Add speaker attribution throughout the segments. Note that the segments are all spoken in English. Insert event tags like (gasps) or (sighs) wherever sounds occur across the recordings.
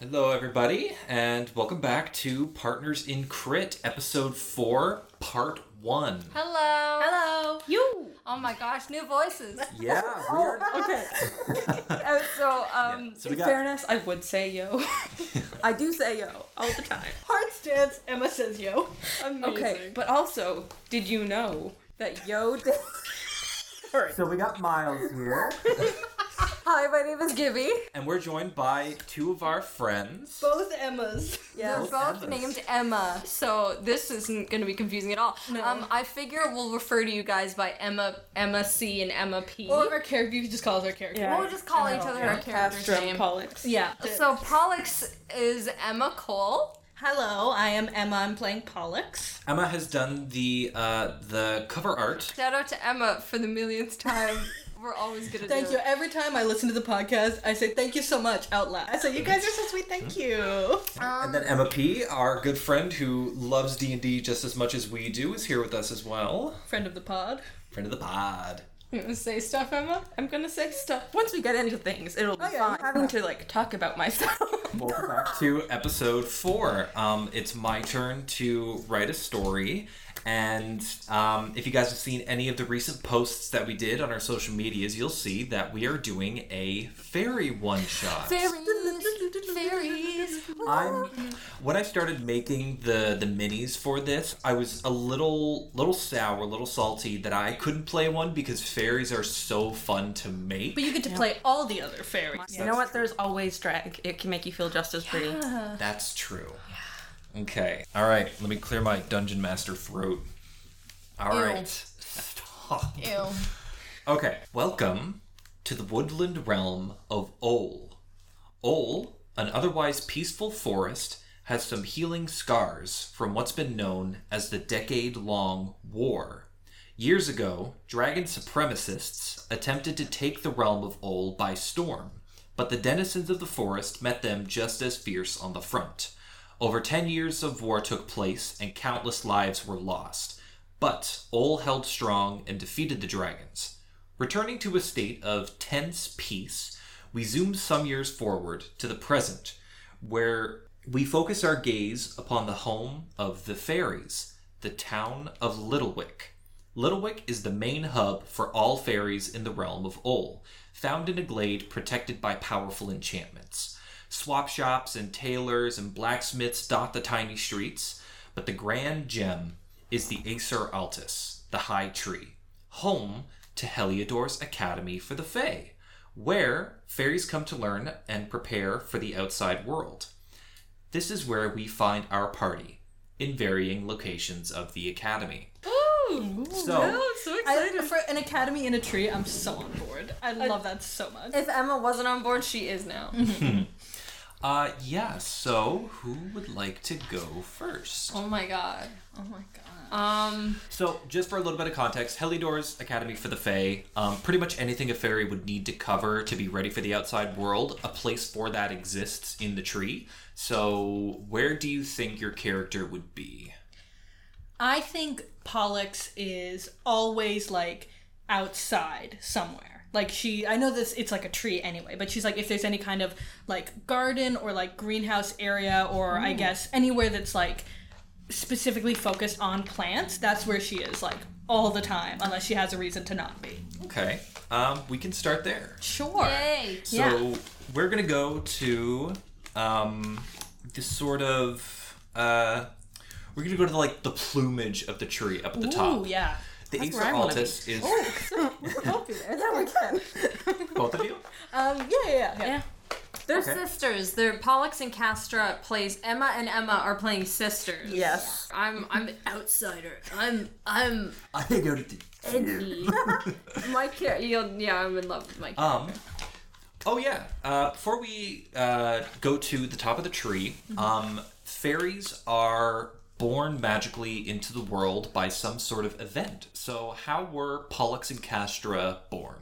Speaker 1: Hello, everybody, and welcome back to Partners in Crit, Episode 4, Part 1.
Speaker 2: Hello.
Speaker 3: Hello.
Speaker 2: You. Oh my gosh, new (laughs) voices.
Speaker 1: Yeah, weird.
Speaker 3: Okay.
Speaker 2: Uh, so, um,
Speaker 1: So we
Speaker 3: In
Speaker 1: got.
Speaker 3: fairness, I would say yo. I do say yo all the time.
Speaker 4: Hard stance. Emma says yo. Amazing.
Speaker 3: Okay, but also, did you know that yo? Did...
Speaker 5: So we got Miles here.
Speaker 2: hi, my name is Gibby.
Speaker 1: (laughs) And we're joined by two of our friends.
Speaker 4: Both
Speaker 3: (laughs)
Speaker 4: Emmas.
Speaker 2: They're
Speaker 1: Both
Speaker 2: both
Speaker 1: Emmas.
Speaker 2: named Emma, so this isn't going to be confusing at all. Um, I figure we'll refer to you guys by Emma, Emma C, and Emma P.
Speaker 4: Or our character. You could just call us our character.
Speaker 3: Yeah.
Speaker 2: we'll just call each other our character's name.
Speaker 3: Pollux.
Speaker 2: Yeah. So Pollux is Emma Cole.
Speaker 4: Hello, I am Emma. I'm playing Pollux.
Speaker 1: Emma has done the uh, the cover art.
Speaker 2: Shout out to Emma for the millionth time. We're always gonna
Speaker 4: Thank
Speaker 2: do
Speaker 4: you.
Speaker 2: it.
Speaker 4: Every time I listen to the podcast, I say thank you so much out loud. I say you guys are so sweet. Thank you.
Speaker 5: Um,
Speaker 1: and then Emma P, our good friend who loves D&D just as much as we do, is here with us as well.
Speaker 4: Friend of the pod.
Speaker 1: Friend of the pod.
Speaker 3: (laughs) You gonna say stuff, Emma? Oh, I'm gonna say stuff. Once we get into things, it'll be
Speaker 4: Okay.
Speaker 3: fine. Having to like talk about myself.
Speaker 1: Welcome back to episode four. Um, it's my turn to write a story. And um, if you guys have seen any of the recent posts that we did on our social medias, you'll see that we are doing a fairy one shot.
Speaker 2: Fairies, fairies.
Speaker 1: I'm when I started making the the minis for this, I was a little little sour, a little salty that I couldn't play one because fairies are so fun to make.
Speaker 4: (laughs) But you get to play all the other fairies.
Speaker 3: you know what? There's always drag. It can make you feel just as pretty.
Speaker 1: That's true. Okay. All right. Let me clear my dungeon master throat. All
Speaker 2: Ew.
Speaker 1: right. (laughs) Stop.
Speaker 2: Ew.
Speaker 1: Okay. Welcome to the woodland realm of Ole. Ole, an otherwise peaceful forest, has some healing scars from what's been known as the decade long war. Years ago, dragon supremacists attempted to take the realm of Ole by storm, but the denizens of the forest met them just as fierce on the front. Over 10 years of war took place and countless lives were lost, but Ole held strong and defeated the dragons. Returning to a state of tense peace, we zoom some years forward to the present, where we focus our gaze upon the home of the fairies, the town of Littlewick. Littlewick is the main hub for all fairies in the realm of Ole, found in a glade protected by powerful enchantments. Swap shops and tailors and blacksmiths dot the tiny streets, but the grand gem is the Acer Altus, the High Tree, home to Heliodor's Academy for the Fae, where fairies come to learn and prepare for the outside world. This is where we find our party, in varying locations of the Academy.
Speaker 3: Ooh,
Speaker 1: So-
Speaker 3: oh, so
Speaker 4: I,
Speaker 3: excited.
Speaker 4: for an academy in a tree, I'm so on board. I love that so much.
Speaker 2: If Emma wasn't on board, she is now.
Speaker 1: Uh, yeah, so who would like to go first?
Speaker 2: Oh my god.
Speaker 4: Oh my god.
Speaker 2: Um,
Speaker 1: So, just for a little bit of context, Heliodor's Academy for the Fae, um, pretty much anything a fairy would need to cover to be ready for the outside world, a place for that exists in the tree. So, where do you think your character would be?
Speaker 4: I think Pollux is always like outside somewhere. Like she I know this it's like a tree anyway, but she's like if there's any kind of like garden or like greenhouse area or
Speaker 1: Mm.
Speaker 4: I guess anywhere that's like specifically focused on plants, that's where she is like all the time unless she has a reason to not be.
Speaker 1: Okay, um, we can start there.
Speaker 4: Sure.
Speaker 2: yay.
Speaker 1: So,
Speaker 4: Yeah.
Speaker 1: we're gonna go to um, this sort of. Uh, we're gonna go to like the plumage of the tree up at the top.
Speaker 4: Ooh, yeah.
Speaker 1: The Acer
Speaker 3: where I wanna
Speaker 1: Altus is
Speaker 4: Oh. Both be there. Yeah, we (laughs) can.
Speaker 1: both of you.
Speaker 4: Um, yeah, yeah, yeah.
Speaker 3: yeah.
Speaker 2: They're
Speaker 1: Okay.
Speaker 2: sisters. They're Pollux and Castra plays Emma and Emma are playing sisters.
Speaker 3: Yes.
Speaker 2: I'm I'm an outsider. I'm I'm
Speaker 5: I go to
Speaker 2: Edgy. (laughs) my char- you'll- yeah, I'm in love with my character.
Speaker 1: Um. Oh yeah. Uh, before we uh, go to the top of the tree, um, fairies are born magically into the world by some sort of event. So, how were Pollux and Castra born?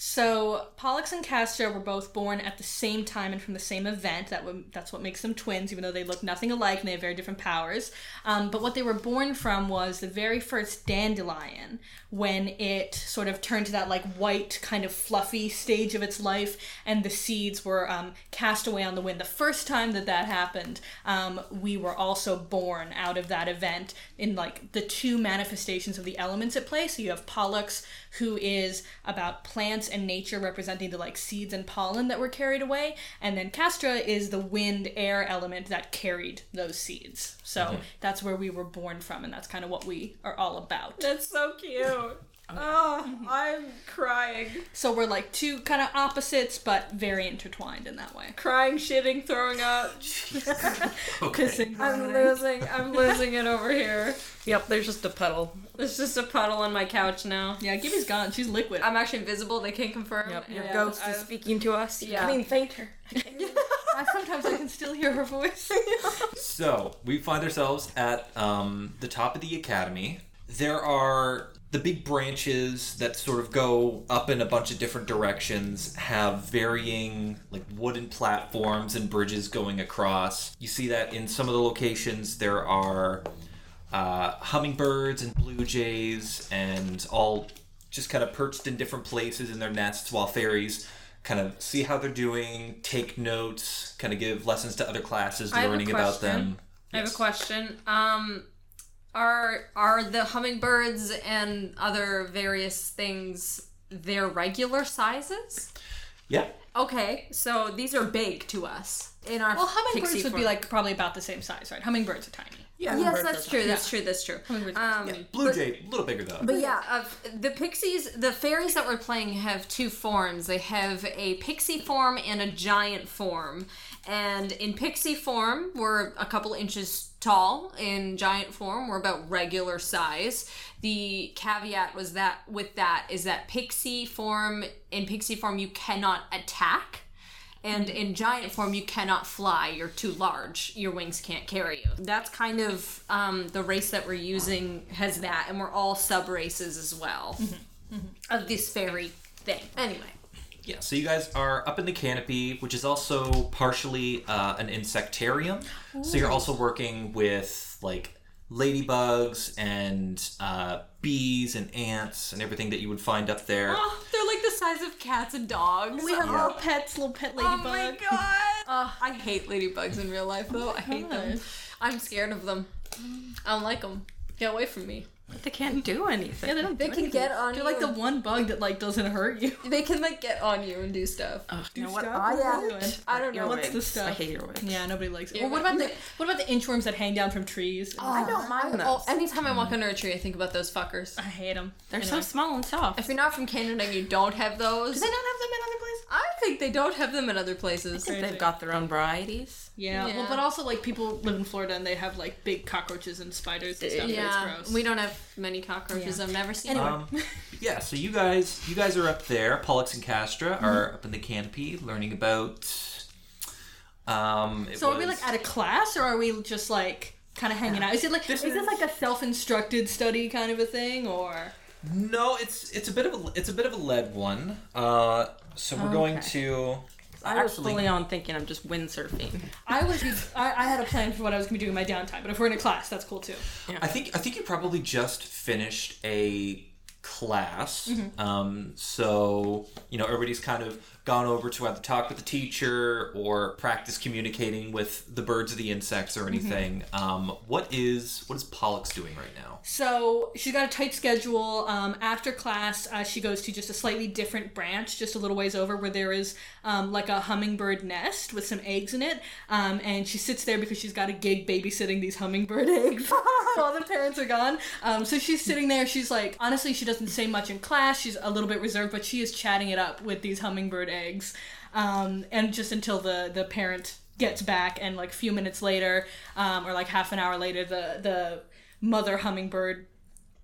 Speaker 4: So Pollux and Castor were both born at the same time and from the same event. That would, that's what makes them twins, even though they look nothing alike and they have very different powers. Um, but what they were born from was the very first dandelion, when it sort of turned to that like white kind of fluffy stage of its life, and the seeds were um, cast away on the wind. The first time that that happened, um, we were also born out of that event in like the two manifestations of the elements at play. So you have Pollux, who is about plants and nature representing the like seeds and pollen that were carried away, and then Castra is the wind air element that carried those seeds. So that's where we were born from, and that's kind of what we are all about.
Speaker 3: That's so cute. Oh, I'm crying.
Speaker 4: So we're like two kind of opposites, but very intertwined in that way.
Speaker 3: Crying, shitting, throwing up.
Speaker 1: Okay.
Speaker 3: I'm losing.
Speaker 4: (laughs)
Speaker 3: I'm losing it over here.
Speaker 2: Yep, there's just a puddle.
Speaker 3: There's just a puddle on my couch now.
Speaker 4: Yeah, Gibby's gone. She's liquid.
Speaker 2: I'm actually invisible. They can't confirm.
Speaker 4: Yep.
Speaker 3: Yeah, I've-
Speaker 6: speaking to us.
Speaker 2: Yeah. (laughs)
Speaker 6: even thank her.
Speaker 4: I, (laughs) sometimes (laughs) I can still hear her voice.
Speaker 1: So we find ourselves at um, the top of the academy. There are the big branches that sort of go up in a bunch of different directions, have varying like wooden platforms and bridges going across. You see that in some of the locations there are uh, hummingbirds and blue jays and all just kind of perched in different places in their nests while fairies kind of see how they're doing, take notes, kind of give lessons to other classes
Speaker 2: have a
Speaker 1: learning about
Speaker 2: question.
Speaker 1: them.
Speaker 2: I have a question. Um, are are the hummingbirds and other various things their regular sizes?
Speaker 1: Yeah.
Speaker 2: Okay, so these are big to us in our
Speaker 4: well, hummingbirds
Speaker 2: pixie
Speaker 4: would be
Speaker 2: form.
Speaker 4: like probably about the same size, right? Hummingbirds are tiny.
Speaker 2: yes, that's true, that's true, that's true.
Speaker 4: Hummingbirds are
Speaker 2: Um,
Speaker 1: Blue jay, a little bigger though.
Speaker 2: But yeah, of the pixies, the fairies that we're playing have two forms. They have a pixie form and a giant form. And in pixie form, we're a couple inches tall. In giant form, we're about regular size. The caveat was that with that is that pixie form in pixie form you cannot attack. And in giant form, you cannot fly. You're too large. Your wings can't carry you. That's kind of um, the race that we're using has that, and we're all sub races as well Mm-hmm. of this fairy thing. Anyway,
Speaker 1: Yeah, so you guys are up in the canopy, which is also partially uh, an insectarium. So you're also working with like ladybugs and uh, bees and ants and everything that you would find up there.
Speaker 2: oh, they're like the size of cats and dogs.
Speaker 4: We have
Speaker 1: Yeah.
Speaker 4: little pets, little pet
Speaker 2: oh
Speaker 4: ladybug.
Speaker 2: my (laughs) god! Uh, I hate ladybugs in real life, though. I hate them. I'm scared of them. I don't like them. Get away from me.
Speaker 6: But they can't do anything.
Speaker 4: Yeah, they don't.
Speaker 2: They
Speaker 4: do
Speaker 2: can
Speaker 4: anything.
Speaker 2: get on
Speaker 4: They're like
Speaker 2: you.
Speaker 4: the one bug that like doesn't hurt you.
Speaker 2: They can like get on you and do stuff.
Speaker 4: (laughs)
Speaker 6: you know what
Speaker 4: stop
Speaker 6: I
Speaker 4: what
Speaker 6: hate?
Speaker 4: you're doing.
Speaker 2: I don't know.
Speaker 6: Your
Speaker 4: What's the
Speaker 6: wigs.
Speaker 4: stuff?
Speaker 6: I hate your wigs.
Speaker 4: Yeah, nobody likes it.
Speaker 2: Yeah,
Speaker 4: Or what
Speaker 2: but-
Speaker 4: about the what about the inchworms that hang down from trees?
Speaker 6: I don't mind
Speaker 2: Oh,
Speaker 6: those.
Speaker 2: anytime I walk under a tree, I think about those (laughs) fuckers.
Speaker 4: I hate them.
Speaker 6: They're so small and soft.
Speaker 2: If you're not from Canada and you don't have those,
Speaker 6: Do they not have them in other places?
Speaker 2: I think they don't have them in other places.
Speaker 4: Crazy.
Speaker 6: They've got their own varieties.
Speaker 4: Yeah.
Speaker 2: Yeah.
Speaker 4: Well, but also like people live in Florida and they have like big cockroaches and spiders and stuff. and
Speaker 2: Yeah,
Speaker 4: it's gross.
Speaker 2: we don't have many cockroaches.
Speaker 4: Yeah.
Speaker 2: I've never seen.
Speaker 4: Anyway.
Speaker 2: them.
Speaker 1: Um, yeah, so you guys, you guys are up there. Pollux and Castra
Speaker 6: Mm-hmm.
Speaker 1: are up in the canopy, learning about. Um, it
Speaker 4: So are we
Speaker 1: was-
Speaker 4: like at a class or are we just like kind of hanging out? Is it like is it like a self-instructed study kind of a thing or?
Speaker 1: No, it's it's a bit of a it's a bit of a lead one. Uh, so
Speaker 4: Oh,
Speaker 1: we're going
Speaker 6: Okay.
Speaker 1: to.
Speaker 6: I was
Speaker 1: Actually-
Speaker 6: fully on thinking I'm just windsurfing.
Speaker 4: I was I, I had a plan for what I was gonna be doing in my downtime, but if we're in a class, that's cool too.
Speaker 1: I think I think you probably just finished a class. Um, so you know everybody's kind of gone over to either talk with the teacher or practice communicating with the birds or the insects or anything. Um, what is what is Pollux doing right now?
Speaker 4: So she's got a tight schedule. Um, after class, uh, she goes to just a slightly different branch, just a little ways over, where there is um, like a hummingbird nest with some eggs in it. Um, and she sits there because she's got a gig babysitting these hummingbird (laughs) eggs. All the parents are gone. Um, so she's sitting there. She's like, honestly, she doesn't say much in class. She's a little bit reserved, but she is chatting it up with these hummingbird eggs. Um, and just until the, the parent gets back, and like a few minutes later, um, or like half an hour later, the, the mother hummingbird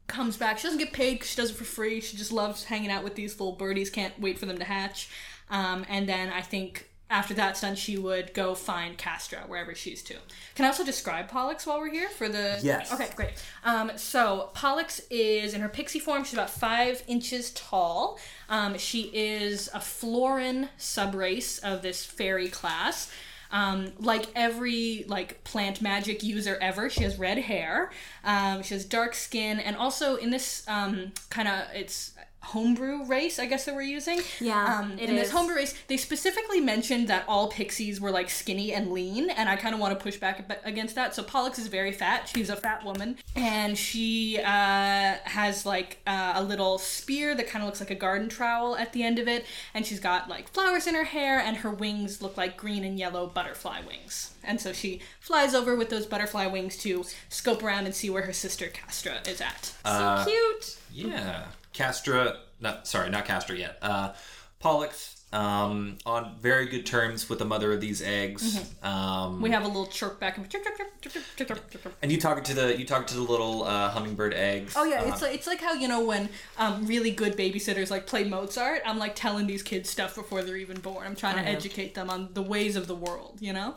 Speaker 4: comes back. She doesn't get paid 'cause she does it for free. She just loves hanging out with these little birdies. Can't wait for them to hatch. Um, and then I think after that's done, she would go find Castra wherever she's to. Can I also describe Pollux while we're here for the?
Speaker 5: Yes.
Speaker 4: Okay, great. Um, so Pollux is in her pixie form. She's about five inches tall. Um, she is a Florin subrace of this fairy class. Um, like every like plant magic user ever, she has red hair. Um, she has dark skin, and also in this um, kind of it's homebrew race, I guess that we're using.
Speaker 2: Yeah,
Speaker 4: Um,
Speaker 2: it
Speaker 4: in this
Speaker 2: is.
Speaker 4: homebrew race, they specifically mentioned that all pixies were like skinny and lean, and I kind of want to push back ab- against that. So Pollux is very fat. She's a fat woman, and she uh, has like uh, a little spear that kind of looks like a garden trowel at the end of it, and she's got like flowers in her hair, and her wings look like green and yellow butterfly wings. And so she flies over with those butterfly wings to scope around and see where her sister Castra is at.
Speaker 1: Uh,
Speaker 2: so cute.
Speaker 1: Yeah. Castra, not sorry, not Castra yet. Uh, Pollux, um, on very good terms with the mother of these eggs. Um,
Speaker 4: we have a little chirp back and chirp, chirp, chirp, chirp, chirp, chirp, chirp, chirp.
Speaker 1: and you talk to the you talk to the little uh, hummingbird eggs.
Speaker 4: Oh yeah, it's like it's like how you know when um, really good babysitters like play Mozart. I'm like telling these kids stuff before they're even born. I'm trying to educate them on the ways of the world. You know?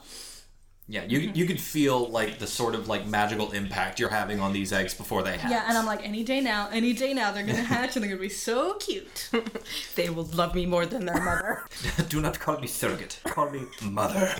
Speaker 1: Yeah, you
Speaker 4: Mm-hmm.
Speaker 1: you can feel like the sort of like magical impact you're having on these eggs before they hatch.
Speaker 4: Yeah,
Speaker 1: (laughs)
Speaker 4: and I'm like, any day now, any day now, they're (laughs) gonna hatch and they're gonna be so (laughs) cute.
Speaker 6: They will love me more than their mother.
Speaker 1: do not call me surrogate, call me
Speaker 4: (laughs)
Speaker 1: mother.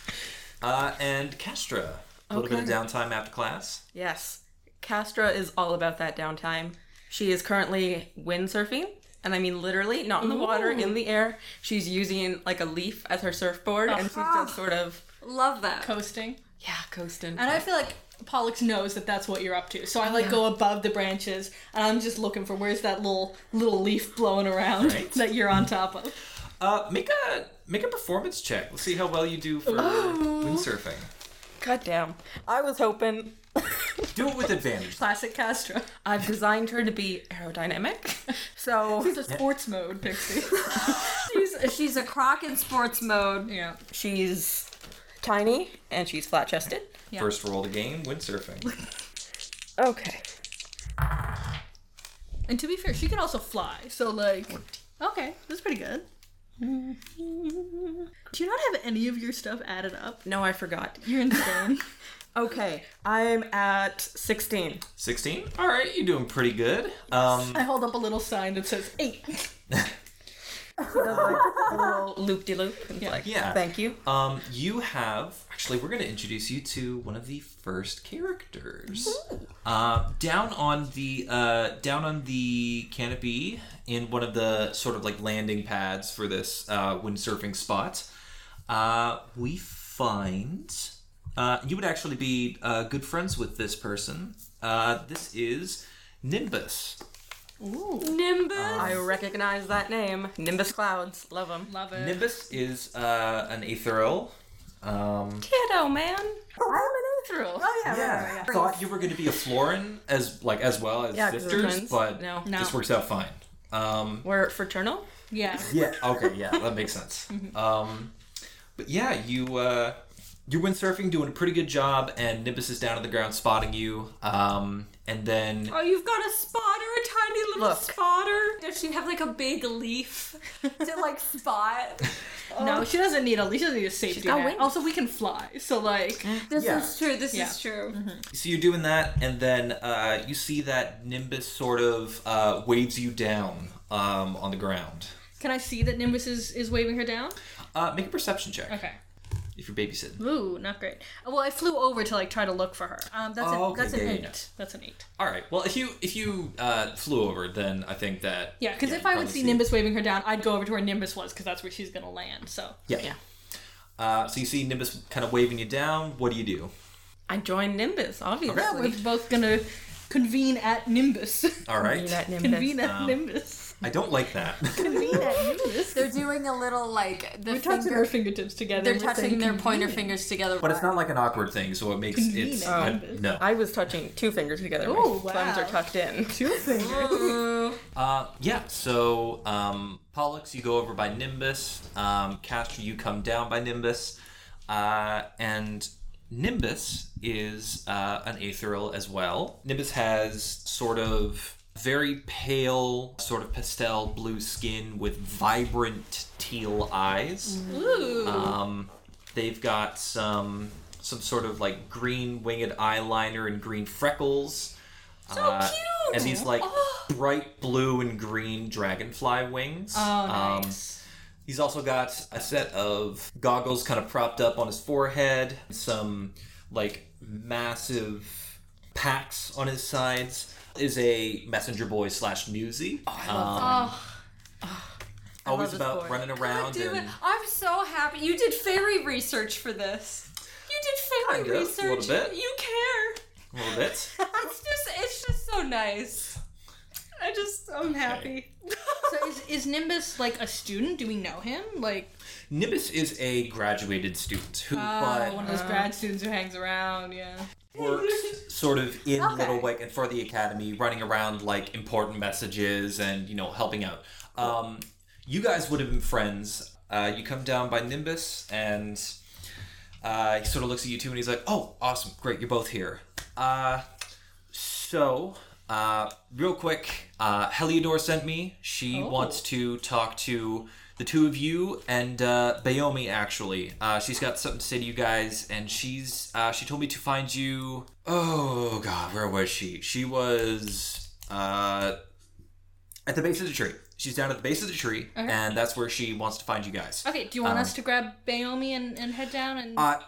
Speaker 1: (laughs) uh, and Castra, a little bit of downtime after class.
Speaker 6: (laughs) yes. Castra is all about that downtime. She is currently windsurfing, and I mean literally, not in the water, in the air. She's using like a leaf as her surfboard, and she's just sort of
Speaker 2: Love that.
Speaker 4: Coasting,
Speaker 6: yeah, coasting.
Speaker 4: and I feel like. Pollux knows that that's what you're up to, so I like go above the branches, and I'm just looking for where's that little little leaf blowing around
Speaker 1: Right.
Speaker 4: (laughs) that you're on top of.
Speaker 1: Uh, make a make a performance check. Let's see how well you do for windsurfing.
Speaker 6: God damn. I was hoping.
Speaker 1: Do it with advantage.
Speaker 4: Classic Castro.
Speaker 6: I've designed her to be (laughs) aerodynamic, so
Speaker 4: She's a sports mode pixie.
Speaker 2: She's a croc in sports mode.
Speaker 4: (laughs) yeah.
Speaker 6: she's tiny and she's flat chested.
Speaker 1: First roll of the game,
Speaker 4: (laughs)
Speaker 1: windsurfing.
Speaker 6: Okay.
Speaker 4: And to be fair, she can also fly. So like, okay, that's pretty good. (laughs) Do you not have any of your stuff added up?
Speaker 6: No, I forgot.
Speaker 4: You're insane.
Speaker 6: Okay, I'm at 16.
Speaker 1: 16? All right, you're doing pretty good. Um,
Speaker 4: (laughs) I hold up a little sign that says eight.
Speaker 6: Loop de loop. Like,
Speaker 1: Yeah.
Speaker 6: Thank you.
Speaker 1: um, you have. Actually, we're going to introduce you to one of the first characters. Uh, down on the uh, down on the canopy in one of the sort of like landing pads for this uh, windsurfing spot, uh, we find uh, you would actually be uh, good friends with this person. Uh, this is Nimbus.
Speaker 2: Nimbus.
Speaker 6: I recognize that name. Nimbus Clouds. Love him.
Speaker 4: Love it.
Speaker 1: Nimbus is uh, an aetheril. Um,
Speaker 6: Kiddo, man.
Speaker 4: Thrill.
Speaker 6: Oh,
Speaker 5: yeah.
Speaker 1: thought you were going to be a Florin as like as well as
Speaker 6: Yeah, 'cause we're
Speaker 1: sisters,
Speaker 6: twins.
Speaker 1: but
Speaker 6: No.
Speaker 1: this works out fine. Um,
Speaker 6: We're fraternal.
Speaker 4: Yeah.
Speaker 5: Yeah.
Speaker 1: okay, yeah, that makes sense. Um, but yeah, you uh, you went surfing, doing a pretty good job, and Nimbus is down on the ground spotting you. Um, and then
Speaker 2: Oh, you've got a spotter, a tiny little
Speaker 6: Look.
Speaker 2: spotter. Does she have like a big
Speaker 4: (laughs)
Speaker 2: leaf to like spot?
Speaker 4: No, she doesn't need a she doesn't need a safety
Speaker 6: got
Speaker 4: net.
Speaker 6: wings.
Speaker 4: Also, we can fly. So like,
Speaker 2: (laughs) This
Speaker 5: Yeah.
Speaker 2: is true. This
Speaker 4: Yeah.
Speaker 2: is true. (laughs)
Speaker 1: so you're doing that, and then uh, you see that Nimbus sort of uh, waves you down um, on the ground.
Speaker 4: can I see that Nimbus is is waving her down?
Speaker 1: Uh, make a perception check
Speaker 4: Okay.
Speaker 1: if you're babysitting.
Speaker 4: Ooh, not great. Uh, Well, I flew over to like try to look for her. Um, that's
Speaker 1: Oh,
Speaker 4: an,
Speaker 1: okay,
Speaker 4: that's an
Speaker 1: yeah, yeah,
Speaker 4: eight.
Speaker 1: yeah.
Speaker 4: That's an eight.
Speaker 1: All right. Well, if you if you uh, flew over, then I think that
Speaker 4: Yeah, because if
Speaker 1: you
Speaker 4: I would
Speaker 1: probably
Speaker 4: see Nimbus waving her down, I'd go over to where Nimbus was because that's where she's gonna land. So
Speaker 1: Yeah.
Speaker 6: Yeah.
Speaker 1: Uh, so you see Nimbus kind of waving you down. What do you do?
Speaker 6: I joined Nimbus, obviously.
Speaker 1: Yeah,
Speaker 4: We're both gonna convene at Nimbus.
Speaker 1: All right.
Speaker 6: You're not Nimbus.
Speaker 4: convene at Nimbus.
Speaker 1: I don't like that.
Speaker 4: Convene at Nimbus.
Speaker 2: They're doing a little like the
Speaker 4: We're touching our
Speaker 2: finger.
Speaker 4: fingertips together.
Speaker 2: They're
Speaker 4: We're saying
Speaker 2: touching their pointer
Speaker 4: convene.
Speaker 2: fingers together.
Speaker 1: but it's not like an awkward thing, so it makes
Speaker 4: Convenient.
Speaker 1: it's I-
Speaker 4: Oh.
Speaker 1: no.
Speaker 6: I was touching two fingers together. My
Speaker 4: Ooh, wow.
Speaker 6: thumbs are tucked in.
Speaker 4: Two fingers.
Speaker 2: Ooh.
Speaker 1: Uh, yeah. So um, Pollux, you go over by Nimbus. Um, Castor, you come down by Nimbus, uh, and Nimbus is uh, an aetheril as well. Nimbus has sort of very pale, sort of pastel blue skin with vibrant teal eyes.
Speaker 4: Ooh.
Speaker 1: Um, they've got some some sort of like green winged eyeliner and green freckles. So
Speaker 2: cute!
Speaker 1: And these like bright blue and green dragonfly wings.
Speaker 4: oh,
Speaker 1: Um,
Speaker 4: nice.
Speaker 1: He's also got a set of goggles kind of propped up on his forehead, some like massive packs on his sides. Is a messenger boy slash newsy. um, always
Speaker 6: this
Speaker 1: about
Speaker 6: boy.
Speaker 1: running around
Speaker 2: Damn it.
Speaker 1: and
Speaker 2: I'm so happy. You did fairy research for (laughs) this. You did fairy
Speaker 1: Kind of, a
Speaker 2: research.
Speaker 1: little bit.
Speaker 2: You care.
Speaker 1: a little bit.
Speaker 2: (laughs) It's just it's just so nice.
Speaker 4: I just (laughs) I'm happy. so is is Nimbus like a student? Do we know him? Like
Speaker 1: Nimbus is a graduated student
Speaker 2: Oh,
Speaker 1: who
Speaker 4: uh, one of
Speaker 1: but
Speaker 4: those grad students who hangs around? Yeah.
Speaker 1: works sort of in
Speaker 2: Okay.
Speaker 1: Little Wake and for the Academy, running around like important messages and you know helping out. Um, you guys would have been friends. Uh, you come down by Nimbus and uh, he sort of looks at you two and he's like, "Oh, awesome, great, you're both here." Uh, so, uh, real quick, uh, Heliodor sent me. She wants to talk to the two of you and uh, Bayomi. Actually, uh, she's got something to say to you guys, and she's uh, she told me to find you. Oh God, where was she? She was uh, at the base of the tree. She's down at the base of the tree, and that's where she wants to find you guys.
Speaker 4: Okay. Do you
Speaker 5: Uh,
Speaker 4: want us to grab Bayomi and, and head down and?
Speaker 1: Uh,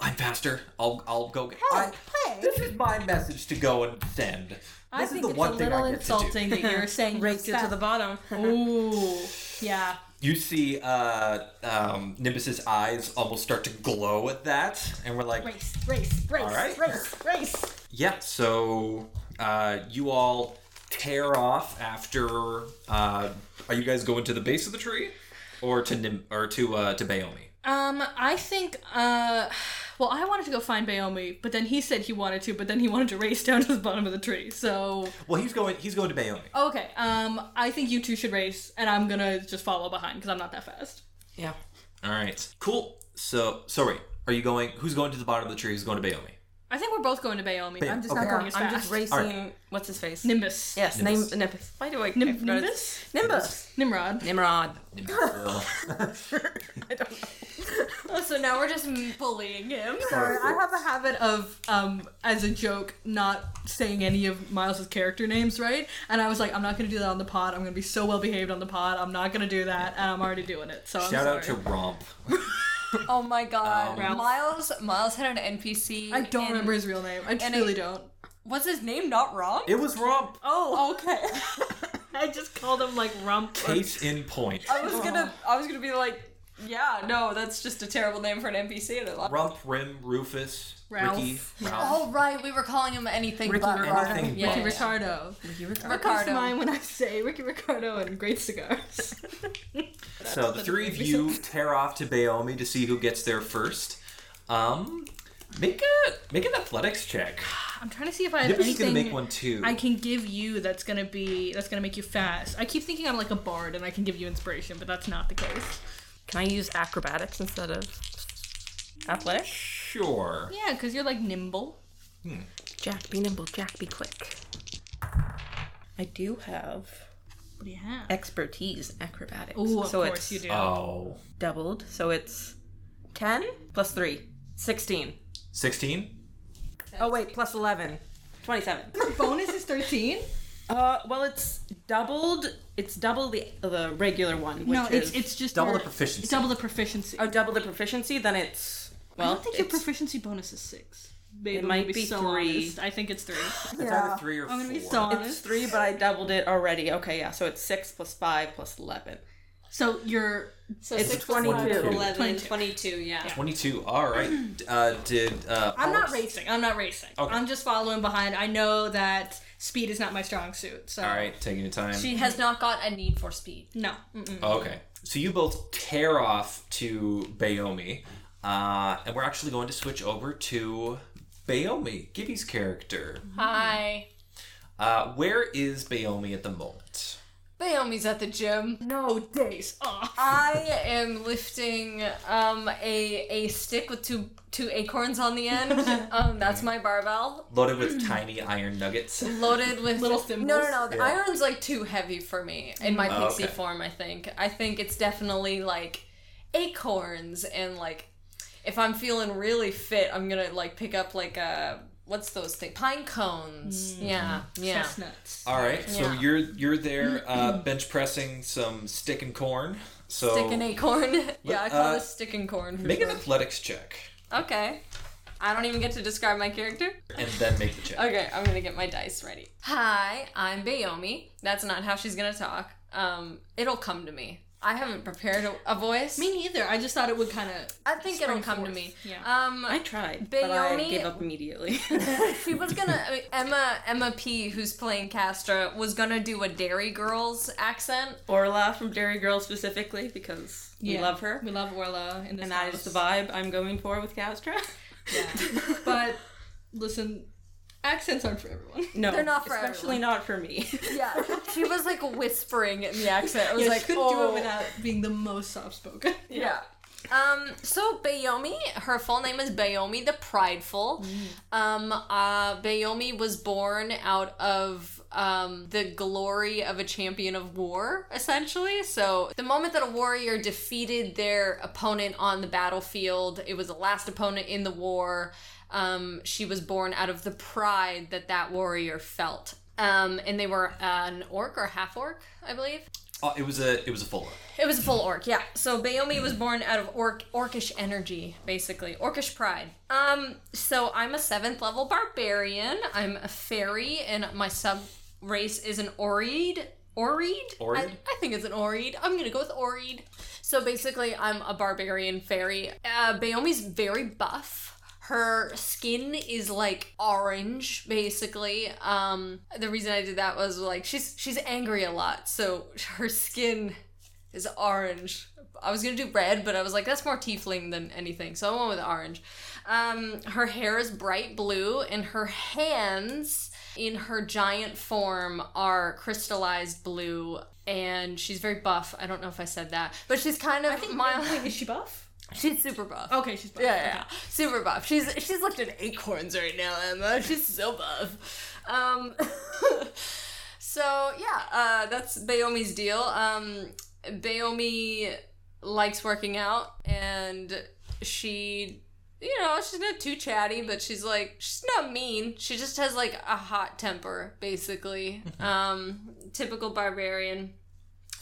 Speaker 1: I'm faster. I'll I'll go. Get, I, this is my message to go and send.
Speaker 4: I
Speaker 5: this is
Speaker 4: think
Speaker 5: the
Speaker 4: it's
Speaker 5: one
Speaker 4: a
Speaker 5: thing
Speaker 4: little
Speaker 5: I get to do.
Speaker 4: insulting that (laughs) you're saying
Speaker 6: Raked you to the bottom.
Speaker 4: Ooh. Yeah.
Speaker 1: You see, uh, um, Nimbus's eyes almost start to glow at that, and we're like,
Speaker 4: Race, race, race,
Speaker 1: All right.
Speaker 4: race, race.
Speaker 1: yeah. So, uh, you all tear off after. Uh, are you guys going to the base of the tree, or to Nim- or to uh, to Bayomi?
Speaker 4: Um, I think, uh, well, I wanted to go find Bayomi, but then he said he wanted to, but then he wanted to race down to the bottom of the tree. So,
Speaker 1: Well, he's going. He's going to Bayomi.
Speaker 4: okay, um, I think you two should race, and I'm gonna just follow behind because I'm not that fast.
Speaker 6: Yeah.
Speaker 1: All right. Cool. So, sorry. Are you going? Who's going to the bottom of the tree? Who's going to Bayomi?
Speaker 4: I think we're both going to Bayomi.
Speaker 1: Bayomi,
Speaker 4: I'm just
Speaker 1: okay.
Speaker 4: not going as fast.
Speaker 6: I'm just racing. What's his face?
Speaker 4: Nimbus.
Speaker 6: yes,
Speaker 1: Nimbus.
Speaker 6: name Nimbus. Why do I? I
Speaker 4: Nim-
Speaker 6: forgot
Speaker 4: Nimbus?
Speaker 6: his- Nimbus.
Speaker 4: Nimrod.
Speaker 6: Nimrod.
Speaker 2: So now we're just bullying him.
Speaker 4: Sorry, I have a habit of, um, as a joke, not saying any of Miles's character names, right? And I was like, I'm not gonna do that on the pod. I'm gonna be so well behaved on the pod. I'm not gonna do that, and I'm already doing it. So
Speaker 1: (laughs)
Speaker 4: I'm
Speaker 1: Shout out to
Speaker 4: sorry.
Speaker 1: Romp.
Speaker 2: Oh my god.
Speaker 1: Um,
Speaker 2: Miles Miles had an NPC.
Speaker 4: I don't
Speaker 2: in-
Speaker 4: remember his real name. I
Speaker 2: and
Speaker 4: truly
Speaker 2: it-
Speaker 4: don't.
Speaker 2: Was his name not wrong?
Speaker 1: It was Romp.
Speaker 4: Oh, okay.
Speaker 6: I just called him like rump.
Speaker 1: Case in point.
Speaker 4: Oh.
Speaker 2: I was gonna I was gonna be like, yeah, no, that's just a terrible name for an NPC and I love
Speaker 1: Rump, Rim, Rufus,
Speaker 4: Ralph. (laughs)
Speaker 1: Ricky, Ralph.
Speaker 2: Oh right, we were calling him anything
Speaker 6: Ricky
Speaker 2: but
Speaker 6: Ricardo.
Speaker 1: Um, Anything
Speaker 2: Yeah.
Speaker 1: but.
Speaker 4: Ricky Ricardo. Comes to
Speaker 2: Ricardo.
Speaker 4: mind when I say Ricky Ricardo and great cigars.
Speaker 1: So the three of you tear off to Bayomi to see who gets there first. Um, make a make an athletics check.
Speaker 4: I'm trying to see if I have
Speaker 1: Nimbus is
Speaker 4: anything.
Speaker 1: gonna make one too.
Speaker 4: I can give you that's gonna be that's gonna make you fast. I keep thinking I'm like a bard and I can give you inspiration, but that's not the case.
Speaker 6: Can I use acrobatics instead of athletic?
Speaker 1: Sure.
Speaker 4: Yeah, because you're like nimble.
Speaker 6: Jack, be nimble. Jack, be quick. I do have
Speaker 4: What do you have?
Speaker 6: expertise in acrobatics.
Speaker 4: Ooh, of
Speaker 6: so
Speaker 4: course
Speaker 6: it's
Speaker 4: you do.
Speaker 1: Oh.
Speaker 6: doubled. So it's 10 plus 3. 16.
Speaker 1: 16?
Speaker 6: Oh, wait, plus 11. 27.
Speaker 4: Bonus is 13.
Speaker 6: Uh, well, it's doubled. It's double the the regular one. Which
Speaker 4: no, it's
Speaker 6: is-
Speaker 4: it's just
Speaker 1: Double
Speaker 4: your-
Speaker 1: the proficiency.
Speaker 4: Double the proficiency.
Speaker 6: oh double the proficiency. Then it's well,
Speaker 4: I don't think your
Speaker 6: it's-
Speaker 4: proficiency bonus is six. Babe, I'm
Speaker 6: might
Speaker 4: gonna
Speaker 6: be
Speaker 4: so
Speaker 6: three.
Speaker 4: honest. I think it's three.
Speaker 1: It's either three or
Speaker 4: I'm
Speaker 1: four.
Speaker 4: gonna be so honest.
Speaker 6: It's three, but I doubled it already. Okay, yeah. So it's six plus five plus eleven.
Speaker 4: So you're
Speaker 2: So
Speaker 6: It's
Speaker 2: six,
Speaker 6: 22.
Speaker 2: 11,
Speaker 4: 22.
Speaker 2: 22, yeah.
Speaker 1: 22. All
Speaker 4: (clears throat)
Speaker 1: right. Uh, did uh,
Speaker 4: I'm not
Speaker 1: Pollux-
Speaker 4: racing. I'm not racing.
Speaker 1: Okay.
Speaker 4: I'm just following behind. I know that speed is not my strong suit. So
Speaker 1: All right, taking your time.
Speaker 2: She has not got a need for speed.
Speaker 4: no. Mm-mm.
Speaker 1: Oh, Okay. So you both tear off to Bayomi, uh, and we're actually going to switch over to Bayomi, Gibby's character.
Speaker 2: Hi.
Speaker 1: Uh, where is Bayomi at the moment?
Speaker 2: Naomi's at the gym.
Speaker 4: No days off.
Speaker 2: I am lifting um, a a stick with two two acorns on the end. Um, that's my barbell,
Speaker 1: Loaded
Speaker 2: Hmm.
Speaker 1: with tiny iron nuggets.
Speaker 2: loaded with
Speaker 4: Little thimbles.
Speaker 2: No, no, no. The
Speaker 1: Yeah.
Speaker 2: iron's like too heavy for me in my
Speaker 1: Oh,
Speaker 2: pixie
Speaker 1: okay.
Speaker 2: form. I think. I think it's definitely like acorns and like if I'm feeling really fit, I'm gonna like pick up like a what's those things? Pine cones. Yeah,
Speaker 1: Mm-hmm.
Speaker 2: yeah.
Speaker 4: Chestnuts.
Speaker 1: All right, so
Speaker 2: Yeah. Hmm.
Speaker 1: you're you're there uh, bench pressing some stick and corn. So
Speaker 2: Stick and acorn. (laughs) yeah, I call
Speaker 1: uh,
Speaker 2: this stick and corn. For
Speaker 1: make
Speaker 2: sure.
Speaker 1: an athletics check,
Speaker 2: Okay. I don't even get to describe my character.
Speaker 1: and then make the check.
Speaker 2: Okay, I'm gonna get my dice ready. Hi, I'm Bayomi. That's not how she's gonna talk. Um, it'll come to me. I haven't prepared a, a voice.
Speaker 4: Me neither. I just thought it would kind of.
Speaker 2: I think it'll come to
Speaker 4: forth.
Speaker 2: me.
Speaker 4: Yeah.
Speaker 2: Um,
Speaker 6: I tried, but I
Speaker 2: Bayomi-
Speaker 6: gave up immediately. (laughs)
Speaker 4: (laughs)
Speaker 2: she was gonna I mean, Emma Emma P, who's playing Castra, was gonna do a Dairy Girls accent.
Speaker 6: Orla from Dairy Girl specifically because we love her,
Speaker 4: We love Orla in this
Speaker 6: and
Speaker 4: house.
Speaker 6: that is the vibe I'm going for with Castra. (laughs)
Speaker 4: Yeah. but listen, accents aren't for everyone.
Speaker 6: No,
Speaker 2: They're not for
Speaker 6: especially not for me.
Speaker 2: Yeah, she was like whispering in the accent. I was
Speaker 4: Yeah,
Speaker 2: like,
Speaker 4: she couldn't do
Speaker 2: oh.
Speaker 4: it without being the most soft spoken.
Speaker 2: Yeah. Um, so Bayomi, her full name is Bayomi the Prideful. Um, uh, Bayomi was born out of um, the glory of a champion of war, essentially. So the moment that a warrior defeated their opponent on the battlefield, it was the last opponent in the war. Um, she was born out of the pride that that warrior felt. Um, and they were an orc or half orc, I believe.
Speaker 1: Oh, it was a it was a full up.
Speaker 2: It was a full orc, yeah. So Bayomi was born out of orc orcish energy, basically. Orcish pride. Um, so I'm a seventh level barbarian. I'm a fairy, and my sub race is an Oreed. Oreed?
Speaker 1: Oreed?
Speaker 2: I, I think it's an Oreed. I'm gonna go with Oreed. So basically, I'm a barbarian fairy. Uh, Bayomi's very buff. Her skin is like orange, basically. Um, the reason I did that was like she's she's angry a lot, so her skin is orange. I was gonna do red, but I was like, that's more tiefling than anything, so I went with orange. Um, her hair is bright blue, and her hands in her giant form are crystallized blue, and she's very buff. I don't know if I said that, but she's kind of mild.
Speaker 4: Is she buff?
Speaker 2: she's super buff.
Speaker 4: Okay, she's buff.
Speaker 2: Yeah, yeah, yeah. super buff. She's she's looked at acorns right now, Emma. She's so buff. Um, (laughs) so yeah, uh, that's Bayomi's deal. Um, Bayomi likes working out, and she, you know, she's not too chatty, but she's like she's not mean. She just has like a hot temper, basically. um, typical barbarian.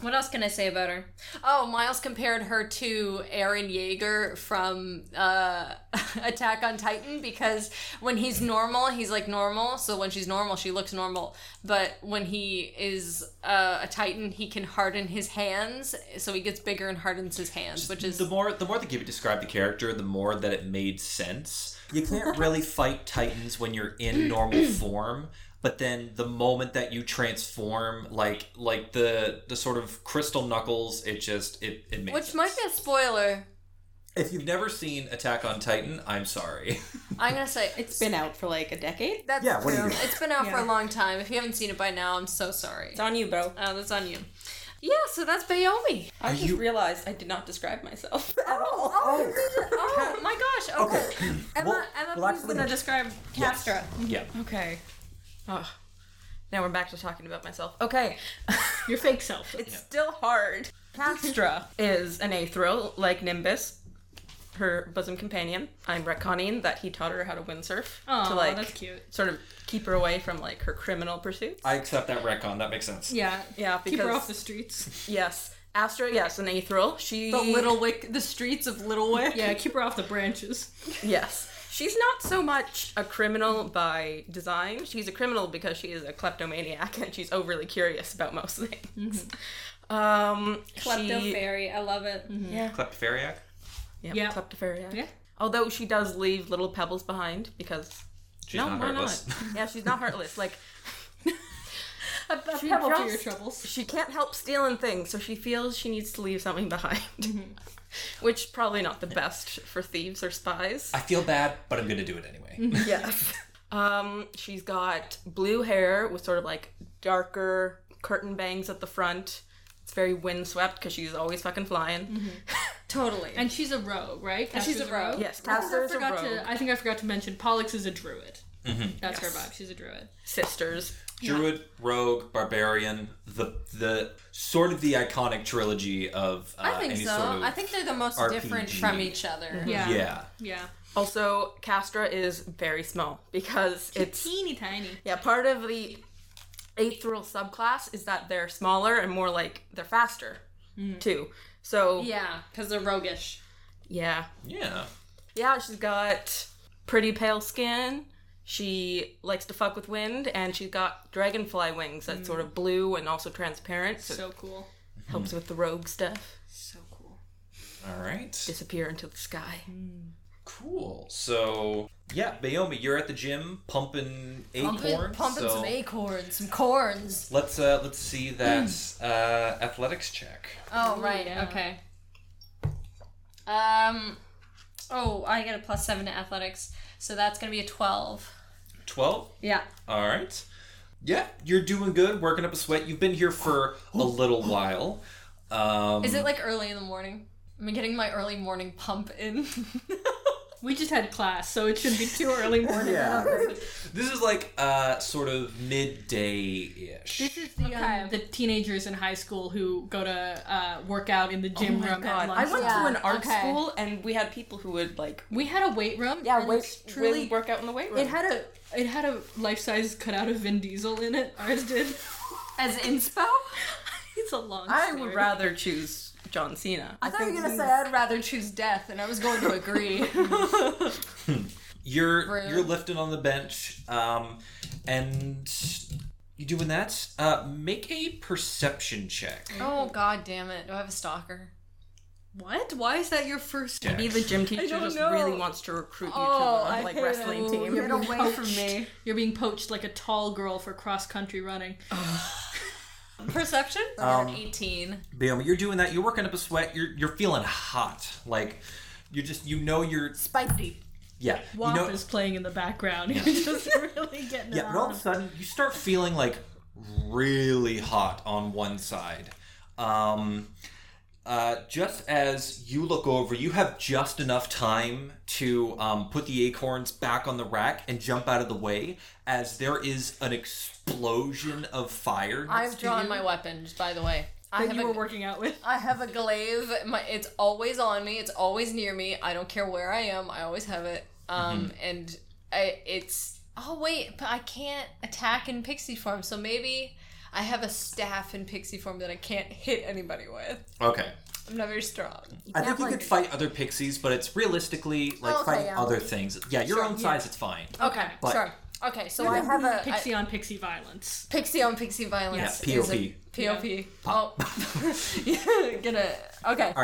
Speaker 2: What else can I say about her? Oh, Miles compared her to Aaron Yeager from uh, (laughs) Attack on Titan because when he's normal, he's like normal. So when she's normal, she looks normal. But when he is uh, a Titan, he can harden his hands. So he gets bigger and hardens his hands, which is.
Speaker 1: the more the more that Gibby described the character, the more that it made sense. You (laughs) can't really fight titans when you're in (clears throat) normal form, but then the moment that you transform, like like the the sort of crystal knuckles, it just it it makes
Speaker 2: Which might be a spoiler.
Speaker 1: If you've never seen Attack on Titan, I'm
Speaker 2: (laughs)
Speaker 1: sorry. (laughs)
Speaker 2: I'm going to say.
Speaker 6: It's been out for like a decade.
Speaker 2: That's
Speaker 5: Yeah, what do you
Speaker 2: true.
Speaker 5: do?
Speaker 2: It's been out for a long time. If you haven't seen it by now, I'm so sorry.
Speaker 6: It's on you, bro.
Speaker 2: Uh, that's on you. Yeah, so that's Bayomi.
Speaker 6: I just
Speaker 1: you-
Speaker 6: realized I did not describe myself.
Speaker 5: Oh,
Speaker 2: Oh my gosh! Okay, Emma,
Speaker 5: Well,
Speaker 2: Emma,
Speaker 5: well,
Speaker 2: please
Speaker 5: actually-
Speaker 2: let us-
Speaker 6: describe Castra.
Speaker 1: yeah.
Speaker 6: Okay. Oh, now we're back to talking about myself. Okay.
Speaker 4: (laughs) Your fake self.
Speaker 6: It's still hard. Castra is an Aethril, like Nimbus, her bosom companion. I'm retconning that he taught her how to windsurf
Speaker 4: Aw,
Speaker 6: to like
Speaker 4: that's cute.
Speaker 6: sort of keep her away from like her criminal pursuits.
Speaker 1: I accept that retcon. That makes sense.
Speaker 4: Yeah.
Speaker 6: Yeah,
Speaker 4: Keep her
Speaker 6: because-
Speaker 4: off the
Speaker 6: (laughs)
Speaker 4: streets.
Speaker 6: Yes, Astra. Yes, an Aethril. She
Speaker 2: the Little Wick, the streets of Little Wick.
Speaker 4: Yeah, keep her off the branches.
Speaker 6: Yes. She's not so much a criminal by design. She's a criminal because she is a kleptomaniac and she's overly curious about most things.
Speaker 4: Mm-hmm.
Speaker 6: Um, she-
Speaker 2: I love it.
Speaker 1: Mm-hmm. Kleptophariac?
Speaker 6: Yeah,
Speaker 4: Yeah.
Speaker 6: kleptophariac.
Speaker 4: Yeah.
Speaker 6: Although she does leave little pebbles behind because
Speaker 1: She's
Speaker 6: no,
Speaker 1: not
Speaker 6: why
Speaker 1: heartless.
Speaker 6: not? (laughs) yeah, she's not heartless. Like
Speaker 4: (laughs) A, a
Speaker 6: She
Speaker 4: pebble to
Speaker 6: just-
Speaker 4: your troubles.
Speaker 6: she can't help stealing things, so she feels she needs to leave something behind,
Speaker 4: Mm-hmm.
Speaker 6: (laughs) which probably not the best for thieves or spies.
Speaker 1: (laughs) I feel bad, but I'm gonna do it anyway.
Speaker 2: (laughs)
Speaker 6: (laughs) Yes. um, she's got blue hair with sort of like darker curtain bangs at the front. It's very windswept because she's always fucking flying.
Speaker 2: Totally.
Speaker 4: And she's a rogue, right?
Speaker 2: she's
Speaker 4: Castra's
Speaker 2: a rogue.
Speaker 6: Yes,
Speaker 4: I think I
Speaker 6: Castor is a
Speaker 4: forgot
Speaker 6: rogue.
Speaker 4: to. I think I forgot to mention Pollux is a druid. That's her vibe. She's a druid.
Speaker 6: Sisters.
Speaker 1: Druid, rogue, barbarian, the the sort of the iconic trilogy of uh,
Speaker 2: I think
Speaker 1: any
Speaker 2: so.
Speaker 1: sort of
Speaker 2: I think they're the most different
Speaker 1: RPG.
Speaker 2: from each other.
Speaker 4: Yeah.
Speaker 1: yeah.
Speaker 4: Yeah.
Speaker 6: Also, Castra is very small because it's
Speaker 4: Teeny tiny.
Speaker 6: yeah part of the eighth rule subclass is that they're smaller and more like they're faster too. So
Speaker 2: Yeah, because they're roguish.
Speaker 6: yeah,
Speaker 1: Yeah.
Speaker 6: yeah, she's got pretty pale skin. She likes to fuck with wind, and she's got dragonfly wings that's sort of blue and also transparent, Mm. so,
Speaker 4: So cool.
Speaker 6: it helps with the rogue stuff
Speaker 4: So cool.
Speaker 1: All right.
Speaker 6: disappear into the sky.
Speaker 1: Cool. So, yeah, Bayomi, you're at the gym pumping acorns.
Speaker 2: Pumping, pumping
Speaker 1: so
Speaker 2: some acorns, some corns.
Speaker 1: Let's uh let's see that
Speaker 2: Mm.
Speaker 1: uh athletics check.
Speaker 2: Oh right, okay. Um, oh, I get a plus seven to athletics, so that's gonna be a twelve.
Speaker 1: 12.
Speaker 2: Yeah.
Speaker 1: All right. Yeah, you're doing good, working up a sweat. You've been here for a little while. Um
Speaker 2: Is it like early in the morning? I'm getting my early morning pump in. (laughs)
Speaker 4: We just had class, so it should be too
Speaker 6: (laughs)
Speaker 4: early morning. (laughs)
Speaker 5: Yeah.
Speaker 2: (laughs)
Speaker 1: this is like uh sort of midday-ish.
Speaker 4: This is the, um, the teenagers in high school who go to uh, work out in the
Speaker 2: Oh
Speaker 4: gym room at
Speaker 6: I went
Speaker 4: lunchtime.
Speaker 6: to an art
Speaker 2: okay.
Speaker 6: school, and we had people who would like
Speaker 4: We had a weight room. and it's
Speaker 6: truly work out in the weight room.
Speaker 4: It had a it had a life size cutout of Vin Diesel in it. Ours did.
Speaker 2: (laughs) As inspo?
Speaker 4: (laughs) It's a long.
Speaker 6: I
Speaker 4: story.
Speaker 6: would rather choose John Cena.
Speaker 2: I
Speaker 6: (laughs)
Speaker 2: thought you were gonna say I'd rather choose death, and I was going to
Speaker 4: (laughs)
Speaker 2: agree.
Speaker 1: You're
Speaker 2: Rude.
Speaker 1: you're lifting on the bench, um, and you doing that. Uh, make a perception check.
Speaker 2: oh god damn it! Do I have a stalker?
Speaker 4: What?
Speaker 2: Why is that your first? (laughs)
Speaker 1: Check.
Speaker 6: Maybe the gym teacher
Speaker 4: don't
Speaker 6: just
Speaker 4: know.
Speaker 6: really wants to recruit you
Speaker 4: Oh,
Speaker 6: to
Speaker 4: I
Speaker 6: the like
Speaker 4: hate
Speaker 6: wrestling
Speaker 4: it.
Speaker 6: team.
Speaker 4: Get away from
Speaker 2: me.
Speaker 4: You're being poached like a tall girl for cross country running.
Speaker 2: Perception?
Speaker 5: Um,
Speaker 2: Eighteen.
Speaker 1: Bam, you're doing that. You're working up a sweat. You're you're feeling hot. Like you're just you know you're
Speaker 2: Spicy.
Speaker 1: yeah.
Speaker 4: WAP
Speaker 1: you know,
Speaker 4: is playing in the background. (laughs) You're just really getting it
Speaker 1: yeah. But all
Speaker 4: on.
Speaker 1: of a sudden you start feeling like really hot on one side. Um, uh, just as you look over, you have just enough time to um, put the acorns back on the rack and jump out of the way as there is an explosion of fire.
Speaker 2: I've drawn my weapons, by the way. I
Speaker 4: that
Speaker 2: have,
Speaker 4: you were
Speaker 2: a,
Speaker 4: working out with.
Speaker 2: I have a glaive. My, it's always on me. It's always near me. I don't care where I am. I always have it. Um, and I, it's. Oh wait, but I can't attack in pixie form. So maybe I have a staff in pixie form that I can't hit anybody with.
Speaker 1: Okay.
Speaker 2: I'm not very strong.
Speaker 1: I think you could fight other pixies, but it's realistically like
Speaker 2: Oh, okay,
Speaker 1: fighting
Speaker 2: yeah.
Speaker 1: other things. Yeah, your own size, it's fine.
Speaker 2: Okay,
Speaker 1: But-
Speaker 2: sure. Okay, so I have a I-
Speaker 4: Pixie on pixie violence.
Speaker 2: Pixie on Pixie violence.
Speaker 1: Yeah,
Speaker 2: is a-
Speaker 1: POP.
Speaker 2: POP. Oh, (laughs) yeah, gonna. Okay.
Speaker 1: All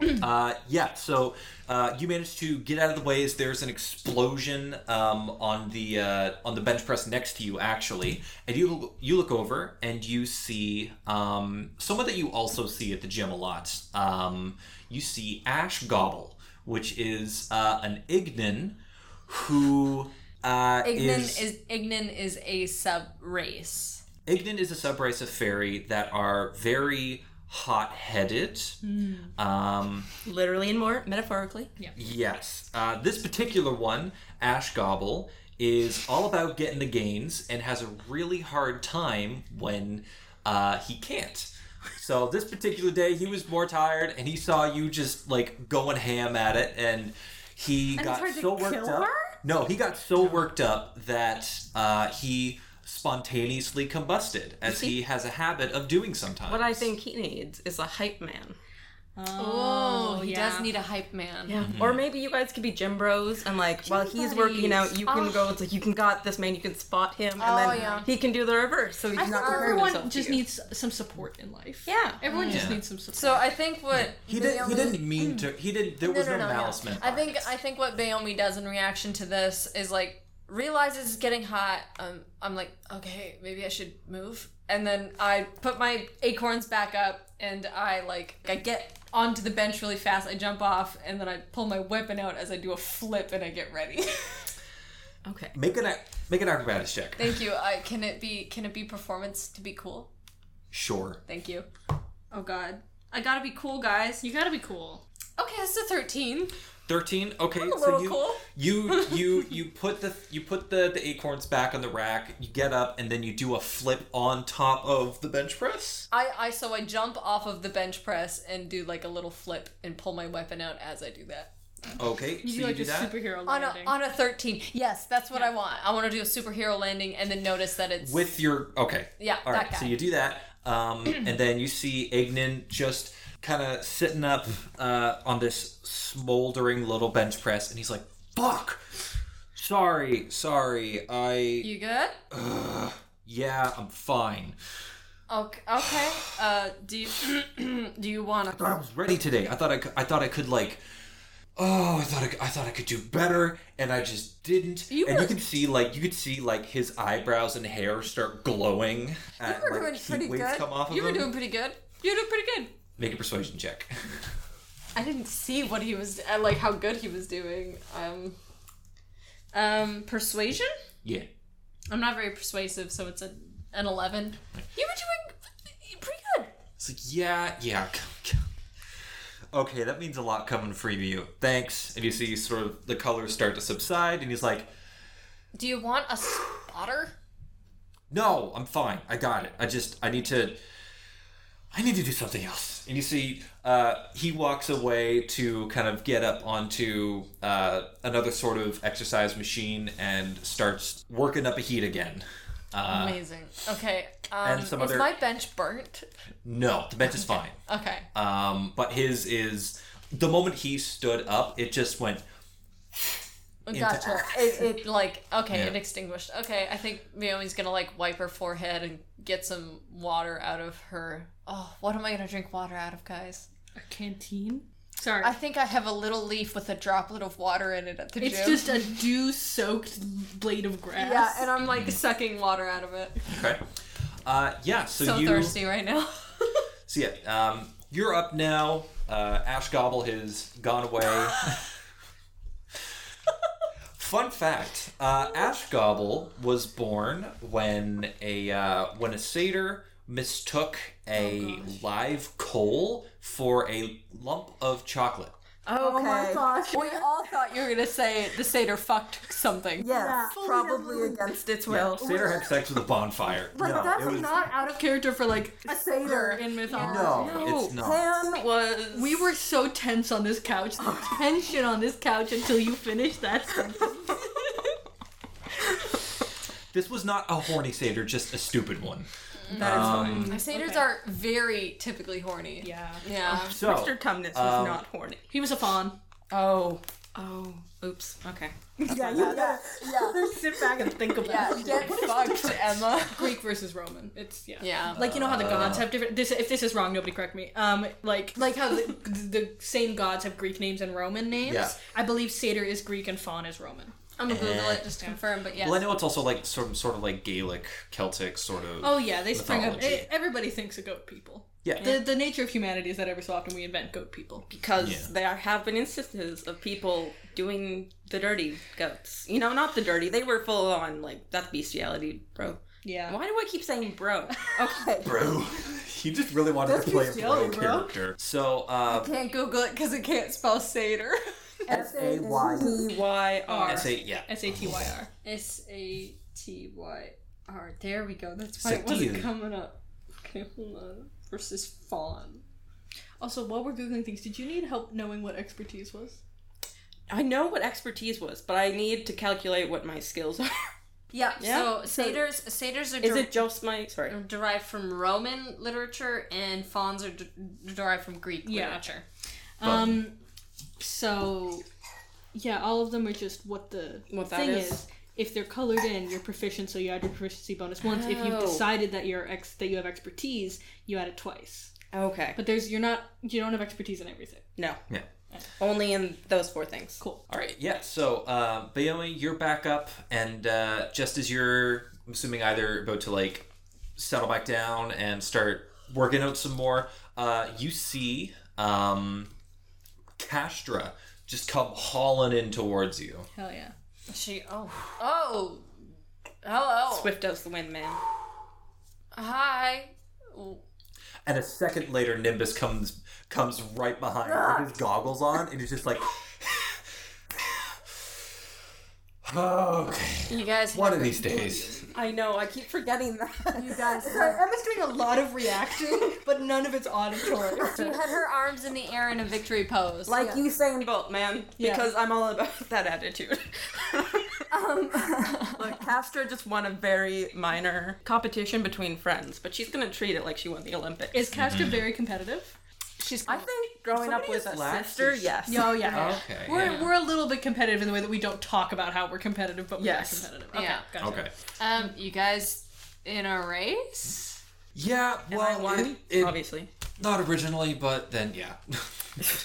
Speaker 2: (clears throat)
Speaker 1: right. uh, yeah, so uh, you managed to get out of the way as there's an explosion um, on the uh, on the bench press next to you, actually, and you you look over and you see um, someone that you also see at the gym a lot. Um, you see Ash Gobble, which is uh, an Ignan who uh,
Speaker 2: Ignan
Speaker 1: is
Speaker 2: is, Ignan is a sub race.
Speaker 1: Ignan is a subrace of fairy that are very hot-headed. Um,
Speaker 6: (laughs) Literally and more metaphorically.
Speaker 1: yes, uh, this particular one, Ash Gobble, is all about getting the gains and has a really hard time when uh, he can't. So this particular day, he was more tired, and he saw you just like going ham at it, and he got
Speaker 2: tried to
Speaker 1: so worked
Speaker 2: kill
Speaker 1: up.
Speaker 2: her?
Speaker 1: No, he got so worked up that uh, he spontaneously combusted, as he has a habit of doing sometimes.
Speaker 6: What I think he needs is a hype man.
Speaker 2: Oh, he
Speaker 4: yeah.
Speaker 2: does need a hype man.
Speaker 6: Yeah.
Speaker 1: Mm-hmm.
Speaker 6: Or maybe you guys could be gym bros and like while he's working out, you can go. It's like you can got this man, you can spot him, and
Speaker 2: Oh,
Speaker 6: then
Speaker 2: yeah.
Speaker 6: he can do the reverse. So he's not comparing
Speaker 4: Everyone
Speaker 6: himself
Speaker 4: just
Speaker 6: to you.
Speaker 4: needs some support in life.
Speaker 6: Yeah.
Speaker 4: Everyone just
Speaker 1: Yeah.
Speaker 4: needs some support.
Speaker 2: So I think what
Speaker 1: He, did,
Speaker 2: Naomi-
Speaker 1: he didn't mean to. He didn't. There was no,
Speaker 2: yeah.
Speaker 1: malice meant.
Speaker 2: I
Speaker 1: by
Speaker 2: think
Speaker 1: it.
Speaker 2: I think what Bayomi does in reaction to this is like realizes it's getting hot. Um, I'm like, okay, maybe I should move. And then I put my acorns back up, and I like I get onto the bench really fast. I jump off, and then I pull my weapon out as I do a flip, and I get ready. (laughs)
Speaker 6: Okay.
Speaker 1: make an ac- make an acrobatics check.
Speaker 2: Thank you. I, can it be can it be performance to be cool?
Speaker 1: Sure.
Speaker 2: Thank you. Oh god. I gotta be cool, guys.
Speaker 4: You gotta be cool.
Speaker 2: Okay, that's a thirteen.
Speaker 1: 13 okay
Speaker 2: a
Speaker 1: so
Speaker 2: little
Speaker 1: you,
Speaker 2: cool. (laughs)
Speaker 1: you you you put the you put the the acorns back on the rack you get up and then you do a flip on top of the bench press
Speaker 2: I, I so I jump off of the bench press and do like a little flip and pull my weapon out as I do that.
Speaker 1: okay
Speaker 4: You
Speaker 1: so
Speaker 4: do like
Speaker 1: you do
Speaker 4: a
Speaker 1: that
Speaker 4: superhero
Speaker 2: On a
Speaker 4: landing.
Speaker 2: on a thirteen. Yes, that's what I want. I want to do a superhero landing and then notice that it's
Speaker 1: with your okay
Speaker 2: Yeah,
Speaker 1: all right
Speaker 2: that
Speaker 1: so
Speaker 2: guy.
Speaker 1: you do that
Speaker 2: (clears throat)
Speaker 1: um and then you see Ignan just kind of sitting up uh on this smoldering little bench press and he's like fuck sorry sorry i
Speaker 2: you good?
Speaker 1: yeah i'm fine
Speaker 2: Okay. Okay. Uh, do you (clears throat) do you want
Speaker 1: I
Speaker 2: to?
Speaker 1: was ready today. I thought I could, I thought I could like oh I thought I, could- I thought I could do better and I just didn't.
Speaker 2: You
Speaker 1: and
Speaker 2: were-
Speaker 1: you could see like you could see like his eyebrows and hair start glowing. at,
Speaker 2: You were
Speaker 1: like,
Speaker 2: doing
Speaker 1: heat
Speaker 2: pretty
Speaker 1: waves
Speaker 2: good.
Speaker 1: Come off of
Speaker 2: you were
Speaker 1: him.
Speaker 2: doing pretty good. You were doing pretty good.
Speaker 1: Make a persuasion check. (laughs)
Speaker 2: I didn't see what he was uh, like. How good he was doing. Um, um, persuasion.
Speaker 1: yeah.
Speaker 2: I'm not very persuasive, so it's a, an eleven. You were doing pretty good.
Speaker 1: It's like yeah yeah. Okay, that means a lot coming from you. Thanks. And you see sort of the colors start to subside, and he's like,
Speaker 2: Do you want a spotter?
Speaker 1: no i'm fine i got it i just i need to i need to do something else and you see uh, he walks away to kind of get up onto uh, another sort of exercise machine and starts working up a heat again uh,
Speaker 2: Amazing. Okay. Um,
Speaker 1: and some
Speaker 2: is
Speaker 1: other-
Speaker 2: my bench burnt?
Speaker 1: no the bench is fine
Speaker 2: Okay.
Speaker 1: um, but his is the moment he stood up it just went
Speaker 2: Gotcha. It, it like okay, it
Speaker 1: Yeah.
Speaker 2: extinguished. Okay, I think Naomi's gonna like wipe her forehead and get some water out of her. Oh, what am I gonna drink water out of, guys?
Speaker 4: A canteen? Sorry.
Speaker 2: I think I have a little leaf with a droplet of water in it at the
Speaker 4: it's
Speaker 2: gym.
Speaker 4: just a dew soaked blade of grass.
Speaker 2: yeah, and I'm
Speaker 1: Mm.
Speaker 2: like sucking water out of it.
Speaker 1: okay uh, yeah so,
Speaker 2: So
Speaker 1: you
Speaker 2: thirsty
Speaker 1: (laughs)
Speaker 2: right now.
Speaker 1: so yeah um, you're up now uh, ash gobble has gone
Speaker 2: (laughs)
Speaker 1: away Fun fact: uh, Ash Gobble was born when a uh, when a satyr mistook
Speaker 2: Oh,
Speaker 1: a live coal for a lump of chocolate.
Speaker 5: Oh my gosh.
Speaker 2: we all thought you were gonna say the satyr fucked something.
Speaker 5: Yes, probably against
Speaker 6: Against its
Speaker 1: (laughs)
Speaker 6: will.
Speaker 1: Satyr had sex with a bonfire.
Speaker 5: Like,
Speaker 1: no,
Speaker 5: that's
Speaker 1: it was,
Speaker 5: not
Speaker 4: Out of character for like
Speaker 5: a satyr.
Speaker 4: in mythology.
Speaker 1: no, it's not.
Speaker 5: Pan
Speaker 6: was
Speaker 4: We were so tense on this couch. The tension on this couch until you finished that sentence.
Speaker 1: This was not a horny satyr, just a stupid one.
Speaker 6: (laughs) That is
Speaker 1: Um,
Speaker 6: fine.
Speaker 2: Satyrs
Speaker 4: Okay.
Speaker 2: are very typically horny.
Speaker 4: Yeah.
Speaker 2: Yeah.
Speaker 1: (laughs) So
Speaker 6: Mr. Tumnus was
Speaker 1: um,
Speaker 6: not horny.
Speaker 4: He was a fawn.
Speaker 6: Oh. Oh. Oops. Okay.
Speaker 5: Yeah, you gotta yeah.
Speaker 4: Sit back and think about
Speaker 2: Yeah, (laughs) get fucked, Emma.
Speaker 4: (laughs) Greek versus Roman. It's yeah.
Speaker 2: Yeah.
Speaker 4: Like you know how the gods have different. This if this is wrong, nobody correct me. Um, like like how (laughs) the, the same gods have Greek names and Roman names.
Speaker 1: Yeah.
Speaker 4: I believe satyr is Greek and fawn is Roman.
Speaker 2: I'm gonna Google
Speaker 1: Eh.
Speaker 2: it just to confirm, but yes.
Speaker 1: well, I know it's also like sort of, sort of like Gaelic, Celtic, sort of.
Speaker 4: Oh yeah, they spring up.
Speaker 1: Mythology.
Speaker 4: eh, everybody thinks of goat people.
Speaker 1: yeah.
Speaker 4: The the nature of humanity is that every so often we invent goat people.
Speaker 6: Because
Speaker 1: Yeah.
Speaker 6: there have been instances of people doing the dirty goats. You know, not the dirty. They were full on like that's bestiality, bro.
Speaker 4: Yeah.
Speaker 6: Why do I keep saying bro? Okay.
Speaker 1: (laughs) Bro, you just really wanted
Speaker 4: That's
Speaker 1: to play a
Speaker 4: bestiality,
Speaker 1: bro
Speaker 4: bro.
Speaker 1: character. So, uh,
Speaker 2: Can't Google it because it can't spell satyr.
Speaker 5: S A Y.
Speaker 6: Why are
Speaker 1: I say yeah.
Speaker 4: S A T Y R.
Speaker 2: S A T Y R. There we go. That's
Speaker 1: why it wasn't Satyr.
Speaker 2: coming up. Okay, hold
Speaker 6: (laughs)
Speaker 2: on. Versus fawn.
Speaker 4: Also, while we're googling things, did you need help knowing what expertise was?
Speaker 6: I know what expertise was, but I need to calculate what my skills are. (laughs)
Speaker 2: Yeah.
Speaker 6: Yeah,
Speaker 2: So satyrs, satyrs are
Speaker 6: Is
Speaker 2: der-
Speaker 6: it just my sorry?
Speaker 2: derived from Roman literature, and fawns are d- derived from Greek
Speaker 4: Yeah.
Speaker 2: literature.
Speaker 4: Um, so yeah, all of them are just what the
Speaker 6: What that
Speaker 4: thing
Speaker 6: is.
Speaker 4: is. If they're colored in, you're proficient, so you add your proficiency bonus once. If you've
Speaker 6: Oh.
Speaker 4: decided that you're ex that you have expertise, you add it twice.
Speaker 6: Okay.
Speaker 4: But there's you're not you don't have expertise in everything.
Speaker 6: No.
Speaker 1: Yeah.
Speaker 6: Only in those four things.
Speaker 4: Cool.
Speaker 1: All right, yeah. So, uh, Bayomi, you're back up, and uh, just as you're, I'm assuming either about to like settle back down and start working out some more, uh, you see um, Kastra just come hauling in towards you.
Speaker 4: Hell yeah.
Speaker 2: She. Oh. Oh. Hello.
Speaker 6: Swift does the wind, man.
Speaker 2: Hi.
Speaker 1: And a second later, Nimbus comes comes right behind with
Speaker 7: Ah.
Speaker 1: his goggles on, and he's just like, okay,
Speaker 2: You guys
Speaker 1: one of these days.
Speaker 6: I know. I keep forgetting that.
Speaker 5: You
Speaker 6: (laughs)
Speaker 5: guys.
Speaker 4: Emma's doing a lot of reacting, (laughs) but none of it's
Speaker 6: (laughs)
Speaker 4: auditory.
Speaker 2: She had her arms in the air in a victory pose.
Speaker 5: Like you saying,
Speaker 6: Bolt, man,
Speaker 4: Yeah.
Speaker 6: because I'm all about (laughs) that attitude. Um, (laughs)
Speaker 2: um,
Speaker 6: Look, Castra just won a very minor competition between friends, but she's gonna treat it like she won the Olympics.
Speaker 4: Is Castra very competitive?
Speaker 6: she's, I think, growing up
Speaker 1: Somebody
Speaker 6: with
Speaker 1: has
Speaker 6: a
Speaker 1: laughed
Speaker 6: sister,
Speaker 1: is-
Speaker 6: yes.
Speaker 4: Oh yeah.
Speaker 1: Okay.
Speaker 4: We're,
Speaker 1: yeah.
Speaker 4: we're a little bit competitive in the way that we don't talk about how we're competitive, but we're
Speaker 6: Yes.
Speaker 4: competitive. Okay,
Speaker 2: Yeah.
Speaker 4: gotcha.
Speaker 1: Okay.
Speaker 2: (laughs) um, you guys in a race?
Speaker 1: Yeah.
Speaker 6: And I
Speaker 1: Well,
Speaker 6: won,
Speaker 1: it, it,
Speaker 6: obviously.
Speaker 1: not originally, but then yeah.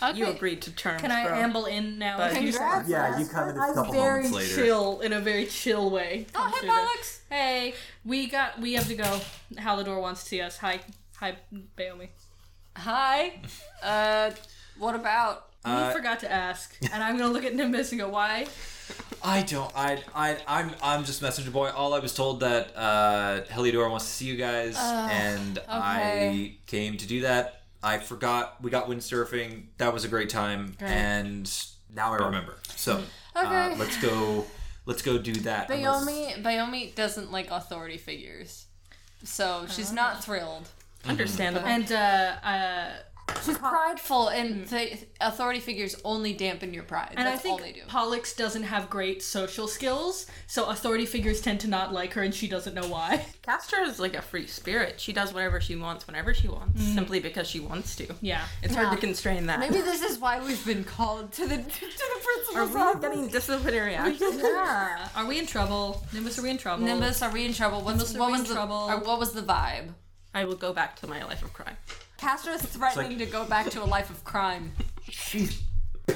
Speaker 2: Okay.
Speaker 6: You agreed to terms,
Speaker 4: Can I
Speaker 6: bro.
Speaker 4: amble in now?
Speaker 6: But-
Speaker 4: Can you
Speaker 5: Congrats,
Speaker 7: (laughs) Yeah, you
Speaker 5: Casper.
Speaker 7: come in a
Speaker 5: I'm
Speaker 7: couple
Speaker 5: very
Speaker 1: moments later.
Speaker 4: chill in a very chill way?
Speaker 2: Oh,
Speaker 4: Come
Speaker 2: hey,
Speaker 4: through there.
Speaker 2: Pollux. Hey.
Speaker 4: We got. We have to go. Halidor wants to see us. Hi, hi, Baomi.
Speaker 2: Hi. Uh, what about?
Speaker 6: Uh,
Speaker 4: we forgot to ask, and I'm gonna look at Nimbus and go,
Speaker 6: (laughs)
Speaker 4: "Why?"
Speaker 1: I don't. I. I. I'm. I'm just messenger boy. All I was told that uh, Heliodor wants to see you guys, and I
Speaker 2: okay.
Speaker 1: came to do that. I forgot. We got windsurfing. That was a great time, and now I remember. So uh,
Speaker 2: Okay.
Speaker 1: let's go. Let's go do that. unless-
Speaker 2: Bayomi. Bayomi doesn't like authority figures, so she's not thrilled.
Speaker 6: Mm-hmm. Understandable.
Speaker 4: And uh, uh,
Speaker 2: She's prideful, and the authority figures only dampen your pride.
Speaker 4: and I
Speaker 2: That's all
Speaker 4: think
Speaker 2: they do.
Speaker 4: Pollux doesn't have great social skills, so authority figures tend to not like her, and she doesn't know why. (laughs)
Speaker 6: Castra is like a free spirit. She does whatever she wants whenever she wants, simply because she wants to.
Speaker 4: Mm. Yeah.
Speaker 6: It's hard to constrain that.
Speaker 2: Maybe this is why we've been called to the (laughs) to the
Speaker 6: Are
Speaker 2: principal's
Speaker 6: we
Speaker 2: office.
Speaker 6: getting disciplinary action?
Speaker 4: (laughs) Yeah. Are we in trouble? Nimbus, are we in trouble?
Speaker 2: Nimbus, are we in trouble? What's,
Speaker 4: Nimbus, are
Speaker 2: what
Speaker 4: we
Speaker 2: was
Speaker 4: in
Speaker 2: the
Speaker 4: trouble?
Speaker 2: or what was the vibe?
Speaker 6: I will go back to my life of crime.
Speaker 2: Castro's threatening to go back to a life of crime.
Speaker 1: She's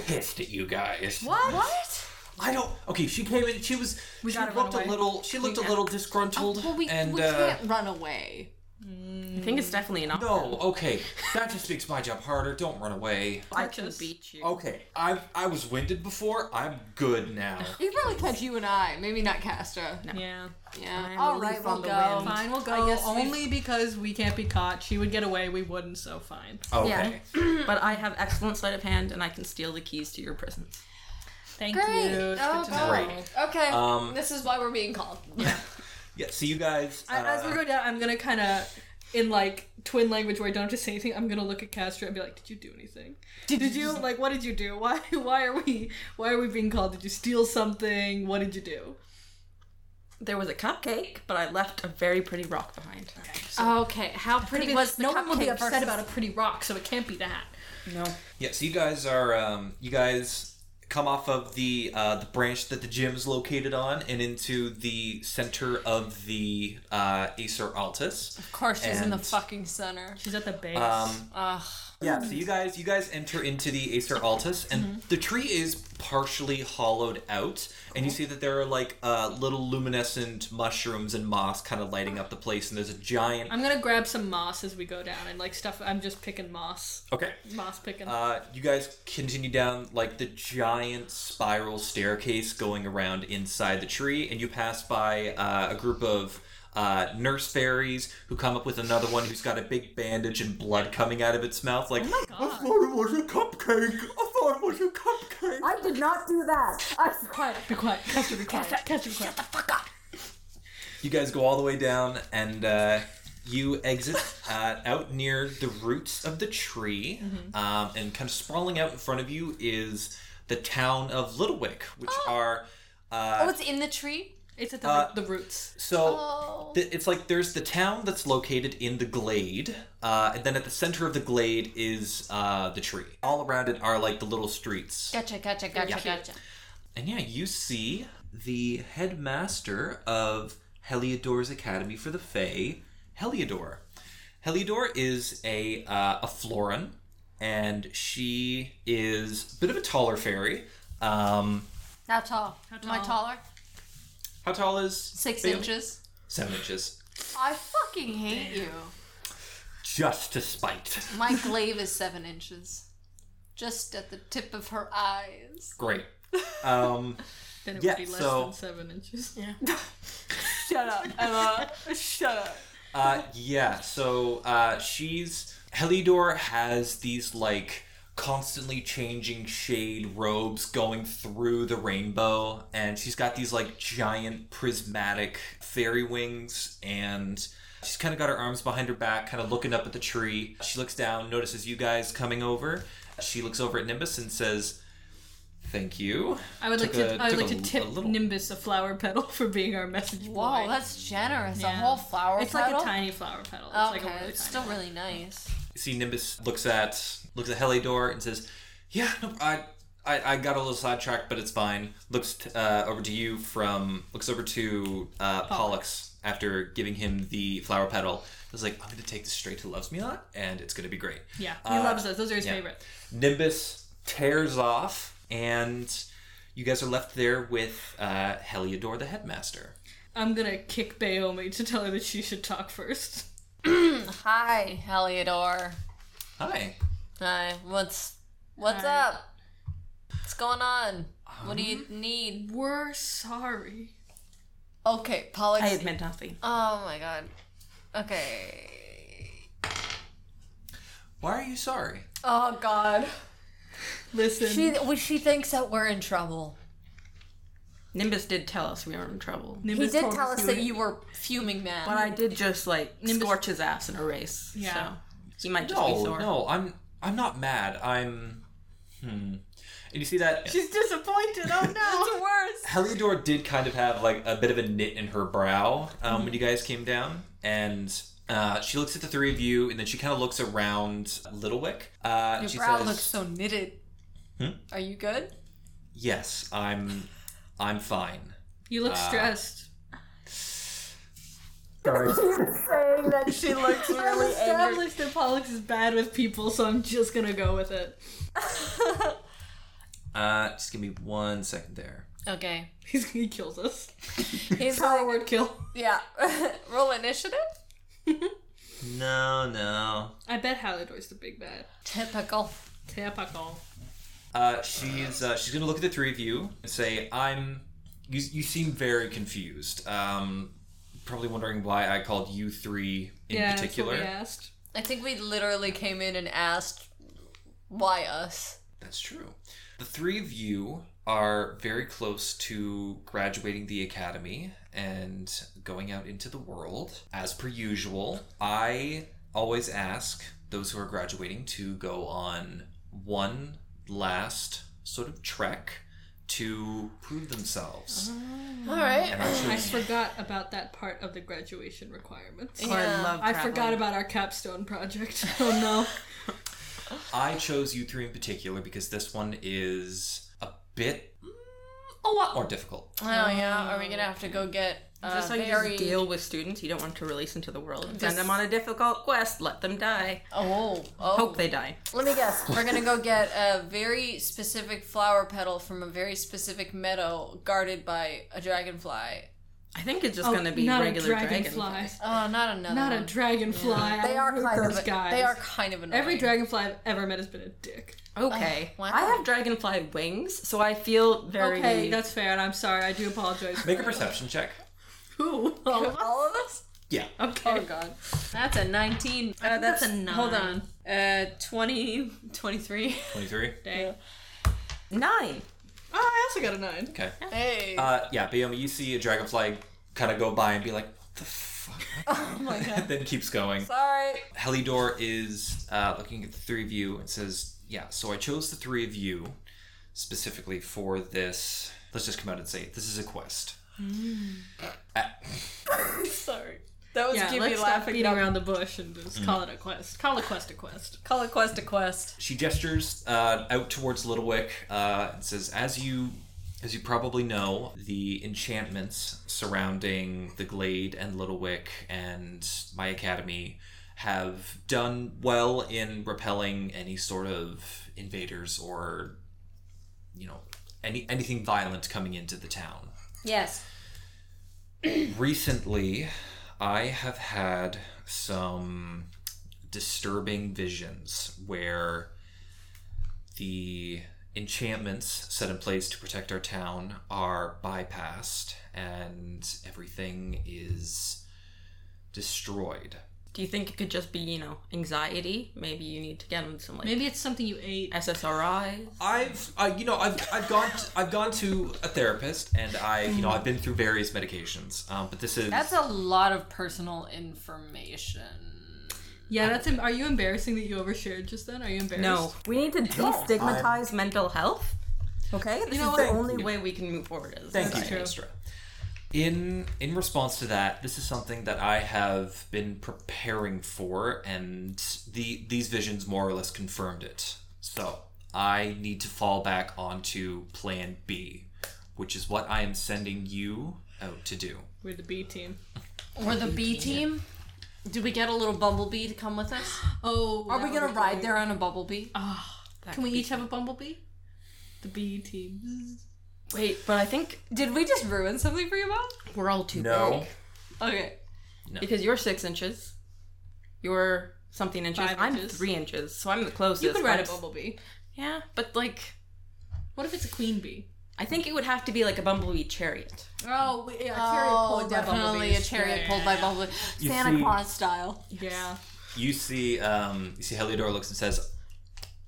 Speaker 1: pissed at you guys.
Speaker 2: (laughs) What? What?
Speaker 1: I don't. Okay, she came in. She was. she
Speaker 4: gotta run
Speaker 1: looked a
Speaker 4: away.
Speaker 1: little. She looked a little disgruntled.
Speaker 2: Oh, Well, we,
Speaker 1: and
Speaker 2: we
Speaker 1: uh,
Speaker 2: can't run away.
Speaker 6: I
Speaker 4: Mm.
Speaker 6: think it's definitely an option.
Speaker 1: no. Okay, that just makes my job harder. Don't run away.
Speaker 6: I can beat you.
Speaker 1: Okay, I I was winded before. I'm good
Speaker 2: (laughs)
Speaker 1: now.
Speaker 2: You can probably catch you and I, maybe not Castra.
Speaker 4: Yeah.
Speaker 2: Yeah.
Speaker 6: I'm
Speaker 2: All
Speaker 6: a
Speaker 2: right,
Speaker 6: leaf
Speaker 2: we'll
Speaker 6: on the
Speaker 2: go.
Speaker 6: wind.
Speaker 4: Fine, we'll go.
Speaker 2: I guess we-
Speaker 4: only because we can't be caught. She would get away. We wouldn't. So fine.
Speaker 1: Okay.
Speaker 6: But I have excellent sleight of hand and I can steal the keys to your prisons.
Speaker 4: Thank
Speaker 2: Great.
Speaker 4: you. It's
Speaker 2: Oh,
Speaker 4: good to know.
Speaker 2: God.
Speaker 1: Great.
Speaker 2: Okay.
Speaker 1: Um,
Speaker 2: this is why we're being called.
Speaker 1: Yeah. So you guys.
Speaker 4: I, as
Speaker 1: uh,
Speaker 4: we go down, I'm gonna kind of, in like twin language where I don't have to say anything, I'm gonna look at Castra and be like, "Did you do anything? Did, you like what did you do? Why (laughs) why are we why are we being called? Did you steal something? What did you do?"
Speaker 6: There was a cupcake, but I left a very pretty rock behind.
Speaker 2: Okay. How pretty was the
Speaker 4: no one will be
Speaker 2: cupcake
Speaker 4: upset
Speaker 2: versus-
Speaker 4: about a pretty rock, so it can't be that.
Speaker 6: No.
Speaker 1: Yeah. So you guys are. Um, you guys come off of the uh, the branch that the gym is located on and into the center of the uh, Acer Altus.
Speaker 2: Of course, she's in the
Speaker 1: And-
Speaker 2: fucking center.
Speaker 4: She's at the base.
Speaker 1: Um,
Speaker 2: Ugh.
Speaker 1: yeah. So you guys you guys enter into the Acer Altus and the tree is partially hollowed out and you see that there are like uh, little luminescent mushrooms and moss kind of lighting up the place and there's a giant.
Speaker 4: I'm gonna grab some moss as we go down and like stuff. I'm just picking moss,
Speaker 1: Okay.
Speaker 4: moss picking.
Speaker 1: Uh, you guys continue down like the giant spiral staircase going around inside the tree, and you pass by uh, a group of uh, nurse fairies who come up with another one who's got a big bandage and blood coming out of its mouth. Like, I thought it was a cupcake. I thought it was a cupcake.
Speaker 5: I did not do that. I swear.
Speaker 4: be quiet, Castra. Be quiet, Castra. Be quiet.
Speaker 1: You guys go all the way down, and uh, you exit uh, out near the roots of the tree. Um, and kind of sprawling out in front of you is the town of Littlewick, which are. Uh,
Speaker 2: Oh, it's in the tree?
Speaker 4: It's at the,
Speaker 1: Uh,
Speaker 4: the roots.
Speaker 1: So
Speaker 2: Oh.
Speaker 1: th- it's like there's the town that's located in the glade, uh, and then at the center of the glade is uh, the tree. All around it are like the little streets.
Speaker 2: Gotcha, gotcha, gotcha, gotcha.
Speaker 1: And yeah, you see the headmaster of Heliodor's Academy for the Fae, Heliodor. Heliodor is a uh, a Florin, and she is a bit of a taller fairy. Um,
Speaker 2: How tall? Am I taller?
Speaker 1: how tall is
Speaker 2: Six
Speaker 1: Bailey?
Speaker 2: inches.
Speaker 1: Seven inches,
Speaker 2: I fucking hate you.
Speaker 1: just to spite.
Speaker 2: My
Speaker 4: (laughs)
Speaker 2: glaive is seven inches. Just at the tip of her eyes. (laughs)
Speaker 1: Great. Um,
Speaker 4: Then it
Speaker 1: yeah,
Speaker 4: would be less
Speaker 1: so-
Speaker 4: than seven inches.
Speaker 2: (laughs) Shut up, Emma. Shut up.
Speaker 1: Uh, yeah, so uh, she's. Helidor has these, like, constantly changing shade robes going through the rainbow, and she's got these, like, giant prismatic fairy wings, and she's kind of got her arms behind her back, kind of looking up at the tree. She looks down, notices you guys coming over. She looks over at Nimbus and says, Thank you.
Speaker 4: I would like
Speaker 1: Took
Speaker 4: to.
Speaker 1: a-
Speaker 4: I would
Speaker 1: took
Speaker 4: like
Speaker 1: a-
Speaker 4: to tip
Speaker 1: a little-
Speaker 4: Nimbus a flower petal (laughs) for being our message boy.
Speaker 2: Whoa, that's generous. A
Speaker 4: Yeah.
Speaker 2: whole flower
Speaker 4: It's
Speaker 2: petal?
Speaker 4: like a tiny flower petal. It's
Speaker 2: Okay,
Speaker 4: like a really
Speaker 2: it's
Speaker 4: tiny
Speaker 2: still
Speaker 4: one.
Speaker 2: really nice.
Speaker 1: see Nimbus looks at looks at Helidor and says, "Yeah, no, I, I, I got a little sidetracked, but it's fine." Looks t- uh, over to you from looks over to uh, Pollux after giving him the flower petal. Is like, "I'm going to take this straight to Loves Me Not, and it's going to be great."
Speaker 4: Yeah, he loves those. Those are his
Speaker 1: Uh, yeah.
Speaker 4: favorite.
Speaker 1: Nimbus tears off, and you guys are left there with uh, Heliodor, the headmaster.
Speaker 4: I'm gonna kick Bayomi to tell her that she should talk first.
Speaker 2: Hi, Heliodor.
Speaker 1: Hi.
Speaker 2: Hi, what's what's
Speaker 4: Hi.
Speaker 2: up? What's going on? what do you need?
Speaker 4: We're sorry.
Speaker 2: Okay, Pollux.
Speaker 6: I admit nothing.
Speaker 2: oh my god. Okay.
Speaker 1: Why are you sorry?
Speaker 2: Oh god.
Speaker 4: Listen,
Speaker 2: She well, she thinks that we're in trouble.
Speaker 6: Nimbus did tell us we were in trouble.
Speaker 4: Nimbus
Speaker 2: he did
Speaker 4: told
Speaker 2: tell us
Speaker 4: he
Speaker 2: that
Speaker 4: would-
Speaker 2: you were fuming mad.
Speaker 6: But I did just like scorch his ass in a race.
Speaker 4: Yeah.
Speaker 6: So he might just be
Speaker 1: No,
Speaker 6: sore.
Speaker 1: no, I'm I'm not mad. I'm hmm. And you see that
Speaker 4: She's disappointed.
Speaker 6: (laughs)
Speaker 4: Oh no.
Speaker 2: worse.
Speaker 1: Heliodor did kind of have like a bit of a knit in her brow um, when you guys came down, and uh, she looks at the three of you, and then she kind of looks around Littlewick. Uh,
Speaker 2: Your
Speaker 1: she
Speaker 2: brow
Speaker 1: says, Hmm?
Speaker 2: looks so knitted. Are you good?
Speaker 1: "Yes, I'm, I'm fine."
Speaker 4: you look
Speaker 1: Uh,
Speaker 4: stressed.
Speaker 5: saying
Speaker 2: (laughs)
Speaker 5: that she looks
Speaker 4: I've established that Pollux is bad with people, so I'm just gonna go with it.
Speaker 1: Uh, just give me one second there.
Speaker 2: Okay.
Speaker 4: He's he kills us.
Speaker 2: He's
Speaker 4: Power
Speaker 2: like,
Speaker 4: word kill.
Speaker 2: yeah. (laughs) Roll initiative.
Speaker 1: No, no.
Speaker 4: I bet Halidor's the big bad.
Speaker 2: Typical.
Speaker 4: Typical.
Speaker 1: Uh, she's uh, she's gonna look at the three of you and say, "I'm. You, you seem very confused. Um, probably wondering why I called you three in
Speaker 4: yeah,
Speaker 1: particular.
Speaker 4: That's what we asked.
Speaker 2: I think we literally came in and asked, why us?
Speaker 1: That's true. The three of you are very close to graduating the academy and going out into the world. As per usual, I always ask those who are graduating to go on one last sort of trek to prove themselves.
Speaker 2: All right.
Speaker 1: And I
Speaker 4: Oh. I
Speaker 1: chose
Speaker 4: forgot about that part of the graduation requirements.
Speaker 6: Oh, I
Speaker 2: Yeah.
Speaker 6: love
Speaker 4: I
Speaker 6: traveling.
Speaker 4: forgot about our capstone project. (laughs) Oh no.
Speaker 1: I chose you three in particular because this one is a bit mm, a lot more difficult.
Speaker 2: Oh yeah. Are we gonna have to go get uh,
Speaker 6: That's how you
Speaker 2: very...
Speaker 6: just deal with students you don't want to release into the world. Send them on a difficult quest, let them die.
Speaker 2: Oh. Oh.
Speaker 6: Hope they die.
Speaker 5: Let me guess.
Speaker 2: We're gonna go get a very specific flower petal from a very specific meadow guarded by a dragonfly.
Speaker 6: I think it's just
Speaker 4: Oh,
Speaker 6: gonna be
Speaker 4: not
Speaker 6: regular
Speaker 4: a dragonfly.
Speaker 6: dragonflies.
Speaker 2: Oh, not another.
Speaker 4: Not a
Speaker 2: one.
Speaker 4: dragonfly.
Speaker 5: They are kind of
Speaker 4: those
Speaker 5: a-
Speaker 4: guys.
Speaker 2: They are kind of annoying.
Speaker 4: Every dragonfly I've ever met has been a dick.
Speaker 6: Okay.
Speaker 2: Oh, wow.
Speaker 6: I have dragonfly wings, so I feel very
Speaker 4: Okay, that's fair, and I'm sorry. I do apologize.
Speaker 1: Make a perception check.
Speaker 4: Who? (laughs)
Speaker 2: (laughs)
Speaker 4: Oh,
Speaker 5: All of us?
Speaker 1: Yeah.
Speaker 4: okay.
Speaker 2: God. That's a 19. Uh,
Speaker 6: that's a nine.
Speaker 2: Hold on. Uh, 20, 23.
Speaker 1: 23.
Speaker 4: (laughs) Dang.
Speaker 6: nine.
Speaker 4: Oh, I also got a nine.
Speaker 1: Okay.
Speaker 2: Hey.
Speaker 1: Uh, yeah, Bayomi, you see a dragonfly kind of go by and be like, what the fuck? (laughs) Oh my god. then keeps going.
Speaker 2: Sorry.
Speaker 1: Helidor is uh, looking at the three of you and says, yeah, so I chose the three of you specifically for this. Let's just come out and say it. This is a quest.
Speaker 2: Sorry. That was
Speaker 4: Yeah,
Speaker 2: give me
Speaker 4: let's stop
Speaker 2: laughing.
Speaker 4: beating around the bush and just call it a quest. Call a quest a quest.
Speaker 2: Call a quest a quest.
Speaker 1: she gestures uh, out towards Littlewick uh, and says, "As you, as you probably know, the enchantments surrounding the glade and Littlewick and my academy have done well in repelling any sort of invaders or, you know, any anything violent coming into the town."
Speaker 2: Yes.
Speaker 1: recently i have had some disturbing visions where the enchantments set in place to protect our town are bypassed and everything is destroyed.
Speaker 6: Do you think it could just be, you know, anxiety? Maybe you need to get him some like
Speaker 4: Maybe it's something you ate.
Speaker 6: SSRIs.
Speaker 1: I've, uh, you know, I've, I've gone, to, I've gone to a therapist, and I, you know, I've been through various medications. Um, but this is
Speaker 2: That's a lot of personal information.
Speaker 4: Yeah, that's. Em- are you embarrassing that you overshared just then? Are you embarrassed?
Speaker 6: No, we need to destigmatize mental health.
Speaker 5: Okay, this
Speaker 6: You know
Speaker 5: is
Speaker 6: what?
Speaker 5: the only
Speaker 6: the
Speaker 5: way.
Speaker 6: way we can move forward is
Speaker 1: Thank you,
Speaker 6: society.
Speaker 1: Sinistra. In in response to that, this is something that I have been preparing for, and the these visions more or less confirmed it. So I need to fall back onto Plan B, which is what I am sending you out to do.
Speaker 4: We're the B team.
Speaker 2: Or the B team? Do we get a little bumblebee to come with us?
Speaker 4: Oh,
Speaker 2: Are we gonna ride there on a bumblebee?
Speaker 4: Can we each have a bumblebee? The B team.
Speaker 6: Wait, but I think
Speaker 2: Did we just ruin something for you, mom?
Speaker 6: we're all too
Speaker 1: No,
Speaker 2: Okay.
Speaker 6: because you're six inches, you're something inches.
Speaker 4: Five
Speaker 6: I'm
Speaker 4: inches.
Speaker 6: three inches, so I'm the closest.
Speaker 4: You could ride a
Speaker 6: I'm-
Speaker 4: bumblebee.
Speaker 6: Yeah, but like
Speaker 4: What if it's a queen bee?
Speaker 6: I think it would have to be like a bumblebee chariot.
Speaker 4: Oh, a chariot
Speaker 2: Oh, definitely a chariot pulled by bumblebee,
Speaker 1: You
Speaker 2: Santa
Speaker 1: see-
Speaker 2: Claus style. (laughs)
Speaker 4: Yeah.
Speaker 1: you see, um, you see, Heliodor looks and says,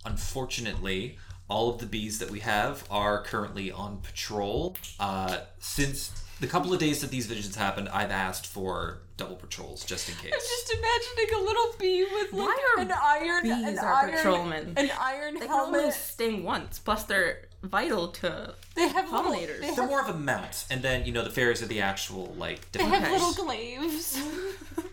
Speaker 1: "Unfortunately." All of the bees that we have are currently on patrol. Uh, since the couple of days that these visions happened, I've asked for double patrols just in case.
Speaker 2: Just imagining a little bee with like an iron, an
Speaker 6: Bees are
Speaker 2: iron,
Speaker 6: patrolmen.
Speaker 2: an iron
Speaker 6: They can only
Speaker 2: helmet.
Speaker 6: sting once. Plus, they're vital to
Speaker 2: They have little,
Speaker 6: pollinators.
Speaker 2: They
Speaker 1: They're
Speaker 2: have,
Speaker 1: more of a mount, and then you know the fairies are the actual like.
Speaker 2: they
Speaker 1: Different
Speaker 2: have
Speaker 6: Okay.
Speaker 2: little glaives. so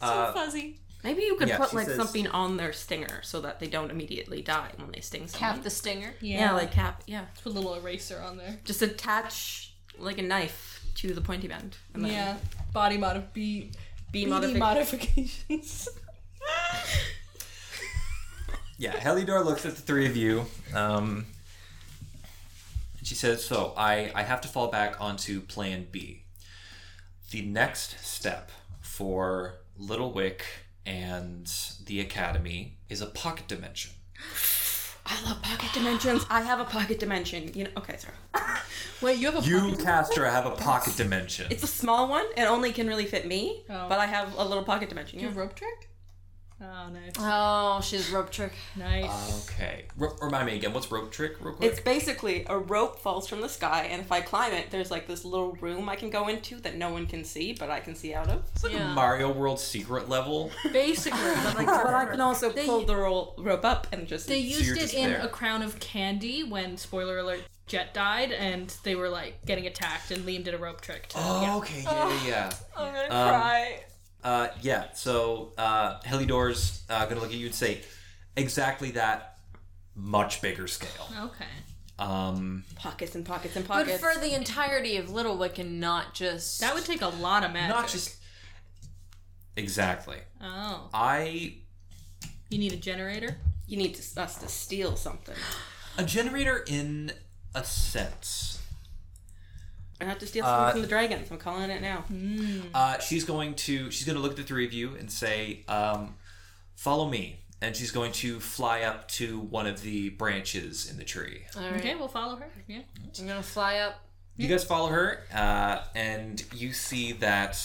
Speaker 1: uh,
Speaker 2: fuzzy.
Speaker 6: Maybe you could
Speaker 1: Yeah,
Speaker 6: put
Speaker 1: she
Speaker 6: like
Speaker 1: says-
Speaker 6: something on their stinger so that they don't immediately die when they sting someone.
Speaker 2: Cap the stinger.
Speaker 6: yeah. like cap. Yeah,
Speaker 4: put a little eraser on there.
Speaker 6: just attach like a knife to the pointy bend. And then
Speaker 4: Yeah. Body modif- bee,
Speaker 6: Be
Speaker 4: bee
Speaker 6: modific-
Speaker 4: modifications.
Speaker 1: yeah, Heliodor looks at the three of you, um, and she says, "So I I have to fall back onto Plan B. The next step for Little Wick and the Academy is a pocket dimension.
Speaker 6: I love pocket dimensions. I have a pocket dimension. You know. Okay, sorry.
Speaker 4: (laughs) Wait, you have a
Speaker 1: You, Castra, have a pocket dimension.
Speaker 6: It's a small one. It only can really fit me.
Speaker 4: Oh.
Speaker 6: But I have a little pocket dimension.
Speaker 4: you
Speaker 6: Yeah.
Speaker 4: have rope trick? Oh, nice.
Speaker 2: Oh, she's rope trick.
Speaker 4: Nice.
Speaker 1: Okay, R- remind me again. What's rope trick, real quick?
Speaker 6: It's basically a rope falls from the sky, and if I climb it, there's like this little room I can go into that no one can see, but I can see out of.
Speaker 1: It's like a Mario World secret
Speaker 6: (laughs)
Speaker 1: level.
Speaker 4: Basically,
Speaker 6: But, like, Uh, (laughs) but I can also pull the roll, rope up and
Speaker 4: (laughs)
Speaker 6: just.
Speaker 4: they
Speaker 1: So
Speaker 4: used
Speaker 1: you're
Speaker 4: it
Speaker 1: just
Speaker 4: in
Speaker 1: there.
Speaker 4: A Crown of Candy when, spoiler alert, Jet died, and they were like getting attacked and Liam did a rope trick. To,
Speaker 1: Oh, okay, yeah, yeah, yeah.
Speaker 2: I'm gonna
Speaker 1: Um,
Speaker 2: cry.
Speaker 1: Uh, yeah, so uh, Heliodor's uh, gonna look at you and say, exactly that, much bigger scale.
Speaker 4: Okay.
Speaker 1: Um,
Speaker 6: pockets and pockets and
Speaker 2: But
Speaker 6: pockets.
Speaker 2: for the entirety of Little Wick and not just
Speaker 4: That would take a lot of magic.
Speaker 1: not just. Exactly.
Speaker 4: Oh,
Speaker 1: I.
Speaker 4: you need a generator.
Speaker 6: you need to, us to steal something.
Speaker 1: A generator in a sense.
Speaker 6: I have to
Speaker 2: Uh,
Speaker 6: steal something from the dragons. I'm calling it now.
Speaker 1: Uh, she's going to. She's gonna look at the three of you and say, um, follow me. And she's going to fly up to one of the branches in the tree.
Speaker 2: All right.
Speaker 4: Okay, we'll follow her. Yeah.
Speaker 2: I'm gonna fly up.
Speaker 1: You guys follow her, uh, and you see that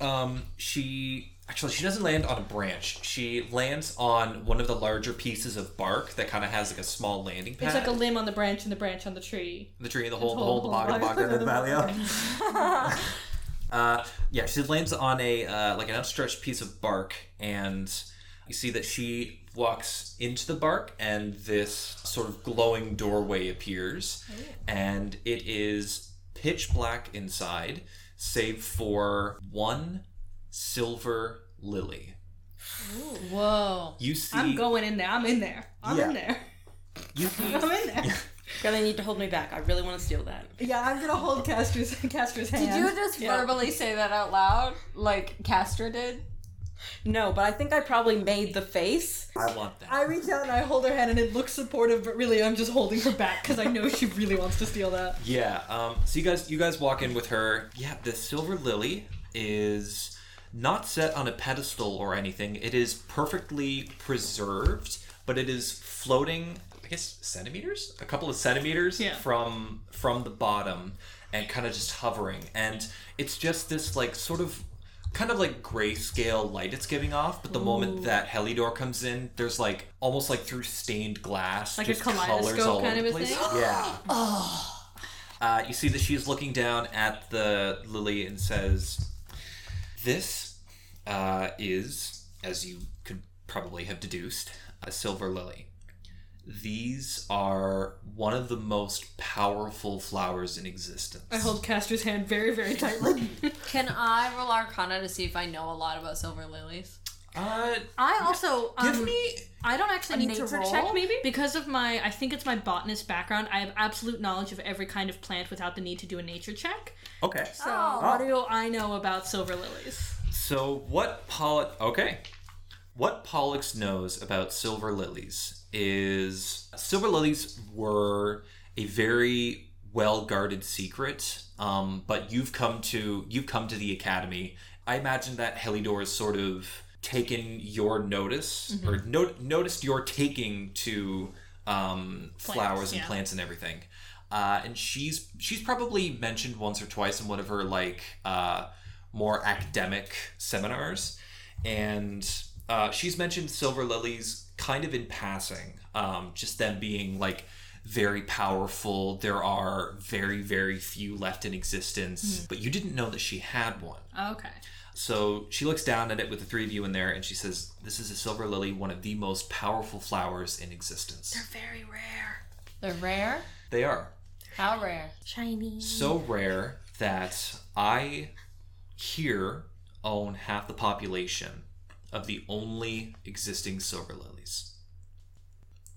Speaker 1: um, she actually she doesn't land on a branch. She lands on one of the larger pieces of bark that kind of has like a small landing pad.
Speaker 4: It's like a limb on the branch and the branch on the tree.
Speaker 1: the tree, the whole, the whole, the bogger, bogger, the valley. (laughs) Uh, yeah, she lands on a uh, like an outstretched piece of bark, and you see that she walks into the bark, and this sort of glowing doorway appears, and it is pitch black inside, save for one silver lily.
Speaker 2: Whoa.
Speaker 1: You see,
Speaker 4: I'm going in there. I'm in there. I'm
Speaker 1: Yeah.
Speaker 4: in there. (laughs)
Speaker 1: you see,
Speaker 4: I'm in there.
Speaker 6: You're gonna need to hold me back. I really want to steal that.
Speaker 4: Yeah, I'm gonna hold (laughs) Castor's Castor's hand.
Speaker 2: Did you just verbally say that out loud, like Castor did?
Speaker 6: No, but I think I probably made the face.
Speaker 1: I want that.
Speaker 4: I reach out and I hold her hand, and it looks supportive, but really, I'm just holding her back because I know she really wants to steal that.
Speaker 1: Yeah. Um, so you guys, you guys walk in with her. Yeah, the silver lily is not set on a pedestal or anything. It is perfectly preserved, but it is floating. I guess centimeters, a couple of centimeters
Speaker 4: Yeah.
Speaker 1: from from the bottom, and kind of just hovering. And it's just this like sort of kind of like grayscale light it's giving off, but the moment that Helidor comes in, there's like almost like through stained glass,
Speaker 4: Like a
Speaker 1: just colors
Speaker 4: kaleidoscope
Speaker 1: all over
Speaker 4: kind of
Speaker 1: the
Speaker 4: a
Speaker 1: place.
Speaker 4: thing?
Speaker 1: Yeah. Uh, you see that she's looking down at the lily and says, "This uh, is, as you could probably have deduced, a silver lily." These are one of the most powerful flowers in existence.
Speaker 4: I hold Castor's hand very, very tightly.
Speaker 2: Can I roll Arcana to see if I know a lot about silver lilies?
Speaker 1: Uh,
Speaker 4: I also um,
Speaker 1: give me
Speaker 4: I don't actually need
Speaker 2: nature
Speaker 4: to roll
Speaker 2: check, maybe?
Speaker 4: because of my. I think it's my botanist background. I have absolute knowledge of every kind of plant without the need to do a nature check.
Speaker 1: okay.
Speaker 4: So what do I know about silver lilies?
Speaker 1: So what Pollux okay. What Pollux knows about silver lilies is silver lilies were a very well guarded secret. Um, but you've come to you've come to the academy. I imagine that Helidor has sort of taken your notice or no- noticed your taking to um, flowers and
Speaker 4: yeah.
Speaker 1: plants and everything. Uh, and she's she's probably mentioned once or twice in one of her like uh, more academic seminars, and uh, she's mentioned silver lilies kind of in passing, um, just them being like very powerful. There are very very few left in existence, but you didn't know that she had one.
Speaker 4: Okay.
Speaker 1: So she looks down at it with the three of you in there, and she says, "This is a silver lily, one of the most powerful flowers in existence.
Speaker 4: Very rare.
Speaker 2: They're rare.
Speaker 1: They are."
Speaker 2: How rare?
Speaker 1: so rare that I here own half the population of the only existing silver lilies.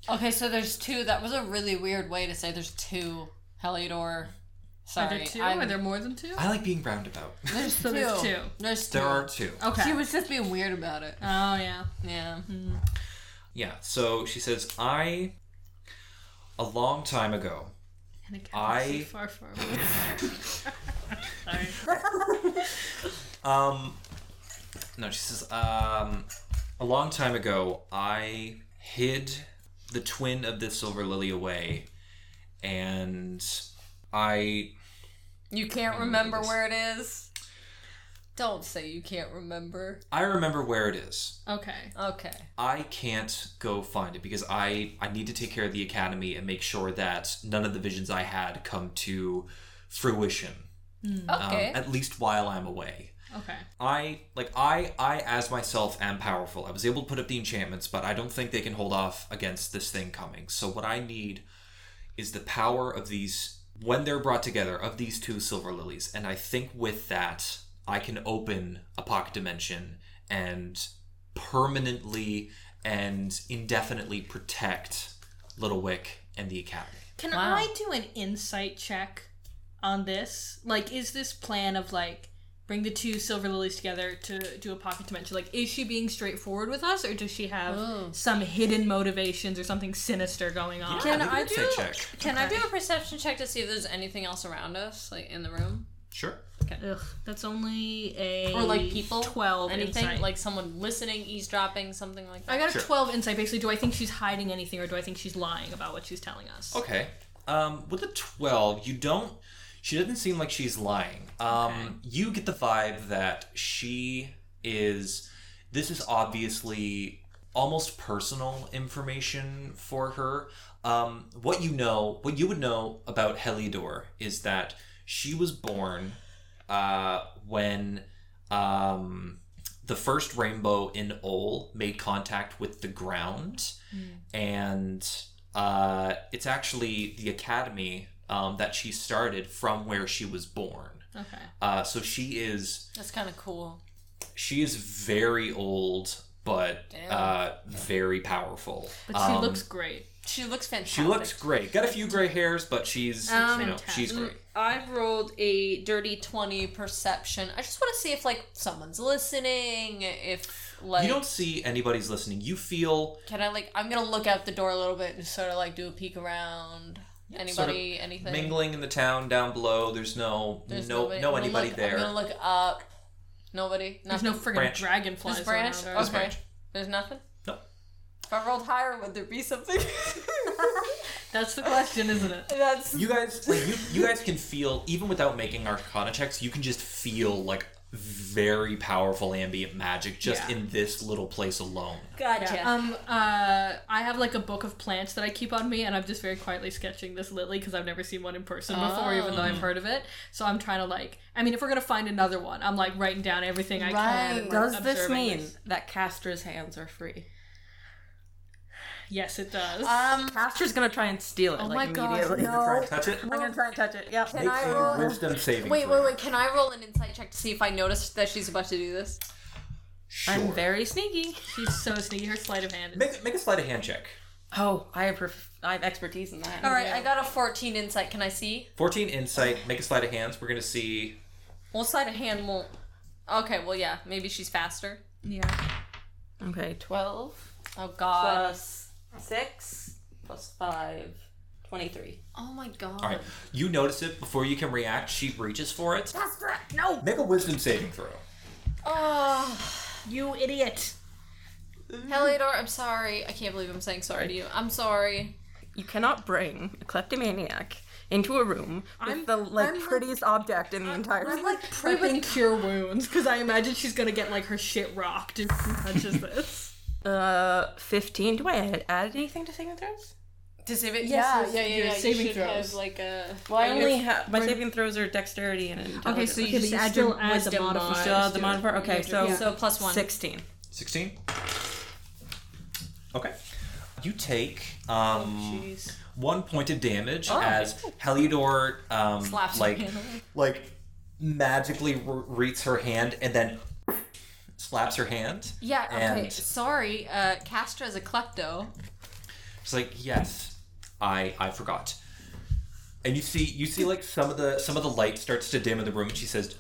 Speaker 2: Okay, so there's two. That was a really weird way to say there's two Heliodor.
Speaker 4: Are
Speaker 2: Sorry,
Speaker 4: there two?
Speaker 2: I'm-
Speaker 4: Are there more than two?
Speaker 1: I like being roundabout.
Speaker 2: there's two.
Speaker 4: there's two.
Speaker 2: There's two.
Speaker 1: there are two.
Speaker 4: Okay.
Speaker 2: She was just being weird about it.
Speaker 4: oh yeah.
Speaker 2: Yeah.
Speaker 1: Yeah, so she says, I, a long time ago,
Speaker 4: And it
Speaker 1: I-
Speaker 4: so far far away. Sorry.
Speaker 1: Um, no, she says, um, a long time ago, I hid the twin of this silver lily away, and I
Speaker 2: You can't remember where it is. Don't say you can't remember.
Speaker 1: I remember where it is.
Speaker 4: Okay.
Speaker 2: Okay.
Speaker 1: I can't go find it because I I need to take care of the academy and make sure that none of the visions I had come to fruition. um,
Speaker 2: Okay.
Speaker 1: at least while I'm away.
Speaker 4: Okay.
Speaker 1: I like I I as myself am powerful. I was able to put up the enchantments, but I don't think they can hold off against this thing coming. So what I need is the power of these when they're brought together of these two silver lilies, and I think with that I can open a pocket dimension and permanently and indefinitely protect Little Wick and the academy.
Speaker 4: Can
Speaker 2: Wow.
Speaker 4: I do an insight check on this? Like, is this plan of like bring the two silver lilies together to do a pocket dimension? Like, is she being straightforward with us, or does she have
Speaker 2: Oh.
Speaker 4: some hidden motivations or something sinister going on?
Speaker 2: Can
Speaker 1: Make an
Speaker 2: I
Speaker 1: insight
Speaker 2: do-
Speaker 1: check?
Speaker 2: Can I do a perception check to see if there's anything else around us, like in the room,
Speaker 1: Sure.
Speaker 4: Ugh, that's only a
Speaker 2: or like people,
Speaker 4: twelve
Speaker 2: anything,
Speaker 4: insight.
Speaker 2: like someone listening, eavesdropping, something like that?
Speaker 4: I got a
Speaker 1: Sure.
Speaker 4: twelve insight. Basically, do I think she's hiding anything, or do I think she's lying about what she's telling us?
Speaker 1: Okay. Um, with a 12, you don't. She doesn't seem like she's lying. Um, You get the vibe that she is. This is obviously almost personal information for her. Um, what you know, what you would know about Heliodor is that she was born uh, when um, the first rainbow in Ole made contact with the ground and uh, it's actually the academy um, that she started from where she was born.
Speaker 4: Okay.
Speaker 1: Uh, so she is
Speaker 2: That's kind of cool.
Speaker 1: she is very old, but
Speaker 2: Damn.
Speaker 1: uh, very powerful.
Speaker 4: But she looks great.
Speaker 2: She looks fantastic.
Speaker 1: She looks great. Got a few gray hairs, but she's
Speaker 2: Um,
Speaker 1: you know she's great.
Speaker 2: I rolled a dirty twenty perception. I just want to see if like someone's listening. If like,
Speaker 1: You don't see anybody's listening. You feel
Speaker 2: can I like? I'm gonna look out the door a little bit and sort of like do a peek around. Anybody?
Speaker 1: sort of
Speaker 2: anything?
Speaker 1: mingling in the town down below. There's no
Speaker 2: There's
Speaker 1: no
Speaker 2: nobody.
Speaker 1: no
Speaker 2: I'm gonna
Speaker 1: anybody
Speaker 2: look-
Speaker 1: there.
Speaker 2: I'm gonna look up. Nobody.
Speaker 4: There's
Speaker 2: Nothing.
Speaker 4: no friggin'
Speaker 1: Branch.
Speaker 4: dragonflies
Speaker 2: This branch.
Speaker 4: around her.
Speaker 2: Okay.
Speaker 1: branch.
Speaker 2: There's nothing.
Speaker 1: No.
Speaker 2: If I rolled higher, would there be something?
Speaker 4: That's the question, isn't
Speaker 2: (laughs)
Speaker 4: it?
Speaker 2: That's
Speaker 1: You guys, like you, you guys can feel even without making arcana checks. You can just feel like very powerful ambient magic just
Speaker 4: Yeah.
Speaker 1: in this little place alone.
Speaker 2: Gotcha.
Speaker 4: Um, uh, I have like a book of plants that I keep on me, and I'm just very quietly sketching this lily because I've never seen one in person before, even though I've heard of it. So I'm trying to like, I mean, if we're gonna find another one, I'm like writing down everything I can. and,
Speaker 6: Right.
Speaker 4: like,
Speaker 6: Does this
Speaker 4: observing
Speaker 6: mean that Castra's hands are free?
Speaker 4: Yes, it does.
Speaker 2: Um,
Speaker 6: Castra's gonna try and steal it.
Speaker 4: Oh
Speaker 6: like,
Speaker 4: my God,
Speaker 6: immediately.
Speaker 5: No.
Speaker 1: Touch it.
Speaker 6: I'm gonna try and touch it. Yeah.
Speaker 5: Can I roll?
Speaker 1: Wisdom saving.
Speaker 2: wait,
Speaker 1: throw.
Speaker 2: wait, wait. Can I roll an insight check to see if I noticed that she's about to do this?
Speaker 1: Sure.
Speaker 6: I'm very sneaky.
Speaker 4: She's so sneaky. Her sleight of hand. Is-
Speaker 1: Make, make a sleight of hand check.
Speaker 6: Oh, I have perf- I have expertise in that.
Speaker 2: All right, I got a 14 insight. Can I see?
Speaker 1: 14 insight, make a sleight of hands. We're going to see.
Speaker 2: Well, sleight of hand won't. Okay, well, yeah. Maybe she's faster.
Speaker 4: yeah.
Speaker 6: Okay, twelve
Speaker 2: Oh, God.
Speaker 6: six plus five. 23.
Speaker 2: Oh, my God.
Speaker 1: All right. You notice it before you can react. She reaches for it.
Speaker 5: No.
Speaker 1: Make a wisdom saving throw.
Speaker 2: Oh,
Speaker 4: You idiot.
Speaker 2: Heliodor, I'm sorry. I can't believe I'm saying sorry to you. I'm sorry.
Speaker 6: You cannot bring a kleptomaniac into a room with the like prettiest object in the entire
Speaker 4: (laughs)
Speaker 6: room.
Speaker 4: Like prepping cure wounds because I imagine she's gonna get like her shit rocked if she (laughs) touches this.
Speaker 6: Uh, 15. Do I add, add anything to saving throws?
Speaker 2: Does it?
Speaker 4: Yeah, yeah, yeah, yeah, you should have,
Speaker 2: like a.
Speaker 6: Well, I only have my saving throws are dexterity and intelligence.
Speaker 2: Okay, so you
Speaker 4: but
Speaker 2: just
Speaker 4: you
Speaker 2: add
Speaker 4: still
Speaker 2: your
Speaker 4: add the
Speaker 2: wisdom
Speaker 4: modifier.
Speaker 2: modifier.
Speaker 6: still have the modifier. Okay, so
Speaker 2: So plus one.
Speaker 6: 16.
Speaker 1: 16? Okay. You take um, one point of damage as Heliodor um,
Speaker 2: Oh. Slaps her
Speaker 1: like,
Speaker 2: hand.
Speaker 1: like magically re- reads her hand and then slaps her hand.
Speaker 2: Yeah. Okay.
Speaker 1: And-
Speaker 2: Sorry. Uh, Castra is a klepto.
Speaker 1: It's like, yes, I I forgot. And you see you see like some of the some of the light starts to dim in the room and she says,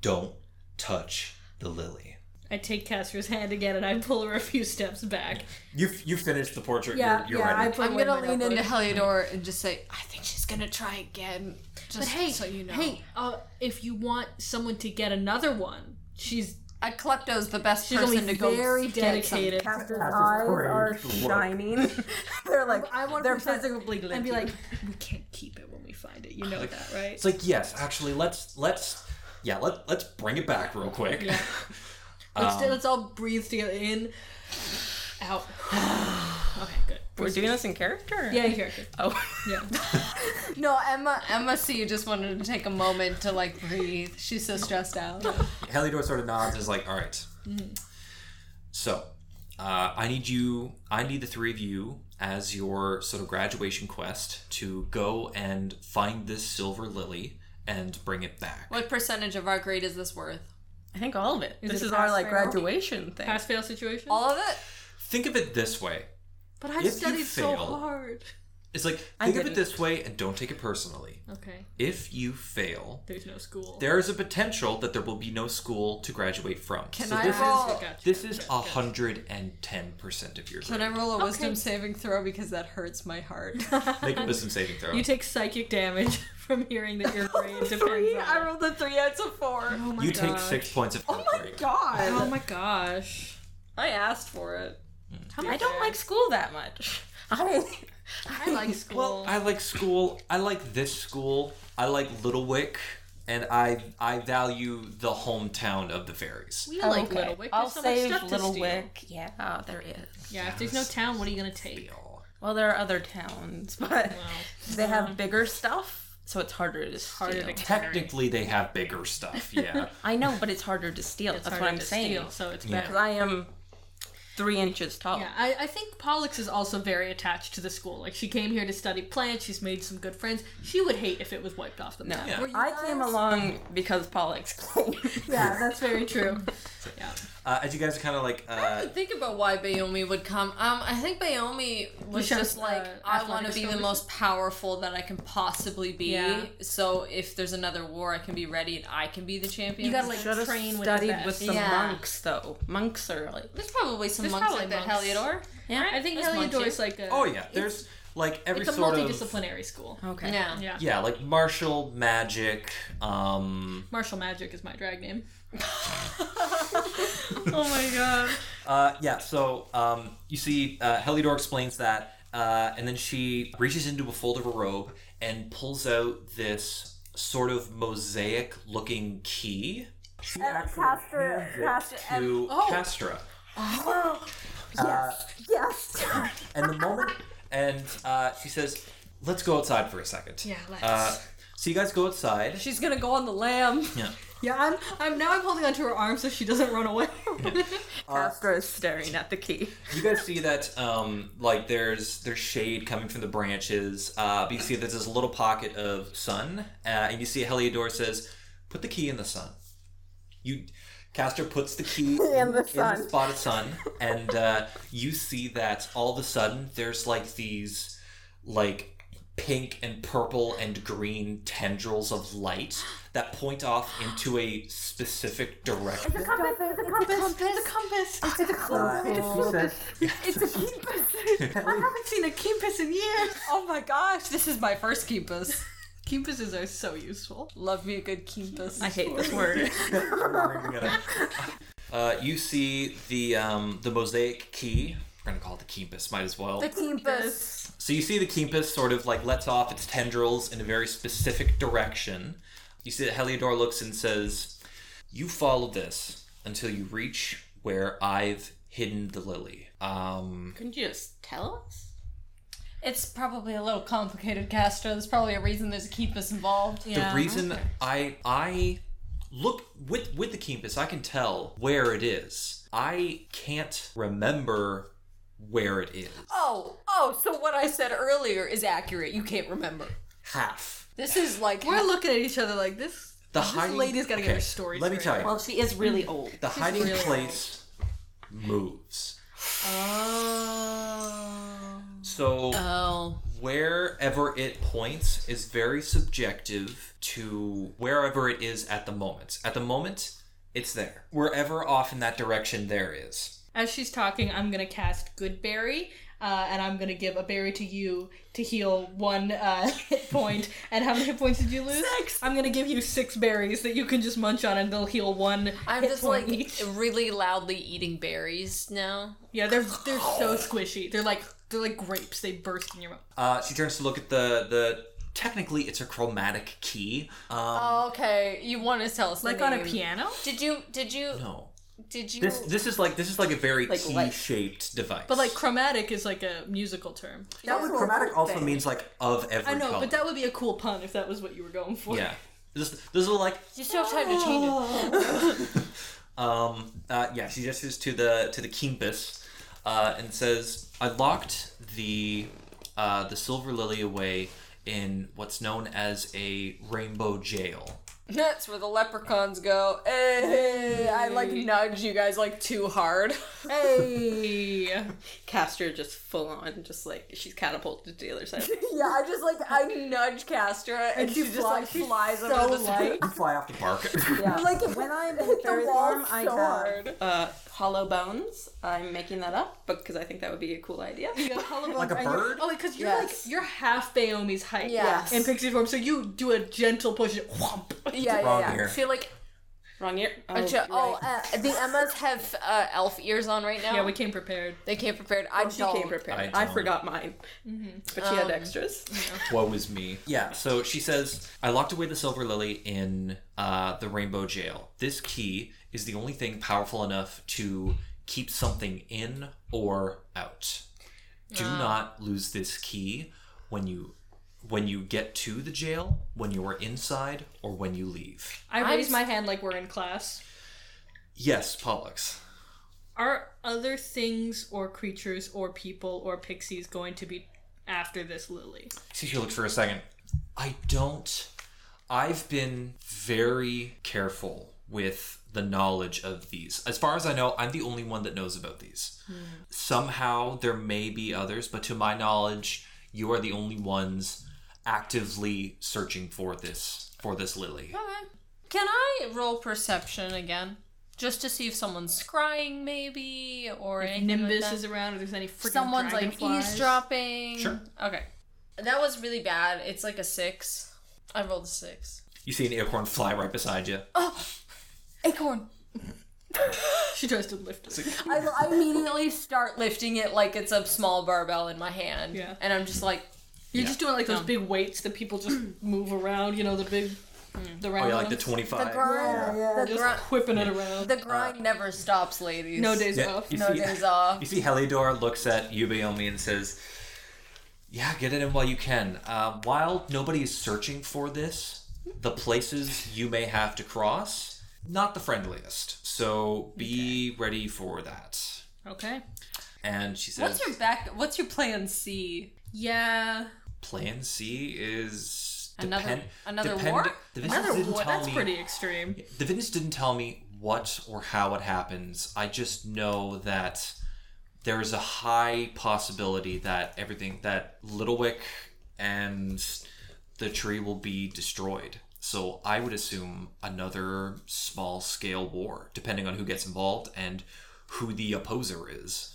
Speaker 1: Don't touch the lily.
Speaker 4: I take Casper's hand again and I pull her a few steps back.
Speaker 1: You you finished the portrait. you're, you're ready.
Speaker 4: put
Speaker 2: I'm
Speaker 4: away
Speaker 2: gonna
Speaker 4: my
Speaker 2: lean
Speaker 4: notebook.
Speaker 2: into Heliodor and just say, I think she's gonna try again. Just
Speaker 4: But hey,
Speaker 2: so you know,
Speaker 4: hey, uh, if you want someone to get another one, she's
Speaker 2: a klepto's the best
Speaker 4: she's
Speaker 2: person
Speaker 4: only
Speaker 2: to go
Speaker 4: very
Speaker 2: get some-
Speaker 4: dedicated.
Speaker 6: Caster's eyes are shining. (laughs) they're like, they're
Speaker 4: find-
Speaker 6: physically
Speaker 4: And be like, we can't keep it when we find it. You know
Speaker 1: (sighs)
Speaker 4: that, right?
Speaker 1: It's like, yes, actually let's let's yeah, let let's bring it back real quick. (laughs)
Speaker 4: Let's, let's all breathe together in, out. okay, good.
Speaker 6: We're doing this in character?
Speaker 4: Yeah, character.
Speaker 6: Oh.
Speaker 4: Yeah.
Speaker 2: No, Emma. Emma C just wanted to take a moment to like breathe. She's so stressed out.
Speaker 1: Heliodor sort of nods and is like, all right.
Speaker 4: Mm-hmm.
Speaker 1: So, uh, I need you, I need the three of you as your sort of graduation quest to go and find this silver lily and bring it back.
Speaker 2: (laughs) what percentage of our grade is this worth?
Speaker 6: I think all of it. this
Speaker 4: it
Speaker 6: is our
Speaker 4: pass
Speaker 6: like
Speaker 4: fail?
Speaker 6: graduation thing.
Speaker 4: Pass fail situation.
Speaker 2: All of it.
Speaker 1: Think of it this way.
Speaker 4: but I've
Speaker 1: if you
Speaker 4: studied so
Speaker 1: fail-
Speaker 4: hard.
Speaker 1: It's like, think of it
Speaker 6: didn't.
Speaker 1: this way and don't take it personally.
Speaker 4: Okay.
Speaker 1: If you fail,
Speaker 4: There's no school.
Speaker 1: there is a potential that there will be no school to graduate from.
Speaker 2: Can
Speaker 1: so
Speaker 2: I
Speaker 1: this
Speaker 2: roll-
Speaker 1: is
Speaker 4: Gotcha,
Speaker 1: this is
Speaker 4: gotcha, gotcha.
Speaker 1: 110% of your
Speaker 2: Can I
Speaker 1: grade.
Speaker 2: roll a wisdom saving throw because that hurts my (laughs) heart?
Speaker 1: Make a wisdom saving throw.
Speaker 4: You take psychic damage (laughs) from hearing that
Speaker 2: (laughs)
Speaker 4: your brain depends on it.
Speaker 2: rolled a three. It's a four.
Speaker 4: Oh my Oh
Speaker 1: You take
Speaker 4: gosh.
Speaker 1: six points of health rate.
Speaker 6: God.
Speaker 4: Oh my gosh.
Speaker 2: I asked for it.
Speaker 6: I don't like school that much. (laughs) I,
Speaker 4: I like school.
Speaker 1: Well, I like school. I like this school. I like Littlewick, and I I value the hometown of the fairies.
Speaker 4: we like Little Wick.
Speaker 6: I'll
Speaker 4: There's so
Speaker 6: save
Speaker 4: much stuff
Speaker 6: Little
Speaker 4: to steal.
Speaker 6: Wick. Yeah, there is.
Speaker 4: Yeah, if there's no town, what are you gonna take?
Speaker 1: Y'all.
Speaker 6: Well, there are other towns, (laughs) but they have bigger stuff, so it's harder to steal.
Speaker 4: Uh-huh. Harder to carry.
Speaker 1: Technically, they have bigger
Speaker 4: (laughs)
Speaker 1: stuff. Yeah,
Speaker 6: I know, but it's harder to steal. That's
Speaker 4: harder
Speaker 6: what I'm
Speaker 4: to
Speaker 6: saying.
Speaker 4: steal, so it's
Speaker 1: Yeah.
Speaker 4: better.
Speaker 6: 'Cause I am three inches tall.
Speaker 4: Yeah, I, I think Pollux is also very attached to the school. Like, she came here to study plants, she's made some good friends. She would hate if it was wiped off the map.
Speaker 1: Yeah.
Speaker 6: I came along because Pollux came. (laughs)
Speaker 4: Yeah, that's very true. yeah.
Speaker 1: uh, as you guys are kind of like, uh,
Speaker 2: Think about why Bayomi would come. Um, I think Bayomi was
Speaker 4: Because,
Speaker 2: just like,
Speaker 4: uh,
Speaker 2: I
Speaker 4: athletic
Speaker 2: want to be the
Speaker 4: competition?
Speaker 2: most powerful that I can possibly be.
Speaker 4: Yeah.
Speaker 2: So if there's another war, I can be ready and I can be the champion.
Speaker 4: You gotta, like,
Speaker 6: Should have
Speaker 4: train with the
Speaker 6: studied
Speaker 4: best.
Speaker 6: with some
Speaker 2: Yeah.
Speaker 6: monks, though. Monks are like
Speaker 2: there's probably some
Speaker 4: There's
Speaker 2: monks
Speaker 4: probably
Speaker 2: like that,
Speaker 4: monks.
Speaker 2: Heliodor.
Speaker 6: yeah.
Speaker 4: I think
Speaker 2: That's
Speaker 4: Heliodor
Speaker 2: monkey.
Speaker 4: is like a.
Speaker 1: oh yeah, there's like every
Speaker 4: It's a
Speaker 1: sort of
Speaker 4: multidisciplinary school.
Speaker 6: okay.
Speaker 2: Yeah.
Speaker 4: Yeah.
Speaker 1: yeah, like martial magic. Um,
Speaker 4: Martial Magic is my drag name.
Speaker 6: Oh my god.
Speaker 1: Uh, yeah, so um, you see, uh, Heliodor explains that, uh, and then she reaches into a fold of her robe and pulls out this sort of mosaic looking key
Speaker 7: She
Speaker 5: And
Speaker 7: actually
Speaker 5: Castor,
Speaker 7: hands
Speaker 5: Castor, and, Oh.
Speaker 1: to Castra. Uh,
Speaker 5: yes, yes.
Speaker 7: it, and the moment
Speaker 1: And uh, she says, let's go outside for a second. Yeah,
Speaker 4: let's.
Speaker 1: Uh, so you guys go outside.
Speaker 4: She's gonna go on the lamb.
Speaker 1: Yeah.
Speaker 4: Yeah, I'm. I'm now. I'm holding onto her arm so she doesn't
Speaker 1: (laughs)
Speaker 4: run away.
Speaker 6: Castor is staring at the key.
Speaker 1: You guys see that um, like there's there's shade coming from the branches, uh, but you see there's this little pocket of sun, uh, and you see Heliodor says, "Put the key in the sun." You, Castor puts
Speaker 5: (laughs)
Speaker 1: the key in
Speaker 5: the sun.
Speaker 1: spot of sun, and uh, you see that all of a sudden there's like these like pink and purple and green tendrils of light that point off into a specific direction.
Speaker 5: The compass, the compass,
Speaker 4: There's a compass. I
Speaker 7: uh, she
Speaker 1: (laughs)
Speaker 7: says,
Speaker 4: haven't seen a compass in years. Oh my gosh, this is my first compass. Compasses are so useful. Love me a good compass.
Speaker 6: I hate this (laughs) word.
Speaker 1: (laughs) Uh, you see the um, the mosaic key. We're gonna call it the Keempus, might as well.
Speaker 5: the compass.
Speaker 1: so you see the Keempus sort of like lets off its tendrils in a very specific direction. You see that Heliodor looks and says, "You follow this until you reach where I've hidden the lily." Um,
Speaker 3: Couldn't you just tell us?
Speaker 4: It's probably a little complicated, Castro. There's probably a reason there's a compass involved. Yeah.
Speaker 1: The reason I I look with with the Keempus, I can tell where it is. I can't remember where it is.
Speaker 2: Oh, oh, so what I said earlier is accurate. You can't remember.
Speaker 1: Half.
Speaker 2: This is like
Speaker 4: We're looking at each other like this.
Speaker 1: The hiding
Speaker 4: lady's gotta get her story
Speaker 1: Let me
Speaker 4: straight.
Speaker 1: tell you.
Speaker 7: well, she is really
Speaker 6: Mm.
Speaker 7: old.
Speaker 1: the hiding place moves. So
Speaker 2: Oh.
Speaker 1: wherever it points is very subjective to wherever it is at the moment. At the moment, it's there. Wherever off in that direction there is.
Speaker 4: As she's talking, I'm gonna cast Good Berry, uh, and I'm gonna give a berry to you to heal one uh, (laughs) hit point. And how many hit points did you lose? Six. I'm gonna give you six berries that you can just munch on, and they'll heal one.
Speaker 2: I'm
Speaker 4: hit
Speaker 2: just
Speaker 4: point
Speaker 2: like
Speaker 4: each.
Speaker 2: really loudly eating berries now.
Speaker 4: yeah, they're they're so squishy. They're like they're like grapes. They burst in your mouth.
Speaker 1: Uh, she turns to look at the the technically it's a chromatic key. Um,
Speaker 2: Oh, Okay, you want to tell us the
Speaker 4: Like on a
Speaker 2: name.
Speaker 4: piano.
Speaker 2: Did you? Did you?
Speaker 1: no.
Speaker 2: Did you?
Speaker 1: This this is like this is like a very
Speaker 7: Like
Speaker 1: key
Speaker 7: light.
Speaker 1: shaped device.
Speaker 4: But like chromatic is like a musical term.
Speaker 7: That
Speaker 1: But chromatic also means like of every
Speaker 4: I know,
Speaker 1: color.
Speaker 4: but that would be a cool pun if that was what you were going for.
Speaker 1: yeah. This this is like
Speaker 2: you still have time to change it.
Speaker 1: Um, uh, yeah, she gestures to the to the Kimpus, uh, and says, "I locked the uh, the silver lily away in what's known as a rainbow jail."
Speaker 2: That's where the leprechauns go. Hey, I like nudge you guys like too hard. (laughs)
Speaker 4: Hey.
Speaker 6: Castor just full on, just like she's catapulted to the other side. (laughs)
Speaker 2: yeah, I just like I nudge Castra and, (laughs) she, just like flies over the light.
Speaker 7: You fly off the
Speaker 1: Bark.
Speaker 4: (laughs)
Speaker 5: Like when I'm hit
Speaker 7: fairy form, I have-
Speaker 6: Uh, hollow bones. I'm making that up because I think that would be a cool idea.
Speaker 7: like
Speaker 1: a bird?
Speaker 4: Oh, because you're
Speaker 7: Yes.
Speaker 4: like you're half Bayomi's height
Speaker 2: Yes.
Speaker 4: in pixie form, so you do a gentle push. and Whomp.
Speaker 2: Yeah,
Speaker 1: Wrong
Speaker 2: yeah, yeah.
Speaker 1: ear.
Speaker 2: She like
Speaker 6: Wrong ear.
Speaker 2: oh,
Speaker 6: Oh,
Speaker 2: oh
Speaker 6: right.
Speaker 2: uh, the Emmas have uh, elf ears on right now.
Speaker 4: Yeah, we came prepared.
Speaker 2: they came prepared. I
Speaker 6: she
Speaker 2: don't.
Speaker 6: came prepared.
Speaker 1: I
Speaker 6: I,
Speaker 1: don't.
Speaker 6: forgot mine,
Speaker 4: Mm-hmm.
Speaker 6: but she had extras.
Speaker 1: Woe is me. Yeah. So she says, "I locked away the silver lily in uh, the rainbow jail. This key is the only thing powerful enough to keep something in or out. Do not lose this key when you." When you get to the jail, when you are inside, or when you leave.
Speaker 4: I raised
Speaker 2: just-
Speaker 4: my hand like we're in class.
Speaker 1: Yes, Pollux.
Speaker 4: Are other things or creatures or people or pixies going to be after this lily?
Speaker 1: See, she looked for a second. I don't. I've been very careful with the knowledge of these. As far as I know, I'm the only one that knows about these. Somehow there may be others, but to my knowledge, you are the only ones actively searching for this for this lily.
Speaker 2: Okay. Can I roll perception again? Just to see if someone's scrying, maybe, or anything
Speaker 4: Nimbus
Speaker 2: like that?
Speaker 4: is around, or there's any freaking
Speaker 2: Someone's like
Speaker 4: dragonflies?
Speaker 2: eavesdropping.
Speaker 1: Sure.
Speaker 2: Okay. That was really bad. It's like a six. I rolled a six.
Speaker 1: You see an acorn fly right beside you. Oh,
Speaker 2: Acorn.
Speaker 4: She tries to lift it.
Speaker 2: I, I immediately start lifting it like it's a small barbell in my hand.
Speaker 4: Yeah.
Speaker 2: And I'm just like,
Speaker 4: (clears throat) You're just doing like those big weights that people just move around. You know the big The
Speaker 1: Oh
Speaker 4: round
Speaker 1: yeah, like the
Speaker 4: ones.
Speaker 1: twenty
Speaker 2: The
Speaker 1: five.
Speaker 2: grind,
Speaker 5: Yeah,
Speaker 2: The,
Speaker 4: Just
Speaker 2: grind
Speaker 4: whipping it around.
Speaker 2: the grind never stops, ladies.
Speaker 4: No days
Speaker 1: Yeah,
Speaker 4: off.
Speaker 1: you
Speaker 2: No
Speaker 1: see, (laughs)
Speaker 2: days off.
Speaker 1: You see, Helidor looks at Yubayomi and says, "Yeah, get it in while you can. Uh, while nobody is searching for this, the places you may have to cross, not the friendliest. So be ready for that."
Speaker 4: Okay.
Speaker 1: And she says,
Speaker 2: What's your back? What's your plan C?
Speaker 4: Yeah.
Speaker 1: "Plan C is
Speaker 2: Another-
Speaker 1: depend-
Speaker 2: another
Speaker 1: depend-
Speaker 2: war?
Speaker 1: The Vince didn't
Speaker 4: Well,
Speaker 1: tell
Speaker 4: that's
Speaker 1: me-
Speaker 4: pretty extreme.
Speaker 1: The Vince didn't tell me what or how it happens. I just know that there is a high possibility that everything that Littlewick and the tree will be destroyed. So I would assume another small scale war, depending on who gets involved and who the opposer is.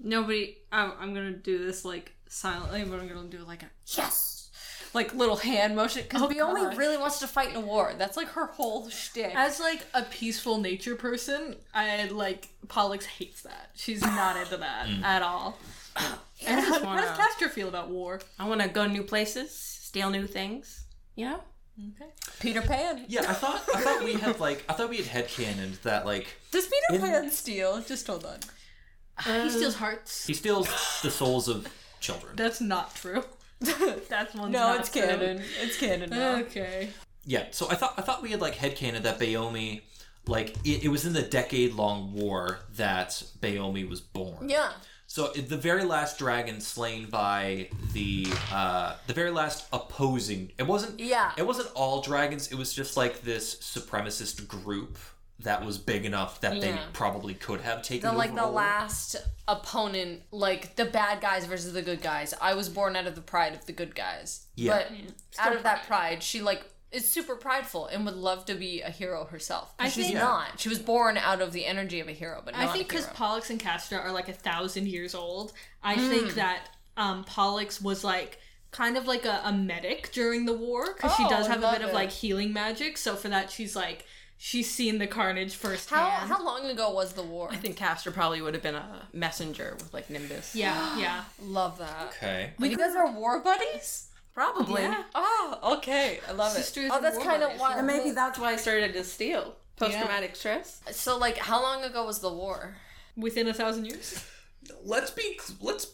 Speaker 4: Nobody. I'm, I'm gonna do this like silently, but I'm gonna do like a yes, like little hand motion because
Speaker 2: Because Biomi really wants to fight in a war. That's like her whole shtick.
Speaker 4: As like a peaceful nature person, I like Pollux hates that. She's not into that
Speaker 1: Mm.
Speaker 4: at all. And (laughs) how
Speaker 6: wanna-
Speaker 4: does Castro feel about war?
Speaker 6: I want to go new places, steal new things. You know,
Speaker 2: Peter Pan.
Speaker 1: Yeah, I thought I thought we had like I thought we had headcanoned that like
Speaker 2: Does Peter
Speaker 1: In-
Speaker 2: Pan steal? Just hold on.
Speaker 4: he steals hearts.
Speaker 1: he steals the souls of children.
Speaker 4: That's
Speaker 2: (laughs)
Speaker 4: not true. That's one.
Speaker 2: No, it's canon. It's canon now.
Speaker 4: Okay.
Speaker 1: Yeah, so I thought I thought we had like headcanon that Bayomi like it, it was in the decade long war that Bayomi was born.
Speaker 2: yeah.
Speaker 1: So i- the very last dragon slain by the uh the very last opposing it wasn't
Speaker 2: Yeah.
Speaker 1: it wasn't all dragons, it was just like this supremacist group that was big enough that they
Speaker 2: Yeah.
Speaker 1: probably could have taken
Speaker 2: The like
Speaker 1: over
Speaker 2: the
Speaker 1: war.
Speaker 2: last opponent, like the bad guys versus the good guys. I was born out of the pride of the good guys.
Speaker 1: Yeah.
Speaker 2: But out of that pride, she like is super prideful and would love to be a hero herself. I she's
Speaker 4: think-
Speaker 2: not. She was born out of the energy of a hero, but
Speaker 4: I
Speaker 2: not
Speaker 4: think
Speaker 2: a
Speaker 4: because
Speaker 2: hero.
Speaker 4: Pollux and Castor are like a thousand years old, I
Speaker 2: Hmm.
Speaker 4: think that um, Pollux was like kind of like a, a medic during the war because she
Speaker 2: Oh,
Speaker 4: does
Speaker 2: I
Speaker 4: have a
Speaker 2: love
Speaker 4: bit of
Speaker 2: it.
Speaker 4: like healing magic. So for that, she's like she's seen the carnage
Speaker 2: how
Speaker 4: firsthand.
Speaker 2: how long ago was the war?
Speaker 6: I think Castor probably would have been a messenger with like
Speaker 2: (gasps)
Speaker 6: Nimbus.
Speaker 4: yeah, yeah.
Speaker 2: Love that.
Speaker 1: Okay.
Speaker 2: you guys are war buddies?
Speaker 6: probably.
Speaker 4: Yeah.
Speaker 2: Oh, okay. I love
Speaker 4: Sisters
Speaker 2: it. Oh,
Speaker 4: and
Speaker 2: that's
Speaker 4: war
Speaker 2: kind of
Speaker 4: buddies.
Speaker 2: why.
Speaker 5: And maybe that's
Speaker 6: That's why I started to steal post traumatic stress.
Speaker 2: So, like, how long ago was the war?
Speaker 4: Within a thousand years,
Speaker 1: Let's be let's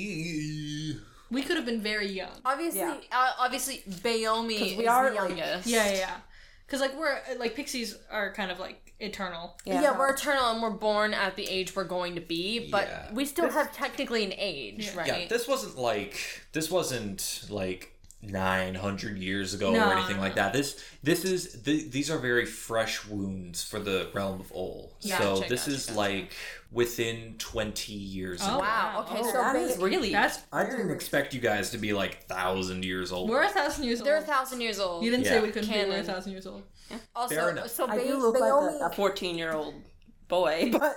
Speaker 1: be
Speaker 4: we could have been very young.
Speaker 2: Obviously,
Speaker 5: Yeah.
Speaker 2: uh, obviously, Bayomi
Speaker 5: 'Cause
Speaker 2: is
Speaker 5: we are,
Speaker 2: the
Speaker 5: like-
Speaker 2: youngest.
Speaker 4: Yeah, yeah, yeah. Because like we're like pixies are kind of like eternal.
Speaker 2: Yeah, we're eternal and we're born at the age we're going to be, but
Speaker 1: Yeah.
Speaker 2: we still have technically an age, right?
Speaker 1: Yeah, this wasn't like this wasn't like 900 years ago
Speaker 4: No,
Speaker 1: or anything like that. This this is th- these are very fresh wounds for the realm of Ol. so
Speaker 2: Gotcha,
Speaker 1: this
Speaker 2: gotcha,
Speaker 1: is like within 20 years
Speaker 4: Oh,
Speaker 1: ago.
Speaker 2: wow. Okay, so
Speaker 5: that
Speaker 2: ba-
Speaker 5: is
Speaker 6: Really?
Speaker 4: That's
Speaker 1: I didn't expect you guys to be like 1000 years old.
Speaker 4: we're a thousand years
Speaker 2: they're a
Speaker 4: old.
Speaker 2: thousand years old.
Speaker 4: you didn't
Speaker 1: Yeah.
Speaker 4: say we couldn't be. We're a
Speaker 2: Canon.
Speaker 4: thousand years old.
Speaker 2: also,
Speaker 1: Fair enough.
Speaker 2: so
Speaker 5: I
Speaker 2: ba-
Speaker 5: do look
Speaker 2: Bayomi,
Speaker 5: like
Speaker 6: A fourteen-year-old (laughs) boy.
Speaker 5: But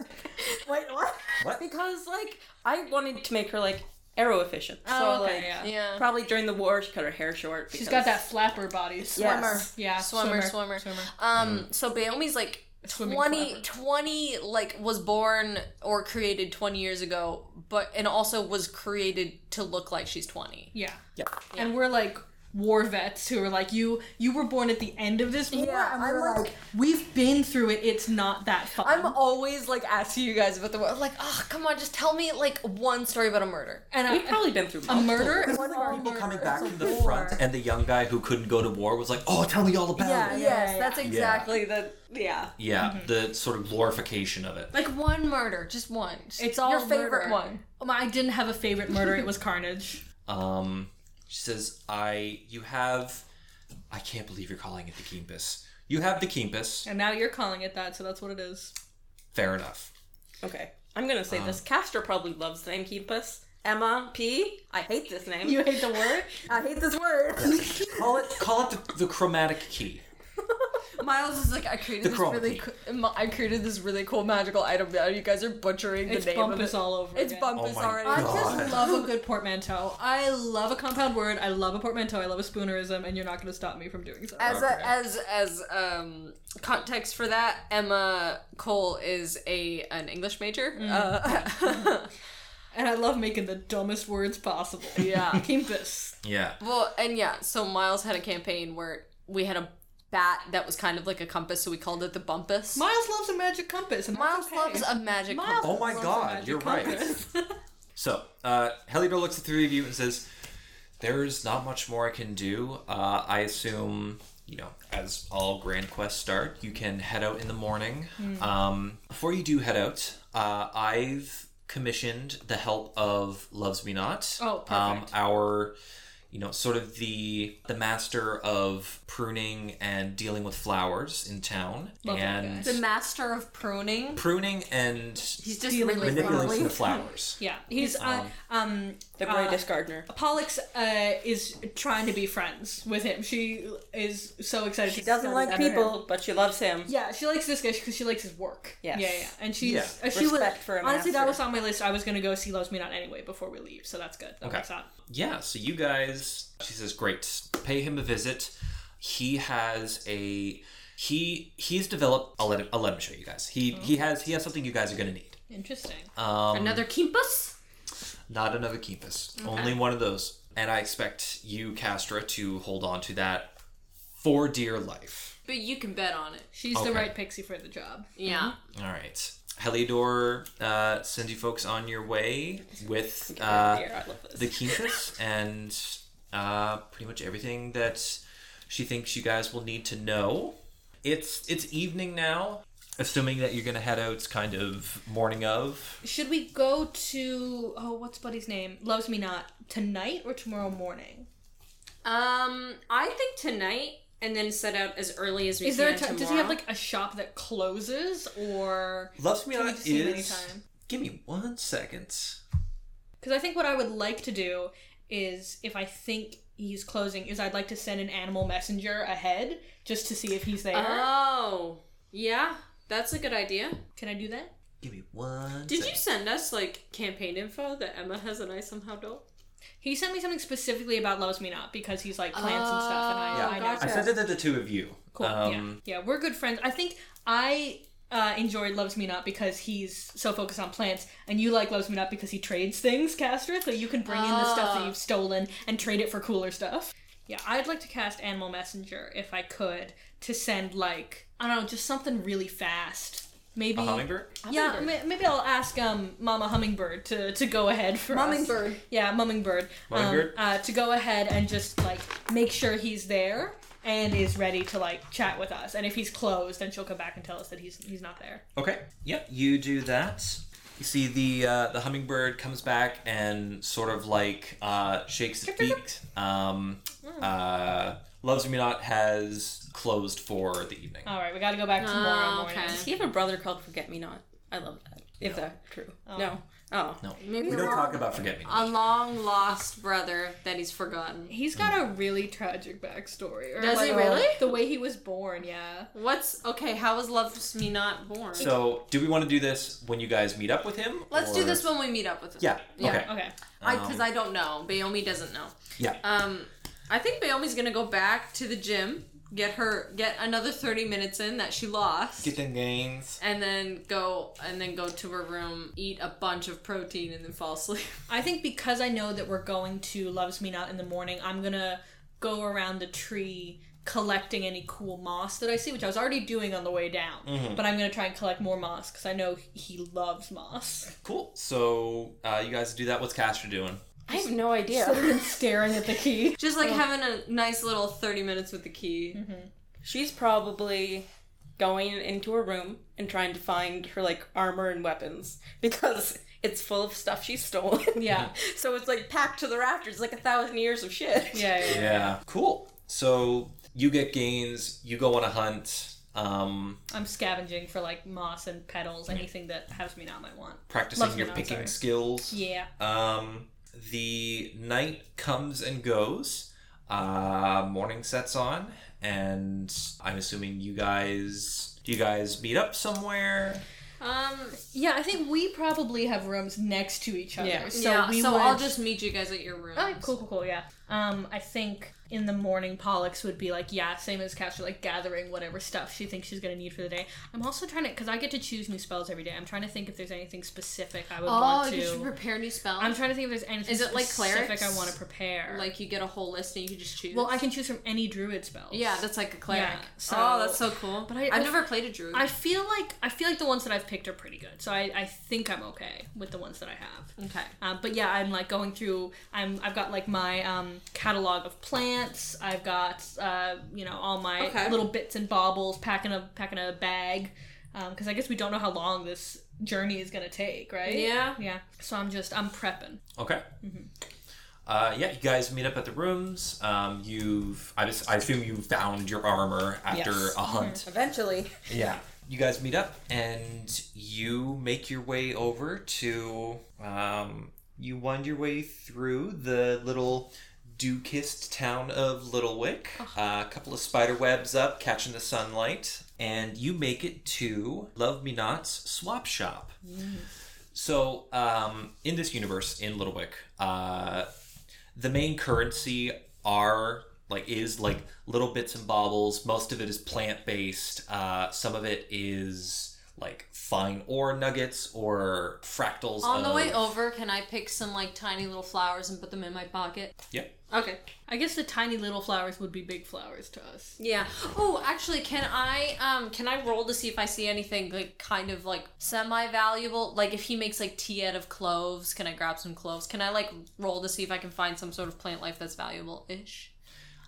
Speaker 5: wait, what?
Speaker 1: What?
Speaker 6: because like I wanted to make her like arrow efficient. so
Speaker 4: okay,
Speaker 6: like
Speaker 4: yeah.
Speaker 2: Oh, yeah,
Speaker 6: probably during the war she cut her hair short.
Speaker 4: She's got
Speaker 6: because-
Speaker 4: that flapper body. Swimmer. Yeah,
Speaker 2: swimmer, swimmer, Um,
Speaker 1: Mm-hmm.
Speaker 2: so Bayomi's like.
Speaker 4: Swimming
Speaker 2: 20,
Speaker 4: flapper.
Speaker 2: 20 like was born or created 20 years ago but and also was created to look like she's 20
Speaker 4: Yeah. And we're like war vets who are like, you you were born at the end of this war.
Speaker 5: Yeah,
Speaker 4: and we're
Speaker 5: I'm
Speaker 4: like,
Speaker 5: like-
Speaker 4: we've been through it. It's not that fun.
Speaker 2: i'm always like asking you guys about the world like oh come on just tell me like one story about a murder
Speaker 4: and I,
Speaker 6: We've probably been
Speaker 2: (laughs)
Speaker 6: through
Speaker 4: a
Speaker 2: Um,
Speaker 6: multiple
Speaker 4: murder. is
Speaker 5: One
Speaker 4: more
Speaker 5: more
Speaker 4: murder.
Speaker 1: coming back from the front and the young guy who couldn't go to war was like, "Oh, tell me all about it."
Speaker 2: yes that's exactly the
Speaker 6: Yeah.
Speaker 1: Yeah,
Speaker 4: Mm-hmm.
Speaker 1: the sort of glorification of it.
Speaker 2: Like one murder, just one. Just
Speaker 4: It's all
Speaker 2: your favorite
Speaker 4: murder.
Speaker 2: one.
Speaker 4: Um, I didn't have a favorite murder. It was Carnage.
Speaker 1: Um, she says, "I you have I can't believe you're calling it the Kimpus. You have the Kimpus.
Speaker 4: And now you're calling it that, so that's what it is.
Speaker 1: Fair enough.
Speaker 6: Okay. I'm gonna say
Speaker 1: Uh.
Speaker 6: this. Castor probably loves the name Keepus. Emma P. I hate this name.
Speaker 4: You hate the word?
Speaker 5: I hate this word.
Speaker 1: Call it call it the, the chromatic key.
Speaker 2: Miles is like, I created
Speaker 1: The
Speaker 2: this really,
Speaker 1: chroma
Speaker 2: co- I created this really cool magical item. Now you guys are butchering the
Speaker 4: It's
Speaker 2: name of
Speaker 4: Bumpus
Speaker 2: it.
Speaker 4: all over.
Speaker 2: It's
Speaker 4: again.
Speaker 2: Bumpus
Speaker 1: Oh my
Speaker 2: already.
Speaker 4: I
Speaker 1: God.
Speaker 4: just love a good portmanteau. I love a compound word. I love a portmanteau. I love a spoonerism, and you're not going to stop me from doing so.
Speaker 2: As
Speaker 1: Okay.
Speaker 2: a, as as um context for that, Emma Cole is a an English major. Uh,
Speaker 4: And I love making the dumbest words possible.
Speaker 2: (laughs) (laughs) Yeah.
Speaker 4: Kimpus.
Speaker 1: Yeah.
Speaker 2: well, and yeah, so Miles had a campaign where we had a bat that was kind of like a compass, so we called it the bumpus.
Speaker 4: Miles loves a magic compass. And
Speaker 2: Miles
Speaker 4: that's okay.
Speaker 2: loves a magic
Speaker 4: Miles
Speaker 2: compass.
Speaker 1: Oh my
Speaker 4: loves a
Speaker 1: god,
Speaker 4: magic
Speaker 1: you're right.
Speaker 4: (laughs) compass.
Speaker 1: So, uh, Heliodor looks at the three of you and says, There's not much more I can do. Uh, I assume, you know, as all grand quests start, you can head out in the morning.
Speaker 4: Hmm.
Speaker 1: Um, before you do head out, uh, I've commissioned the help of Loves Me Not.
Speaker 4: Oh,
Speaker 1: Um,
Speaker 4: perfect.
Speaker 1: our you know sort of the the master of pruning and dealing with flowers in town
Speaker 4: that
Speaker 1: and
Speaker 2: The master of pruning.
Speaker 1: pruning and
Speaker 2: He's just
Speaker 4: Dealing
Speaker 2: really
Speaker 4: with
Speaker 1: manipulation
Speaker 2: flowing.
Speaker 1: of flowers
Speaker 4: Yeah, he's uh, um
Speaker 6: The
Speaker 4: uh,
Speaker 6: brightest gardener.
Speaker 4: Pollux uh, is trying to be friends with him. She is so excited.
Speaker 6: She
Speaker 4: to
Speaker 6: doesn't
Speaker 4: stand
Speaker 6: like
Speaker 4: under him.
Speaker 6: people, but she loves him.
Speaker 4: Yeah, she likes this guy because she likes his work.
Speaker 6: Yes.
Speaker 4: Yeah, yeah. And she's
Speaker 1: Yeah.
Speaker 4: uh, she was
Speaker 6: Respect for a
Speaker 4: honestly that
Speaker 6: master.
Speaker 4: was on my list. I was gonna go see Loves Me Not anyway before we leave, so that's good. That
Speaker 1: Okay.
Speaker 4: works out.
Speaker 1: yeah, so you guys, she says, great. Pay him a visit. He has a he he's developed. I'll let him, I'll let him show you guys. He he has he has something you guys are gonna need.
Speaker 4: Interesting.
Speaker 1: Um,
Speaker 2: Another Kimpus?
Speaker 1: not another Keepus. Only one of those. And I expect you, Castra, to hold on to that for dear life.
Speaker 2: But you can bet on it.
Speaker 4: She's
Speaker 1: okay.
Speaker 4: the right pixie for the job.
Speaker 2: Yeah.
Speaker 1: All right. Heliodor uh, sends you folks on your way with uh,
Speaker 6: Dear, I love this.
Speaker 1: the Keepus and uh, pretty much everything that she thinks you guys will need to know. It's it's evening now. Assuming that you're gonna head out, it's kind of morning of.
Speaker 4: Should we go to oh what's Buddy's name? Loves Me Not tonight or tomorrow morning?
Speaker 2: Um, I think tonight, and then set out as early as we
Speaker 4: Is
Speaker 2: can
Speaker 4: there a time?
Speaker 2: tomorrow.
Speaker 4: Does he have like a shop that closes or?
Speaker 1: Loves me
Speaker 4: Can we
Speaker 1: not
Speaker 4: just see him
Speaker 1: is.
Speaker 4: anytime?
Speaker 1: Give me one second.
Speaker 4: Because I think what I would like to do is, if I think he's closing, is I'd like to send an animal messenger ahead just to see if he's there.
Speaker 2: Oh, yeah. That's a good idea.
Speaker 4: Can I do that?
Speaker 1: Give me one.
Speaker 2: Did you
Speaker 1: second.
Speaker 2: send us like campaign info that Emma has and I somehow don't?
Speaker 4: He sent me something specifically about loves me not because he's like plants and stuff, and I,
Speaker 1: Yeah,
Speaker 4: I know.
Speaker 1: I sent it to the two of you.
Speaker 4: Oh, Cool.
Speaker 1: Um,
Speaker 4: yeah, yeah, we're good friends. I think I. Uh, enjoyed loves me not because he's so focused on plants, and you like loves me not because he trades things, (laughs) Castor. So you can bring in the
Speaker 1: Oh.
Speaker 4: stuff that you've stolen and trade it for cooler stuff. Yeah, I'd like to cast animal messenger if I could to send like I don't know, just something really fast. Maybe
Speaker 1: A hummingbird.
Speaker 4: yeah, ma- maybe I'll ask um Mama Hummingbird to to go ahead for us.
Speaker 7: Hummingbird.
Speaker 4: Yeah, Mummingbird. um,
Speaker 1: Mummingbird?
Speaker 4: uh, to go ahead and just like make sure he's there and is ready to like chat with us. And if he's closed, then she'll come back and tell us that he's he's not there.
Speaker 1: Okay. Yep. You do that. You see the uh, the hummingbird comes back and sort of like uh, shakes its beak. Um,
Speaker 2: Hmm.
Speaker 1: uh, Loves me not has closed for the evening.
Speaker 4: All right, we got to go back tomorrow
Speaker 2: Oh,
Speaker 4: morning.
Speaker 2: okay.
Speaker 6: Does he have a brother called Forget Me Not? I love that. If that's true. No. Oh.
Speaker 1: No,
Speaker 2: Maybe
Speaker 1: we don't talk about forget me.
Speaker 2: A long lost brother that he's forgotten.
Speaker 4: He's got a really tragic backstory. Or
Speaker 2: Does he
Speaker 4: like,
Speaker 2: really?
Speaker 4: The way he was born, yeah.
Speaker 2: What's okay? How was Loves Me Not born?
Speaker 1: So, do we want to do this when you guys meet up with him?
Speaker 2: Let's do
Speaker 1: or-
Speaker 2: this when we meet up with him.
Speaker 1: Yeah.
Speaker 2: Yeah.
Speaker 1: Okay.
Speaker 4: Okay.
Speaker 1: um,
Speaker 2: Because I, don't know. Bayomi doesn't know.
Speaker 1: Yeah.
Speaker 2: Um, I think Bayomi's gonna go back to the gym, get her, get another thirty minutes in that she lost,
Speaker 1: Get them gains.
Speaker 2: and then go and then go to her room, eat a bunch of protein, and then fall (laughs) asleep.
Speaker 4: I think because I know that we're going to Loves Me Not in the morning, I'm gonna go around the tree collecting any cool moss that I see, which I was already doing on the way down. But I'm gonna try and collect more moss because I know he loves moss.
Speaker 1: Cool. So, uh, you guys do that. What's Castor doing?
Speaker 6: I have no idea.
Speaker 4: Been staring at
Speaker 2: (laughs)
Speaker 4: the key.
Speaker 2: Just like having a nice little thirty minutes with the key.
Speaker 6: (laughs) She's probably going into her room and trying to find her like armor and weapons because it's full of stuff she's stolen.
Speaker 4: Yeah.
Speaker 6: (laughs) so it's like packed to the rafters, like a thousand years of shit. (laughs)
Speaker 4: Yeah, yeah, yeah.
Speaker 1: Yeah. Cool. So you get gains. You go on a hunt. Um,
Speaker 4: I'm scavenging for like moss and petals, anything that Loves Me Not might want.
Speaker 1: practicing
Speaker 4: Love
Speaker 1: your
Speaker 4: Vietnam,
Speaker 1: picking
Speaker 4: sorry.
Speaker 1: skills.
Speaker 4: Yeah.
Speaker 1: Um, the night comes and goes. Uh, morning sets on, and I'm assuming you guys do you guys meet up somewhere?
Speaker 2: Um,
Speaker 4: Yeah, I think we probably have rooms next to each other.
Speaker 6: Yeah.
Speaker 4: So
Speaker 2: yeah.
Speaker 4: we
Speaker 2: so
Speaker 4: would...
Speaker 2: I'll just meet you guys at your room.
Speaker 4: Alright, cool, cool, cool, yeah. Um, I think in the morning, Pollux would be like, yeah, same as Castor, like gathering whatever stuff she thinks she's gonna need for the day. I'm also trying to, because I get to choose new spells every day. I'm trying to think if there's anything specific I would
Speaker 2: Oh,
Speaker 4: want
Speaker 2: you should
Speaker 4: to.
Speaker 2: prepare new spells.
Speaker 4: I'm trying to think if there's anything
Speaker 2: Is it like
Speaker 4: specific
Speaker 2: clerics?
Speaker 4: I want to prepare.
Speaker 2: like you get a whole list and you can just choose.
Speaker 4: well, I can choose from any druid spells.
Speaker 2: Yeah, that's like a cleric.
Speaker 4: Yeah, so-
Speaker 2: oh, that's so cool.
Speaker 4: But
Speaker 2: But
Speaker 4: I-
Speaker 2: I,
Speaker 4: I-
Speaker 2: have never played a druid.
Speaker 4: I feel like I feel like the ones that I've picked are pretty good, so I, I think I'm okay with the ones that I have.
Speaker 2: okay.
Speaker 4: Um, but yeah, I'm like going through. I'm I've got like my um, catalog of plants. I've got uh, you know all my
Speaker 2: Okay.
Speaker 4: little bits and baubles, packing a packing a bag, because I guess we don't know how long this journey is gonna take, right?
Speaker 2: Yeah.
Speaker 4: yeah. So I'm just I'm prepping.
Speaker 1: Okay.
Speaker 4: Mm-hmm.
Speaker 1: Uh, yeah, you guys meet up at the rooms. Um, you've, I, just, I assume you found your armor after
Speaker 4: Yes.
Speaker 1: a hunt.
Speaker 7: Eventually.
Speaker 1: Yeah. You guys meet up and you make your way over to. Um, you wind your way through the little dew kissed town of Littlewick. A couple of spider webs up, catching the sunlight. And you make it to Love Me Not's swap shop.
Speaker 2: Mm.
Speaker 1: So, um, in this universe, in Littlewick, uh, the main currency are like is like little bits and baubles most of it is plant based uh, some of it is like fine ore nuggets or fractals
Speaker 2: On the
Speaker 1: of-
Speaker 2: way over, can I pick some like tiny little flowers and put them in my pocket?
Speaker 1: yep
Speaker 2: Okay.
Speaker 4: I guess the tiny little flowers would be big flowers to us.
Speaker 2: Yeah. Oh, actually, can I um can I roll to see if I see anything like kind of like semi valuable? Like if he makes like tea out of cloves, can I grab some cloves? Can I like roll to see if I can find some sort of plant life that's valuable ish?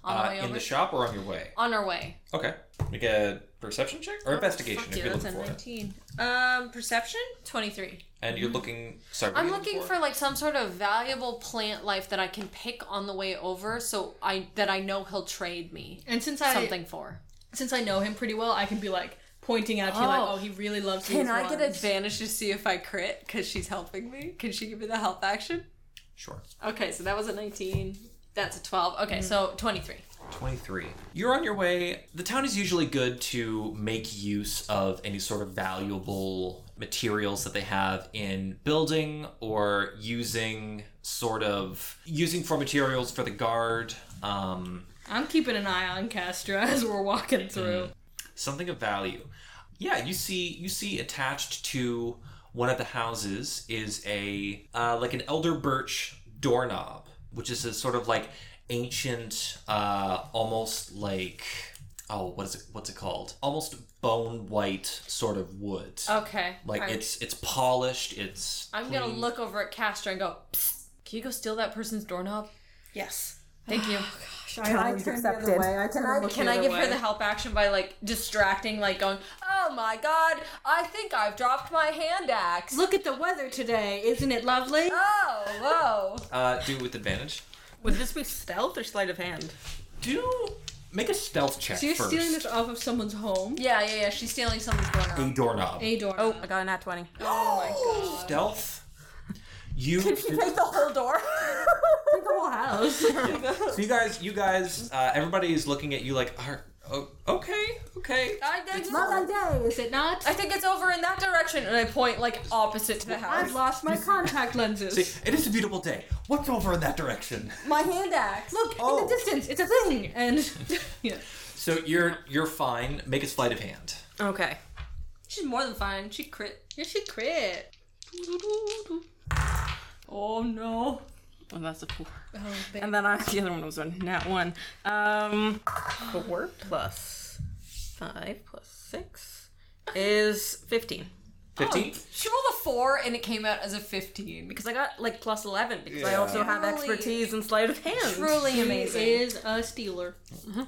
Speaker 2: On the
Speaker 1: uh,
Speaker 2: way
Speaker 1: in
Speaker 2: over.
Speaker 1: the shop or on your way
Speaker 2: on our way.
Speaker 1: okay make a perception check or investigation if
Speaker 2: yeah,
Speaker 1: you're
Speaker 2: that's
Speaker 1: looking for it
Speaker 2: Um, perception twenty three.
Speaker 1: and you're looking sorry what are
Speaker 2: Mm-hmm. I'm
Speaker 1: you
Speaker 2: looking for like some sort of valuable plant life that I can pick on the way over, so I that I know he'll trade me
Speaker 4: And since I
Speaker 2: something for.
Speaker 4: since I know him pretty well, I can be like pointing out to you like,
Speaker 2: Oh.
Speaker 4: oh, he really loves these
Speaker 2: Can I get
Speaker 4: ones."
Speaker 2: advantage to see if I crit because she's helping me? Can she give me the help action?
Speaker 1: sure
Speaker 2: Okay, so that was a 19. That's a 12. Okay, so 23.
Speaker 1: 23. You're on your way. The town is usually good to make use of any sort of valuable materials that they have in building or using sort of using for materials for the guard. Um,
Speaker 4: I'm keeping an eye on Castra (laughs) as we're walking through.
Speaker 1: something of value. Yeah, you see, you see attached to one of the houses is a uh, like an elder birch doorknob, which is a sort of like ancient, uh, almost like oh, what is it? What's it called? Almost bone white sort of wood.
Speaker 2: Oh, Okay.
Speaker 1: like it's it's polished. It's
Speaker 2: I'm going to look over at Castor and go, Psst, can you go steal that person's doorknob?
Speaker 4: Yes.
Speaker 2: Thank you.
Speaker 5: Can I
Speaker 7: Challenge
Speaker 5: turn the
Speaker 7: accepted.
Speaker 5: other way? I turn and look
Speaker 2: Can
Speaker 5: the
Speaker 2: I
Speaker 5: other
Speaker 2: give
Speaker 5: way.
Speaker 2: her the help action by like distracting, like going, oh my god, I think I've dropped my hand axe.
Speaker 4: Look at the weather today. Isn't it lovely?
Speaker 2: Oh, whoa.
Speaker 1: uh, do with advantage.
Speaker 6: Would this be stealth or sleight of hand?
Speaker 1: Do make a stealth check
Speaker 4: So you're
Speaker 1: first.
Speaker 4: stealing this off of someone's home?
Speaker 2: Yeah, yeah, yeah. She's stealing someone's
Speaker 1: a
Speaker 2: doorknob.
Speaker 1: doorknob.
Speaker 4: A door.
Speaker 7: Oh, I got a nat
Speaker 2: (gasps)
Speaker 7: 20.
Speaker 1: stealth. You
Speaker 7: Take the whole door. Take the whole house.
Speaker 1: So you guys, you guys, uh, everybody is looking at you like, "Are- oh, okay, okay.
Speaker 2: (laughs) I, I, just-
Speaker 7: Not that day.
Speaker 4: Is it not?
Speaker 2: I think it's over in that direction, and I point like opposite to the
Speaker 7: I've
Speaker 2: house.
Speaker 7: lost my contact.
Speaker 4: Contact
Speaker 1: See,
Speaker 4: lenses.
Speaker 1: it is a beautiful day. What's over in that direction? Oh,
Speaker 7: My hand axe.
Speaker 4: Look, in the distance, it's a thing. And yeah.
Speaker 1: So you're you're fine. Make a sleight of hand.
Speaker 6: Okay.
Speaker 2: She's more than fine. She crit.
Speaker 4: yeah, she crit. Oh no.
Speaker 6: Well, Oh, that's a four. and then I, the other one was one, not one. Um, four plus five plus six is fifteen.
Speaker 1: Fifteen.
Speaker 2: She rolled a four, and it came out as a fifteen.
Speaker 6: Because I got like plus eleven because I
Speaker 1: Yeah.
Speaker 6: also have
Speaker 2: Truly-
Speaker 6: expertise in sleight of hand.
Speaker 2: Truly amazing.
Speaker 4: She is a stealer.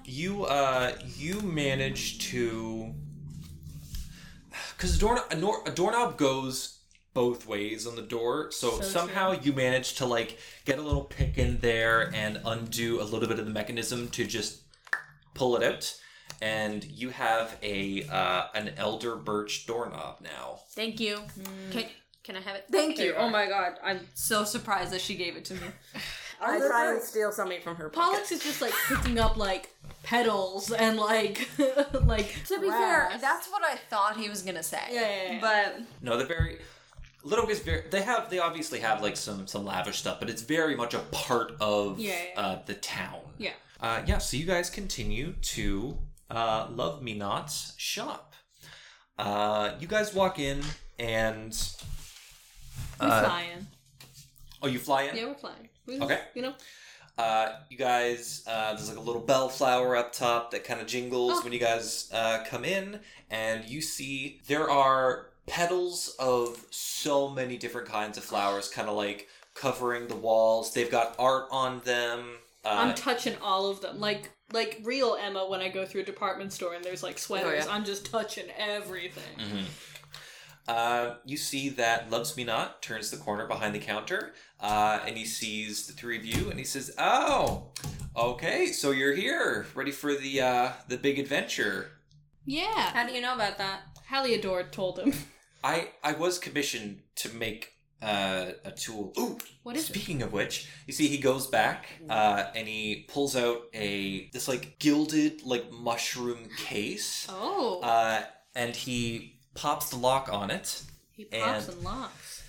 Speaker 1: You uh you manage to because door a, nor- a doorknob goes both ways on the door, so, somehow you manage to like get a little pick in there and undo a little bit of the mechanism to just pull it out. And you have a uh, an elder birch doorknob now.
Speaker 2: Thank you. Can, can I have it?
Speaker 7: Thank you.
Speaker 2: Hmm. Oh my god, I'm so surprised that she gave it to me.
Speaker 6: I try and steal something from her. Pocket.
Speaker 4: Pollux is just like picking up like petals and like (laughs) like
Speaker 2: to be fair, that's what I thought he was gonna say.
Speaker 4: yeah, yeah, yeah.
Speaker 2: But
Speaker 1: No, they're very Little Oak is very. They have. They obviously have like some some lavish stuff, but it's very much a part of
Speaker 4: Yeah, yeah.
Speaker 1: Uh, the town.
Speaker 4: Yeah.
Speaker 1: Uh, yeah. So you guys continue to uh, Love Me Not's shop. Uh, you guys walk in and
Speaker 4: We're
Speaker 1: Uh,
Speaker 4: flying.
Speaker 1: oh, you fly in.
Speaker 4: Yeah, we're flying. We-
Speaker 1: Okay.
Speaker 4: You know,
Speaker 1: Uh, you guys, uh, there's like a little bellflower up top that kind of jingles when you guys uh, come in, and you see there are petals of so many different kinds of flowers, kind of like covering the walls. They've got art on them. Uh,
Speaker 4: I'm touching all of them, like like real Emma when I go through a department store and there's
Speaker 1: Oh,
Speaker 4: like sweaters.
Speaker 6: yeah.
Speaker 4: I'm just touching everything.
Speaker 1: Mm. Mm-hmm. uh, you see that Loves Me Not turns the corner behind the counter, uh, and he sees the three of you, and he says, "Oh, okay, so you're here, ready for the uh, the big adventure."
Speaker 4: Yeah,
Speaker 2: How do you know about that?
Speaker 4: Haliodor
Speaker 1: (laughs)
Speaker 4: told him.
Speaker 1: I I was commissioned to make uh, a tool. Ooh,
Speaker 4: What is it?
Speaker 1: speaking of which, you see, he goes back uh, and he pulls out a this like gilded like mushroom case,
Speaker 4: Oh,
Speaker 1: uh, and he pops the lock on it.
Speaker 4: he pops
Speaker 1: and-
Speaker 4: and, locks.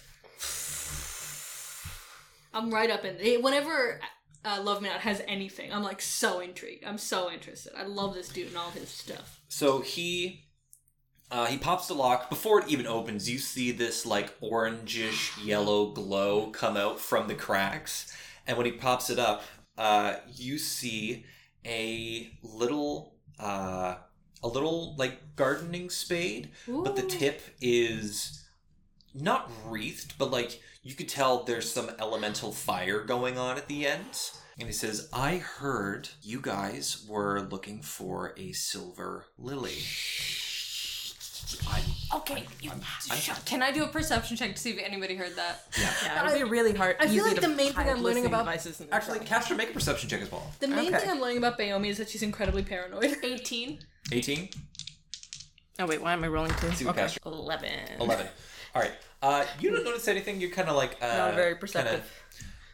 Speaker 4: I'm right up in it. Whenever uh, Love Me Not has anything, I'm like so intrigued. I'm so interested. I love this dude and all his stuff.
Speaker 1: So he. Uh, he pops the lock. Before it even opens, you see this like orangish yellow glow come out from the cracks. And when he pops it up, uh, you see a little, uh, a little like gardening spade, but the tip is not wreathed, but like you could tell there's some elemental fire going on at the end. And he says, I heard you guys were looking for a silver lily. I'm,
Speaker 7: Okay, you
Speaker 1: I'm-
Speaker 2: Can I do a perception check to see if anybody heard that? (laughs)
Speaker 6: Yeah, it'd be really hard. I
Speaker 7: feel like the main thing I'm learning about-
Speaker 6: devices in the
Speaker 1: actually, Castro, make a perception check as well.
Speaker 4: The main
Speaker 6: Okay.
Speaker 4: thing I'm learning about Bayomi is that she's incredibly paranoid. (laughs)
Speaker 2: 18.
Speaker 1: 18,
Speaker 6: Oh wait, why am I rolling two?
Speaker 1: See what Castro-
Speaker 6: Eleven.
Speaker 4: (laughs)
Speaker 1: 11. All right. Uh, you don't notice anything. You're kind of like. Uh,
Speaker 6: Not very
Speaker 1: kinda-
Speaker 6: perceptive.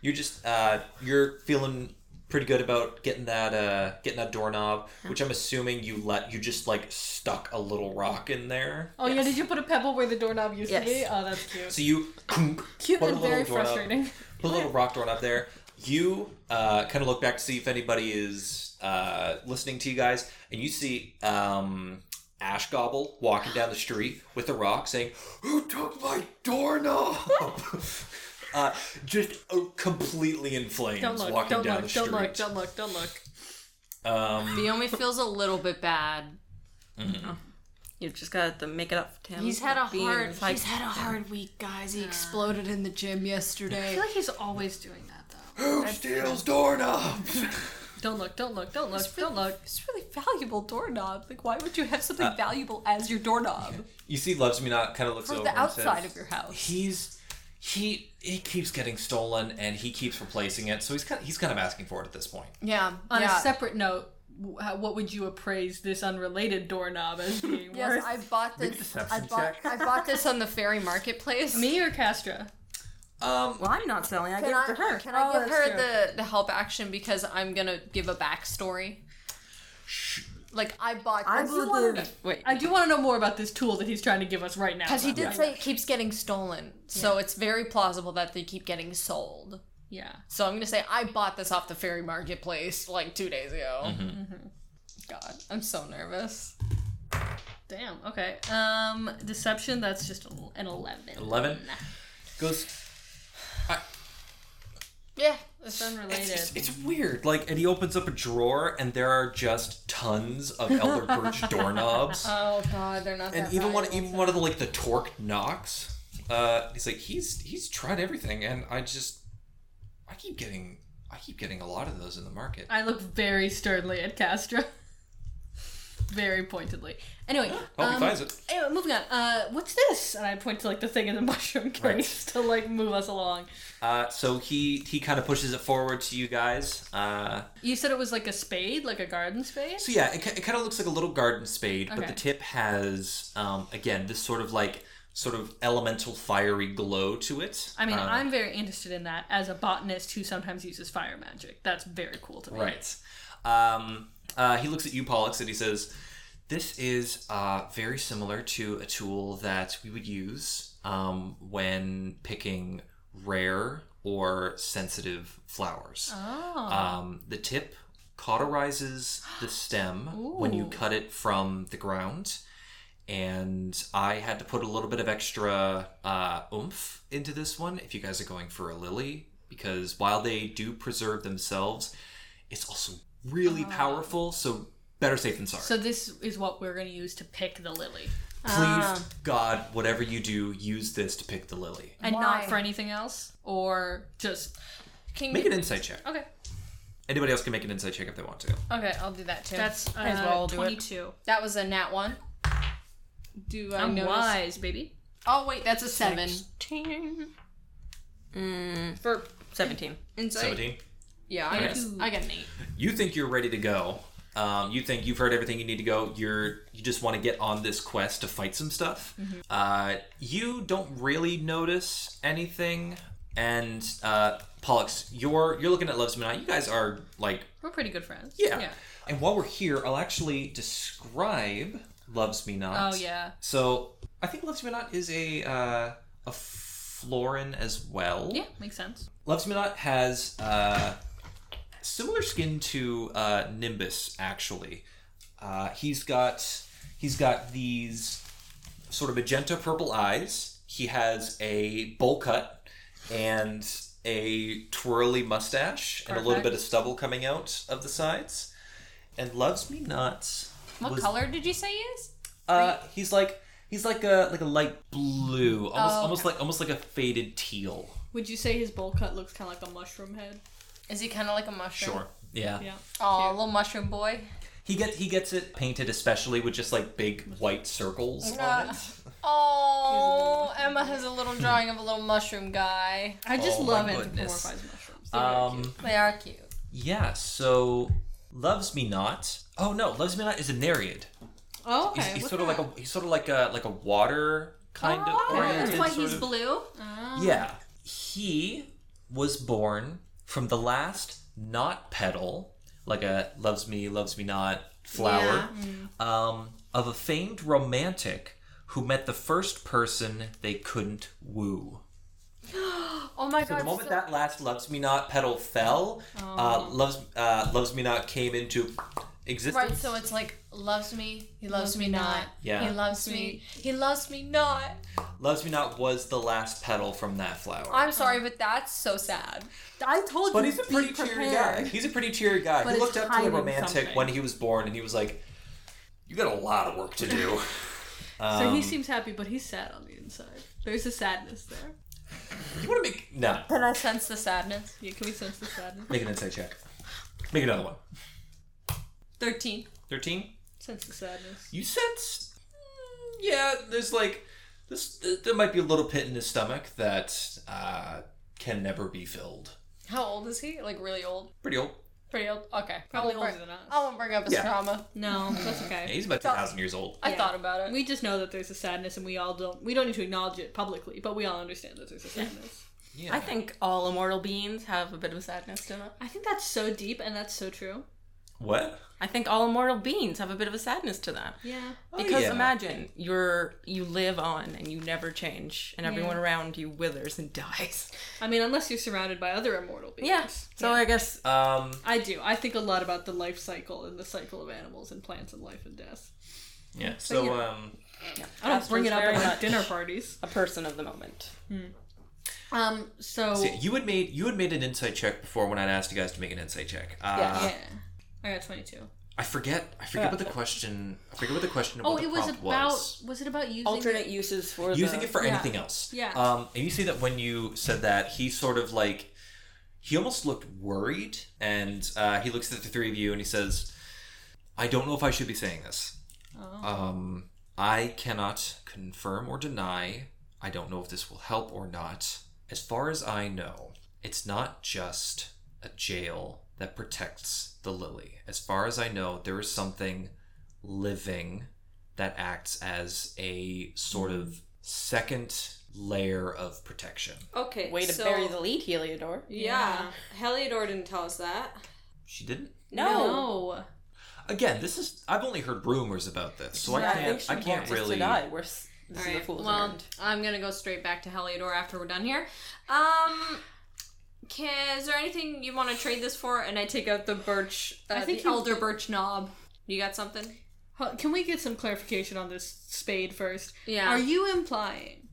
Speaker 1: you're just, uh, you're feeling pretty good about getting that uh getting that doorknob which i'm assuming you let you just like stuck a little rock in there
Speaker 4: Oh yeah, did you put a pebble where the doorknob used
Speaker 6: Yes.
Speaker 4: to be? Oh, that's cute.
Speaker 1: so you
Speaker 4: Cute
Speaker 1: put a little
Speaker 4: and very
Speaker 1: doorknob-
Speaker 4: frustrating. (laughs)
Speaker 1: Put a little rock door up there. You uh, kind of look back to see if anybody is uh, listening to you guys, and you see um, Ash Gobble walking down the street with a rock saying, Who took my doorknob? (laughs) uh, just uh, completely in flames
Speaker 4: Don't look,
Speaker 1: walking
Speaker 4: don't
Speaker 1: down
Speaker 4: look,
Speaker 1: the
Speaker 4: don't
Speaker 1: street.
Speaker 4: look, don't look, don't look.
Speaker 1: Um,
Speaker 2: Biomi feels a little bit bad.
Speaker 6: You just gotta have to make it up to him.
Speaker 2: He's had a
Speaker 6: Being
Speaker 2: hard
Speaker 6: like-
Speaker 2: he's had a hard week, guys. He exploded in the gym yesterday.
Speaker 4: I feel like he's always doing that though.
Speaker 1: Who steals doorknobs? (laughs)
Speaker 4: Don't look, don't look, don't look, don't look. Uh,
Speaker 2: It's really valuable doorknob. Like why would you have something valuable as your doorknob?
Speaker 1: you see Loves Me Not kind of looks
Speaker 2: For
Speaker 1: over
Speaker 2: the
Speaker 1: and
Speaker 2: outside
Speaker 1: says,
Speaker 2: of your house.
Speaker 1: he's he it keeps getting stolen and he keeps replacing it so he's kind of, he's kind of asking for it at this point
Speaker 2: Yeah.
Speaker 4: On
Speaker 2: yeah.
Speaker 4: a separate note, wh- how- what would you appraise this unrelated doorknob as
Speaker 2: (laughs)
Speaker 4: being
Speaker 2: Yes,
Speaker 4: worth?
Speaker 2: I bought this. I bought, I bought this on the fairy marketplace.
Speaker 4: Me or Castra?
Speaker 1: um
Speaker 6: Well, I'm not selling. I
Speaker 2: Can
Speaker 6: give
Speaker 2: I,
Speaker 6: it to her.
Speaker 2: can I give her Oh, the, the help action because I'm gonna give a backstory? Like I bought
Speaker 5: I
Speaker 2: this
Speaker 5: will give.
Speaker 6: Wait,
Speaker 4: I
Speaker 2: (laughs)
Speaker 4: do want to know more about this tool that he's trying to give us right now.
Speaker 2: because he
Speaker 4: though.
Speaker 2: did say it keeps getting stolen, so it's very plausible that they keep getting sold.
Speaker 4: Yeah.
Speaker 2: So I'm gonna say I bought this off the fairy marketplace like two days ago.
Speaker 1: Mm-hmm.
Speaker 2: God, I'm so nervous.
Speaker 4: Um, Damn. Okay. Um, deception. That's just a- an eleven.
Speaker 1: 11 goes
Speaker 2: Yeah,
Speaker 4: It's unrelated.
Speaker 1: it's, it's weird like and he opens up a drawer and there are just tons of elder birch doorknobs
Speaker 2: Oh God, they're not.
Speaker 1: and
Speaker 2: that
Speaker 1: even one
Speaker 2: valuable.
Speaker 1: even one of the like the torque knocks uh he's like he's he's tried everything and i just i keep getting i keep getting a lot of those in the market
Speaker 4: I look very sternly at Castra. (laughs) very pointedly. Anyway,
Speaker 1: oh he
Speaker 4: um,
Speaker 1: finds it
Speaker 4: anyway, moving on. Uh, what's this? And I point to like the thing in the (laughs) mushroom case to like move us along.
Speaker 1: uh so he he kind of pushes it forward to you guys uh
Speaker 4: You said it was like a spade, like a garden spade.
Speaker 1: So yeah, it, ki- it kind of looks like a little garden spade, but
Speaker 4: Okay.
Speaker 1: the tip has um, again this sort of like sort of elemental fiery glow to it.
Speaker 4: I mean,
Speaker 1: Uh,
Speaker 4: I'm very interested in that as a botanist who sometimes uses fire magic. That's very cool to me.
Speaker 1: right. Um, uh, he looks at you, Pollux, and he says, This is uh, very similar to a tool that we would use um, when picking rare or sensitive
Speaker 4: Oh,
Speaker 1: flowers. Um, the tip cauterizes the stem when you cut it from the ground. And I had to put a little bit of extra uh, oomph into this one if you guys are going for a lily, because while they do preserve themselves, it's also really powerful. So better safe than sorry.
Speaker 4: So this is what we're going to use to pick the lily,
Speaker 1: Please, God, whatever you do, use this to pick the lily.
Speaker 4: and not for anything else, or just
Speaker 3: Can
Speaker 1: Make
Speaker 3: you-
Speaker 1: an insight check.
Speaker 3: Okay.
Speaker 1: Anybody else can make an insight check if they want to.
Speaker 3: Okay, I'll do that too.
Speaker 4: that's uh,
Speaker 6: as well do it.
Speaker 4: twenty-two.
Speaker 3: that was a nat one. Do I
Speaker 4: I'm
Speaker 3: notice?
Speaker 4: wise, baby.
Speaker 3: Oh wait, that's a seven.
Speaker 6: For 17.
Speaker 3: Insight.
Speaker 1: Seventeen.
Speaker 3: Yeah, I got,
Speaker 1: Yes.
Speaker 3: I got an eight.
Speaker 1: You think you're ready to go. Um, you think you've heard everything you need to go. You're you just want to get on this quest to fight some stuff.
Speaker 4: Mm-hmm.
Speaker 1: Uh, you don't really notice anything. And uh, Pollux, you're you're looking at Love's Midnight. You guys are like
Speaker 4: We're pretty good friends.
Speaker 1: yeah. And while we're here, I'll actually describe Loves Me Not.
Speaker 4: Oh yeah.
Speaker 1: So I think Loves Me Not is a uh, a florin as well.
Speaker 4: Yeah, makes sense.
Speaker 1: Loves Me Not has uh, similar skin to uh, Nimbus. Actually, uh, he's got he's got these sort of magenta purple eyes. He has a bowl cut and a twirly mustache and a little
Speaker 4: Perfect.
Speaker 1: bit of stubble coming out of the sides. And Loves Me Not.
Speaker 2: What
Speaker 1: was-
Speaker 2: color did you say he is?
Speaker 1: Uh, he's like he's like a like a light blue, almost almost like almost like a faded teal.
Speaker 4: Would you say his bowl cut looks kind of like a mushroom head?
Speaker 3: Is he kind of like a mushroom?
Speaker 1: Yeah.
Speaker 4: Yeah.
Speaker 3: Oh, little mushroom boy.
Speaker 1: He gets he gets it painted especially with just like big white circles on (laughs) it.
Speaker 3: Uh, Oh, Emma has a
Speaker 1: Hmm.
Speaker 3: little drawing of a little mushroom guy.
Speaker 4: I just
Speaker 1: Oh, my
Speaker 4: love
Speaker 1: goodness.
Speaker 4: anthropomorphized mushrooms. They're really
Speaker 1: Um,
Speaker 4: cute.
Speaker 3: They are cute.
Speaker 1: yeah. So loves me not. Oh no, loves me not is a nereid.
Speaker 4: Oh,
Speaker 1: He's,
Speaker 4: okay.
Speaker 1: he's
Speaker 4: what's
Speaker 1: sort of
Speaker 4: that? Oh,
Speaker 1: like a he's sort of like a like a water kind of oriented.
Speaker 2: That's why
Speaker 1: sort
Speaker 2: he's
Speaker 1: of-
Speaker 2: blue.
Speaker 1: Yeah. He was born from the last not petal, like a loves me, loves me not flower,
Speaker 4: Mm.
Speaker 1: um, of a famed romantic who met the first person they couldn't woo.
Speaker 2: Oh my
Speaker 1: So the
Speaker 2: god.
Speaker 1: moment that last loves me not petal fell, uh, loves uh, loves me not came into existence.
Speaker 3: Right, so it's like loves me, he loves me not.
Speaker 1: Yeah.
Speaker 3: He loves me, he loves me not.
Speaker 1: Loves me not was the last petal from that flower.
Speaker 3: I'm sorry, but that's so sad.
Speaker 5: I told
Speaker 1: But
Speaker 5: you.
Speaker 1: he's a
Speaker 5: be
Speaker 1: pretty cheery guy.
Speaker 5: prepared.
Speaker 1: He's a pretty cheery guy.
Speaker 5: But
Speaker 1: he
Speaker 5: it's
Speaker 1: looked up to the
Speaker 5: hiding
Speaker 1: romantic
Speaker 5: something.
Speaker 1: when he was born, and he was like, "You got a lot of work to do."
Speaker 4: So
Speaker 1: Um,
Speaker 4: he seems happy, but he's sad on the inside. There's a sadness there.
Speaker 1: you want to make no
Speaker 3: Can I sense the sadness?
Speaker 4: Yeah, can we sense the sadness?
Speaker 1: make an insight check. Make another one.
Speaker 3: 13.
Speaker 1: Thirteen.
Speaker 4: Sense the sadness.
Speaker 1: You sense, mm, yeah, there's like this. th- There might be a little pit in his stomach that uh, can never be filled.
Speaker 3: How old is he? Like really old?
Speaker 1: Pretty old.
Speaker 3: Pretty old? Okay.
Speaker 4: Probably
Speaker 3: I won't
Speaker 4: older
Speaker 3: bring-
Speaker 4: than us.
Speaker 3: I won't bring up his
Speaker 1: Yeah.
Speaker 3: trauma.
Speaker 4: No, that's
Speaker 1: Yeah,
Speaker 4: okay.
Speaker 1: he's about two thousand years old.
Speaker 3: I
Speaker 4: Yeah.
Speaker 3: thought about it.
Speaker 4: We just know that there's a sadness, and we all don't. We don't need to acknowledge it publicly, but we all understand that there's a sadness.
Speaker 1: Yeah.
Speaker 6: I think all immortal beings have a bit of sadness to them.
Speaker 4: I think that's so deep, and that's so true.
Speaker 1: What?
Speaker 6: I think all immortal beings have a bit of a sadness to them.
Speaker 4: Yeah.
Speaker 6: Because
Speaker 1: Oh, yeah.
Speaker 6: imagine you're you live on and you never change, and everyone around you withers and (laughs) dies.
Speaker 4: I mean, unless you're surrounded by other immortal beings.
Speaker 6: So I guess
Speaker 1: Um.
Speaker 4: I do. I think a lot about the life cycle and the cycle of animals and plants and life and death.
Speaker 1: Yeah. So
Speaker 4: yeah.
Speaker 1: um.
Speaker 4: I don't bring it up
Speaker 6: very
Speaker 4: at
Speaker 6: much.
Speaker 4: dinner parties. (laughs)
Speaker 6: a person of the moment.
Speaker 4: Um. So.
Speaker 1: See, you had made you had made an insight check before when I'd asked you guys to make an insight check. Uh,
Speaker 4: yeah. I got twenty-two.
Speaker 1: I forget. I forget what the question. I forget what the question.
Speaker 4: Oh,
Speaker 1: what the
Speaker 4: it was
Speaker 1: prompt
Speaker 4: about.
Speaker 1: was.
Speaker 4: Was. it about using
Speaker 6: Alternate uses for
Speaker 1: using
Speaker 6: the,
Speaker 1: it for anything else.
Speaker 4: Yeah.
Speaker 1: Um, and you see that when you said that, he sort of like he almost looked worried, and uh, he looks at the three of you and he says, "I don't know if I should be saying this. Um, I cannot confirm or deny. I don't know if this will help or not. As far as I know, it's not just a jail that protects the lily. As far as I know, there is something living that acts as a sort of second layer of protection.
Speaker 2: Okay.
Speaker 6: way to
Speaker 2: so,
Speaker 6: bury the lead, Heliodor.
Speaker 2: Yeah. Heliodor didn't tell us that.
Speaker 1: She didn't?
Speaker 4: Oh,
Speaker 6: No.
Speaker 4: No.
Speaker 1: I Again, this is I've only heard rumors about this, so I
Speaker 6: Yeah,
Speaker 1: can't
Speaker 6: think
Speaker 1: I
Speaker 6: she
Speaker 1: can't
Speaker 6: wants us to
Speaker 1: really.
Speaker 6: die. We're s- this
Speaker 2: All
Speaker 6: is a
Speaker 2: right.
Speaker 6: fool's
Speaker 2: well,
Speaker 6: errand.
Speaker 2: I'm gonna go straight back to Heliodor after we're done here. Um, can, is there anything you want to trade this for? And I take out the birch, uh,
Speaker 4: I think
Speaker 2: the
Speaker 4: you-
Speaker 2: elder birch knob. You got something?
Speaker 4: Huh, Can we get some clarification on this spade first?
Speaker 2: Yeah.
Speaker 4: Are you implying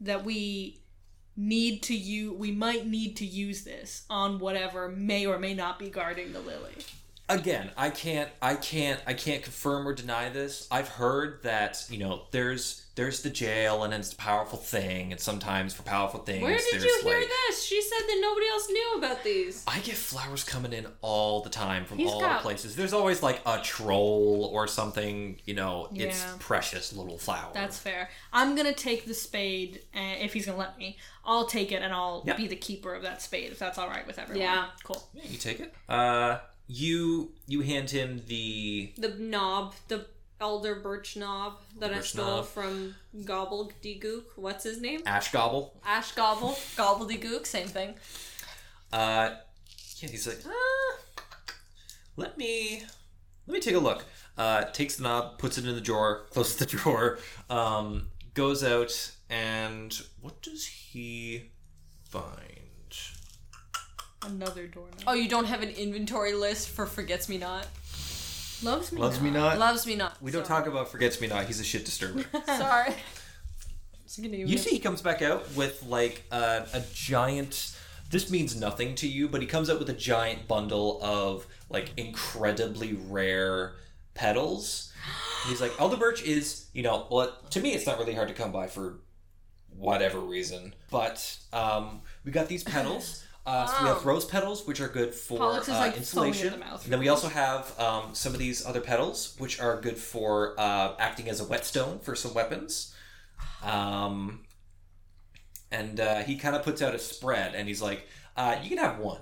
Speaker 4: that we need to you we might need to use this on whatever may or may not be guarding the lily?
Speaker 1: Again, I can't I can't I can't confirm or deny this. I've heard that, you know, there's there's the jail and it's a powerful thing and sometimes for powerful things
Speaker 2: Where did
Speaker 1: there's
Speaker 2: you hear
Speaker 1: like-
Speaker 2: this? She said that nobody else knew about these.
Speaker 1: I get flowers coming in all the time from
Speaker 2: He's
Speaker 1: all
Speaker 2: got-
Speaker 1: places. There's always like a troll or something, you know, it's
Speaker 4: Yeah.
Speaker 1: precious little flower.
Speaker 4: That's fair. I'm gonna take the spade uh, if he's gonna let me. I'll take it and I'll
Speaker 1: Yeah.
Speaker 4: be the keeper of that spade if that's all right with everyone.
Speaker 2: Yeah.
Speaker 4: cool.
Speaker 1: Yeah, you take it. Uh you you hand him the
Speaker 2: The knob, the elder birch knob that I
Speaker 1: Birch
Speaker 2: stole
Speaker 1: knob.
Speaker 2: from Gobbledygook. What's his name?
Speaker 1: ash gobble.
Speaker 2: Ash Gobble, Gobbledygook, same thing.
Speaker 1: Uh, yeah, he's like, ah, let me, let me take a look. Uh, takes the knob, puts it in the drawer, (laughs) closes the drawer, um, goes out, and what does he find?
Speaker 4: Another doorknob.
Speaker 2: Oh, you don't have an inventory list for Forgets Me Not?
Speaker 4: Loves me.
Speaker 1: Loves me not.
Speaker 2: Loves Me Not.
Speaker 1: we don't talk about forgets me not. He's a shit disturber.
Speaker 2: (laughs) Sorry.
Speaker 1: you see, he comes back out with like a, a giant. This means nothing to you, but he comes out with a giant bundle of like incredibly rare petals. He's like, elder birch is, you know, well, it- to me, it's not really hard to come by for whatever reason. But um, we got these petals. Uh, so we have rose petals, which are good for
Speaker 4: Pollux is,
Speaker 1: uh,
Speaker 4: like, foaming at
Speaker 1: insulation.
Speaker 4: the mouth.
Speaker 1: And then we also have um, some of these other petals, which are good for uh, acting as a whetstone for some weapons. Um, and uh, he kind of puts out a spread, and he's like, uh, "You can have one."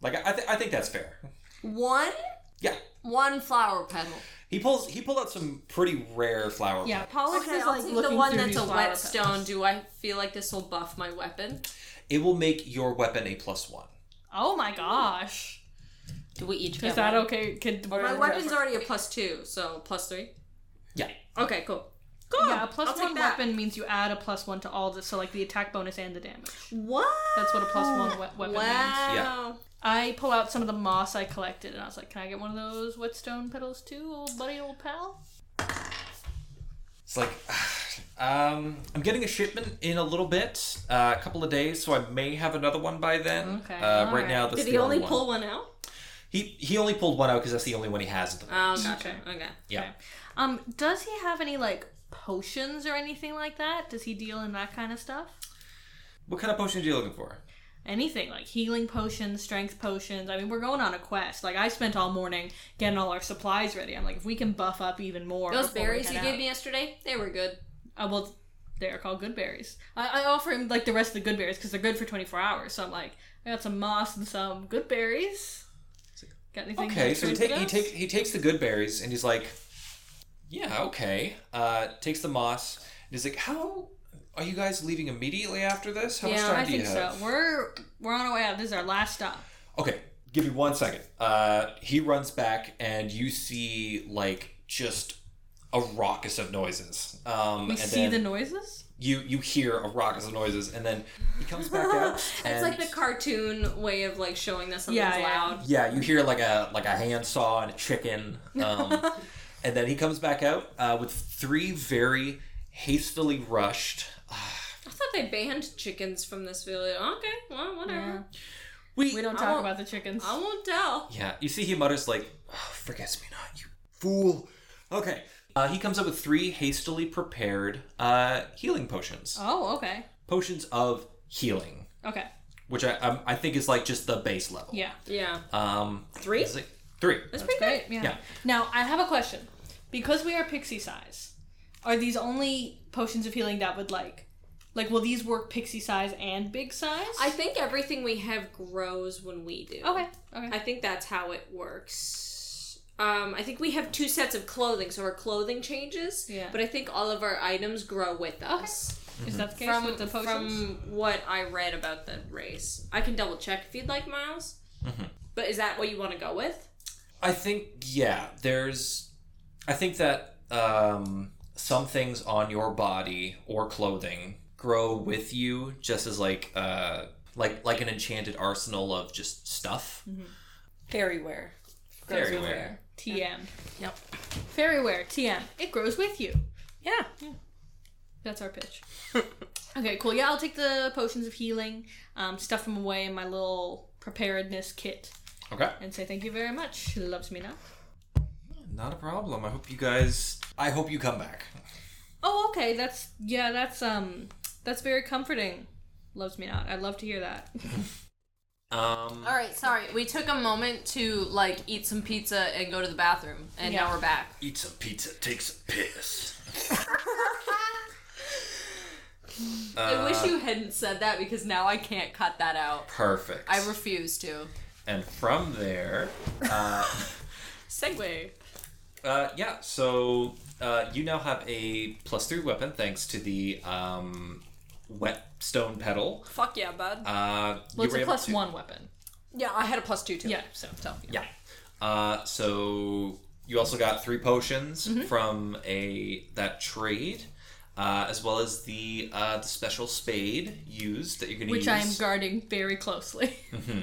Speaker 1: Like I, I, th- I think that's fair.
Speaker 2: One?
Speaker 1: Yeah.
Speaker 2: One flower petal.
Speaker 1: He pulls. He pulled out some pretty rare flower.
Speaker 4: Yeah,
Speaker 1: petals.
Speaker 4: Pollux
Speaker 2: Okay,
Speaker 4: is
Speaker 2: I'll
Speaker 4: like
Speaker 2: take the
Speaker 4: looking
Speaker 2: one
Speaker 4: through
Speaker 2: that's
Speaker 4: these
Speaker 2: a
Speaker 4: flower
Speaker 2: whetstone.
Speaker 4: petals.
Speaker 2: Do I feel like this will buff my weapon?
Speaker 1: It will make your weapon a plus one.
Speaker 4: Oh my gosh.
Speaker 6: Do we each
Speaker 4: Is
Speaker 6: get
Speaker 4: that
Speaker 6: one?
Speaker 4: okay? Can
Speaker 2: My weapon's already a plus two, so plus three.
Speaker 1: Yeah.
Speaker 2: Okay, cool.
Speaker 4: Yeah, a plus
Speaker 2: I'll take
Speaker 4: one
Speaker 2: that.
Speaker 4: weapon means you add a plus one to all this, so like the attack bonus and the damage.
Speaker 2: What?
Speaker 4: That's what a plus one we- weapon means.
Speaker 2: Wow.
Speaker 4: I pull out some of the moss I collected, and I was like, "Can I get one of those whetstone petals too, old buddy, old pal?"
Speaker 1: It's like, (sighs) um, I'm getting a shipment in a little bit, uh, a couple of days, so I may have another one by then.
Speaker 4: Okay,
Speaker 1: Uh, right,
Speaker 4: alright.
Speaker 1: now, that's
Speaker 2: Did
Speaker 1: the
Speaker 2: he only
Speaker 1: only
Speaker 2: pull
Speaker 1: One.
Speaker 2: one out?
Speaker 1: He he only pulled one out because that's the only one he has at the moment.
Speaker 2: Oh, gotcha. Okay.
Speaker 1: yeah.
Speaker 4: Um, does he have any like potions or anything like that? Does he deal in that kind of stuff?
Speaker 1: What kind of potions are you looking for?
Speaker 4: Anything like healing potions, strength potions. I mean, we're going on a quest. Like I spent all morning getting all our supplies ready. I'm like, if we can buff up even more.
Speaker 2: Those
Speaker 4: before we
Speaker 2: berries
Speaker 4: head
Speaker 2: you
Speaker 4: out.
Speaker 2: gave me yesterday, they were good.
Speaker 4: Uh, well, they're called good berries. I, I offer him like the rest of the good berries because they're good for 24 hours. So I'm like, I got some moss and some good berries. Got anything?
Speaker 1: Okay,
Speaker 4: to
Speaker 1: so he,
Speaker 4: trade
Speaker 1: take, he
Speaker 4: with
Speaker 1: take
Speaker 4: us?
Speaker 1: he takes the good berries and he's like, yeah, okay. Uh, takes the moss and he's like, how are you guys leaving immediately after this? How much
Speaker 4: Yeah,
Speaker 1: time
Speaker 4: I
Speaker 1: do you
Speaker 4: think
Speaker 1: have?
Speaker 4: so. We're we're on our way out. This is our last stop.
Speaker 1: Okay, give me one second. Uh, he runs back, and you see like just a raucous of noises. Um,
Speaker 4: We
Speaker 1: and
Speaker 4: see
Speaker 1: then
Speaker 4: the noises.
Speaker 1: you you hear a raucous of noises, and then he comes back
Speaker 4: (laughs)
Speaker 1: out.
Speaker 2: It's
Speaker 1: and
Speaker 2: like the cartoon way of like showing that something's
Speaker 4: Yeah, yeah.
Speaker 2: loud.
Speaker 1: yeah, you hear like a like a handsaw and a
Speaker 4: (laughs)
Speaker 1: chicken, um, and then he comes back out uh, with three very hastily rushed. uh,
Speaker 2: I thought they banned chickens from this village. Okay, well, whatever.
Speaker 4: We don't
Speaker 2: I
Speaker 4: talk
Speaker 2: won't-
Speaker 4: about the chickens.
Speaker 2: I won't tell.
Speaker 1: Yeah, you see, he mutters like, oh, "Forgets me not, you fool." Okay, uh, he comes up with three hastily prepared uh, healing potions,
Speaker 4: Oh, okay,
Speaker 1: potions of healing,
Speaker 4: okay,
Speaker 1: which I um, I think is like just the base level.
Speaker 4: yeah.
Speaker 2: Yeah.
Speaker 1: Um,
Speaker 2: Three?
Speaker 1: it's like- three.
Speaker 2: That's pretty
Speaker 4: Great.
Speaker 2: good.
Speaker 4: Yeah.
Speaker 1: Yeah.
Speaker 4: Now I have a question. Because we are pixie size, are these only potions of healing that would like, like, will these work pixie size and big size?
Speaker 2: I think everything we have grows when we do.
Speaker 4: okay. Okay.
Speaker 2: I think that's how it works. Um, I think we have two sets of clothing, so our clothing changes.
Speaker 4: Yeah.
Speaker 2: But I think all of our items grow with us.
Speaker 4: Is that the case
Speaker 2: From,
Speaker 4: with the potions?
Speaker 2: from what I read about the race. I can double check if you'd like, Miles. But is that what you want to go with?
Speaker 1: I think yeah, there's I think that um some things on your body or clothing grow with you just as like uh like like an enchanted arsenal of just stuff.
Speaker 6: Fairy wear.
Speaker 1: Fairy
Speaker 6: with
Speaker 1: wear.
Speaker 6: wear.
Speaker 4: TM.
Speaker 6: Yep.
Speaker 4: Fairyware, TM. It grows with you.
Speaker 6: Yeah.
Speaker 4: That's our pitch. (laughs) okay, cool. Yeah, I'll take the potions of healing, um, stuff them away in my little preparedness kit,
Speaker 1: Okay.
Speaker 4: and say thank you very much. Loves me now.
Speaker 1: Not a problem. I hope you guys I hope you come back.
Speaker 4: Oh, okay. That's yeah. That's um. That's very comforting. Loves me not. I'd love to hear
Speaker 1: (laughs)
Speaker 4: that.
Speaker 1: Um
Speaker 2: All right, sorry. We took a moment to like eat some pizza and go to the bathroom, and now we're back.
Speaker 1: eat some pizza, take some piss.
Speaker 2: I wish you hadn't said that because now I can't cut that out.
Speaker 1: Perfect.
Speaker 2: I refuse to.
Speaker 1: and from there,
Speaker 2: Segway.
Speaker 1: Uh, yeah, so uh, you now have a plus three weapon thanks to the um, wet stone pedal.
Speaker 2: Fuck yeah, bud.
Speaker 1: Uh, you
Speaker 4: Well, it's
Speaker 1: were
Speaker 4: a
Speaker 1: able
Speaker 4: plus
Speaker 1: to-
Speaker 4: one weapon.
Speaker 2: yeah, I had a plus two too.
Speaker 4: Yeah. So, so yeah.
Speaker 1: Yeah. Uh, so you also got three potions
Speaker 4: Mm-hmm.
Speaker 1: from a that trade, uh, as well as the uh, the special spade used that you're going to use.
Speaker 4: Which I am guarding very closely.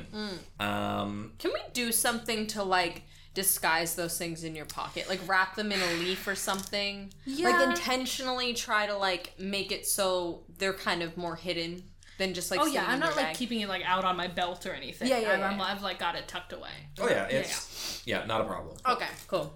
Speaker 4: (laughs)
Speaker 1: um,
Speaker 2: Can we do something to like disguise those things in your pocket? Like wrap them in a leaf or something? Like
Speaker 4: Yeah.
Speaker 2: intentionally try to like make it so they're kind of more hidden than just like
Speaker 4: oh yeah,
Speaker 2: sitting
Speaker 4: I'm
Speaker 2: in
Speaker 4: not
Speaker 2: your
Speaker 4: like
Speaker 2: bag.
Speaker 4: keeping it like out on my belt or anything.
Speaker 2: Yeah, yeah,
Speaker 4: I'm,
Speaker 2: yeah,
Speaker 4: I'm-
Speaker 2: yeah.
Speaker 4: I've like got it tucked away.
Speaker 1: oh yeah, it's yeah, not a problem.
Speaker 2: Okay, cool.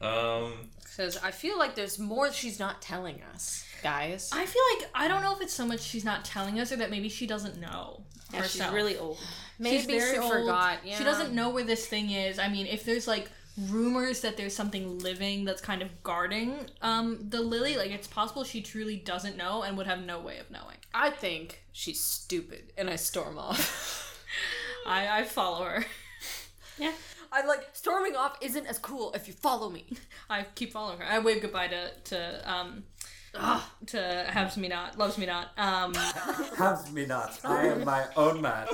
Speaker 1: Um,
Speaker 2: Because I feel like there's more she's not telling us, guys.
Speaker 4: I feel like I don't know if it's so much she's not telling us or that maybe she doesn't know herself.
Speaker 6: old.
Speaker 2: Maybe
Speaker 4: She's very
Speaker 2: she
Speaker 4: old.
Speaker 2: forgot. Yeah.
Speaker 4: She doesn't know where this thing is. I mean, if there's like rumors that there's something living that's kind of guarding um the lily, like it's possible she truly doesn't know and would have no way of knowing.
Speaker 2: I think she's stupid, and I storm off.
Speaker 4: I I follow her.
Speaker 2: (laughs)
Speaker 4: (laughs)
Speaker 2: I like storming off isn't as cool if you follow me.
Speaker 4: I keep following her. I wave goodbye to to um to Habs me not, loves me not. Um
Speaker 8: Have me not. I am my own
Speaker 4: (laughs)
Speaker 8: man.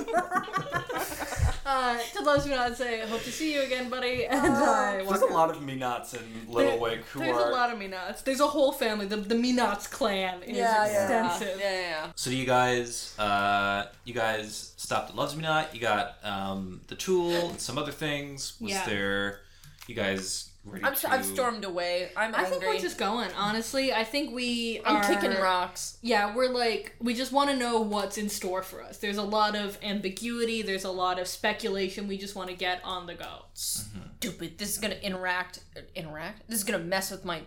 Speaker 4: uh, to loves me not and say, hope to see you again, buddy. And I walk
Speaker 8: There's a
Speaker 4: out.
Speaker 8: lot of me nots in Little Wick who
Speaker 4: There's
Speaker 8: are.
Speaker 4: a lot of Minots. There's a whole family. The the Minots clan is
Speaker 5: Yeah, yeah.
Speaker 4: extensive.
Speaker 2: Yeah, yeah.
Speaker 1: So you guys, uh, you guys stopped at Loves Me Not. You got um, the tool and some other things. Was
Speaker 4: Yeah.
Speaker 1: there? You guys ready
Speaker 2: I'm,
Speaker 1: to?
Speaker 2: I've stormed away. I'm
Speaker 4: I
Speaker 2: angry.
Speaker 4: think we're just going. Honestly, I think we
Speaker 2: I'm
Speaker 4: are
Speaker 2: kicking rocks.
Speaker 4: Yeah, we're like we just want to know what's in store for us. There's a lot of ambiguity. There's a lot of speculation. We just want to get on the go.
Speaker 2: Stupid. This is gonna interact. Interact. This is gonna mess with my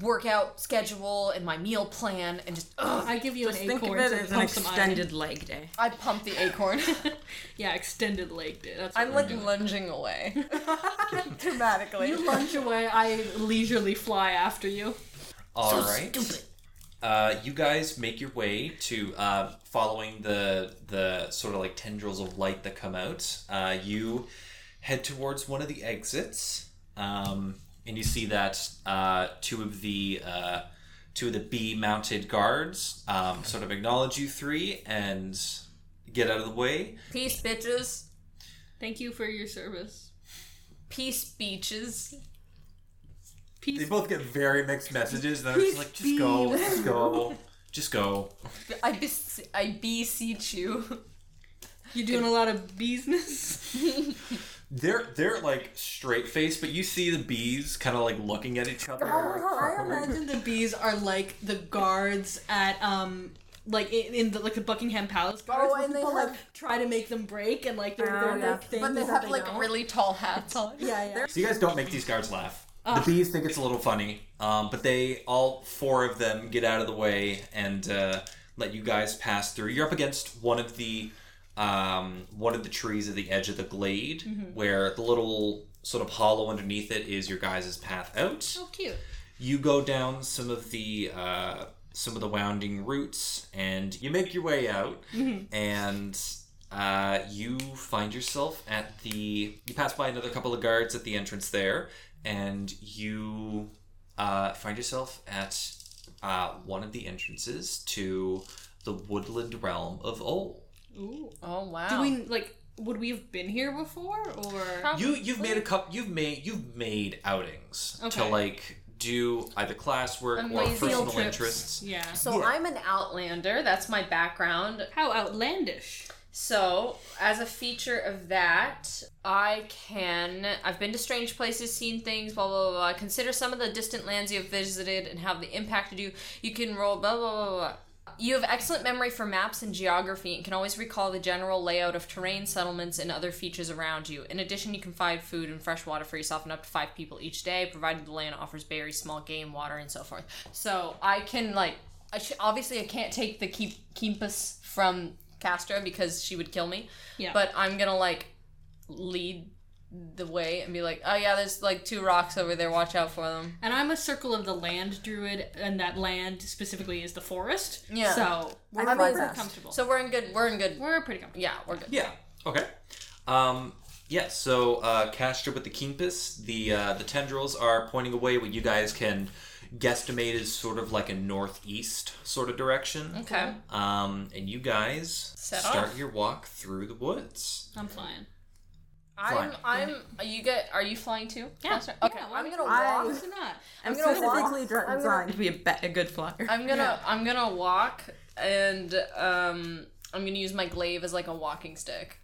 Speaker 2: workout schedule and my meal plan, and just ugh,
Speaker 4: I give you an
Speaker 6: Think of
Speaker 4: acorn
Speaker 6: it
Speaker 4: to
Speaker 6: as an
Speaker 4: pump some iron.
Speaker 6: extended leg day.
Speaker 2: I pump the acorn. (laughs)
Speaker 4: Yeah, extended leg day. That's
Speaker 2: I'm
Speaker 4: what
Speaker 2: like lunging away. (laughs)
Speaker 4: we're
Speaker 5: dramatically.
Speaker 4: doing. you lunge away. I leisurely fly after you.
Speaker 1: (laughs) All right. Uh, you guys make your way to uh, following the the sort of like tendrils of light that come out. Uh, you head towards one of the exits, um, and you see that uh, two of the uh, two of the B mounted guards um, sort of acknowledge you three and get out of the way.
Speaker 2: Peace, bitches.
Speaker 4: Thank you for your service.
Speaker 2: Peace, beaches.
Speaker 8: They
Speaker 4: Peace.
Speaker 8: both get very mixed messages, and I'm just like, just go, just go,
Speaker 1: (laughs) Just go.
Speaker 2: I bes- I beseech you.
Speaker 4: You doing a lot of business?
Speaker 1: They're they're like straight faced, but you see the bees kind of like looking at each other.
Speaker 5: I imagine.
Speaker 4: imagine the bees are like the guards at um like in, in the like the Buckingham Palace
Speaker 2: Oh,
Speaker 5: and
Speaker 4: guards. where
Speaker 5: they
Speaker 4: people,
Speaker 5: have-
Speaker 4: like try to make them break and like they're,
Speaker 7: Oh,
Speaker 4: they're
Speaker 7: yeah.
Speaker 4: like things
Speaker 2: Ah, But they
Speaker 4: that
Speaker 2: have like
Speaker 4: don't.
Speaker 2: really tall hats on.
Speaker 5: Yeah, yeah.
Speaker 1: So you guys don't make these guards laugh. The bees think it's a little funny, um, but they all four of them get out of the way and uh, let you guys pass through. You're up against one of the um, one of the trees at the edge of the glade, where the little sort of hollow underneath it is your guys' path out.
Speaker 4: so cute.
Speaker 1: you go down some of the uh, some of the wounding routes and you make your way out and uh, you find yourself at the you pass by another couple of guards at the entrance there and you uh, find yourself at uh, one of the entrances to the woodland realm of Ol.
Speaker 4: Ooh.
Speaker 2: Oh wow.
Speaker 4: Do we like would we have been here before or
Speaker 1: You you've made a couple. You've made you've made outings to
Speaker 4: Okay.
Speaker 1: like do either classwork
Speaker 2: And
Speaker 1: or
Speaker 2: like field
Speaker 1: personal interests.
Speaker 4: Yeah.
Speaker 2: So I'm an outlander. That's my background.
Speaker 4: How outlandish.
Speaker 2: So, as a feature of that, I can. I've been to strange places, seen things, blah, blah, blah, blah. Consider some of the distant lands you have visited and how they impacted you. You can roll, blah, blah, blah, blah. You have excellent memory for maps and geography and can always recall the general layout of terrain, settlements, and other features around you. In addition, you can find food and fresh water for yourself and up to five people each day, provided the land offers berries, small game, water, and so forth. So, I can, like, I sh- obviously I can't take the keep Keempus from Castra because she would kill me.
Speaker 4: Yeah.
Speaker 2: But I'm gonna like lead the way and be like, oh yeah, there's like two rocks over there. Watch out for them.
Speaker 4: And I'm a circle of the land druid, and that land specifically is the forest.
Speaker 2: Yeah.
Speaker 4: So we're
Speaker 9: I'm
Speaker 4: pretty
Speaker 9: impressed.
Speaker 4: comfortable. So
Speaker 2: So we're in good. We're in good.
Speaker 4: we're pretty comfortable.
Speaker 2: Yeah, we're good.
Speaker 1: Yeah. Okay. Um. Yeah. So uh, Castor with the Kingpis, the uh, the tendrils are pointing away what you guys can guesstimate is sort of like a northeast sort of direction.
Speaker 2: Okay.
Speaker 1: Um. And you guys
Speaker 2: Set
Speaker 1: start
Speaker 2: off.
Speaker 1: your walk through the woods.
Speaker 4: I'm flying.
Speaker 2: I'm.
Speaker 1: Fine.
Speaker 2: I'm. Are you get. Are you flying too?
Speaker 4: Yeah.
Speaker 2: Castra? Okay.
Speaker 4: Yeah,
Speaker 2: I'm
Speaker 4: why
Speaker 2: gonna
Speaker 9: I-
Speaker 2: walk.
Speaker 4: Why not?
Speaker 9: I'm gonna
Speaker 10: specifically
Speaker 9: walk.
Speaker 10: dr-
Speaker 9: I'm
Speaker 10: designed
Speaker 9: gonna,
Speaker 10: to be a, be- a good flyer.
Speaker 2: I'm gonna. I'm gonna walk and um. I'm gonna use my glaive as like a walking stick.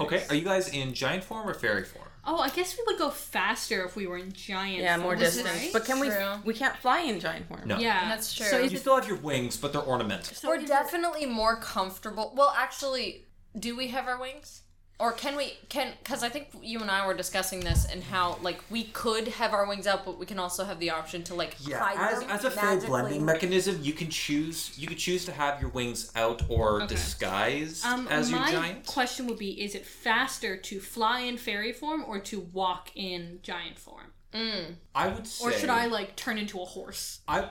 Speaker 1: Okay. Are you guys in giant form or fairy form?
Speaker 4: Oh, I guess we would go faster if we were in giant.
Speaker 6: Yeah, more
Speaker 4: forest,
Speaker 6: distance.
Speaker 4: right?
Speaker 6: But can
Speaker 2: True.
Speaker 6: we? We can't fly in giant form.
Speaker 1: No.
Speaker 4: yeah,
Speaker 2: That's true.
Speaker 4: So is
Speaker 1: You
Speaker 4: it,
Speaker 1: still have your wings, but they're ornamental.
Speaker 4: so
Speaker 2: We're
Speaker 4: is it-
Speaker 2: definitely more comfortable. Well, actually, do we have our wings? Or can we can cuz I think you and I were discussing this and how like we could have our wings up but we can also have the option to like
Speaker 11: Yeah,
Speaker 9: Hide
Speaker 11: as,
Speaker 9: them
Speaker 11: as a fair
Speaker 9: magically.
Speaker 11: blending mechanism.
Speaker 1: Mechanism you can choose. You can choose to have your wings out or
Speaker 4: Okay.
Speaker 1: disguised
Speaker 4: Um,
Speaker 1: as your
Speaker 4: my
Speaker 1: giant.
Speaker 4: question would be: Is it faster to fly in fairy form or to walk in giant form,
Speaker 1: I would say.
Speaker 4: or should I like turn into a horse?
Speaker 1: I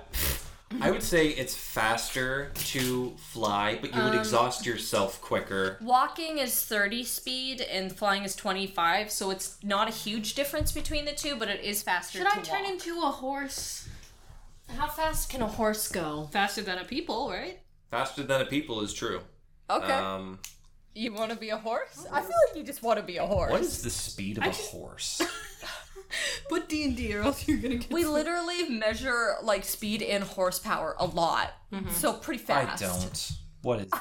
Speaker 1: I would say it's faster to fly, but you would exhaust yourself quicker.
Speaker 2: walking is 30 speed and flying is 25, so it's not a huge difference between the two, but it is faster
Speaker 4: Should
Speaker 2: to
Speaker 4: I turn
Speaker 2: walk.
Speaker 4: into a horse?
Speaker 2: How fast can a horse go?
Speaker 4: Faster than a people, right?
Speaker 1: Faster than a people is true.
Speaker 2: Okay.
Speaker 1: Um,
Speaker 2: you want to be a horse? I feel like you just want to be a horse.
Speaker 1: what is the speed of a horse?
Speaker 4: Put D and D, or else you're gonna get.
Speaker 2: (laughs) We literally measure like speed and horsepower a lot. So pretty
Speaker 1: I
Speaker 2: fast.
Speaker 1: don't. What is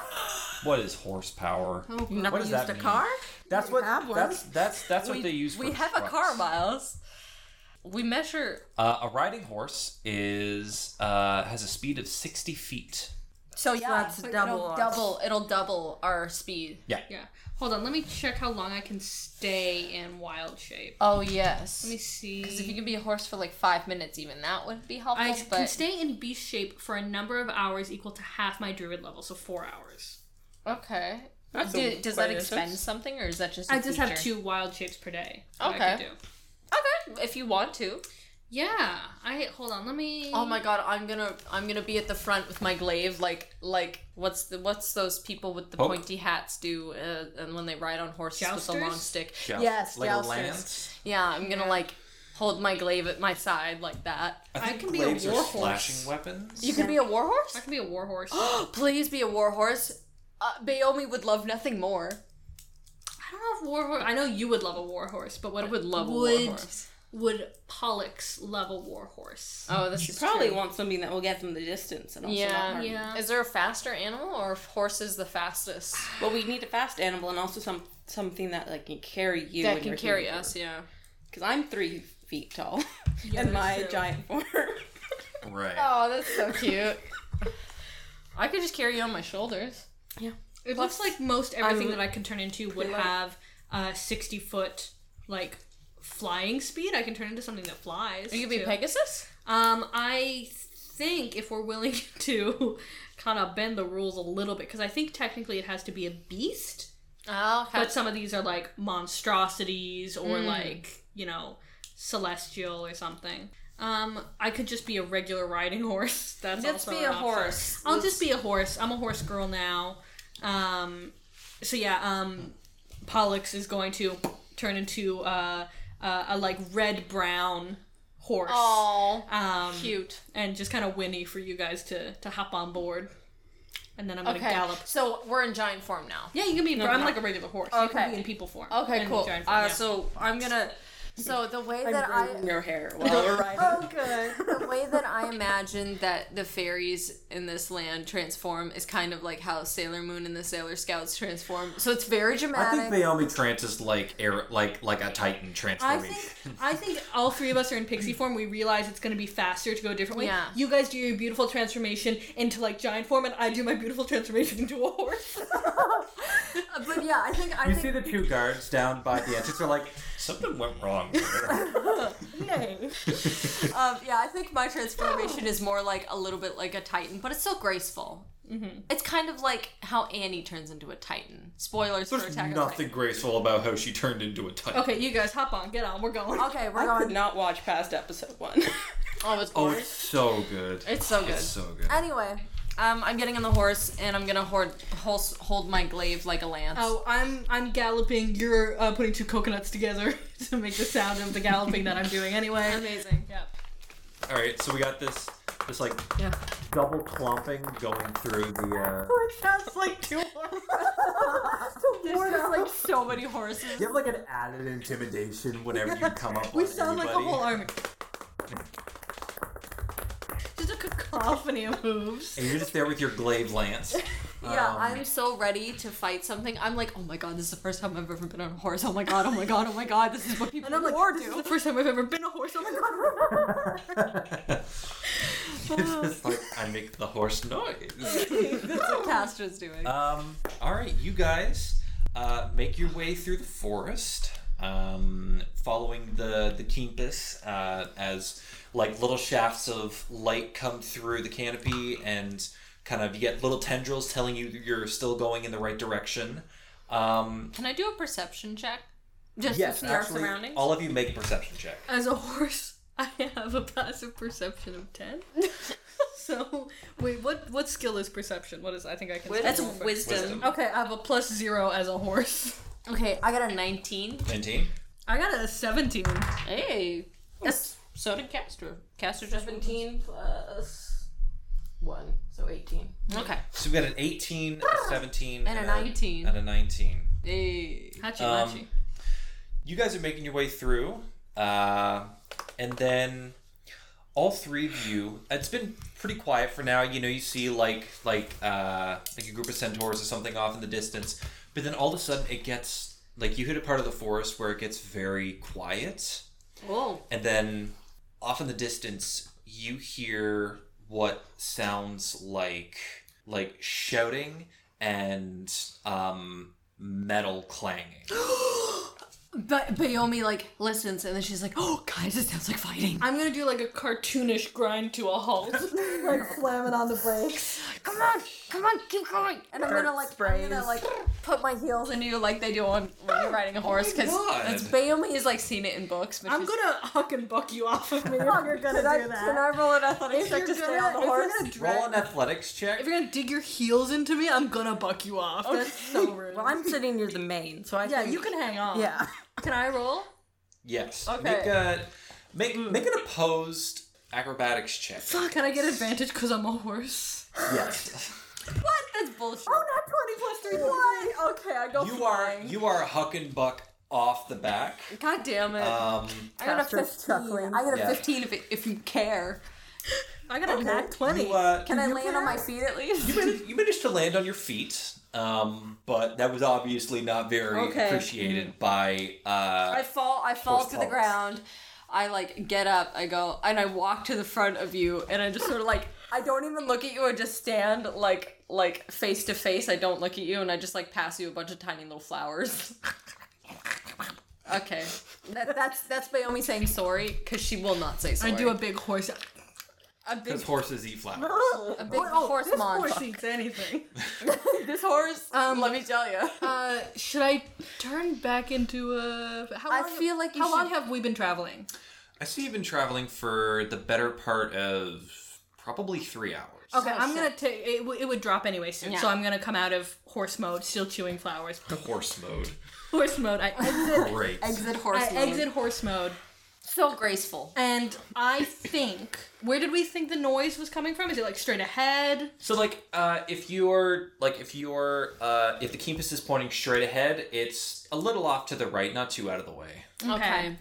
Speaker 1: what is horsepower?
Speaker 2: Oh,
Speaker 6: You never
Speaker 1: does
Speaker 6: used
Speaker 1: that
Speaker 6: a
Speaker 1: mean?
Speaker 6: car.
Speaker 1: That's what
Speaker 10: have one.
Speaker 1: that's that's that's what
Speaker 2: We-
Speaker 1: they use. For
Speaker 2: We have a car,
Speaker 1: trucks.
Speaker 2: Miles. We measure.
Speaker 1: Uh, a riding horse is uh, has a speed of sixty feet.
Speaker 2: So yeah,
Speaker 10: that's double
Speaker 2: It'll
Speaker 10: us.
Speaker 2: double. It'll double our speed.
Speaker 4: Yeah. Hold on. Let me check how long I can stay in wild shape.
Speaker 2: Oh yes.
Speaker 4: Let me
Speaker 2: Because if you
Speaker 4: see.
Speaker 2: can be a horse for like five minutes, even that would be helpful.
Speaker 4: I
Speaker 2: but
Speaker 4: can stay in beast shape for a number of hours equal to half my druid level, so four hours.
Speaker 2: okay.
Speaker 6: That's
Speaker 2: Do-
Speaker 6: a-
Speaker 2: does
Speaker 6: quite
Speaker 2: that
Speaker 6: a
Speaker 2: expend
Speaker 6: distance.
Speaker 2: something, or is that just? I
Speaker 4: I just have two wild shapes per day. that I
Speaker 2: Okay.
Speaker 4: could do.
Speaker 2: Okay, if you want to.
Speaker 4: Yeah. I hold on. Let me.
Speaker 2: Oh my god, I'm gonna I'm gonna be at the front with my glaive, like like what's the what's those people with the
Speaker 1: Poke?
Speaker 2: pointy hats do, uh, and when they ride on horses with the long
Speaker 4: Jousters?
Speaker 2: stick.
Speaker 9: Yes,
Speaker 1: like a
Speaker 9: jousters.
Speaker 1: lance.
Speaker 2: Yeah, I'm gonna like hold my glaive at my side like that.
Speaker 1: I, think
Speaker 4: can be a
Speaker 1: glaives are
Speaker 4: war horse.
Speaker 1: slashing weapons.
Speaker 2: You could be a warhorse.
Speaker 4: I can be a warhorse.
Speaker 2: (gasps) Please be a warhorse. Uh, Bayomi would love nothing more.
Speaker 4: I don't know if warhorse. I know you would love a warhorse, but what would
Speaker 2: love a
Speaker 4: would,
Speaker 2: warhorse.
Speaker 4: Would Pollux love a warhorse?
Speaker 2: Oh, this is
Speaker 6: Probably
Speaker 2: true.
Speaker 6: want something that will get them the distance and also not
Speaker 2: Yeah.
Speaker 6: harm.
Speaker 4: Yeah.
Speaker 2: Is there a faster animal or if horse is the (sighs) fastest
Speaker 6: But we need a fast animal and also some something that like can carry you.
Speaker 2: that can carry us? Yeah.
Speaker 6: Because I'm three feet tall (laughs) and my giant
Speaker 2: (laughs)
Speaker 6: form.
Speaker 1: Right.
Speaker 2: Oh, that's so (laughs) cute. I could just carry you on my shoulders.
Speaker 4: It looks like most everything that I can turn into would have a sixty foot like flying speed. I can turn into something that flies.
Speaker 2: You could be
Speaker 4: too.
Speaker 2: Pegasus.
Speaker 4: Um, I think if we're willing (laughs) to kind of bend the rules a little bit, because I think technically it has to be a beast,
Speaker 2: Oh, okay.
Speaker 4: but some of these are like monstrosities or
Speaker 2: Hmm.
Speaker 4: like you know celestial or something. Um, I could just be a regular riding (laughs) horse. That's
Speaker 2: Let's
Speaker 4: also
Speaker 2: be
Speaker 4: an
Speaker 2: a
Speaker 4: option.
Speaker 2: horse.
Speaker 4: I'll just be a horse. I'm a horse girl now. Um, so yeah, um, Pollux is going to turn into uh, uh, a like red brown horse.
Speaker 2: Oh,
Speaker 4: um,
Speaker 2: cute.
Speaker 4: and just kind of whinny for you guys to to hop on board. and then I'm gonna
Speaker 2: Okay.
Speaker 4: gallop.
Speaker 2: So we're in giant form now.
Speaker 4: Yeah, you can be. I'm like a regular horse. You
Speaker 2: Okay.
Speaker 4: can be in people form.
Speaker 2: Okay,
Speaker 4: And
Speaker 2: cool.
Speaker 4: giant form,
Speaker 2: Uh,
Speaker 4: yeah.
Speaker 2: So I'm gonna. So the way that I
Speaker 6: braiding your hair while we're riding.
Speaker 12: Oh, good.
Speaker 2: the way that I imagine that the fairies in this land transform is kind of like how Sailor Moon and the Sailor Scouts transform. So it's very
Speaker 1: I
Speaker 2: dramatic.
Speaker 1: think Naomi Trance is like air, like like a Titan
Speaker 4: I
Speaker 1: transformation. (laughs)
Speaker 4: think I think all three of us are in pixie form. We realize it's going to be faster to go a different way.
Speaker 2: Yeah.
Speaker 4: You guys do your beautiful transformation into like giant form, and I do my beautiful transformation into a horse. (laughs)
Speaker 2: Uh,
Speaker 12: But yeah, I think I
Speaker 13: You
Speaker 12: think
Speaker 13: see the two guards down by the entrance. They're like,
Speaker 1: Something went wrong.
Speaker 4: (laughs)
Speaker 1: Here.
Speaker 2: Um, yeah, I think my transformation is more like a little bit like a Titan, but it's still graceful. It's kind of like how Annie turns into a Titan. Spoilers for
Speaker 1: There's
Speaker 2: Attack on
Speaker 1: nothing graceful about how she turned into a Titan.
Speaker 4: okay, you guys hop on, get on, we're going.
Speaker 2: Titan. Okay, we're
Speaker 6: I
Speaker 2: going.
Speaker 6: could not watch past episode one.
Speaker 2: Oh, it's
Speaker 1: Oh,
Speaker 2: boring.
Speaker 1: it's so good.
Speaker 2: It's so good.
Speaker 1: It's so good.
Speaker 12: anyway.
Speaker 2: Um, I'm getting on the horse and I'm gonna hoard, hold, hold my glaive like a lance.
Speaker 4: (laughs) Oh, I'm I'm galloping. You're uh, putting two coconuts together (laughs) to make the sound of the galloping that I'm doing anyway.
Speaker 2: amazing!
Speaker 4: Yeah.
Speaker 1: All right, so we got this this like double clumping going through the. Uh...
Speaker 4: It sounds like two (laughs) horses.
Speaker 2: There's just, like so many horses.
Speaker 13: you have like an added intimidation whenever you come up.
Speaker 4: (laughs) We
Speaker 13: on
Speaker 4: sound like a
Speaker 13: anybody.
Speaker 4: whole army. Just a cacophony of hooves.
Speaker 1: And you're just there with your glaive
Speaker 4: (laughs)
Speaker 1: lance. (laughs)
Speaker 2: Yeah, I'm so ready to fight something. I'm like, oh my god, this is the first time I've ever been on a horse. Oh my god, oh my god, oh my god, this is (laughs) what people in war
Speaker 4: This is
Speaker 2: do.
Speaker 4: the first time I've ever been a horse. Oh my god.
Speaker 1: it's just like I make the horse noise.
Speaker 2: That's what Castra's doing.
Speaker 1: Um, all right, you guys, uh, make your way through the forest, um, following the the Kimpus, uh, as like little shafts of light come through the canopy, and kind of you get little tendrils telling you that you're still going in the right direction. Um,
Speaker 2: Can I do a perception check? Just
Speaker 1: yes,
Speaker 2: to see our
Speaker 1: actually,
Speaker 2: surroundings?
Speaker 1: all of you make a perception check.
Speaker 4: As a horse, I have a passive perception of ten. (laughs) so wait, what what skill is perception? What is I think I can.
Speaker 2: That's
Speaker 4: wisdom.
Speaker 2: wisdom.
Speaker 4: Okay, I have a plus zero as a horse.
Speaker 2: Okay, I got a 19.
Speaker 1: 19?
Speaker 4: I got a seventeen.
Speaker 2: Hey. That's, so did Castor. Castor just
Speaker 14: 17 plus 1, so 18.
Speaker 2: Okay.
Speaker 1: So we got an 18, a 17,
Speaker 2: And a 19.
Speaker 1: And a 19.
Speaker 2: Hey.
Speaker 4: Hachi
Speaker 1: Um,
Speaker 4: Machi.
Speaker 1: you guys are making your way through uh, and then all three of you it's been pretty quiet for now you know you see like like uh, like a group of centaurs or something off in the distance but then all of a sudden it gets like you hit a part of the forest where it gets very quiet
Speaker 2: Oh.
Speaker 1: and then off in the distance you hear what sounds like like shouting and um metal clanging
Speaker 2: But Bayomi, like, listens, and then she's like, oh, guys, it sounds like fighting.
Speaker 4: I'm gonna do like a cartoonish grind to a halt.
Speaker 12: Like slamming on the brakes.
Speaker 2: Come on, come on, keep going.
Speaker 12: And I'm gonna like I'm gonna like put my heels in
Speaker 2: And you like they do on when you're riding a horse because
Speaker 1: Oh God.
Speaker 2: Bayomi has like seen it in books. But
Speaker 4: I'm
Speaker 2: she's-
Speaker 4: gonna huck and buck you off of me. if
Speaker 12: you're gonna do that. Can I roll an athletics check to stay on the horse?
Speaker 4: If you're, gonna
Speaker 1: roll
Speaker 4: drag,
Speaker 1: an athletics check
Speaker 4: if you're gonna dig your heels into me, I'm gonna buck you off. That's so rude.
Speaker 6: well, I'm sitting near the main, so I
Speaker 4: yeah,
Speaker 6: think
Speaker 4: you can hang on.
Speaker 6: (laughs)
Speaker 12: Yeah.
Speaker 2: Can I roll?
Speaker 1: Yes. Make a make make an opposed acrobatics check.
Speaker 4: Fuck, Can (laughs) I get advantage because I'm a horse?
Speaker 1: Yes.
Speaker 2: What? That's bullshit.
Speaker 12: Oh, not 20 plus 3 fly! Okay, I go
Speaker 1: You are
Speaker 12: flying.
Speaker 1: you are huck and buck off the back.
Speaker 2: God damn it!
Speaker 1: Um,
Speaker 2: I got a
Speaker 12: Castra's
Speaker 2: 15.
Speaker 12: chuckling.
Speaker 2: I got a
Speaker 1: Yeah.
Speaker 2: 15 if, it, if you care.
Speaker 4: I got a nat twenty.
Speaker 1: you, uh,
Speaker 2: Can I land on my feet at
Speaker 1: you
Speaker 2: least?
Speaker 1: managed, you managed to land on your feet, um, but that was obviously not very
Speaker 12: Okay.
Speaker 1: appreciated by.
Speaker 2: I
Speaker 1: Uh,
Speaker 2: fall. I fall
Speaker 1: Horse
Speaker 2: to the
Speaker 1: pulse.
Speaker 2: ground. I like get up. I go and I walk to the front of you, and I just sort of like I don't even look at you. I just stand like like face to face. I don't look at you, and I just like pass you a bunch of tiny little flowers. okay, that, that's that's Bayomi saying sorry because she will not say sorry.
Speaker 4: I do a big horse.
Speaker 2: a big
Speaker 1: because horses eat flowers.
Speaker 2: a big Oh, horse
Speaker 4: Oh, this
Speaker 2: mon.
Speaker 4: horse eats anything.
Speaker 2: This horse.
Speaker 3: Um,
Speaker 2: let me tell you.
Speaker 4: (laughs) Uh, should I turn back into a? How long
Speaker 2: I feel like you
Speaker 4: how long
Speaker 2: should-
Speaker 4: have we been traveling?
Speaker 1: I see you've been traveling for the better part of probably three hours.
Speaker 4: Okay, I'm gonna take. It, w- it would drop anyway soon, so
Speaker 2: Yeah.
Speaker 4: I'm gonna come out of horse mode, still chewing flowers. (laughs)
Speaker 1: Horse mode.
Speaker 4: horse mode. I exit.
Speaker 1: Great.
Speaker 2: Exit horse.
Speaker 4: I exit horse mode.
Speaker 2: So graceful.
Speaker 4: And I think, where did we think the noise was coming from? Is it like straight ahead?
Speaker 1: So like, uh, if you're like if you're uh, if the Keempus is pointing straight ahead, it's a little off to the right, not too out of the way.
Speaker 4: Okay.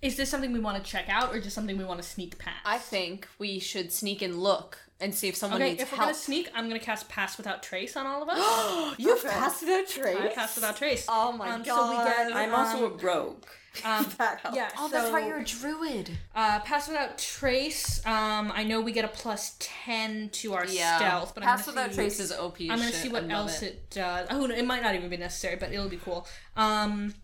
Speaker 4: Is this something we want to check out or just something we want to sneak past?
Speaker 3: I think we should sneak and look and see if someone
Speaker 4: Okay,
Speaker 3: needs
Speaker 4: if we're
Speaker 3: help.
Speaker 4: gonna sneak, I'm gonna cast Pass Without Trace on all of
Speaker 3: (gasps)
Speaker 4: us.
Speaker 5: You passed no trace.
Speaker 4: I Pass Without Trace.
Speaker 5: Oh my
Speaker 4: Um,
Speaker 5: god.
Speaker 4: so we get-
Speaker 6: I'm also a rogue.
Speaker 5: That
Speaker 3: um,
Speaker 4: yeah.
Speaker 2: Oh,
Speaker 4: so,
Speaker 2: that's why you're a druid.
Speaker 4: uh, Pass Without Trace. Um, I know we get a plus ten to our
Speaker 3: Yeah.
Speaker 4: stealth, but
Speaker 3: Pass
Speaker 4: I'm
Speaker 3: without
Speaker 4: gonna see,
Speaker 3: trace is OP.
Speaker 4: I'm gonna
Speaker 3: shit.
Speaker 4: see
Speaker 3: I
Speaker 4: what
Speaker 3: love
Speaker 4: else
Speaker 3: it.
Speaker 4: it, does. Oh, no, it might not even be necessary, but it'll be cool. Um,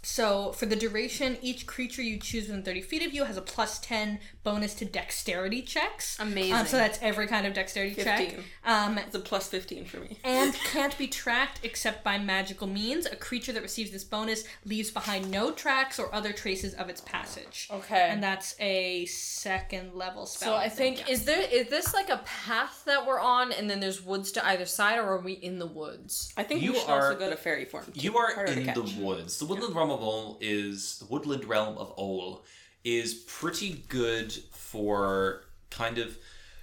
Speaker 4: so for the duration, each creature you choose within 30 feet of you has a plus 10 bonus to dexterity checks.
Speaker 3: Amazing.
Speaker 4: Um, so that's every kind of dexterity check.
Speaker 6: 15.
Speaker 4: Um,
Speaker 6: It's a plus 15 for me.
Speaker 4: and can't be tracked except by magical means. A creature that receives this bonus leaves behind no tracks or other traces of its passage.
Speaker 3: Okay.
Speaker 4: And that's a second level spell.
Speaker 3: So I think is there is this like a path that we're on, and then there's woods to either side, or are we in the woods?
Speaker 6: I think
Speaker 1: You
Speaker 6: you should
Speaker 1: are-
Speaker 6: also go to fairy form. too.
Speaker 1: You are
Speaker 6: Harder to
Speaker 1: in the
Speaker 6: catch.
Speaker 1: woods. The woodland realm of Ol is the woodland realm of Ol is pretty good for kind of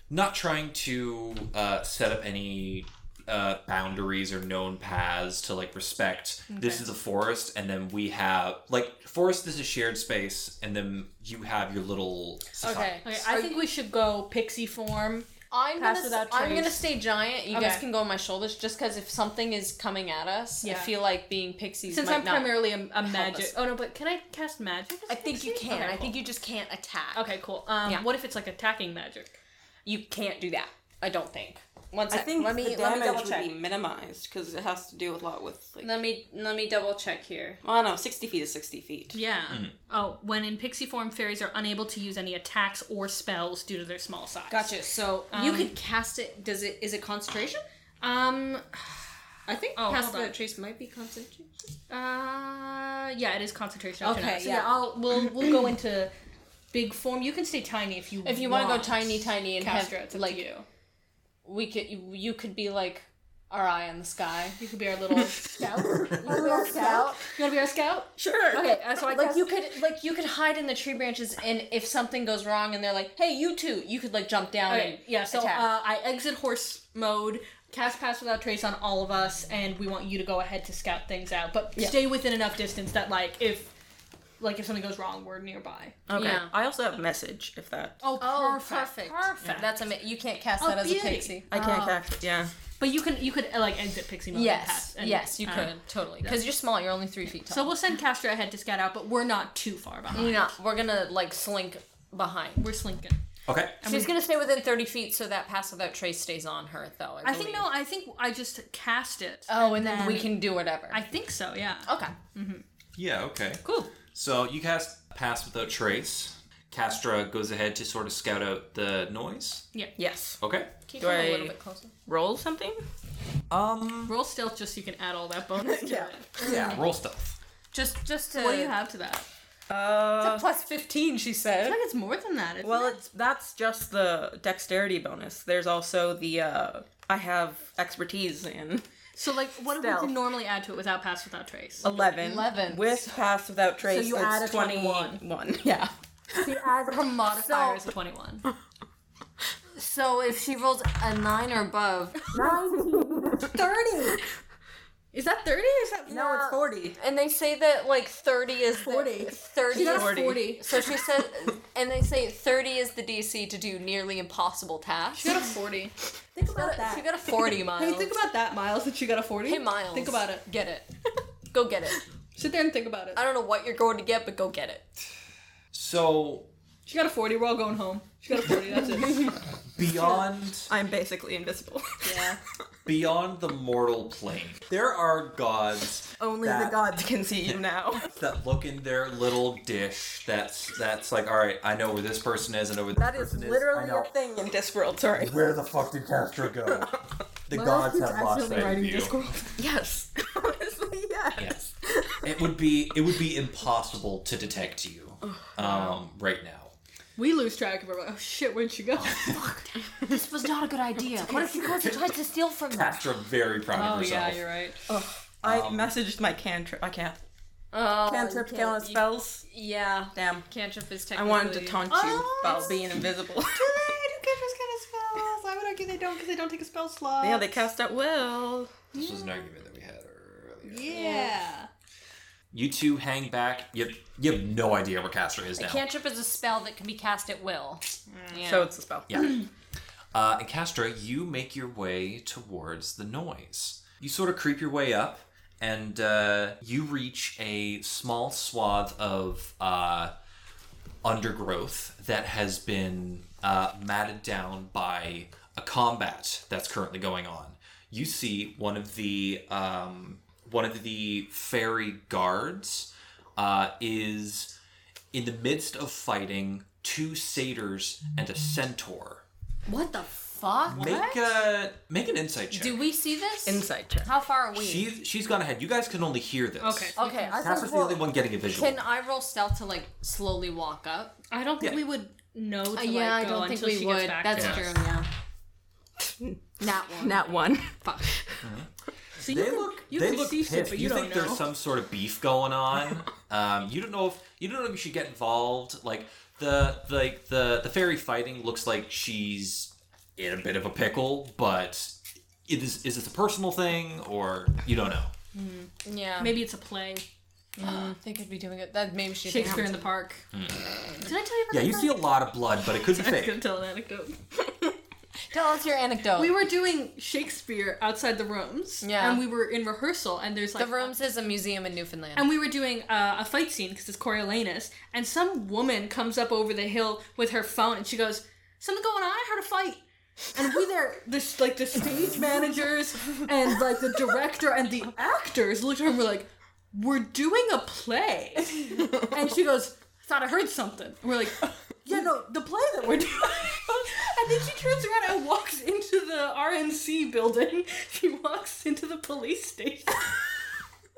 Speaker 1: not trying to uh, set up any uh, boundaries or known paths to like respect. This is a forest, and then we have like forest. This is shared space, and then you have your little society.
Speaker 4: Okay, I think we should go pixie form.
Speaker 3: I'm
Speaker 4: Pass
Speaker 3: gonna
Speaker 4: without
Speaker 3: I'm
Speaker 4: trace.
Speaker 3: gonna stay giant. You guys
Speaker 4: Okay.
Speaker 3: can go on my shoulders, just because if something is coming at us, I
Speaker 4: Yeah.
Speaker 3: feel like being pixies.
Speaker 4: Since
Speaker 3: might
Speaker 4: I'm
Speaker 3: not.
Speaker 4: primarily a, a
Speaker 3: us.
Speaker 4: magic. Oh no, but can I cast magic?
Speaker 3: I think you can.
Speaker 4: Okay,
Speaker 3: I
Speaker 4: cool.
Speaker 3: think you just can't attack.
Speaker 4: Okay, cool. Um,
Speaker 3: Yeah.
Speaker 4: What if it's like attacking magic?
Speaker 3: You can't do that. I don't think. One
Speaker 6: I
Speaker 3: sec.
Speaker 6: think
Speaker 3: let me
Speaker 6: the
Speaker 3: let me
Speaker 6: damage
Speaker 3: double
Speaker 6: would
Speaker 3: check.
Speaker 6: be minimized because it has to do a lot with like.
Speaker 3: Let me let me double check here.
Speaker 6: Well, no, 60 feet is 60 feet.
Speaker 4: Yeah.
Speaker 3: Mm-hmm.
Speaker 4: Oh, when in pixie form, fairies are unable to use any attacks or spells due to their small size.
Speaker 3: Gotcha. So you
Speaker 4: Um,
Speaker 3: could cast it. Does it? Is it concentration?
Speaker 4: Um.
Speaker 3: I think
Speaker 4: Oh,
Speaker 3: cast
Speaker 4: hold on.
Speaker 3: without trace might be concentration.
Speaker 4: Uh. Yeah, it is concentration. after
Speaker 3: Okay,
Speaker 4: that. So
Speaker 3: yeah.
Speaker 4: yeah. I'll we'll we'll go into big form. You can stay tiny if you
Speaker 3: If you want
Speaker 4: want
Speaker 3: to go tiny, tiny, and
Speaker 4: Castra,
Speaker 3: have
Speaker 4: it's up
Speaker 3: like
Speaker 4: to you.
Speaker 3: we could, you, you could be like our eye in the (laughs) sky.
Speaker 4: You could be our (laughs) little scout. You
Speaker 5: works out.
Speaker 4: want to be our scout?
Speaker 6: Sure.
Speaker 3: Okay,
Speaker 4: uh,
Speaker 3: so
Speaker 5: I
Speaker 3: like
Speaker 5: guess-
Speaker 3: you could like you could hide in the tree branches, and if something goes wrong, and they're like, "Hey, you too," you could like jump down.
Speaker 4: Okay,
Speaker 3: And
Speaker 4: yeah, so uh,
Speaker 3: attack.
Speaker 4: I exit horse mode, cast pass without trace on all of us, and we want you to go ahead to scout things out, but stay within enough distance that like if like if something goes wrong, we're nearby.
Speaker 6: Okay.
Speaker 3: Yeah.
Speaker 6: I also have message if that.
Speaker 4: Oh,
Speaker 3: oh, perfect,
Speaker 4: perfect.
Speaker 3: That's amazing. You can't cast
Speaker 4: Oh,
Speaker 3: that as
Speaker 4: beauty.
Speaker 3: a pixie.
Speaker 6: I can't catch. Yeah.
Speaker 4: But you can you could uh, like exit pixie mode. and pass
Speaker 3: Yes,
Speaker 4: and,
Speaker 3: yes, you
Speaker 4: uh,
Speaker 3: could totally because you're small. You're only three feet tall.
Speaker 4: So we'll send Castor ahead to scout out, but we're not too far behind.
Speaker 3: we're not. We're gonna like slink behind.
Speaker 4: We're slinking.
Speaker 1: Okay.
Speaker 3: She's gonna stay within thirty feet, so that pass without trace stays on her though. I,
Speaker 4: I think no, I think I just cast it. Oh,
Speaker 3: Oh, and then we can do whatever.
Speaker 4: I think so, yeah.
Speaker 3: okay.
Speaker 1: Yeah. Okay.
Speaker 4: Cool.
Speaker 1: So you cast pass without trace. Castra goes ahead to sort of scout out the noise.
Speaker 6: Yes.
Speaker 1: Okay.
Speaker 3: Can
Speaker 6: Do
Speaker 3: you come
Speaker 6: I-
Speaker 3: a little bit closer?
Speaker 6: Roll something?
Speaker 1: Um.
Speaker 4: Roll stealth just so you can add all that (laughs) bonus. to
Speaker 5: Yeah.
Speaker 4: it.
Speaker 1: Yeah. Roll stealth.
Speaker 3: Just, just to.
Speaker 4: What do you have to that?
Speaker 6: Uh.
Speaker 2: (laughs)
Speaker 3: Plus fifteen, she said.
Speaker 4: I think it's more than that. Isn't
Speaker 6: Well,
Speaker 4: it?
Speaker 6: it's that's just the dexterity bonus. There's also the uh I have expertise in
Speaker 4: so like, what
Speaker 6: stealth.
Speaker 4: would you normally add to it without pass without trace?
Speaker 6: 11.
Speaker 3: 11.
Speaker 6: With pass without trace.
Speaker 5: you
Speaker 6: that's
Speaker 5: add a 21.
Speaker 6: (laughs) 21. Yeah.
Speaker 5: She adds
Speaker 4: Her modifier
Speaker 5: So,
Speaker 4: is a twenty-one.
Speaker 2: So if she rolls a nine or above, (laughs)
Speaker 5: 19, 30.
Speaker 4: (laughs) Is that thirty or is that
Speaker 5: No, it's 40.
Speaker 2: and they say that like thirty is the-
Speaker 5: 40.
Speaker 2: thirty.
Speaker 4: She got a
Speaker 2: is-
Speaker 4: forty?
Speaker 2: so she says, and they say thirty is the DC to do nearly impossible tasks.
Speaker 4: She got a forty.
Speaker 5: Think about that.
Speaker 2: She got a forty
Speaker 4: Hey,
Speaker 2: miles.
Speaker 4: think about that, Miles. That she got a forty.
Speaker 2: Hey, Miles.
Speaker 4: Think about it.
Speaker 2: Get it. Go get it.
Speaker 4: Sit there and think about it.
Speaker 2: I don't know what you're going to get, but go get it.
Speaker 1: So
Speaker 4: She got a forty. We're all going home. She got a forty. That's it.
Speaker 1: beyond
Speaker 6: I'm basically invisible.
Speaker 4: yeah.
Speaker 1: beyond the mortal plane, there are gods
Speaker 6: (laughs) Only
Speaker 1: That-
Speaker 6: the gods can
Speaker 1: (laughs)
Speaker 6: see you now.
Speaker 1: that look in their little dish. That's that's like, all right, I know where this person is. I know where this
Speaker 5: That is
Speaker 1: person is. I
Speaker 5: literally
Speaker 1: know
Speaker 5: a thing in
Speaker 6: Discworld, sorry.
Speaker 1: Where the fuck did Castro go?
Speaker 5: (laughs)
Speaker 1: The gods have lost that view.
Speaker 6: Yes. (laughs) Honestly, yes.
Speaker 1: Yes. (laughs) It would be it would be impossible to detect you um, right now.
Speaker 4: We lose track of her. We're like, (laughs) oh shit, where'd she go?
Speaker 2: This was not a good idea. What if she goes and tries to steal from me?
Speaker 1: Castro very proud of
Speaker 4: oh
Speaker 1: herself. Um,
Speaker 4: yeah, you're right.
Speaker 6: I messaged my cantrip. I can't.
Speaker 2: Oh,
Speaker 15: Cantrips,
Speaker 2: you can't-
Speaker 15: talents,
Speaker 2: you-
Speaker 15: spells.
Speaker 2: Yeah,
Speaker 6: Damn.
Speaker 2: cantrip is
Speaker 6: I
Speaker 2: technically.
Speaker 6: wanted to taunt you
Speaker 15: Oh,
Speaker 6: about being invisible.
Speaker 15: I do cantrips,
Speaker 4: Oh,
Speaker 15: kind of spells. I would argue they don't because they don't take a spell slot.
Speaker 6: (laughs) yeah, they cast out will.
Speaker 1: This was an argument that we had earlier.
Speaker 4: Yeah.
Speaker 1: You two hang back. You have, you have no idea where Castor is now.
Speaker 2: Cantrip is a spell that can be cast at will. Yeah.
Speaker 6: So it's a spell.
Speaker 1: Yeah. (clears throat) uh, and Castra, you make your way towards the noise. You sort of creep your way up, and uh, you reach a small swath of uh, undergrowth that has been uh, matted down by a combat that's currently going on. You see one of the um, one of the fairy guards uh, is in the midst of fighting two satyrs and a centaur.
Speaker 2: What the fuck?
Speaker 1: Make a make an insight check.
Speaker 2: Do we see this?
Speaker 6: Inside check.
Speaker 2: How far are we?
Speaker 1: she's she's gone ahead. You guys can only hear this.
Speaker 4: Okay.
Speaker 2: okay, I
Speaker 1: Casper's
Speaker 2: think
Speaker 1: the
Speaker 2: we'll-
Speaker 1: only one getting a visual.
Speaker 2: Can I roll stealth to like slowly walk up?
Speaker 4: I don't think
Speaker 1: Yeah.
Speaker 4: we would know to like,
Speaker 2: Uh, yeah, I
Speaker 4: go
Speaker 2: don't think
Speaker 4: until
Speaker 2: we
Speaker 4: she
Speaker 2: would.
Speaker 4: gets back
Speaker 2: That's
Speaker 4: to us.
Speaker 2: true. Yeah. Not one.
Speaker 6: Nat one.
Speaker 2: Fuck.
Speaker 4: (laughs) So you
Speaker 1: they
Speaker 4: can,
Speaker 1: look
Speaker 4: you
Speaker 1: they
Speaker 4: can
Speaker 1: look
Speaker 4: see shit,
Speaker 1: pissed.
Speaker 4: but
Speaker 1: you,
Speaker 4: you, don't
Speaker 1: think
Speaker 4: know.
Speaker 1: there's some sort of beef going
Speaker 4: (laughs)
Speaker 1: on. um, you don't know if you don't know if you should get involved. Like the like the the fairy fighting looks like she's in a bit of a pickle, but it is is this a personal thing or you don't know.
Speaker 2: Yeah.
Speaker 4: Maybe it's a play.
Speaker 2: (gasps) they could be doing it. That maybe she
Speaker 4: Shakespeare in the Park.
Speaker 2: Did I tell you about
Speaker 1: Yeah, you see a lot of blood, but it
Speaker 4: (laughs)
Speaker 1: could be
Speaker 4: I was
Speaker 1: fake.
Speaker 4: gonna tell an anecdote.
Speaker 2: Tell us your anecdote.
Speaker 4: We were doing Shakespeare outside the rooms.
Speaker 2: Yeah.
Speaker 4: And we were in rehearsal, and there's like
Speaker 2: the rooms is a museum in Newfoundland.
Speaker 4: And we were doing uh, a fight scene because it's Coriolanus, and some woman comes up over the hill with her phone, and she goes, "Something going on? I heard a fight." And we there, this like the stage managers and like the director and the actors looked at her and were like, "We're doing a play," and she goes, "Thought I heard something." And we're like. Yeah, no, the play that we're doing. and then she turns around and walks into the RNC building. She walks into the police station.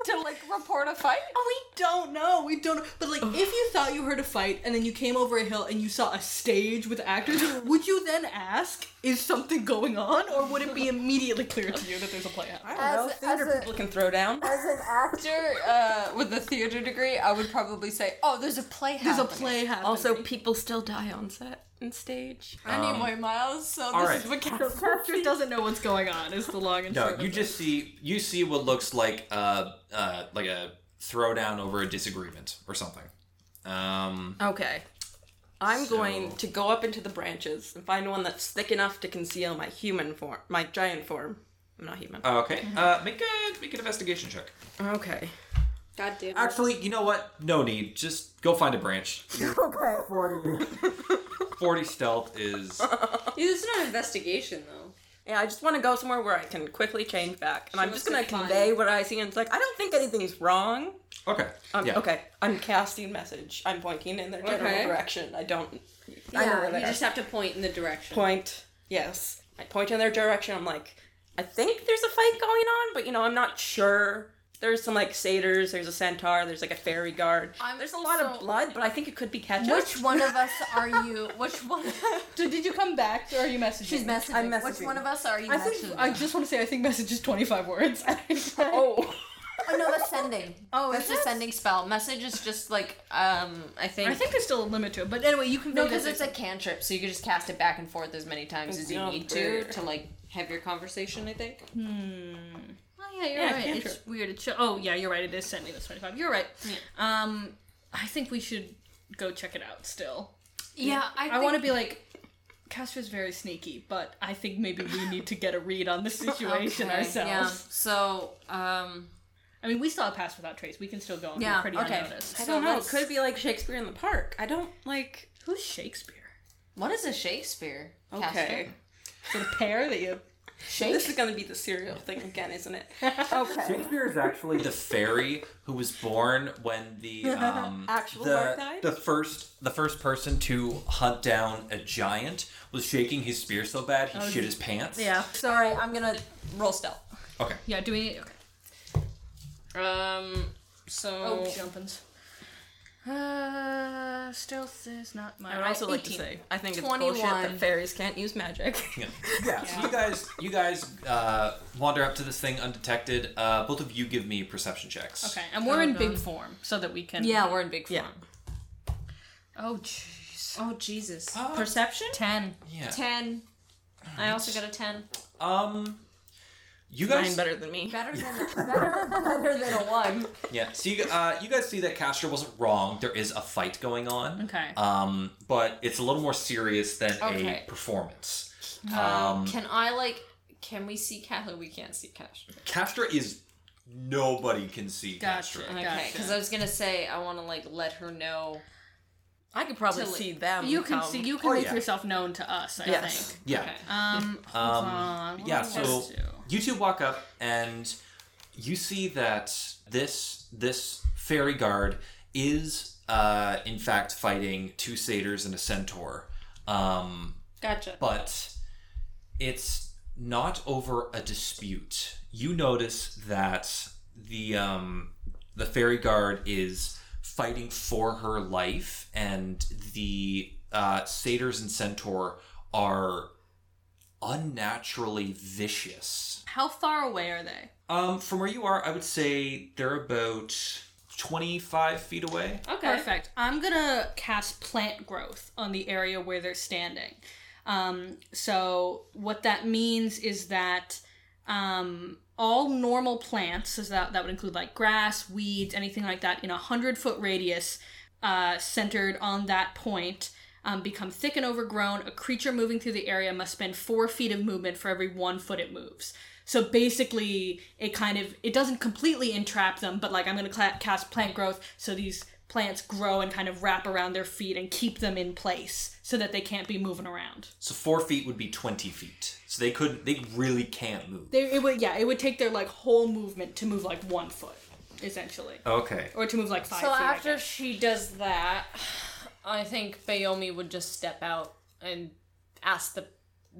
Speaker 15: to like report a fight.
Speaker 4: Oh, we don't know. We don't. know. But like, if you thought you heard a fight and then you came over a hill and you saw a stage with
Speaker 6: (laughs)
Speaker 4: actors, would you then ask, "Is something going on?" Or would it be immediately clear to you that there's a play happening?
Speaker 15: I don't know.
Speaker 6: As
Speaker 15: Theater
Speaker 6: people can throw down.
Speaker 15: as an actor.
Speaker 2: uh, with a theater degree, I would probably say, "Oh, there's a play
Speaker 4: There's a play happening.
Speaker 6: Also, (laughs) people still die on set and stage.
Speaker 2: Anyway, Miles. So
Speaker 1: all
Speaker 2: this
Speaker 1: right.
Speaker 2: is what
Speaker 4: (laughs) the character doesn't know what's going on. Is the long and
Speaker 1: No,
Speaker 4: short
Speaker 1: you
Speaker 4: of
Speaker 1: just see you see what looks like uh uh like a throwdown over a disagreement or something. Um,
Speaker 6: Okay. I'm
Speaker 1: So-
Speaker 6: going to go up into the branches and find one that's thick enough to conceal my human form, my giant form. I'm not human.
Speaker 1: okay, uh, make a make an investigation check.
Speaker 6: Okay.
Speaker 2: God damn.
Speaker 1: Actually, you know what? No need. Just go find a
Speaker 6: (laughs)
Speaker 1: branch.
Speaker 15: Okay, forty.
Speaker 1: Forty stealth is
Speaker 2: This is not an investigation though.
Speaker 6: Yeah, I just want to go somewhere where I can quickly change back, and I'm just gonna
Speaker 2: looks good,
Speaker 6: convey what I see. And it's like I don't think anything's wrong.
Speaker 1: okay.
Speaker 6: Um,
Speaker 1: yeah.
Speaker 6: Okay, I'm casting message. I'm pointing in their general
Speaker 2: Okay.
Speaker 6: direction. I don't. I know where
Speaker 2: Yeah,
Speaker 6: they
Speaker 2: you
Speaker 6: are.
Speaker 2: just have to point in the direction.
Speaker 6: point. Yes, I point in their direction. I'm like, I think there's a fight going on, but you know, I'm not sure. There's some like satyrs. There's a centaur. There's like a fairy guard.
Speaker 2: I'm
Speaker 6: there's a lot of
Speaker 2: so-
Speaker 6: blood, but I think it could be catch
Speaker 2: Which one of us are you? Which one? (laughs)
Speaker 4: So did you come back, or are you messaging?
Speaker 2: She's messaging.
Speaker 6: I'm
Speaker 2: Which
Speaker 6: messaging.
Speaker 2: one of us are you
Speaker 4: I
Speaker 2: messaging?
Speaker 4: think I just want to say I think message is 25 words. (laughs) oh,
Speaker 6: Oh,
Speaker 2: Oh no, that's sending.
Speaker 4: Oh,
Speaker 2: that's
Speaker 4: is
Speaker 2: a
Speaker 4: it?
Speaker 2: sending spell. Message is just like um, I think.
Speaker 4: I think there's still a limit to it, but anyway, you can
Speaker 2: no, because it's a cantrip, so you can just cast it back and forth as many times as you need to
Speaker 6: Jumper.
Speaker 2: to like have your conversation. I think. Hmm.
Speaker 4: Oh, yeah, you're
Speaker 6: Yeah,
Speaker 4: right.
Speaker 6: cantrip.
Speaker 4: It's weird. It should, oh, yeah, you're right. It is sending us 25. You're right. Um, I think we should go check it out still.
Speaker 2: Yeah,
Speaker 4: I want to be like, Castro's very sneaky, but I think maybe we need to get a read on the situation
Speaker 2: Yeah.
Speaker 4: ourselves.
Speaker 2: So um,
Speaker 4: I mean, we saw a pass without trace. We can still go and
Speaker 2: Yeah,
Speaker 4: be pretty
Speaker 2: okay.
Speaker 4: unnoticed.
Speaker 6: I don't know. It
Speaker 2: let's-
Speaker 6: could be like Shakespeare in the Park. I don't like.
Speaker 4: Who's Shakespeare?
Speaker 2: what is a Shakespeare?
Speaker 6: Okay,
Speaker 4: The pair that you.
Speaker 6: (laughs) this is gonna be the serial thing again, isn't it?
Speaker 15: Okay.
Speaker 1: Shakespeare is actually the fairy who was born when
Speaker 6: (laughs)
Speaker 1: the um,
Speaker 6: Actual
Speaker 1: the,
Speaker 6: Mark died?
Speaker 1: the first the first person to hunt down a giant was shaking his spear so bad he shit his pants.
Speaker 4: Yeah.
Speaker 2: Sorry, I'm gonna roll stealth.
Speaker 1: Okay.
Speaker 4: Yeah, doing it. Okay.
Speaker 2: Um. So
Speaker 4: Oh, jumpins. Uh, stealth is not my.
Speaker 6: I would also like to
Speaker 4: 18.
Speaker 6: say, I think it's
Speaker 2: 21.
Speaker 6: bullshit that fairies can't use magic.
Speaker 1: Yeah. So you guys, you guys uh, wander up to this thing undetected. Uh, both of you give me perception checks.
Speaker 4: Okay, and we're in big form so that we can.
Speaker 2: Yeah, we're in big form.
Speaker 6: Yeah.
Speaker 4: Oh jeez.
Speaker 3: Oh Jesus.
Speaker 4: Perception. Ten.
Speaker 1: Yeah.
Speaker 2: Ten.
Speaker 3: I also got a ten.
Speaker 1: Um, you
Speaker 6: Nine
Speaker 1: guys.
Speaker 6: better than me.
Speaker 2: Better than better, better than a one.
Speaker 1: Yeah. So you, uh, you guys see that Castor wasn't wrong. There is a fight going on.
Speaker 4: Okay.
Speaker 1: Um, but it's a little more serious than
Speaker 3: Okay.
Speaker 1: a performance. Um,
Speaker 3: Can I like? Can we see Castor? We can't see Castor.
Speaker 1: Castor is nobody can see
Speaker 4: Gotcha.
Speaker 1: Castor.
Speaker 3: Okay, because I was gonna say I want to like let her know.
Speaker 6: I could probably
Speaker 3: Till-
Speaker 6: see them.
Speaker 4: You can
Speaker 6: come.
Speaker 4: see. You can
Speaker 1: Oh,
Speaker 4: make
Speaker 1: yeah.
Speaker 4: yourself known to us. I
Speaker 6: Yes.
Speaker 4: think.
Speaker 1: Yeah.
Speaker 3: Okay.
Speaker 1: (laughs)
Speaker 4: Um.
Speaker 1: Um,
Speaker 4: on, what
Speaker 1: yeah,
Speaker 4: do I wanna
Speaker 1: so-
Speaker 4: do?
Speaker 1: You two walk up and you see that this this fairy guard is uh, in fact fighting two satyrs and a centaur. Um,
Speaker 3: Gotcha.
Speaker 1: but it's not over a dispute. You notice that the um, the fairy guard is fighting for her life, and the uh, satyrs and centaur are unnaturally vicious.
Speaker 4: How far away are they?
Speaker 1: Um, from where you are, I would say they're about twenty five feet away.
Speaker 3: okay.
Speaker 4: Perfect. I'm gonna cast plant growth on the area where they're standing. Um, so what that means is that um, all normal plants, so that that would include like grass, weeds, anything like that, in a hundred foot radius, uh, centered on that point. Um, become thick and overgrown. A creature moving through the area must spend four feet of movement for every one foot it moves. So basically, it kind of it doesn't completely entrap them, but like I'm gonna cla cast plant growth, so these plants grow and kind of wrap around their feet and keep them in place, so that they can't be moving around.
Speaker 1: So four feet would be twenty feet. So they could they really can't move.
Speaker 4: They it would yeah it would take their like whole movement to move like one foot essentially,
Speaker 1: Okay.
Speaker 4: or to move like five.
Speaker 3: So
Speaker 4: feet, I
Speaker 3: after
Speaker 4: guess.
Speaker 3: she does that, I think Bayomi would just step out and ask the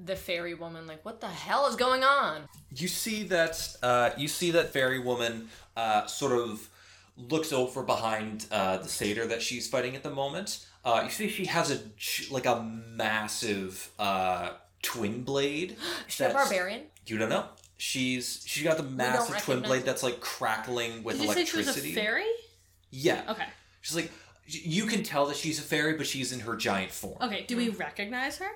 Speaker 3: the fairy woman like, "What the hell is going on?"
Speaker 1: you see that uh, you see that fairy woman uh, sort of looks over behind uh, the satyr that she's fighting at the moment. Uh, you see she has a ch- like a massive uh, twin
Speaker 4: (gasps)
Speaker 1: blade.
Speaker 3: She's a barbarian.
Speaker 1: You don't know. She's she's got the massive twin
Speaker 3: recognize
Speaker 1: blade
Speaker 3: it.
Speaker 1: that's like crackling with
Speaker 4: did you say she
Speaker 1: electricity.
Speaker 4: was a fairy?
Speaker 1: Yeah.
Speaker 4: Okay.
Speaker 1: She's like you can tell that she's a fairy, but she's in her giant form.
Speaker 4: Okay. Do we recognize her?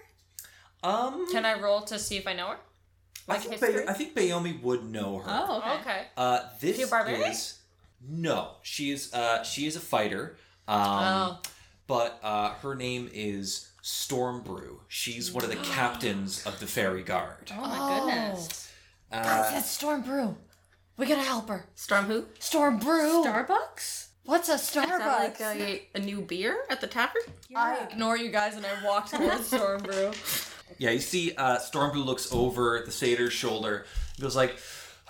Speaker 1: Um,
Speaker 3: Can I roll to see if I know her?
Speaker 1: I think Bay-
Speaker 3: history?
Speaker 1: I think Bayomi would know her.
Speaker 4: Oh. Okay.
Speaker 3: Okay.
Speaker 1: Uh, this
Speaker 3: She a barbarian?
Speaker 1: is no. She is uh, she is a fighter. Um,
Speaker 3: Oh.
Speaker 1: But uh, her name is Stormbrew. She's one of the captains of the fairy guard.
Speaker 4: Oh my goodness.
Speaker 1: Uh,
Speaker 2: That's Storm Brew. We gotta help her.
Speaker 6: Storm who?
Speaker 2: Storm Brew.
Speaker 4: Starbucks.
Speaker 2: What's a
Speaker 6: Is that
Speaker 2: Starbucks?
Speaker 6: like a, a new beer at the tavern?
Speaker 2: I-
Speaker 3: Ignore you guys, and I walk towards Stormbrew.
Speaker 1: yeah, you see, uh, Stormbrew looks over the satyr's shoulder. He goes like,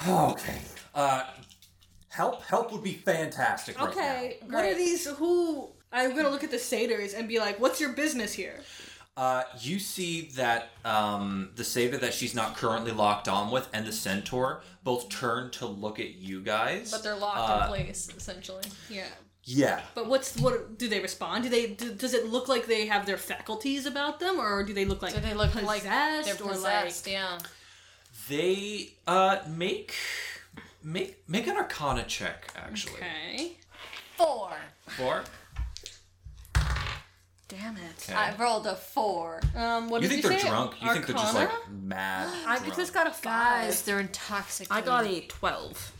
Speaker 1: oh, "Okay, uh, help! Help would be fantastic." right
Speaker 4: Okay. What are these? Who? I'm gonna look at the satyrs and be like, "What's your business here?"
Speaker 1: Uh, you see that um, the satyr that she's not currently locked on with and the centaur both turn to look at you guys.
Speaker 3: But they're locked
Speaker 1: Uh,
Speaker 3: in place, essentially.
Speaker 4: Yeah.
Speaker 1: yeah.
Speaker 4: But what's what? Do they respond? Do they? Do, does it look like they have their faculties about them, or do they look like?
Speaker 3: Do they look like
Speaker 4: possessed
Speaker 3: they're
Speaker 4: or like-
Speaker 3: possessed? yeah.
Speaker 1: They uh make make make an arcana check actually.
Speaker 4: Okay. Uh,
Speaker 2: four.
Speaker 1: Four.
Speaker 4: Damn it.
Speaker 1: Okay.
Speaker 2: I rolled a four.
Speaker 4: Um. What
Speaker 1: you
Speaker 4: did
Speaker 1: think
Speaker 4: you
Speaker 1: they're
Speaker 4: say?
Speaker 1: drunk. You think they're just like
Speaker 4: Arcana?
Speaker 1: mad.
Speaker 4: (gasps) I
Speaker 1: drunk.
Speaker 4: just got a five.
Speaker 2: Guys, they're intoxicated.
Speaker 6: I got a 12.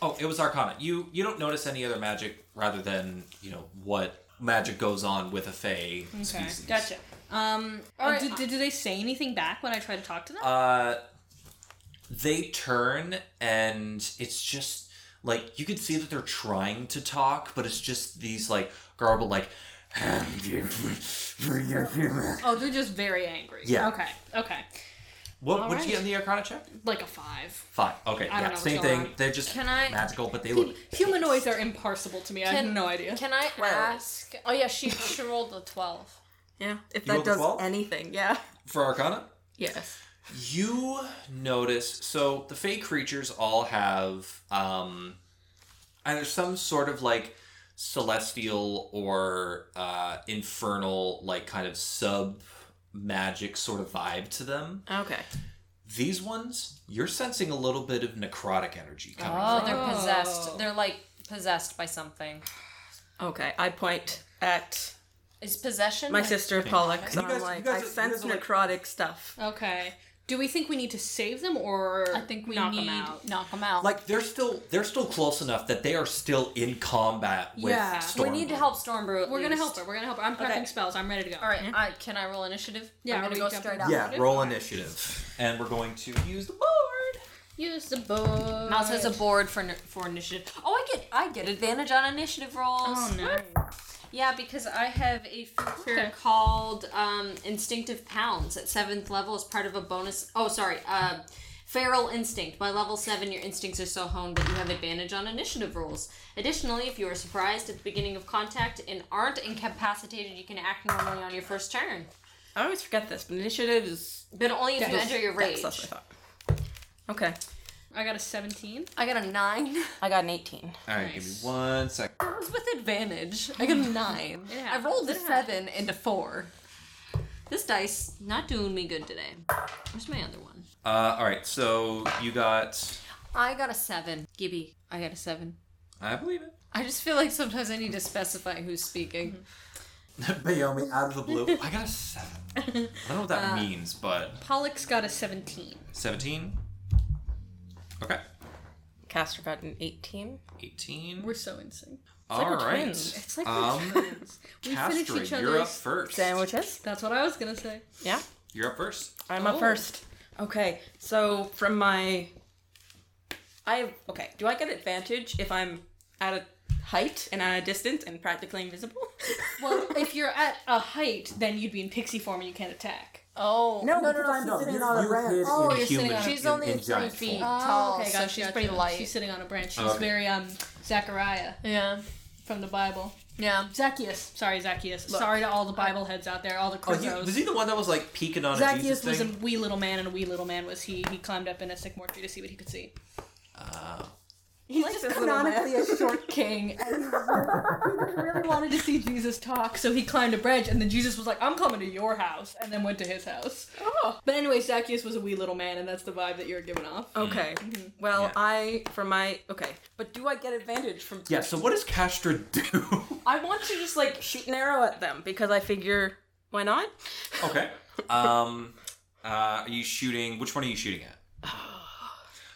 Speaker 1: Oh, it was arcana. You you don't notice any other magic rather than, you know, what magic goes on with a fae
Speaker 4: Okay.
Speaker 1: species.
Speaker 4: Gotcha. Um. uh,
Speaker 3: right.
Speaker 4: do, do, do they say anything back when I try to talk to them?
Speaker 1: Uh they turn and it's just like you can see that they're trying to talk, but it's just these like garbled like (laughs)
Speaker 4: oh, they're just very angry.
Speaker 1: Yeah.
Speaker 4: Okay. Okay.
Speaker 1: What would you get in the arcana check?
Speaker 4: Like a five.
Speaker 1: Five. Okay,
Speaker 4: don't know
Speaker 1: yeah,
Speaker 4: what's
Speaker 1: same
Speaker 4: going
Speaker 1: thing.
Speaker 4: on.
Speaker 1: They're just
Speaker 3: Can I-
Speaker 1: magical, but they look
Speaker 4: Humanoids are imparsible to me. I have
Speaker 3: Can-
Speaker 4: no idea.
Speaker 3: Can I ask? Oh yeah, she she rolled a twelve.
Speaker 6: Yeah. If
Speaker 1: rolled
Speaker 6: that
Speaker 1: a
Speaker 6: does
Speaker 1: 12?
Speaker 6: anything, yeah.
Speaker 1: For Arcana,
Speaker 6: Yes.
Speaker 1: you notice so the fey creatures all have um either some sort of like celestial or uh, infernal, like kind of sub magic sort of vibe to them.
Speaker 6: Okay.
Speaker 1: These ones, you're sensing a little bit of necrotic energy coming
Speaker 2: Oh,
Speaker 1: from.
Speaker 2: they're possessed. They're like possessed by something.
Speaker 6: Okay. I point at
Speaker 2: Is possession
Speaker 6: my
Speaker 2: like-
Speaker 6: sister Pollux.
Speaker 16: You
Speaker 6: and
Speaker 16: guys-
Speaker 6: I'm like,
Speaker 16: you guys-
Speaker 6: I
Speaker 16: you
Speaker 6: sense
Speaker 16: guys are like-
Speaker 6: necrotic stuff.
Speaker 4: Okay. Do we think we need to save them or
Speaker 2: I think we
Speaker 4: knock
Speaker 2: need
Speaker 4: them out?
Speaker 2: knock them out.
Speaker 1: Like they're still they're still close enough that they are still in combat with
Speaker 4: Yeah.
Speaker 1: Storm.
Speaker 2: we need to help Stormbrew. at
Speaker 4: We're gonna
Speaker 2: least.
Speaker 4: help her. We're gonna help her. I'm prepping
Speaker 3: Okay.
Speaker 4: spells. I'm ready to go.
Speaker 2: All right, I, can I roll initiative?
Speaker 4: Yeah,
Speaker 2: I'm
Speaker 4: are
Speaker 2: gonna
Speaker 4: we
Speaker 2: go
Speaker 4: jumping
Speaker 2: straight
Speaker 4: in?
Speaker 2: up.
Speaker 16: Yeah, roll initiative.
Speaker 1: And we're going to use the
Speaker 4: Mm-hmm. Use the bow.
Speaker 2: Mouse has a board for for initiative. Oh, I get I get advantage on initiative rolls.
Speaker 4: Oh no.
Speaker 2: Yeah, because I have a feature called um, Instinctive Pounds at seventh level as part of a bonus. Oh, sorry, uh, Feral Instinct. By level seven, your instincts are so honed that you have advantage on initiative rolls. Additionally, if you are surprised at the beginning of contact and aren't incapacitated, you can act normally on your first turn,
Speaker 6: I always forget this, but initiative is.
Speaker 2: but only if you enter your
Speaker 6: Dex,
Speaker 2: rage.
Speaker 6: that's what I thought. Okay.
Speaker 4: I got a 17.
Speaker 2: I got a nine.
Speaker 6: I got an 18.
Speaker 1: Alright, give me one sec.
Speaker 2: It was with advantage. I got a nine. I rolled a seven and a four. This dice not doing me good today. Where's my other one?
Speaker 1: Uh, alright, so you got
Speaker 2: I got a seven. Gibby, I got a seven.
Speaker 1: I believe it.
Speaker 2: I just feel like sometimes I need to specify who's
Speaker 3: Mm-hmm.
Speaker 2: speaking.
Speaker 16: Bayomi out of the blue.
Speaker 1: I got a
Speaker 4: (laughs)
Speaker 1: seven. I don't know what
Speaker 4: Uh,
Speaker 1: that means, but
Speaker 4: Pollux got a 17.
Speaker 1: seventeen? Okay.
Speaker 6: Castor got an 18.
Speaker 1: Eighteen.
Speaker 4: We're so in sync.
Speaker 1: All
Speaker 6: we're
Speaker 1: right.
Speaker 6: twins.
Speaker 4: It's like
Speaker 1: Um,
Speaker 4: we're twins. We finish
Speaker 1: Castra,
Speaker 4: each
Speaker 1: you're up
Speaker 4: other's.
Speaker 1: first.
Speaker 6: Sandwiches?
Speaker 4: That's what I was gonna say.
Speaker 6: Yeah.
Speaker 1: You're up first.
Speaker 6: I'm up first. Okay, so from my, I okay. Do I get advantage if I'm at a height and at a distance and practically invisible? (laughs)
Speaker 4: Well, if you're at a height, then you'd be in pixie form and you can't attack.
Speaker 3: No, no, no, no. She's sitting on a branch. Oh,
Speaker 16: you're
Speaker 4: sitting on-
Speaker 3: she's only
Speaker 16: in
Speaker 3: 20
Speaker 16: giant
Speaker 3: feet
Speaker 16: form.
Speaker 3: tall,
Speaker 4: Oh, Okay,
Speaker 3: so
Speaker 4: gotcha,
Speaker 3: she's
Speaker 4: gotcha.
Speaker 3: pretty light.
Speaker 4: She's sitting on a branch. She's
Speaker 1: Okay.
Speaker 4: very um Zachariah
Speaker 3: yeah.
Speaker 4: from the Bible.
Speaker 3: Yeah.
Speaker 4: Zacchaeus. Sorry, Zacchaeus. Sorry to all the Bible heads out there, all the
Speaker 1: Oh, he,
Speaker 4: crows.
Speaker 1: was he the one that was like peeking on a Jesus
Speaker 4: Zacchaeus was a
Speaker 1: thing?
Speaker 4: wee little man, and a wee little man was he. He climbed up in a sycamore tree to see what he could see.
Speaker 3: He's just canonically a short
Speaker 4: King. And he really wanted to see Jesus talk, so he climbed a branch, and then Jesus was like, I'm coming to your house, and then went to his house. Oh. But anyway, Zacchaeus was a wee little man, and that's the vibe that you're giving off.
Speaker 6: (laughs)
Speaker 1: Uh,
Speaker 6: Okay. Well,
Speaker 1: Yeah.
Speaker 6: I from my okay, but do I get advantage from?
Speaker 1: Yeah, so what does Castra do? (laughs)
Speaker 6: I want to just like shoot an arrow at them because I figure why not?
Speaker 1: okay. (laughs) Um uh are you shooting which one are you shooting at?
Speaker 4: (sighs)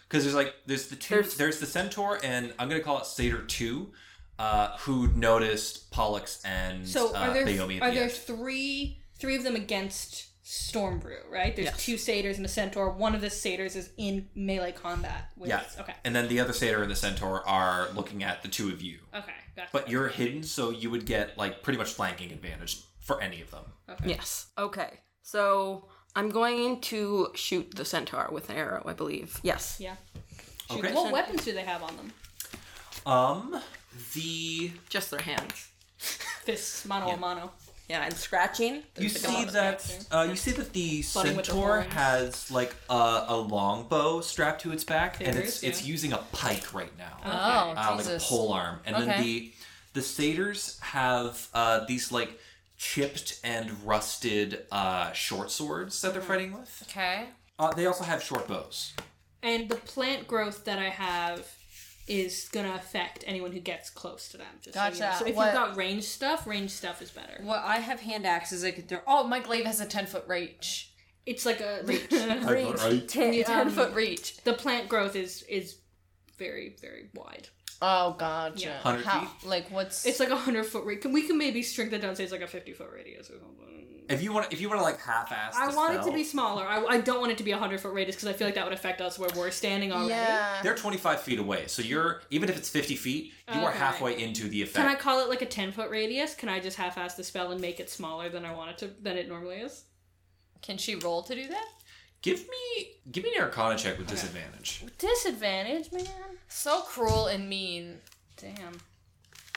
Speaker 1: Because there's like there's the two there's,
Speaker 6: There's-
Speaker 1: the centaur and I'm gonna call it Satyr two, uh, who noticed Pollux and
Speaker 4: So
Speaker 1: uh,
Speaker 4: are there
Speaker 1: Bayomi at
Speaker 4: are
Speaker 1: the
Speaker 4: there
Speaker 1: end.
Speaker 4: three three of them against Stormbrew, right? There's two satyrs and a centaur. One of the satyrs is in melee combat with
Speaker 1: Yeah.
Speaker 4: okay.
Speaker 1: And then the other satyr and the centaur are looking at the two of you.
Speaker 4: Okay, gotcha.
Speaker 1: But you're hidden, so you would get like pretty much flanking advantage for any of them.
Speaker 6: Yes. Okay. So I'm going to shoot the centaur with an arrow. I believe. Yes.
Speaker 4: yeah.
Speaker 1: Okay.
Speaker 4: What weapons do they have on them?
Speaker 1: Um the
Speaker 6: Just their hands.
Speaker 4: Fists, mano a mano.
Speaker 6: Yeah, and scratching.
Speaker 1: you
Speaker 6: There's like a
Speaker 1: see
Speaker 6: lot of-
Speaker 1: that uh, you see that the
Speaker 4: Flooding with the
Speaker 1: centaur
Speaker 4: horns.
Speaker 1: has like a, a longbow strapped to its back, and it's
Speaker 4: Figures, yeah.
Speaker 1: it's using a pike right now,
Speaker 2: Oh,
Speaker 1: uh, like a
Speaker 2: Jesus.
Speaker 1: pole arm. And then
Speaker 2: Okay.
Speaker 1: the the satyrs have uh, these like chipped and rusted uh, short swords that they're
Speaker 4: Mm-hmm.
Speaker 1: fighting with.
Speaker 2: Okay.
Speaker 1: Uh, they also have short bows.
Speaker 4: And the plant growth that I have is gonna affect anyone who gets close to them. Just So, you know.
Speaker 2: Gotcha.
Speaker 4: so if
Speaker 2: What-
Speaker 4: you've got range stuff, range stuff is better.
Speaker 2: Well, I have hand axes I could throw. Oh, my glaive has a ten foot reach.
Speaker 4: It's like a
Speaker 3: Ten.
Speaker 6: um,
Speaker 2: Ten foot reach.
Speaker 4: the plant growth is is very very wide.
Speaker 3: Oh, gotcha.
Speaker 4: Yeah.
Speaker 1: 100
Speaker 3: How?
Speaker 1: feet?
Speaker 3: Like, what's.
Speaker 4: It's like a hundred foot radius. Can we can maybe shrink that down? Say it's like a fifty foot radius or something.
Speaker 1: If you want, if you want to like half-ass,
Speaker 4: I
Speaker 1: the
Speaker 4: want it to
Speaker 1: spell-
Speaker 4: be smaller. I, I don't want it to be a hundred foot radius because I feel like that would affect us where we're standing already.
Speaker 3: yeah.
Speaker 1: They're 25 feet away, so you're even if it's 50 feet, you are
Speaker 4: Okay.
Speaker 1: halfway into the effect.
Speaker 4: Can I call it like a ten foot radius? Can I just half ass the spell and make it smaller than I want it to than it normally is?
Speaker 2: Can she roll to do that?
Speaker 1: Give me give me an Arcana check with disadvantage.
Speaker 4: Disadvantage, man.
Speaker 2: So cruel and mean.
Speaker 4: Damn,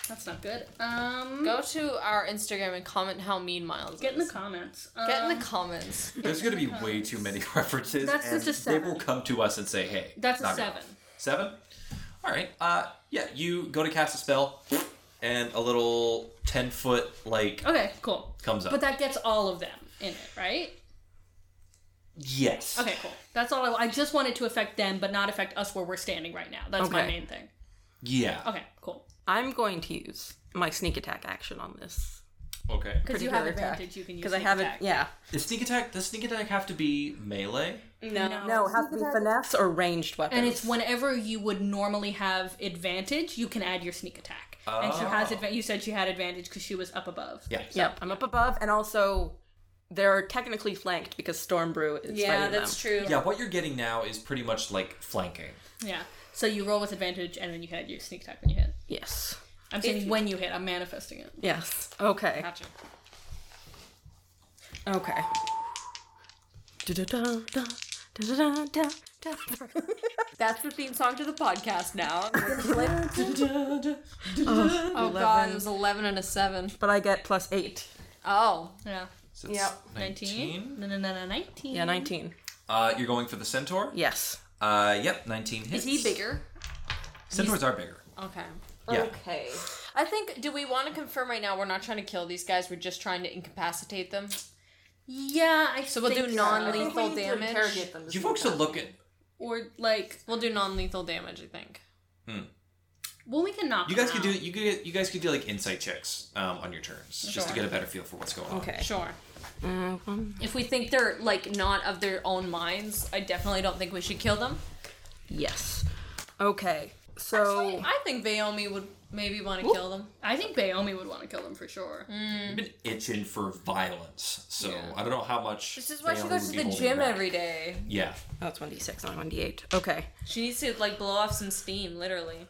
Speaker 4: that's not good. Um,
Speaker 2: Go to our Instagram and comment how mean Miles
Speaker 4: get in the
Speaker 2: is.
Speaker 4: comments.
Speaker 2: Get in
Speaker 4: Um,
Speaker 2: the comments.
Speaker 1: There's going to be way too many (laughs) references.
Speaker 4: That's
Speaker 1: and
Speaker 4: just a
Speaker 1: They will
Speaker 4: seven.
Speaker 1: come to us and say, "Hey,
Speaker 4: That's a
Speaker 1: knock it off.
Speaker 4: seven.
Speaker 1: Seven. All right. Uh, yeah. You go to cast a spell. and a little ten foot like
Speaker 4: Okay, cool.
Speaker 1: comes up.
Speaker 4: But that gets all of them in it, right?
Speaker 1: yes.
Speaker 4: Okay, cool. That's all I, I just want it to affect them, but not affect us where we're standing right now. That's my
Speaker 6: Okay.
Speaker 4: main thing.
Speaker 1: Yeah.
Speaker 4: Okay, cool.
Speaker 6: I'm going to use my sneak attack action on this
Speaker 1: Okay.
Speaker 4: Because you have
Speaker 6: Particular attack.
Speaker 4: advantage, you can use
Speaker 6: because I
Speaker 4: sneak
Speaker 6: haven't.
Speaker 4: attack.
Speaker 6: Yeah,
Speaker 1: Is sneak attack does sneak attack have to be melee?
Speaker 6: no, it has to be finesse or ranged weapons.
Speaker 4: And it's whenever you would normally have advantage, you can add your sneak attack. And she has adva- You said she had advantage because she was up above.
Speaker 1: Yeah.
Speaker 6: Yep, I'm up above, and also they're technically flanked because Stormbrew is
Speaker 3: Yeah, that's true.
Speaker 1: Yeah, what you're getting now is pretty much like flanking.
Speaker 4: Yeah. So you roll with advantage, and then you had your sneak attack when you hit.
Speaker 6: true. Yes.
Speaker 4: I'm saying when you hit. I'm manifesting it.
Speaker 6: Yes. Okay.
Speaker 4: Gotcha.
Speaker 6: Okay. Da-da-da-da, da-da-da-da-da.
Speaker 3: (laughs) That's the theme song to the
Speaker 6: (laughs)
Speaker 3: podcast now.
Speaker 2: Oh god, it was eleven and a seven.
Speaker 6: But I get plus eight.
Speaker 2: Oh,
Speaker 4: Yeah.
Speaker 1: So it's 19.
Speaker 4: No, no, no, no, 19.
Speaker 6: Yeah, nineteen.
Speaker 1: Uh, you're going for the centaur?
Speaker 6: Yes.
Speaker 1: Uh, yep, 19 hits.
Speaker 2: is he bigger?
Speaker 1: Centaurs are bigger.
Speaker 3: okay.
Speaker 1: Yeah.
Speaker 7: Okay.
Speaker 3: I think, do we want to confirm right now we're not trying to kill these guys, we're just trying to incapacitate them?
Speaker 4: Yeah, I
Speaker 3: So we'll do
Speaker 4: think
Speaker 3: non
Speaker 7: I think we
Speaker 3: lethal
Speaker 7: need to
Speaker 3: damage.
Speaker 7: interrogate them. to
Speaker 1: You
Speaker 7: see
Speaker 1: folks
Speaker 7: what
Speaker 1: will look at.
Speaker 4: Or, like,
Speaker 3: We'll do non lethal damage, I think.
Speaker 4: well, we can knock
Speaker 1: You guys
Speaker 4: them
Speaker 1: could do
Speaker 6: Um,
Speaker 4: out.
Speaker 1: you could you guys could do like insight checks um, on your turns just to get a better feel for what's going on.
Speaker 6: Okay.
Speaker 3: Sure. If we think they're, like, not of their own minds, I definitely don't think we should kill them.
Speaker 6: Yes. Okay. So
Speaker 3: I think Naomi would maybe want to kill them.
Speaker 4: I think Bayomi would want to kill them for sure.
Speaker 3: Mm-hmm.
Speaker 1: You've been itching for violence, so I don't know how much.
Speaker 3: This is why she
Speaker 1: Bailey
Speaker 3: goes
Speaker 1: would
Speaker 3: to
Speaker 1: be
Speaker 3: the
Speaker 1: holding
Speaker 3: gym
Speaker 1: back.
Speaker 3: every day.
Speaker 1: Yeah,
Speaker 6: oh, it's one d six, not one d eight. Okay.
Speaker 3: She needs to, like, blow off some steam, literally.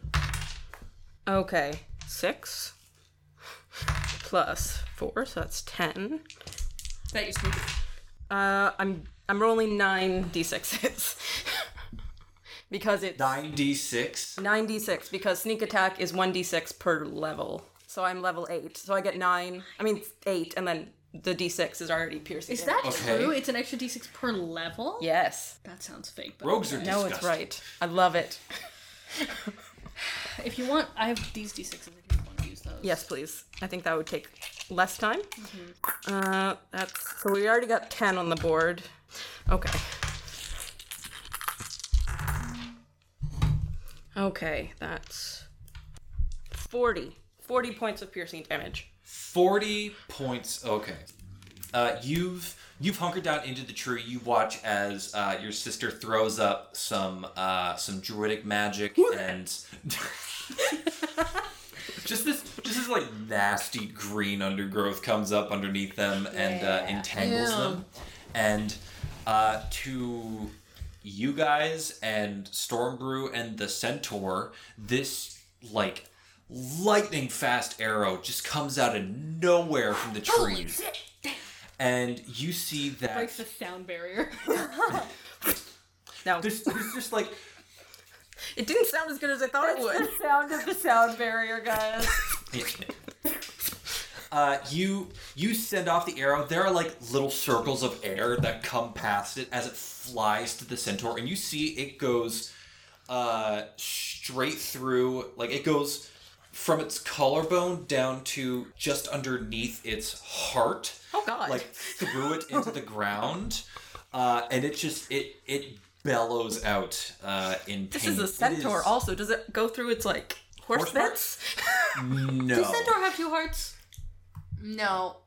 Speaker 6: Okay. Six plus four, so that's ten.
Speaker 3: Is that your sneak?
Speaker 6: Uh, I'm I'm rolling nine d sixes (laughs) because it's
Speaker 1: nine d six.
Speaker 6: nine d six because sneak attack is one d six per level. So I'm level eight, so I get nine. I mean eight, and then the d six is already piercing.
Speaker 4: Is that
Speaker 1: Okay.
Speaker 4: true? It's an extra d6 per level?
Speaker 6: Yes.
Speaker 4: That sounds fake. But
Speaker 1: Rogues are
Speaker 6: No,
Speaker 1: disgusting.
Speaker 6: it's right. I love it.
Speaker 4: If you want, I have these d6s if you want to use those.
Speaker 6: Yes, please. I think that would take less time.
Speaker 4: Mm-hmm.
Speaker 6: Uh, that's so we already got ten on the board. Okay. Okay, that's forty. Forty points of piercing damage.
Speaker 1: Forty points. Okay, uh, you've you've hunkered down into the tree. You watch as uh, your sister throws up some uh, some druidic magic and just this just this like nasty green undergrowth comes up underneath them and uh, entangles them. And uh, to you guys and Stormbrew and the Centaur, this like lightning fast arrow just comes out of nowhere from the trees and you see that
Speaker 4: Breaks the sound barrier.
Speaker 6: Now
Speaker 1: there's, there's just like
Speaker 6: it didn't sound as good as I thought it would.
Speaker 5: The sound of the sound barrier, guys.
Speaker 1: (laughs) uh, you you send off the arrow there are like little circles of air that come past it as it flies to the centaur and you see it goes uh, straight through like it goes from its collarbone down to just underneath its heart
Speaker 6: Oh god.
Speaker 1: like threw it into the ground, uh, and it just it it bellows out uh, in pain.
Speaker 6: this is a
Speaker 1: It
Speaker 6: centaur
Speaker 1: is-
Speaker 6: also. Does it go through its like horse
Speaker 1: Horse part?
Speaker 6: bits?
Speaker 1: No,
Speaker 4: have two hearts?
Speaker 3: No.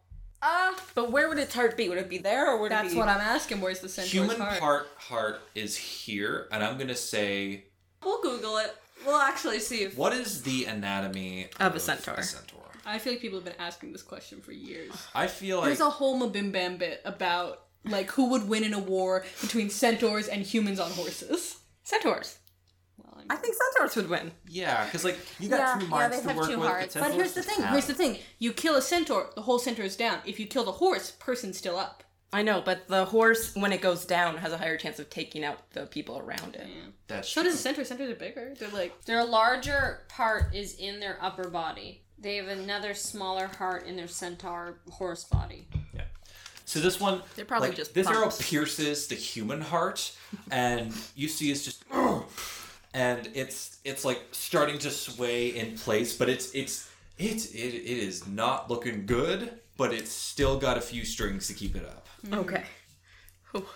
Speaker 3: Uh,
Speaker 6: but where would its heart be? Would it be there or would it
Speaker 4: That's
Speaker 6: be
Speaker 4: what I'm asking. Where's the centaur's
Speaker 1: human
Speaker 4: heart?
Speaker 1: part heart is here, and I'm gonna say,
Speaker 3: we'll Google it. We'll actually see if
Speaker 1: what is the anatomy
Speaker 6: Of a centaur.
Speaker 1: centaur?
Speaker 4: I feel like people have been asking this question for years.
Speaker 1: I feel like
Speaker 4: There's a whole Mabim Bam bit about like who would win in a war between centaurs and humans on horses.
Speaker 6: centaurs?
Speaker 4: Well,
Speaker 6: I think centaurs would win.
Speaker 1: yeah, because like you got
Speaker 3: Yeah,
Speaker 1: two
Speaker 3: yeah,
Speaker 1: minds
Speaker 3: they
Speaker 1: to
Speaker 3: have
Speaker 1: work
Speaker 3: two
Speaker 1: with.
Speaker 3: hearts.
Speaker 4: But here's the thing. Here's the thing. You kill a centaur, the whole centaur is down. If you kill the horse, person's still up.
Speaker 6: I know, but the horse, when it goes down, has a higher chance of taking out the people around it.
Speaker 1: That's
Speaker 4: So
Speaker 1: true.
Speaker 4: does the centaur. Centaurs are bigger. They're like
Speaker 3: their larger part is in their upper body. They have another smaller heart in their centaur horse body.
Speaker 1: Yeah. So this one,
Speaker 6: They're probably
Speaker 1: like,
Speaker 6: just
Speaker 1: this arrow
Speaker 6: pumps.
Speaker 1: pierces the human heart, and you see it's just, "Ugh," and it's it's like starting to sway in place, but it's it's It's it, it is not looking good, but it's still got a few strings to keep it up.
Speaker 6: Okay. Whew.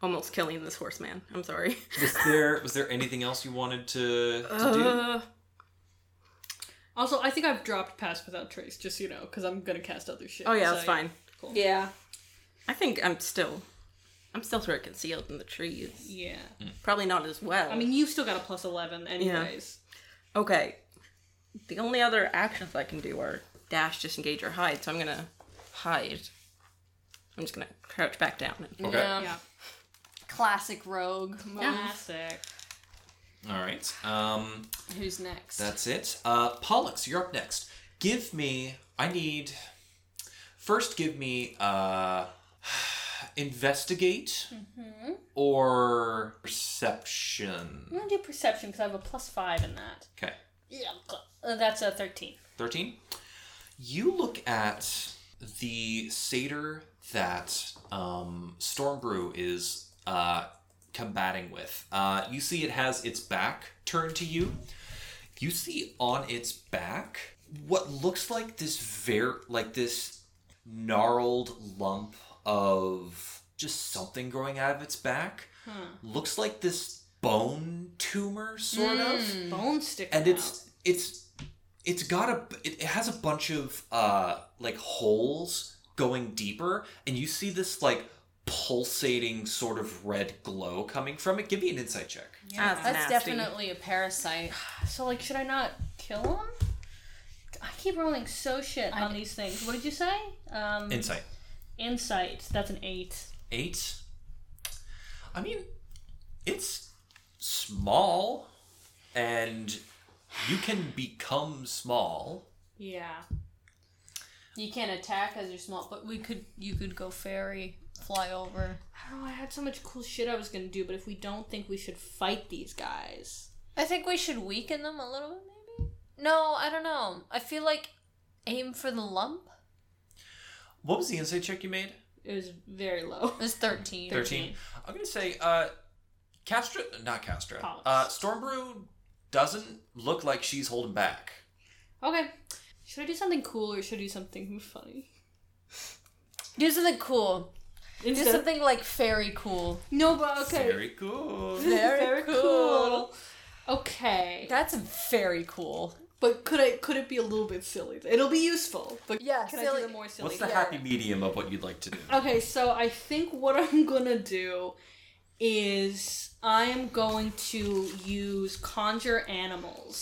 Speaker 6: Almost killing this horseman. I'm sorry. (laughs)
Speaker 1: Was there was there anything else you wanted to, to do?
Speaker 6: Uh,
Speaker 4: Also, I think I've dropped Pass Without Trace, just so you know, because I'm gonna cast other shit.
Speaker 6: oh yeah,
Speaker 4: so
Speaker 6: that's fine.
Speaker 3: Yeah.
Speaker 6: I think I'm still, I'm still sort of concealed in the trees.
Speaker 4: Yeah.
Speaker 6: Probably not as well.
Speaker 4: I mean, you've still got a plus 11 anyways.
Speaker 6: okay. The only other actions I can do are dash, disengage, or hide. So I'm gonna hide. I'm just gonna crouch back down.
Speaker 1: Okay.
Speaker 4: Yeah.
Speaker 3: Classic rogue.
Speaker 4: Classic.
Speaker 1: All right. Um,
Speaker 3: Who's next?
Speaker 1: That's it. Uh, Pollux, you're up next. Give me. I need. First, give me. Uh, (sighs) investigate or perception.
Speaker 4: I'm gonna do perception because I have a plus 5 in that.
Speaker 1: Okay.
Speaker 4: Yeah. Uh, That's a 13.
Speaker 1: 13. You look at the satyr that um, Stormbrew is uh, combating with. Uh, you see it has its back turned to you. You see on its back what looks like this ver like this gnarled lump of just something growing out of its back. Looks like this bone tumor sort of
Speaker 4: Bone sticking
Speaker 1: and
Speaker 4: out.
Speaker 1: it's it's it's got a it it has a bunch of uh like holes going deeper and you see this like pulsating sort of red glow coming from it give me an insight check
Speaker 6: Yeah,
Speaker 3: That's definitely a parasite.
Speaker 4: So, like, should I not kill him? I keep rolling so shit on these things. What did you say? Um,
Speaker 1: insight
Speaker 4: insight. That's an 8.
Speaker 1: eight i mean it's small and you can become small
Speaker 4: Yeah.
Speaker 3: You can't attack as you're small, but we could. You could go fairy, fly over.
Speaker 4: Oh, I had so much cool shit I was gonna do, but if we don't think we should fight these guys.
Speaker 3: I think we should weaken them a little bit, maybe. No, I don't know. I feel like aim for the lump.
Speaker 1: what was the insight check you made
Speaker 4: It was very low. (laughs)
Speaker 3: It's thirteen.
Speaker 1: 13. I'm going to say, uh, Castra, not Castra.
Speaker 4: Pollux.
Speaker 1: Uh, Stormbrew doesn't look like she's holding back.
Speaker 4: Okay. Should I do something cool or should I do something funny?
Speaker 3: Do something cool. Do
Speaker 4: Instead-
Speaker 3: something like fairy cool.
Speaker 4: no, but okay.
Speaker 1: Very cool.
Speaker 4: (laughs) Very, cool. Okay.
Speaker 3: That's very cool.
Speaker 4: But could I could it be a little bit silly? It'll be useful. But
Speaker 3: Yeah,
Speaker 4: can I
Speaker 3: silly.
Speaker 4: do the more silly?
Speaker 1: What's the happy medium of what you'd like to do?
Speaker 4: Okay, so I think what (laughs) I'm gonna do is I am going to use conjure animals.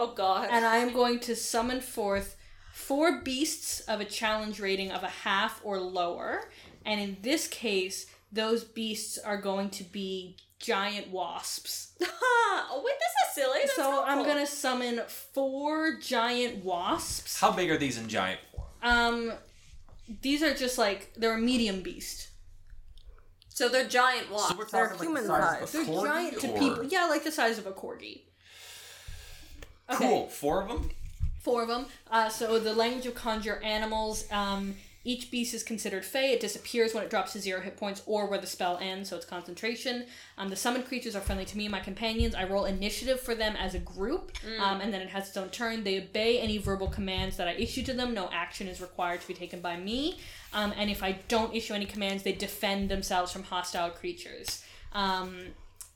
Speaker 7: Oh god.
Speaker 4: and I am going to summon forth four beasts of a challenge rating of a half or lower. And in this case, those beasts are going to be giant wasps.
Speaker 7: oh wait, this is silly. That's
Speaker 4: so um, I'm
Speaker 7: helpful.
Speaker 4: gonna summon four giant wasps.
Speaker 1: How big are these in giant form?
Speaker 4: Um, these are just like they're a medium beast.
Speaker 3: So they're giant wasps.
Speaker 1: So we're talking like
Speaker 6: human
Speaker 1: the size
Speaker 6: size.
Speaker 1: of a corgi
Speaker 4: Giant to
Speaker 1: or-
Speaker 4: people, yeah, like the size of a corgi.
Speaker 1: Cool. Four of them?
Speaker 4: four of them. Uh, so the language of conjure animals. Um, each beast is considered fey. It disappears when it drops to zero hit points or where the spell ends, so it's concentration. Um, the summoned creatures are friendly to me and my companions. I roll initiative for them as a group, um, and then it has its own turn. They obey any verbal commands that I issue to them. No action is required to be taken by me. Um, and if I don't issue any commands, they defend themselves from hostile creatures. Um,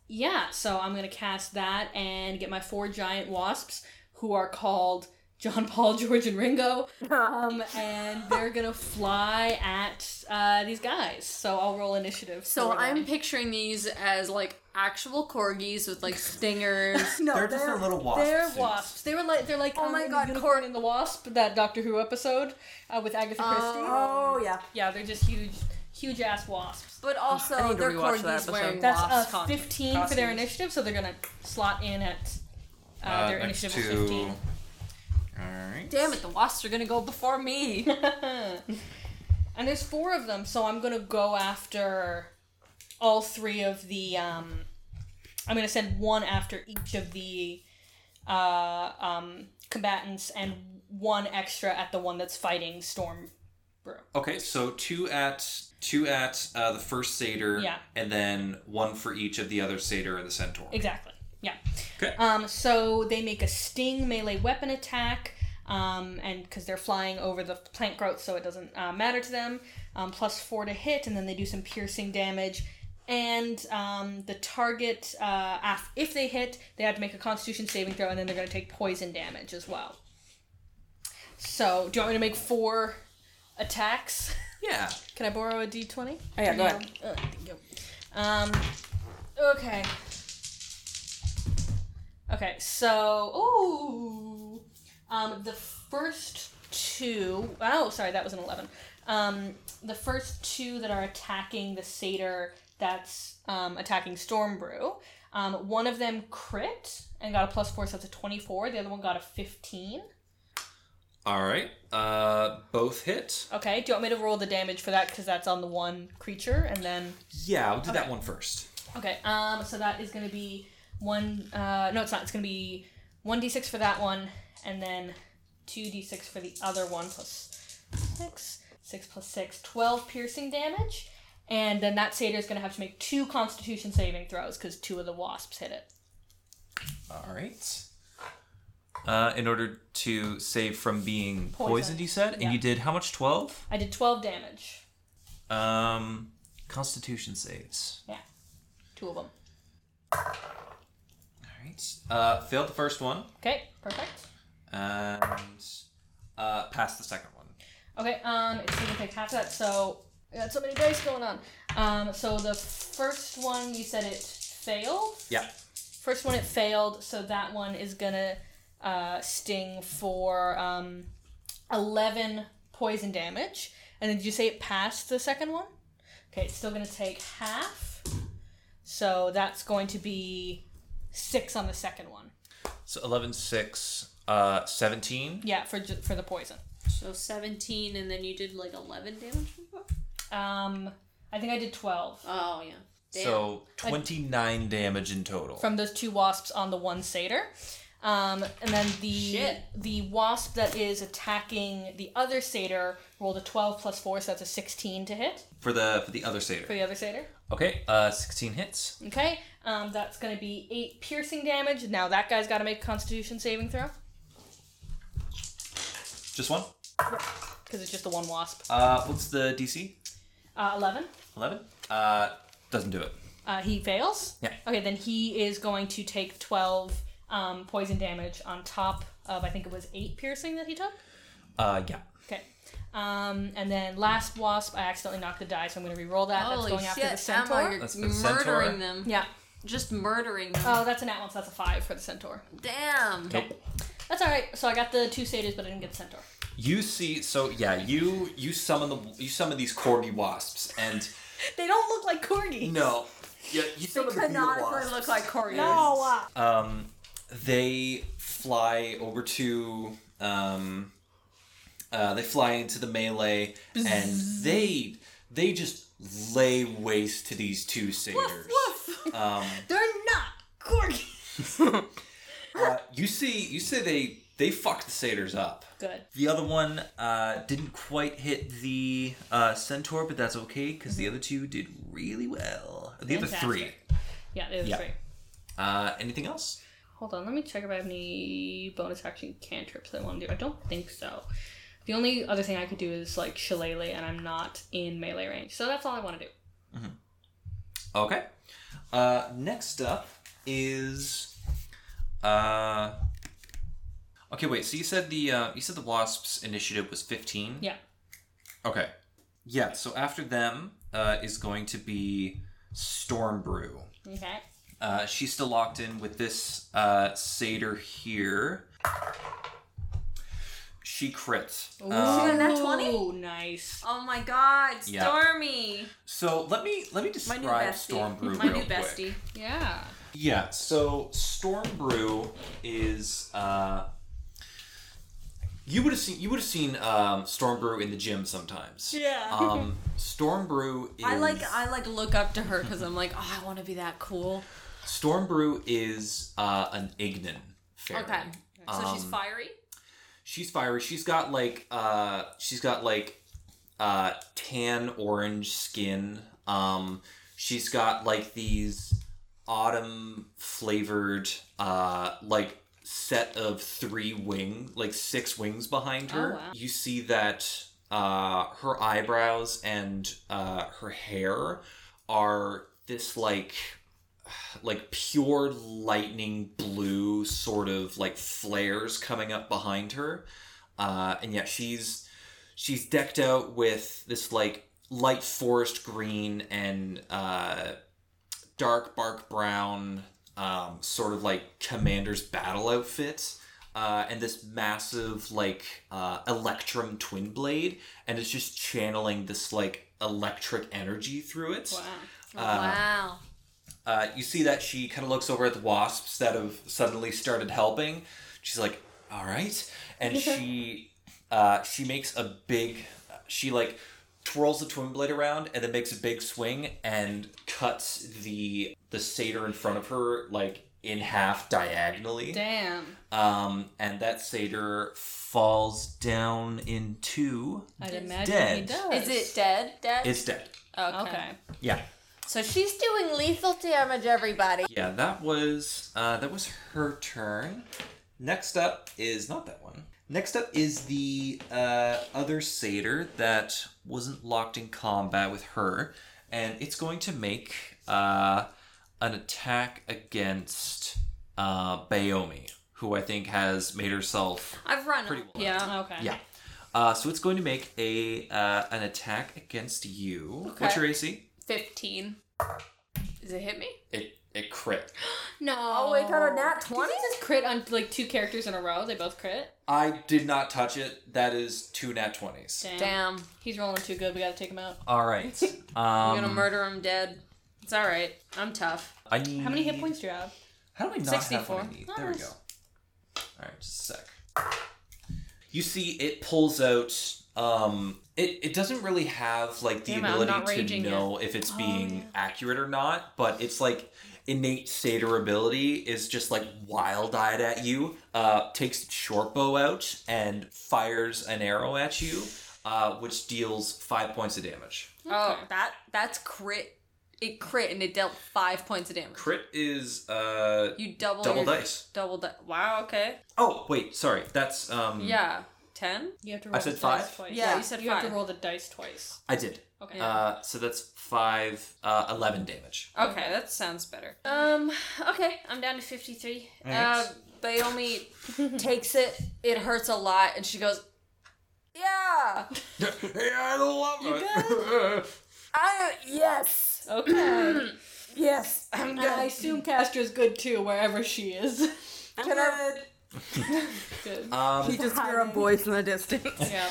Speaker 4: yeah, so I'm gonna cast that and get my four giant wasps who are called John (laughs) Paul, George, and Ringo. Um, and they're gonna fly at uh, these guys. So I'll roll initiative.
Speaker 3: So
Speaker 4: for
Speaker 3: I'm
Speaker 4: them.
Speaker 3: picturing these as like actual corgis with like stingers.
Speaker 5: No,
Speaker 1: They're just a little wasp.
Speaker 4: They're
Speaker 1: suits.
Speaker 4: wasps. They were like they're like oh
Speaker 5: my God,
Speaker 4: Unicorn in the Wasp that Doctor Who episode uh, with Agatha Christie.
Speaker 5: Oh yeah.
Speaker 4: yeah, they're just huge, huge ass wasps.
Speaker 3: but
Speaker 6: I
Speaker 3: also
Speaker 6: need to
Speaker 3: they're
Speaker 6: rewatch
Speaker 3: corgis
Speaker 6: that episode.
Speaker 3: wearing
Speaker 4: That's
Speaker 3: wasp
Speaker 4: a
Speaker 3: costumes.
Speaker 4: 15 for their initiative, so they're gonna slot in at uh, their
Speaker 1: next
Speaker 4: initiative was 15.
Speaker 1: Alright.
Speaker 3: Damn it, the wasps are gonna go before me.
Speaker 4: And there's four of them, so I'm gonna go after all three of the. Um, I'm gonna send one after each of the uh, um, combatants and one extra at the one that's fighting Storm.
Speaker 1: Okay, so two at two at uh, the first satyr,
Speaker 4: Yeah.
Speaker 1: and then one for each of the other satyr and the centaur.
Speaker 4: Exactly. Yeah.
Speaker 1: Okay.
Speaker 4: Um, so they make a sting melee weapon attack. um, and because they're flying over the plant growth, so it doesn't uh, matter to them. Um, plus four to hit, and then they do some piercing damage. And um, the target, uh, af- if they hit, they have to make a Constitution saving throw, and then they're going to take poison damage as well. So, do you want me to make four attacks? (laughs)
Speaker 1: Yeah.
Speaker 4: Can I borrow a d20?
Speaker 6: Oh, yeah, go ahead.
Speaker 4: Uh, thank you. Um, okay. Okay, so ooh, um, the first two. Oh, sorry, that was an eleven. Um, the first two that are attacking the satyr that's um, attacking Stormbrew. Um, one of them crit and got a plus four, so that's a twenty-four. The other one got a fifteen.
Speaker 1: All right. Uh, both hit.
Speaker 4: Okay, do you want me to roll the damage for that because that's on the one creature, and then
Speaker 1: Yeah, I'll do that one first.
Speaker 4: Okay, um, so that is going to be one. Uh, no, it's not. It's going to be one d6 for that one, and then two d6 for the other one plus six. Six plus six, 12 piercing damage, and then that satyr is going to have to make two Constitution saving throws because two of the wasps hit it.
Speaker 1: All right. Uh, in order to save from being poisoned, you said, and
Speaker 4: Yeah.
Speaker 1: you did how much? Twelve.
Speaker 4: I did 12 damage.
Speaker 1: Um, Constitution saves.
Speaker 4: Yeah, two of them.
Speaker 1: All right. Uh, failed the first one
Speaker 4: Okay, perfect.
Speaker 1: and uh, passed the second one.
Speaker 4: Okay, um, it's gonna take half of that, so I got so many dice going on. Um, so the first one you said it failed.
Speaker 1: Yeah.
Speaker 4: First one it failed, so that one is gonna uh, sting for um, eleven poison damage. And then did you say it passed the second one? Okay, it's still gonna take half. So that's going to be six on the second one.
Speaker 1: So 11, 6, uh, 17.
Speaker 4: Yeah, for ju- for the poison.
Speaker 3: So 17, and then you did like 11 damage?
Speaker 4: Um, I think I did twelve.
Speaker 3: Oh, yeah.
Speaker 1: So 29 damage in total.
Speaker 4: from those two wasps on the one satyr. Um, and then the
Speaker 3: Shit.
Speaker 4: the wasp that is attacking the other satyr rolled a twelve plus four, so that's a sixteen to hit
Speaker 1: for the for the other satyr.
Speaker 4: for the other satyr.
Speaker 1: Okay, uh, 16 hits.
Speaker 4: Okay, um, that's going to be eight piercing damage. Now that guy's got to make a Constitution saving throw
Speaker 1: Just one.
Speaker 4: because it's just the one wasp.
Speaker 1: Uh, what's the DC?
Speaker 4: Uh, Eleven.
Speaker 1: 11? Uh, doesn't do it.
Speaker 4: Uh, he fails.
Speaker 1: Yeah.
Speaker 4: Okay, then he is going to take twelve um, poison damage on top of I think it was eight piercing that he took.
Speaker 1: Uh, yeah.
Speaker 4: Okay. Um, and then last wasp, I accidentally knocked the die, so I'm going to re-roll that.
Speaker 2: Holy
Speaker 4: that's going
Speaker 2: shit,
Speaker 4: after the centaur.
Speaker 2: Emma, you're
Speaker 1: That's the
Speaker 2: murdering
Speaker 1: centaur.
Speaker 2: them.
Speaker 4: Yeah.
Speaker 2: Just murdering them.
Speaker 4: Oh, that's an at one, so that's a five for the centaur.
Speaker 2: Damn.
Speaker 1: Nope.
Speaker 4: That's all right. So I got the two satyrs, but I didn't get the centaur.
Speaker 1: You see, so yeah, you you summon the you summon these corgi wasps, and
Speaker 4: (laughs) They don't look like corgis.
Speaker 1: no, yeah, you summon the beetle
Speaker 5: Canonically
Speaker 1: wasps.
Speaker 5: look like Corey.
Speaker 1: Um, they fly over to um, uh, they fly into the melee, and they they just lay waste to these two satyrs. Um,
Speaker 4: (laughs) They're not corgis.
Speaker 1: uh, you see, you see, they they fuck the satyrs up.
Speaker 4: Good.
Speaker 1: The other one uh, didn't quite hit the uh, centaur, but that's okay because the other two did really well. The other three.
Speaker 4: Mm-hmm. Fantastic. Yeah, they're the
Speaker 1: Yeah.
Speaker 4: three.
Speaker 1: Uh, anything else?
Speaker 4: Hold on, let me check if I have any bonus action cantrips that I want to do. I don't think so. The only other thing I could do is like shillelagh, and I'm not in melee range, so that's all I want to do.
Speaker 1: Okay. Uh, next up is. Uh, okay, wait. So you said the uh, you said the wasps' initiative was fifteen.
Speaker 4: Yeah.
Speaker 1: Okay. Yeah. So after them uh, is going to be Stormbrew.
Speaker 4: Okay.
Speaker 1: Uh, she's still locked in with this uh, satyr here. She crits. Um,
Speaker 5: Nat 20?
Speaker 4: Ooh, nice.
Speaker 2: Oh my god,
Speaker 1: Yeah.
Speaker 2: Stormy.
Speaker 1: so let me let me describe
Speaker 5: new bestie.
Speaker 1: Stormbrew
Speaker 3: My
Speaker 1: real
Speaker 3: new
Speaker 1: quick.
Speaker 3: bestie.
Speaker 4: Yeah.
Speaker 1: Yeah. So Stormbrew is. Uh, you would have seen you would have seen um, Stormbrew in the gym sometimes.
Speaker 4: Yeah.
Speaker 1: Um, Stormbrew is.
Speaker 2: I like I like look up to her because I'm like, oh, I want to be that cool.
Speaker 1: Stormbrew is uh, an Ignan fairy.
Speaker 2: Okay, so she's
Speaker 1: Um,
Speaker 2: fiery.
Speaker 1: she's fiery. She's got like uh she's got like uh tan orange skin. Um she's got like these autumn flavored uh like set of three wing, like six wings behind her.
Speaker 3: wow.
Speaker 1: You see that uh, her eyebrows and uh, her hair are this like like pure lightning blue sort of like flares coming up behind her uh, and yeah she's she's decked out with this like light forest green and uh, dark bark brown um, sort of like commander's battle outfit uh, and this massive like uh, electrum twin blade and it's just channeling this like electric energy through it
Speaker 3: wow.
Speaker 1: uh, you see that she kind of looks over at the wasps that have suddenly started helping. She's like, "All right," and
Speaker 4: Mm-hmm.
Speaker 1: she uh, she makes a big she like twirls the twin blade around and then makes a big swing and cuts the the satyr in front of her like in half diagonally.
Speaker 4: Damn.
Speaker 1: Um, and that satyr falls down into
Speaker 4: I'd imagine he
Speaker 1: dead.
Speaker 4: does.
Speaker 3: Is it dead? Dead?
Speaker 1: It's dead.
Speaker 3: okay.
Speaker 4: Okay.
Speaker 1: Yeah.
Speaker 3: So she's doing
Speaker 5: Doing lethal damage, everybody.
Speaker 1: Yeah, that was uh, that was her turn. Next up is not that one. Next up is the uh, other satyr that wasn't locked in combat with her, and it's going to make uh, an attack against uh, Bayomi, who I think has made herself
Speaker 3: I've run
Speaker 1: pretty well.
Speaker 3: Yeah.
Speaker 4: Okay.
Speaker 1: Yeah. Uh, so it's going to make a uh, an attack against you. What's your AC?
Speaker 3: Fifteen. Does it hit me?
Speaker 1: It it crit.
Speaker 3: No.
Speaker 5: Oh, wait, got a nat 20?
Speaker 4: Just crit on like two characters in a row. They both crit.
Speaker 1: I did not touch it. That is two nat twenties.
Speaker 4: Damn.
Speaker 3: Damn.
Speaker 4: He's rolling too good. We gotta take him out.
Speaker 1: All
Speaker 3: (laughs)
Speaker 1: right. Um,
Speaker 3: I'm gonna murder him dead. It's all right. I'm tough.
Speaker 1: I need,
Speaker 4: How many hit points do you have?
Speaker 1: How do I not
Speaker 3: 64.
Speaker 1: have what I need? There we
Speaker 4: Nice.
Speaker 1: go. All right, just a sec. You see, it pulls out. Um, it it doesn't really have like the
Speaker 3: Damn it, I'm not
Speaker 1: ability to
Speaker 3: raging yet. Oh,
Speaker 1: know if it's being accurate or not, but it's like innate satyr ability is just like wild-eyed at you uh takes its short bow out and fires an arrow at you uh which deals five points of damage
Speaker 3: Oh, that that's crit. It crit and it dealt five points of damage.
Speaker 1: crit is uh
Speaker 3: You double
Speaker 1: double
Speaker 3: your,
Speaker 1: dice.
Speaker 3: Oh, Double dice. Wow. Okay.
Speaker 1: Oh wait, sorry. That's um.
Speaker 3: Yeah. Ten.
Speaker 4: You have to roll
Speaker 1: I said
Speaker 4: the dice
Speaker 1: five?
Speaker 4: twice.
Speaker 3: Yeah, you said
Speaker 4: you have
Speaker 3: five.
Speaker 4: to roll the dice (clears throat) twice.
Speaker 1: I did.
Speaker 4: Okay.
Speaker 1: Uh, so that's five, uh, 11 damage.
Speaker 3: Okay, that sounds better. Um, okay, I'm down to 53. Uh, Bayomi takes it. It hurts a lot, and she goes,
Speaker 5: Yeah.
Speaker 1: yeah, I love it.
Speaker 5: I, yes.
Speaker 4: Okay. (clears throat)
Speaker 5: Yes.
Speaker 4: and I (laughs) assume Castor's good too, wherever she is.
Speaker 5: Can I,
Speaker 4: good.
Speaker 1: um,
Speaker 6: You just hear a voice in the (laughs) distance.
Speaker 4: yeah.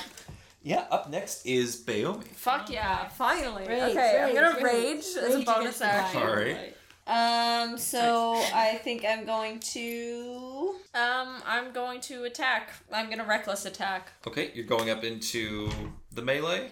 Speaker 1: yeah. Up next is Bayomi.
Speaker 3: fuck yeah.
Speaker 5: finally.
Speaker 4: Rage,
Speaker 5: okay,
Speaker 4: rage,
Speaker 5: I'm gonna rage,
Speaker 4: rage.
Speaker 5: as a bonus action.
Speaker 1: All right.
Speaker 3: Um, so I think I'm going to. Um, I'm going to attack. I'm gonna reckless attack.
Speaker 1: Okay, you're going up into the melee.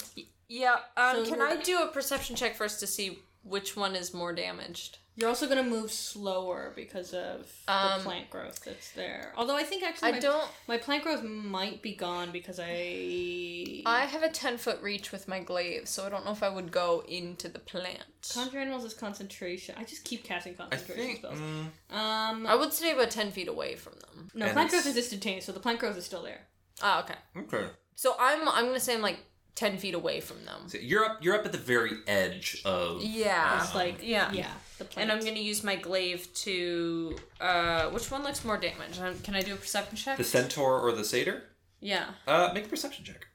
Speaker 3: Yeah, um, can I do a perception check first to see which one is more damaged?
Speaker 4: You're also gonna move slower because of
Speaker 3: Um,
Speaker 4: the plant growth that's there. Although I think actually
Speaker 3: I
Speaker 4: my,
Speaker 3: don't.
Speaker 4: my plant growth might be gone because I
Speaker 3: I have a 10 foot reach with my glaive, so I don't know if I would go into the plant.
Speaker 4: conjure animals is concentration. I just keep casting
Speaker 1: I
Speaker 4: concentration
Speaker 1: think.
Speaker 4: spells.
Speaker 1: mm,
Speaker 4: Um,
Speaker 3: I would stay about 10 feet away from them.
Speaker 4: no,
Speaker 1: And
Speaker 4: plant growth
Speaker 1: it's-
Speaker 4: is instantaneous, so the plant growth is still there.
Speaker 3: Oh, okay.
Speaker 1: okay.
Speaker 3: So I'm I'm gonna say I'm like ten feet away from them.
Speaker 1: So you're up. You're up at the very edge of.
Speaker 3: Yeah.
Speaker 1: Oh.
Speaker 4: It's like
Speaker 3: yeah.
Speaker 4: yeah, the plant.
Speaker 3: And I'm gonna use my glaive to uh which one looks more damaged? Um, Can I do a perception check?
Speaker 1: The centaur or the satyr?
Speaker 3: yeah.
Speaker 1: Uh, make a perception check.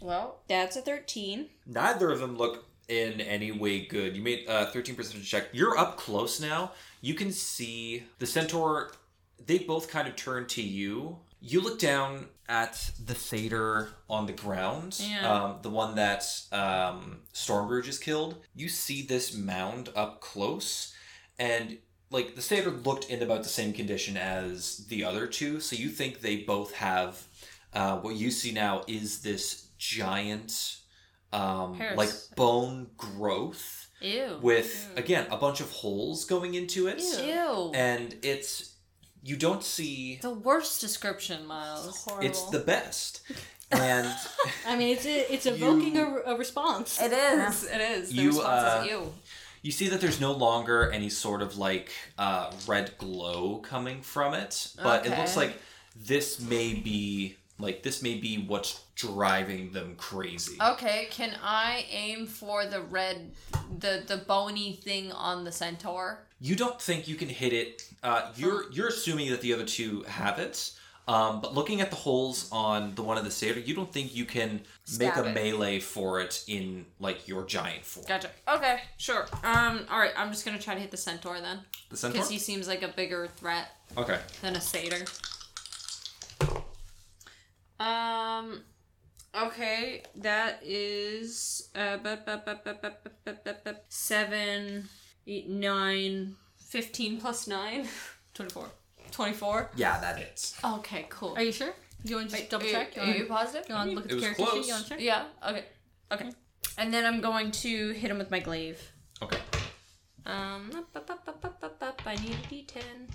Speaker 3: Well, that's a thirteen.
Speaker 1: Neither of them look in any way good. You made a thirteen perception check. You're up close now. You can see the centaur. They both kind of turn to you. You look down at the satyr on the ground,
Speaker 3: Yeah.
Speaker 1: um, the one that um, Stormbrew just killed. You see this mound up close, and like the satyr looked in about the same condition as the other two. So you think they both have uh, what you see now is this giant um,
Speaker 3: Paris.
Speaker 1: like bone growth
Speaker 2: Oh,
Speaker 3: Ew.
Speaker 1: with again a bunch of holes going into it
Speaker 3: Ew.
Speaker 1: and it's you don't see
Speaker 3: The worst description, Miles.
Speaker 4: Horrible.
Speaker 1: it's the
Speaker 3: (laughs)
Speaker 1: best and
Speaker 4: I mean, it's it's evoking a, a response.
Speaker 5: It is.
Speaker 3: (laughs) It is. The
Speaker 1: You,
Speaker 3: response
Speaker 1: uh,
Speaker 3: is ew.
Speaker 1: You see that there's no longer any sort of like uh, red glow coming from it, but it looks
Speaker 3: Okay.
Speaker 1: like this may be like this may be what's driving them crazy.
Speaker 3: Okay, can I aim for the red, the the bony thing on the centaur?
Speaker 1: You don't think you can hit it. Uh, you're you're assuming that the other two have it, um, but looking at the holes on the one of the satyr, you don't think you can make a
Speaker 3: Stab it.
Speaker 1: melee for it in like your giant form.
Speaker 3: Gotcha. Okay, sure. Um, all right. I'm just gonna try to hit the centaur then,
Speaker 1: The centaur.
Speaker 3: because he seems like a bigger threat
Speaker 1: Okay.
Speaker 3: than a satyr. Um. Okay, that is uh, bu- bu- bu- bu- bu- bu- bu- bu- bu- seven, eight, nine, fifteen plus nine.
Speaker 4: 24.
Speaker 3: 24.
Speaker 1: Yeah, that hits.
Speaker 3: Okay, cool.
Speaker 4: Are you sure? Do you want to just double
Speaker 3: Are you-
Speaker 4: check? Do
Speaker 3: Are you
Speaker 4: you
Speaker 3: positive?
Speaker 4: want to look at
Speaker 1: It
Speaker 4: the
Speaker 1: was
Speaker 4: character sheet?
Speaker 1: close.
Speaker 4: You want to check?
Speaker 3: Yeah. Okay. Okay. And then I'm going to hit him with my glaive.
Speaker 1: Okay.
Speaker 3: Um, up, up, up, up, up, up, up. I need a d10.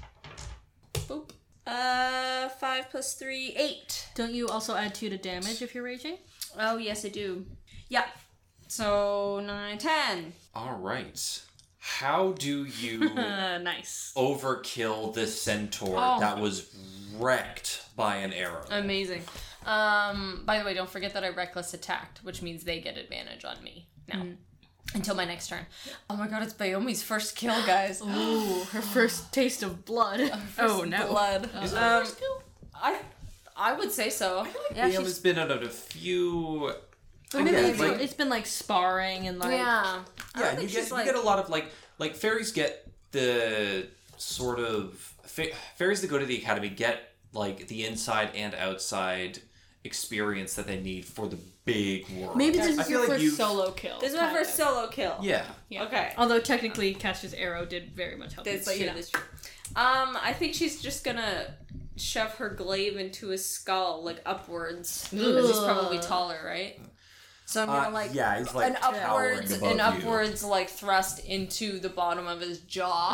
Speaker 3: Boop. Uh, five plus three, eight.
Speaker 4: Don't you also add 2 to damage if you're raging?
Speaker 3: Oh yes, I do. Yeah. So nine, ten.
Speaker 1: All right. How do
Speaker 3: (laughs)
Speaker 1: you
Speaker 4: Uh, nice.
Speaker 1: overkill this centaur
Speaker 3: Oh.
Speaker 1: that was wrecked by an arrow?
Speaker 3: Amazing. Um, by the way, don't forget that I reckless attacked, which means they get advantage on me now. Until my next turn. Oh my god, it's Bayomi's first kill, guys.
Speaker 4: Oh,
Speaker 3: (laughs)
Speaker 4: Ooh, her first taste of blood.
Speaker 6: Oh no.
Speaker 3: Blood.
Speaker 1: Um,
Speaker 3: I I would say so.
Speaker 4: yeah,
Speaker 1: Liam
Speaker 4: she's.
Speaker 1: has been out of a few.
Speaker 4: I mean,
Speaker 1: Yeah,
Speaker 4: it's,
Speaker 1: like-
Speaker 4: it's been like sparring and like.
Speaker 3: Yeah.
Speaker 1: Yeah, you
Speaker 3: think
Speaker 1: get
Speaker 3: she's
Speaker 1: you
Speaker 3: like-
Speaker 1: get a lot of like like fairies get the sort of fa- fairies that go to the academy get like the inside and outside experience that they need for the big world.
Speaker 4: Maybe this
Speaker 1: I
Speaker 4: is
Speaker 1: feel
Speaker 4: your
Speaker 1: like
Speaker 4: first
Speaker 1: you-
Speaker 4: solo kill.
Speaker 7: This is my
Speaker 4: kind
Speaker 7: first
Speaker 4: of.
Speaker 7: solo kill.
Speaker 1: Yeah.
Speaker 7: Okay.
Speaker 4: Although technically, Cassius' arrow did very much help.
Speaker 7: That's
Speaker 4: you
Speaker 7: true.
Speaker 4: shoot out.
Speaker 7: That's true. Um, I think she's just gonna shove her glaive into his skull, like upwards. 'Cause He's probably taller, right?
Speaker 3: So I'm
Speaker 1: Uh,
Speaker 3: gonna like
Speaker 1: yeah, he's like
Speaker 3: an
Speaker 1: towering
Speaker 3: upwards
Speaker 1: above
Speaker 3: an
Speaker 1: you.
Speaker 3: upwards like thrust into the bottom of his jaw,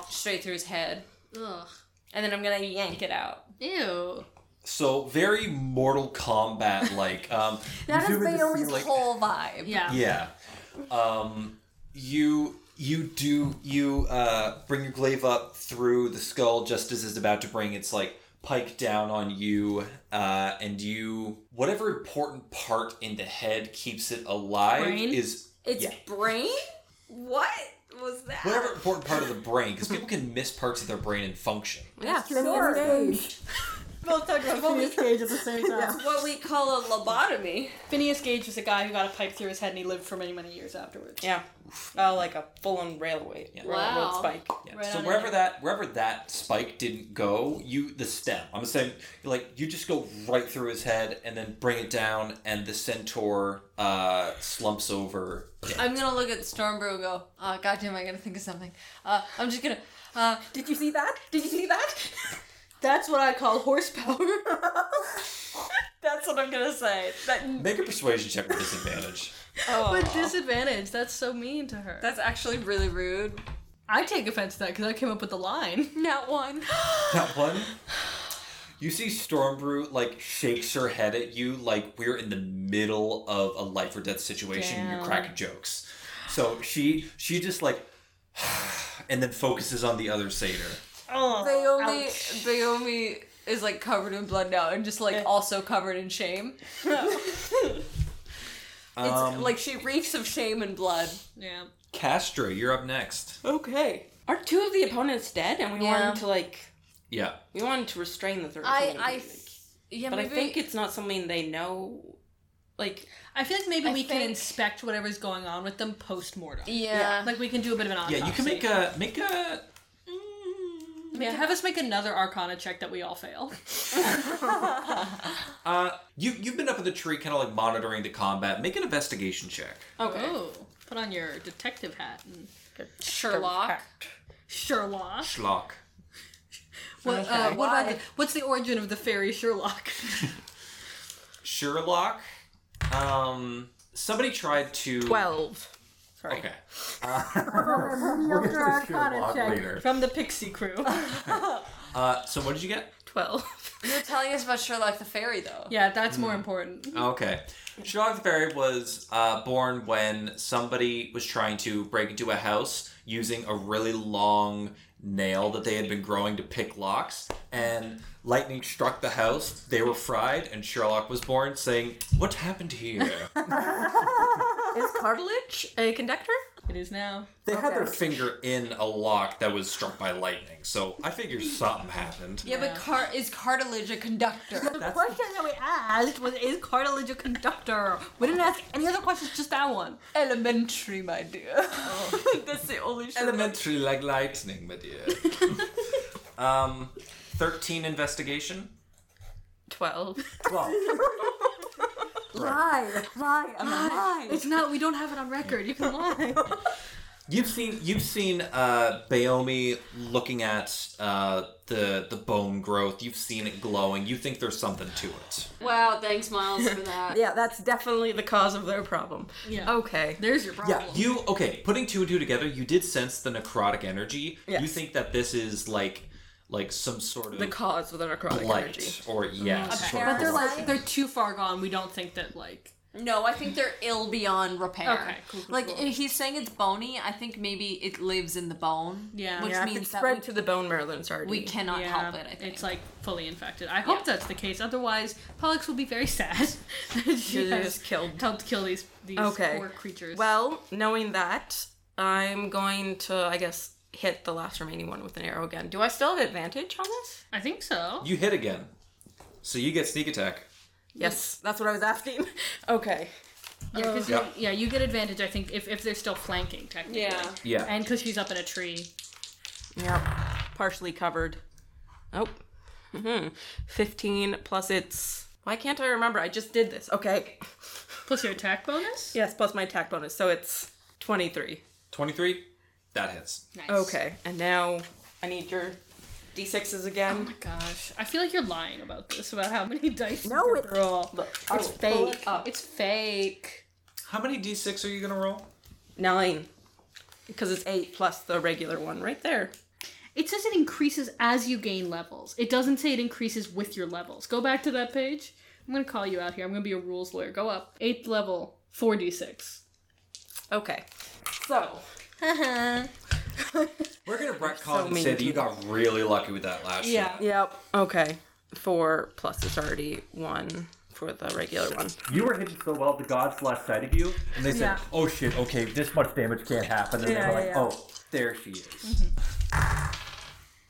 Speaker 4: Oh,
Speaker 3: straight through his head,
Speaker 4: ugh.
Speaker 3: and then I'm gonna yank it out.
Speaker 4: Ew.
Speaker 1: So very Mortal Kombat like. Um,
Speaker 3: (laughs) That
Speaker 1: you
Speaker 3: is
Speaker 1: do it to see,
Speaker 3: Naomi's
Speaker 1: like-
Speaker 3: whole vibe.
Speaker 4: Yeah.
Speaker 1: Yeah. Um, you you do you uh, bring your glaive up through the skull just as it's about to bring its like pike down on you, uh, and you whatever important part in the head keeps it alive
Speaker 4: Brain?
Speaker 1: is
Speaker 7: It's
Speaker 1: yeah.
Speaker 7: brain. What was that?
Speaker 1: Whatever important part of the brain, because people can miss parts of their brain and function.
Speaker 5: Yeah,
Speaker 7: sure.
Speaker 5: Both talking about Phineas Gage at the
Speaker 4: (laughs)
Speaker 5: same time.
Speaker 7: What we call a lobotomy.
Speaker 4: Phineas Gage was a guy who got a pipe through his head and he lived for many, many years afterwards.
Speaker 6: Yeah. Uh, like a full-on railway, railroad
Speaker 3: Wow.
Speaker 6: spike.
Speaker 1: Yeah. so wherever that wherever that spike didn't go, you the stem. I'm saying like you just go right through his head and then bring it down, and the centaur uh, slumps over.
Speaker 3: I'm gonna look at Stormbrew and go, uh, goddamn, I gotta think of something. Uh, I'm just gonna, uh,
Speaker 5: Did you see that? Did you see that?
Speaker 4: That's what I call horsepower.
Speaker 7: That's what I'm gonna say. That,
Speaker 1: Make a persuasion check with disadvantage.
Speaker 4: With disadvantage. That's so mean to her.
Speaker 7: that's actually really rude.
Speaker 4: I take offense to that because I came up with the line.
Speaker 3: not one.
Speaker 1: that one. You see Stormbrew like shakes her head at you like we're in the middle of a life or death situation. and You're cracking jokes. So she she just like (sighs) and then focuses on the other satyr.
Speaker 4: Oh,
Speaker 3: Oh, Naomi, Naomi is like covered in blood now and just like also covered in (laughs) shame. it's like she reeks of shame and blood.
Speaker 4: Yeah.
Speaker 1: Castra, you're up next.
Speaker 6: Okay. Are two of the opponents dead? And we
Speaker 3: Yeah.
Speaker 6: wanted to like
Speaker 1: Yeah.
Speaker 6: we wanted to restrain the third.
Speaker 3: I,
Speaker 6: opponent,
Speaker 3: I,
Speaker 6: like,
Speaker 3: yeah,
Speaker 6: but
Speaker 3: maybe,
Speaker 6: I think it's not something they know. Like
Speaker 4: I feel like maybe
Speaker 3: I
Speaker 4: we
Speaker 3: think-
Speaker 4: can inspect whatever's going on with them post mortem.
Speaker 3: yeah.
Speaker 4: Like we can do a bit of an autopsy.
Speaker 1: Yeah, you can make a make a
Speaker 4: Yeah, have us make another Arcana check that we all (laughs) fail.
Speaker 1: uh you you've been up in the tree kind of like monitoring the combat. Make an investigation check.
Speaker 6: okay.
Speaker 4: Oh, put on your detective hat and
Speaker 3: Sherlock.
Speaker 4: Sherlock.
Speaker 1: Schlock.
Speaker 4: What, uh, what about the, what's the origin of the fairy
Speaker 1: (laughs)
Speaker 4: Sherlock? (laughs)
Speaker 1: Sherlock. Um somebody tried to
Speaker 6: Twelve. Sorry.
Speaker 1: Okay.
Speaker 5: Mediocre arcana check.
Speaker 4: From the pixie crew. (laughs)
Speaker 1: Uh, so what did you get?
Speaker 6: 12.
Speaker 3: You're telling us about Sherlock the Fairy, though.
Speaker 4: yeah, that's more
Speaker 1: Hmm.
Speaker 4: important.
Speaker 1: Okay. Sherlock the Fairy was uh, born when somebody was trying to break into a house using a really long nail that they had been growing to pick locks, and lightning struck the house. They were fried, and Sherlock was born, saying, "What happened here?"
Speaker 6: Is cartilage a conductor?
Speaker 4: It is now.
Speaker 1: They had their finger in a lock that was struck by lightning, so I figured something happened.
Speaker 3: Yeah, but car- is cartilage a conductor?
Speaker 4: The question that we asked was Is cartilage a conductor? We didn't ask any other questions, just that one.
Speaker 3: Elementary, my dear. That's the only shit.
Speaker 1: Elementary like lightning, my dear. um, thirteen investigation.
Speaker 6: 12. (laughs)
Speaker 1: Well,
Speaker 5: Lie, lie, I'm lie.
Speaker 4: It's not, we don't have it on record. You (laughs) can lie.
Speaker 1: You've seen you've seen uh, Bayomi looking at uh, the the bone growth. You've seen it glowing. You think there's something to it.
Speaker 7: Wow, thanks, Miles, for
Speaker 2: (laughs)
Speaker 7: that.
Speaker 5: Yeah, that's definitely.
Speaker 6: Definitely the cause of their problem.
Speaker 4: Yeah.
Speaker 6: Okay.
Speaker 4: There's your problem.
Speaker 1: You okay? Putting two and two together, you did sense the necrotic energy. You
Speaker 6: Yes.
Speaker 1: think that this is like like some sort of
Speaker 6: The cause of the necrotic energy.
Speaker 1: blight or yeah. some sort of
Speaker 4: But they're
Speaker 1: corruption.
Speaker 4: like, they're too far gone. We don't think that, like.
Speaker 3: (laughs) No, I think they're ill beyond repair.
Speaker 4: Okay, cool, cool,
Speaker 3: like
Speaker 2: eh,
Speaker 4: cool.
Speaker 3: if he's saying it's bony. I think maybe it lives in the bone.
Speaker 4: Yeah.
Speaker 3: which
Speaker 4: Yeah,
Speaker 6: It
Speaker 3: means that
Speaker 6: spread
Speaker 3: we,
Speaker 6: to the bone marrow and sardine.
Speaker 3: we cannot
Speaker 4: Yeah,
Speaker 3: help it. I think
Speaker 4: It's like fully infected. I hope that's the case. Otherwise, Pollux will be very (laughs) sad. that she
Speaker 6: She
Speaker 4: has
Speaker 6: just killed.
Speaker 4: helped kill these these
Speaker 6: Okay.
Speaker 4: poor creatures.
Speaker 6: Well, knowing that, I'm going to, I guess, hit the last remaining one with an arrow again. Do I still have advantage on this?
Speaker 4: I think so.
Speaker 1: you hit again, so you get sneak attack.
Speaker 6: Yes, that's what I was asking. (laughs) okay.
Speaker 4: Yeah, 'cause
Speaker 1: Yeah.
Speaker 4: You, yeah, you get advantage. I think if, if they're still flanking technically.
Speaker 7: Yeah.
Speaker 1: Yeah.
Speaker 4: And because she's up in a tree.
Speaker 6: Yep. Partially covered. Oh. hmm 15 plus it's. Why can't I remember? I just did this. Okay.
Speaker 4: Plus your attack bonus.
Speaker 6: Yes, plus my attack bonus. So it's 23.
Speaker 1: Twenty three. That hits.
Speaker 4: Nice.
Speaker 6: Okay. And now I need your d6s
Speaker 4: Oh
Speaker 6: again.
Speaker 4: my gosh, I feel like you're lying about this. About how many (laughs) dice?
Speaker 5: No,
Speaker 4: you
Speaker 5: it-
Speaker 4: roll.
Speaker 5: Oh,
Speaker 4: It's fake. It's fake.
Speaker 1: How many d6 are you gonna roll?
Speaker 6: Nine. Because it's eight plus the regular one right there.
Speaker 4: It says it increases as you gain levels. It doesn't say it increases with your levels. Go back to that page. I'm gonna call you out here. I'm gonna be a rules lawyer. Go up. Eighth level, 4d6.
Speaker 6: Okay. So.
Speaker 1: We're gonna retcon and
Speaker 6: mean
Speaker 1: say that you
Speaker 6: to
Speaker 1: got really lucky with that last yeah.
Speaker 6: Yep. Okay. Four plus is already one for the regular one.
Speaker 8: You were hitting so well, the gods lost sight of you, and they said, "Oh shit, okay, this much damage can't happen." And they were like, "Oh, there she is."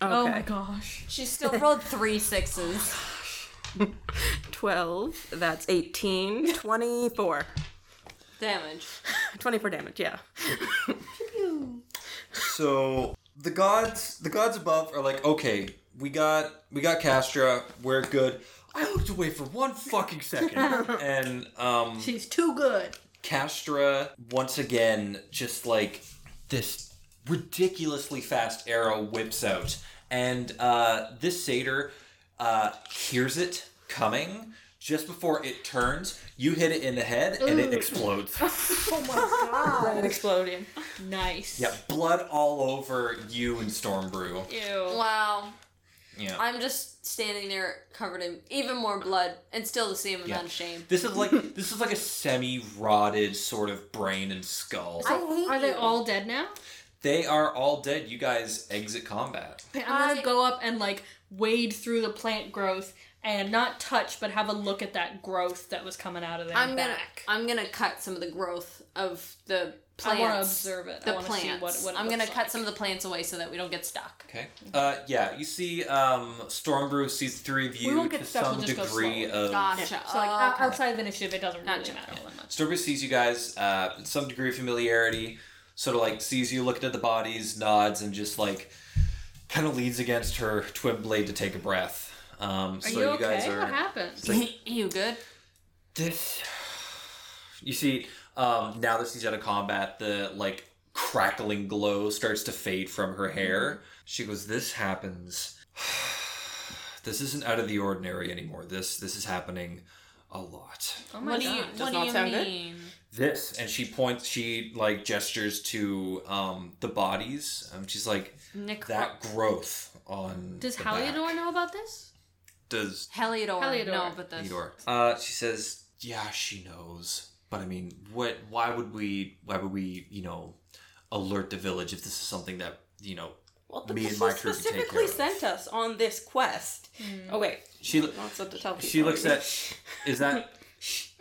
Speaker 6: Okay.
Speaker 4: Oh my gosh.
Speaker 3: she still rolled three sixes.
Speaker 6: 12. That's 18. 24.
Speaker 7: Damage.
Speaker 6: 24 damage, yeah.
Speaker 1: So the gods, the gods above are like, okay, we got, we got Castra, we're good. I looked away for one fucking second,
Speaker 4: (laughs)
Speaker 1: and um,
Speaker 4: She's too good.
Speaker 1: Castra once again just like this ridiculously fast arrow whips out, and uh, this satyr uh, hears it coming. Just before it turns, you hit it in the head and it
Speaker 4: (laughs)
Speaker 1: explodes.
Speaker 6: Exploding.
Speaker 4: Nice.
Speaker 1: Yeah, blood all over you and Stormbrew.
Speaker 4: Ew.
Speaker 3: Wow.
Speaker 1: Yeah.
Speaker 3: I'm just standing there covered in even more blood and still the same amount of shame.
Speaker 1: This is
Speaker 4: (laughs)
Speaker 1: like this is like a semi-rotted sort of brain and skull.
Speaker 5: I hate
Speaker 4: Are they
Speaker 5: you.
Speaker 4: all dead now?
Speaker 1: They are all dead. You guys exit combat.
Speaker 4: Okay, I'm gonna go up and like wade through the plant growth and not touch, but have a look at that growth that was coming out of there.
Speaker 3: I'm gonna
Speaker 4: back.
Speaker 3: I'm gonna cut some of the growth of the
Speaker 4: I
Speaker 3: plants.
Speaker 4: wanna observe it. I
Speaker 3: The
Speaker 4: wanna
Speaker 3: plants.
Speaker 4: see what- what it
Speaker 3: I'm gonna
Speaker 4: looks
Speaker 3: cut
Speaker 4: like.
Speaker 3: some of the plants away so that we don't get stuck.
Speaker 1: Okay. Uh, yeah. You see, um, Stormbrew sees the three of you
Speaker 4: won't
Speaker 1: to
Speaker 4: get stuck, we'll
Speaker 1: some
Speaker 4: just go
Speaker 1: degree
Speaker 4: slow.
Speaker 1: of.
Speaker 3: Gotcha.
Speaker 2: (clears throat)
Speaker 4: So like o-
Speaker 3: Oh, Okay.
Speaker 4: outside of initiative, it doesn't really
Speaker 3: Gotcha.
Speaker 4: matter all that much.
Speaker 1: Stormbrew sees you guys uh, with some degree of familiarity. Sort of like sees you looking at the bodies, nods, and just like kind of leans against her twin blade to take a breath. Um,
Speaker 4: Are
Speaker 1: so
Speaker 4: you
Speaker 1: you,
Speaker 4: okay?
Speaker 1: guys are.
Speaker 4: What happened?
Speaker 3: you good?
Speaker 1: this you see um now that she's out of combat the like crackling glow starts to fade from her
Speaker 3: Mm-hmm.
Speaker 1: hair she goes this (sighs) happens this isn't out of the ordinary anymore this this is happening a lot.
Speaker 3: Oh my
Speaker 6: do you-
Speaker 3: God.
Speaker 6: Does not sound good.
Speaker 1: This and she points. She like gestures to um the bodies. Um, she's like
Speaker 3: Necro-
Speaker 1: that growth on.
Speaker 3: Does
Speaker 1: the
Speaker 3: Heliodor
Speaker 1: back.
Speaker 3: know about this?
Speaker 1: Does
Speaker 2: Heliodor.
Speaker 3: Heliodor.
Speaker 2: Uh, No, but the
Speaker 1: Heliodor? Uh, she says, "Yeah, she knows." But I mean, what? Why would we? Why would we? You know, alert the village if this is something that you know
Speaker 6: Well,
Speaker 1: Me
Speaker 6: because
Speaker 1: and my
Speaker 6: she
Speaker 1: crew can take
Speaker 6: specifically
Speaker 1: care of
Speaker 6: sent us on this quest.
Speaker 4: Hmm.
Speaker 6: Oh wait,
Speaker 1: she lo-
Speaker 6: not so to tell people.
Speaker 1: she looks at. Is that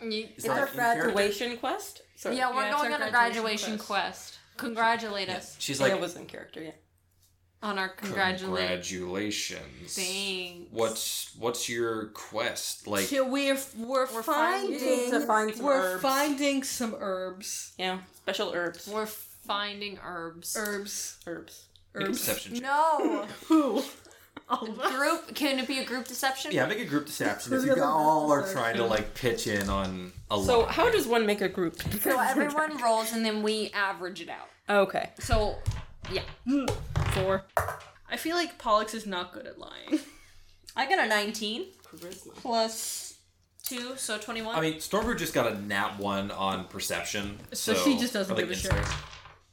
Speaker 1: is
Speaker 5: her
Speaker 1: that in
Speaker 5: friend.
Speaker 1: character?
Speaker 6: graduation quest. Sorry.
Speaker 2: Yeah, we're
Speaker 4: Yeah, it's
Speaker 2: going
Speaker 4: our
Speaker 2: on a
Speaker 4: graduation
Speaker 2: graduation quest. Congratulate us
Speaker 1: She's
Speaker 6: like,
Speaker 1: like,
Speaker 6: it was in character. Yeah,
Speaker 2: on our congratulate.
Speaker 1: congratulations.
Speaker 2: Thanks.
Speaker 1: What's what's your quest like?
Speaker 4: Yeah, we're we're, finding
Speaker 6: to find some
Speaker 4: we're
Speaker 6: herbs.
Speaker 4: finding some herbs.
Speaker 6: yeah, special herbs.
Speaker 2: We're
Speaker 3: (laughs)
Speaker 2: finding herbs.
Speaker 4: Herbs.
Speaker 6: Herbs.
Speaker 1: Make a deception check.
Speaker 2: No
Speaker 4: Who?
Speaker 2: group. Can it be a group deception?
Speaker 1: Yeah, make a group deception. if you all are trying to like pitch in on a
Speaker 6: So
Speaker 1: lie.
Speaker 6: how does one make a group?
Speaker 2: So everyone rolls and then we average it out.
Speaker 6: (laughs) okay,
Speaker 2: So
Speaker 6: four.
Speaker 4: I feel like Pollux is not good at (laughs) lying.
Speaker 2: I got a 19.
Speaker 4: Plus,
Speaker 3: Two, so 21.
Speaker 1: I mean, Stormbird just got a nat one on perception. So,
Speaker 4: she just doesn't
Speaker 1: or, like,
Speaker 4: give a shit.
Speaker 1: insight.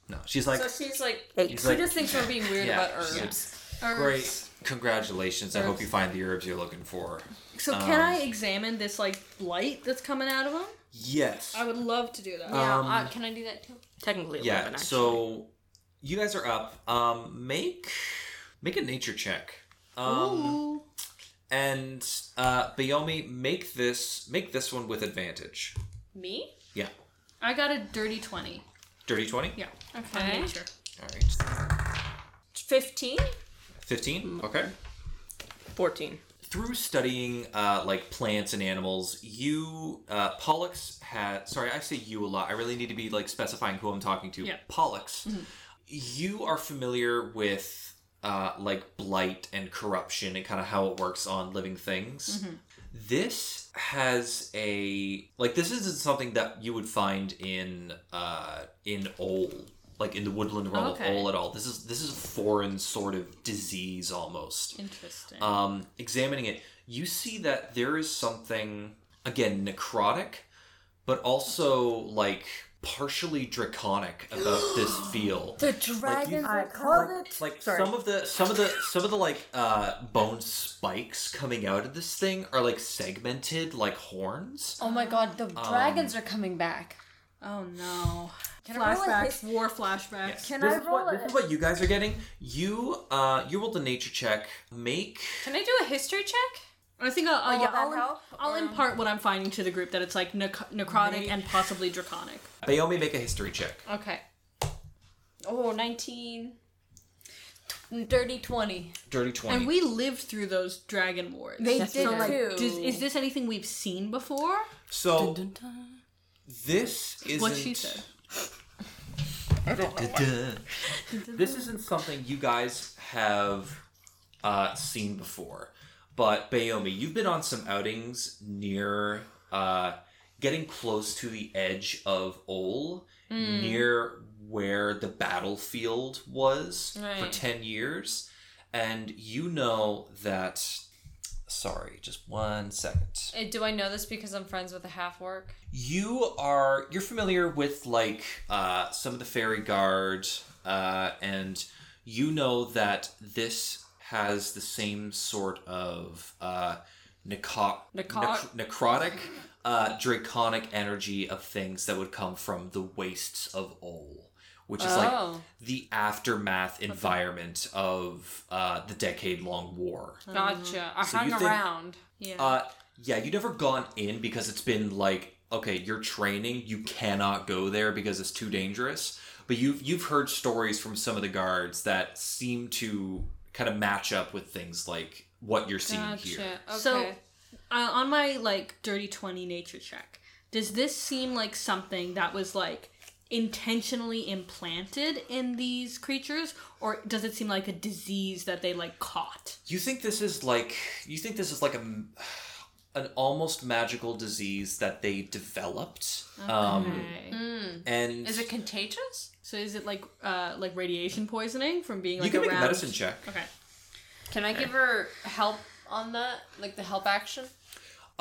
Speaker 1: No, she's like,
Speaker 3: so she's like,
Speaker 1: she's
Speaker 3: she
Speaker 1: like,
Speaker 3: just thinks we're being weird
Speaker 1: Yeah,
Speaker 3: about herbs.
Speaker 1: yeah. great, congratulations. I hope you find the herbs you're looking for.
Speaker 4: so can I examine this like light that's coming out of him?
Speaker 1: Yes.
Speaker 4: would love to do that.
Speaker 2: Yeah,
Speaker 1: Um,
Speaker 2: uh, can I do that too?
Speaker 6: Technically,
Speaker 1: yeah.
Speaker 6: eleven. Actually.
Speaker 1: So you guys are up. Um, make make a nature check. Um, and uh, Bayomi, make this make this one with advantage.
Speaker 3: Me?
Speaker 1: Yeah,
Speaker 4: I got a dirty twenty.
Speaker 1: dirty twenty.
Speaker 4: Yeah.
Speaker 3: Okay.
Speaker 1: All right.
Speaker 3: 15?
Speaker 1: 15 okay
Speaker 6: fourteen.
Speaker 1: through studying uh, like plants and animals you uh, pollux had sorry i say you a lot i really need to be like specifying who i'm talking to
Speaker 4: Yeah. Mm-hmm.
Speaker 1: pollux you are familiar with uh, like blight and corruption and kind of how it works on living things
Speaker 4: Mm-hmm.
Speaker 1: this has a like this isn't something that you would find in uh in ole like in the woodland realm
Speaker 4: Okay.
Speaker 1: of ole at all this is this is a foreign sort of disease almost
Speaker 4: Interesting.
Speaker 1: um, examining it, you see that there is something, again, necrotic, but also like partially draconic about
Speaker 5: (gasps)
Speaker 1: this feel.
Speaker 5: The dragons
Speaker 1: you-
Speaker 5: are coming.
Speaker 1: Like some of the some of the some of the like uh bone spikes coming out of this thing are like segmented like horns.
Speaker 2: Oh my god, the dragons are coming back.
Speaker 4: oh no.
Speaker 5: Can I roll a
Speaker 4: Flashbacks.
Speaker 5: his-
Speaker 4: War flashbacks.
Speaker 5: Can
Speaker 1: this
Speaker 5: I
Speaker 1: is
Speaker 5: roll
Speaker 1: what
Speaker 5: a
Speaker 1: this is what you guys are getting. You uh you rolled a nature check. Make
Speaker 3: Can I do a history check?
Speaker 4: I think I'll, I'll,
Speaker 5: will that
Speaker 4: I'll, im-
Speaker 5: help?
Speaker 4: I'll impart what I'm finding to the group that it's like nec- necrotic and possibly draconic.
Speaker 1: Bayomi make a history check.
Speaker 3: Okay. Oh, 19.
Speaker 2: Dirty 20.
Speaker 1: Dirty twenty.
Speaker 4: And we lived through those dragon wars.
Speaker 5: They did
Speaker 4: so, like,
Speaker 5: too.
Speaker 4: does, is this anything we've seen before?
Speaker 1: So this isn't
Speaker 4: What she said.
Speaker 1: Duh. (laughs) this isn't something you guys have uh, seen before, but Bayomi, you've been on some outings near, uh, getting close to the edge of Ol,
Speaker 4: Hmm.
Speaker 1: near where the battlefield was for
Speaker 3: Right.
Speaker 1: ten years, and you know that. Sorry, just one second
Speaker 3: Uh, Do I know this because I'm friends with a half orc?
Speaker 1: you are you're familiar with like uh, some of the fairy guard uh, and you know that this has the same sort of uh, neco-
Speaker 3: Neco-
Speaker 1: nec- necrotic uh, draconic energy of things that would come from the wastes of Ol, which is
Speaker 3: Oh.
Speaker 1: like the aftermath environment of uh, the decade long war.
Speaker 3: Gotcha. I
Speaker 1: So you
Speaker 3: hung
Speaker 1: think-
Speaker 3: around.
Speaker 1: Uh, yeah, you never gone in because it's been like, okay, you're training, you cannot go there because it's too dangerous. But you've you've heard stories from some of the guards that seem to kind of match up with things like what you're seeing
Speaker 3: Gotcha.
Speaker 1: here.
Speaker 3: Okay.
Speaker 4: So, uh, on my like dirty twenty nature check, does this seem like something that was like intentionally implanted in these creatures, or does it seem like a disease that they like caught?
Speaker 1: You think this is like you think this is like a m- an almost magical disease that they developed.
Speaker 3: Mm.
Speaker 1: Um and
Speaker 3: Oh, Is it contagious?
Speaker 4: So is it like uh like radiation poisoning from being
Speaker 1: you
Speaker 4: like
Speaker 1: can make
Speaker 4: around?
Speaker 1: a medicine check.
Speaker 4: Okay.
Speaker 3: Can I give her help on that? Like the help action?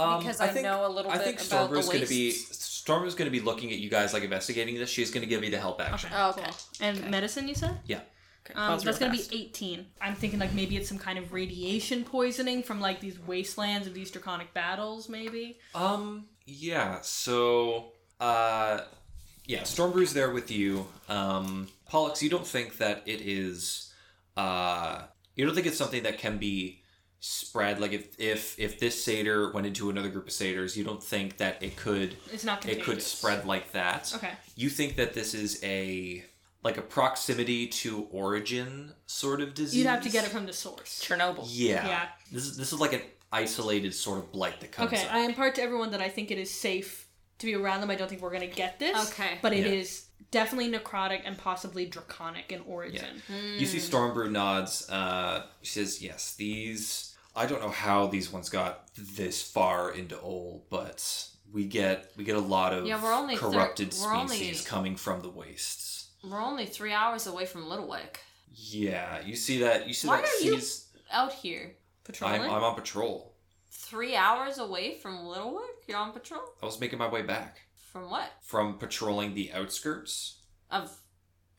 Speaker 1: Um,
Speaker 3: Because I know a little
Speaker 1: I
Speaker 3: bit
Speaker 1: think
Speaker 3: about
Speaker 1: Stormbrew
Speaker 3: the
Speaker 1: is going to be
Speaker 3: wastes.
Speaker 1: Stormbrew is going to be looking at you guys like investigating this. She's going to give you the help action.
Speaker 3: Oh, okay.
Speaker 4: And medicine, you said?
Speaker 1: Yeah.
Speaker 4: Um, that's gonna be 18. I'm thinking like maybe it's some kind of radiation poisoning from like these wastelands of these draconic battles, maybe.
Speaker 1: Um. Yeah. So. Uh. Yeah. Stormbrew's there with you. Um. Pollux, you don't think that it is. Uh. You don't think it's something that can be spread. Like if if if this satyr went into another group of satyrs, you don't think that it could.
Speaker 4: It's not
Speaker 1: It
Speaker 4: contagious.
Speaker 1: could spread like that.
Speaker 4: Okay.
Speaker 1: You think that this is a like a proximity to origin sort of disease.
Speaker 4: You'd have to get it from the source.
Speaker 6: Chernobyl.
Speaker 1: (laughs) Yeah.
Speaker 4: Yeah.
Speaker 1: This is this is like an isolated sort of blight that comes.
Speaker 4: Okay,
Speaker 1: up.
Speaker 4: I impart to everyone that I think it is safe to be around them. I don't think we're gonna get this.
Speaker 2: Okay.
Speaker 4: But it is
Speaker 1: Yeah.
Speaker 4: definitely necrotic and possibly draconic in origin.
Speaker 1: You see
Speaker 4: Hmm.
Speaker 1: Stormbrew nods. Uh, she says, "Yes, these. I don't know how these ones got this far into Ole, but we get we get a lot of
Speaker 2: Yeah, we're only thir-
Speaker 1: corrupted
Speaker 2: we're only-
Speaker 1: species coming from the wastes.
Speaker 2: We're only three hours away from Littlewick.
Speaker 1: Yeah, you see that. You see
Speaker 2: Why
Speaker 1: that.
Speaker 2: are you
Speaker 1: seas-
Speaker 2: out here?
Speaker 1: I'm,
Speaker 4: Patrolling?
Speaker 1: I'm on patrol.
Speaker 2: Three hours away from Littlewick? You're on patrol?
Speaker 1: I was making my way back
Speaker 2: From what?
Speaker 1: from patrolling the outskirts
Speaker 2: Of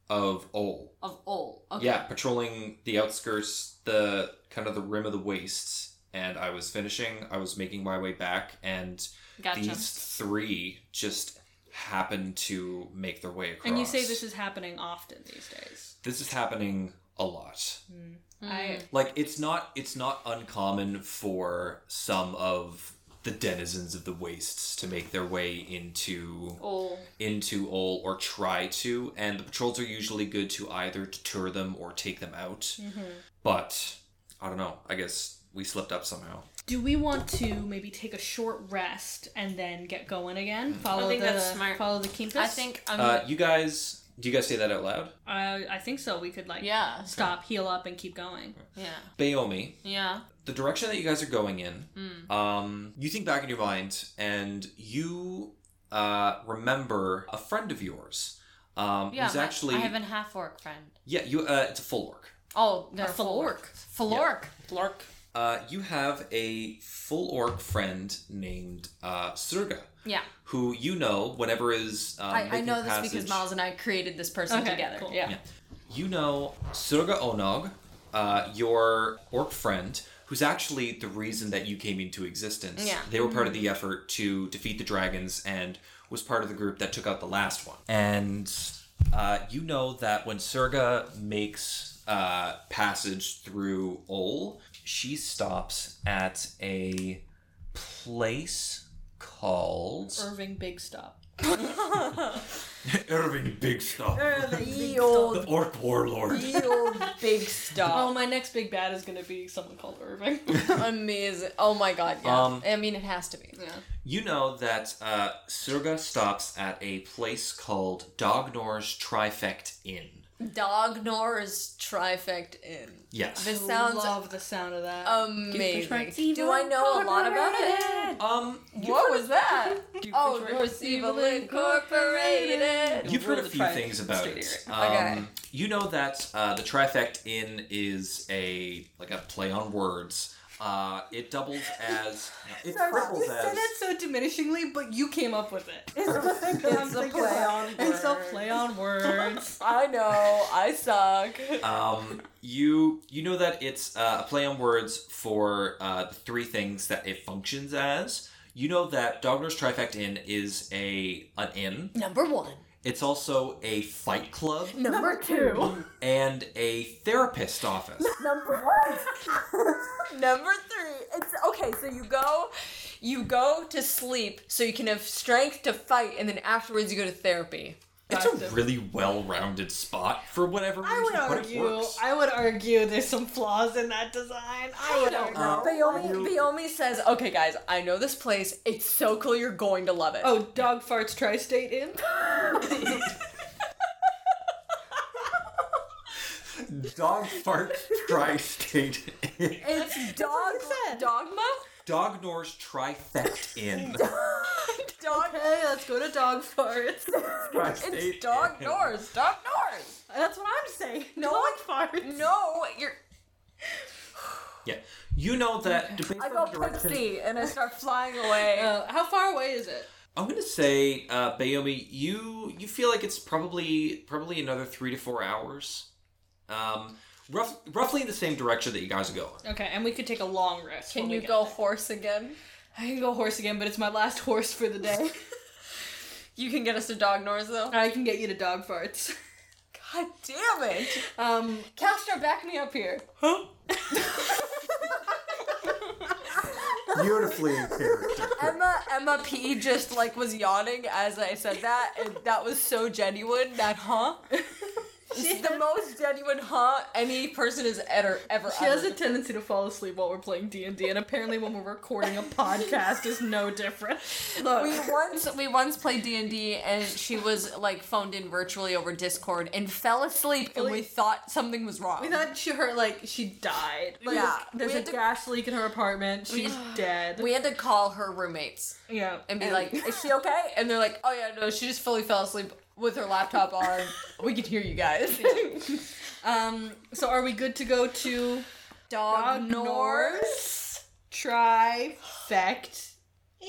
Speaker 1: of Ole.
Speaker 2: of Ole. Okay.
Speaker 1: Yeah, patrolling the outskirts, the kind of the rim of the wastes. And I was finishing. I was making my way back, and
Speaker 2: Gotcha.
Speaker 1: these three just happen to make their way across.
Speaker 4: And you say this is happening often these days.
Speaker 1: this is happening a lot.
Speaker 4: I
Speaker 1: Like it's not it's not uncommon for some of the denizens of the wastes to make their way into
Speaker 3: Ole.
Speaker 1: into Ole or try to, and the patrols are usually good to either deter them or take them out. But I don't know. I guess we slipped up somehow.
Speaker 4: do we want to maybe take a short rest and then get going again? Follow
Speaker 3: think
Speaker 4: the
Speaker 3: that's smart.
Speaker 4: follow the Kimpus?
Speaker 3: I think I'm.
Speaker 1: Uh, you guys, do you guys say that out loud?
Speaker 4: I, I think so. We could like
Speaker 3: yeah.
Speaker 4: stop, heal up, and keep going.
Speaker 3: Yeah.
Speaker 1: Bayomi,
Speaker 3: Yeah.
Speaker 1: the direction that you guys are going in,
Speaker 3: Hmm.
Speaker 1: um, you think back in your mind and you uh, remember a friend of yours. Um,
Speaker 3: Yeah.
Speaker 1: who's
Speaker 3: my-
Speaker 1: actually
Speaker 3: I have an half orc friend.
Speaker 1: yeah, you. Uh, it's a full orc.
Speaker 3: Oh, they're full
Speaker 4: full
Speaker 3: orc. Full orc.
Speaker 6: Lark.
Speaker 1: Uh, you have a full orc friend named uh, Surga,
Speaker 3: Yeah.
Speaker 1: who you know whenever is. Um,
Speaker 3: I, I
Speaker 1: making
Speaker 3: know this
Speaker 1: passage,
Speaker 3: because Miles and I created this person
Speaker 4: Okay,
Speaker 3: together.
Speaker 4: cool.
Speaker 3: Yeah.
Speaker 1: Yeah. You know Surga Onog, uh, your orc friend, who's actually the reason that you came into existence.
Speaker 3: Yeah.
Speaker 1: They were part of
Speaker 8: Mm-hmm.
Speaker 1: the effort to defeat the dragons and was part of the group that took out the last one. And uh, you know that when Surga makes uh, passage through Ol, she stops at a place called
Speaker 4: Irving Big Stop.
Speaker 8: (laughs) Irving Big Stuff. (laughs)
Speaker 5: Ye old,
Speaker 8: Orc Warlord.
Speaker 5: ye old big stuff.
Speaker 4: Oh, my next big bad is gonna be someone called Irving.
Speaker 3: Amazing. (laughs) Oh my god. Yeah.
Speaker 1: Um,
Speaker 3: I mean, it has to be. Yeah.
Speaker 1: You know that uh, Surga stops at a place called Dognor's Trifect Inn.
Speaker 3: Dognor's Trifect Inn.
Speaker 1: Yes.
Speaker 3: This sounds
Speaker 4: Love the sound of that.
Speaker 3: amazing. Do I know a lot about it?
Speaker 1: Um,
Speaker 3: What was that? Oh, Norse Evil Incorporated.
Speaker 1: you've heard a
Speaker 6: the
Speaker 1: few
Speaker 6: Trifect
Speaker 1: things about
Speaker 6: Stadium,
Speaker 1: it.
Speaker 3: Okay.
Speaker 1: Um, you know that uh, the Trifect Inn is a like a play on words. Uh, it doubles as it triples
Speaker 4: You said
Speaker 1: as
Speaker 4: that so diminishingly, but you came up with it.
Speaker 5: It's a play on
Speaker 4: It's a play on words.
Speaker 3: I know. I suck.
Speaker 1: um, you you know that it's uh, a play on words for uh, the three things that it functions as. You know that Dogner's Trifect Inn is a an inn.
Speaker 3: Number one.
Speaker 1: It's also a fight club
Speaker 5: Number two.
Speaker 1: and a therapist office.
Speaker 5: Number one.
Speaker 3: (laughs) Number three. It's okay. So you go, you go to sleep so you can have strength to fight, and then afterwards you go to therapy.
Speaker 1: It's a really well-rounded spot for whatever reason, but it works.
Speaker 4: I would argue there's some flaws in that design. I would
Speaker 3: Oh.
Speaker 4: argue.
Speaker 3: Bayomi, Bayomi says, "Okay, guys, I know this place. It's so cool. You're going to love it."
Speaker 4: Oh, dog farts tri-state in.
Speaker 8: Dog fart tri-state.
Speaker 5: it's dog.
Speaker 3: dogma.
Speaker 1: Dognor's Trifect Inn.
Speaker 3: Dog.
Speaker 4: Hey, let's go to dog farts.
Speaker 8: Tri-state.
Speaker 3: It's dog doors. Dog doors.
Speaker 4: That's what I'm saying. No one farts.
Speaker 3: No, you're.
Speaker 1: yeah, You know that based
Speaker 5: I
Speaker 1: on
Speaker 5: go
Speaker 1: the direction.
Speaker 5: pixie and I start flying away.
Speaker 4: Uh, how far away is it?
Speaker 1: I'm gonna say, uh, Bayomi, you you feel like it's probably probably another three to four hours, um, rough, roughly in the same direction that you guys are going.
Speaker 4: Okay, and we could take a long rest.
Speaker 5: Can
Speaker 4: when we
Speaker 5: you
Speaker 4: get
Speaker 5: go
Speaker 4: there.
Speaker 5: horse again?
Speaker 4: I can go horse again, but it's my last horse for the day.
Speaker 5: (laughs) You can get us to dog noise though.
Speaker 4: I can get you to dog farts. (laughs)
Speaker 5: God damn it!
Speaker 4: Um,
Speaker 5: Castor, back me up here.
Speaker 8: Beautifully in character.
Speaker 5: Emma Emma P just like was yawning as I said that, and that was so genuine. That
Speaker 3: (laughs)
Speaker 5: huh? She's the most genuine huh any person has ever ever.
Speaker 4: she has a
Speaker 5: uttered.
Speaker 4: tendency to fall asleep while we're playing D and D, and apparently when we're recording a podcast is no different. Look,
Speaker 5: we once
Speaker 3: We once played D and D, and she was like phoned in virtually over Discord and fell asleep, and we thought something was wrong.
Speaker 4: we thought she hurt like she died. Like,
Speaker 5: Yeah,
Speaker 4: there's
Speaker 5: we
Speaker 4: a
Speaker 5: had to-
Speaker 4: gas leak in her
Speaker 5: (sighs)
Speaker 4: apartment. She's dead.
Speaker 3: We had to call her roommates
Speaker 4: yeah,
Speaker 3: and be
Speaker 5: (laughs)
Speaker 3: like,
Speaker 5: is she okay? And they're like, oh yeah, no, she just fully fell asleep with her laptop on. (laughs) we can hear you
Speaker 3: (laughs)
Speaker 5: guys.
Speaker 4: (laughs) Um, so are we good to go to
Speaker 5: Dog,
Speaker 4: Trifect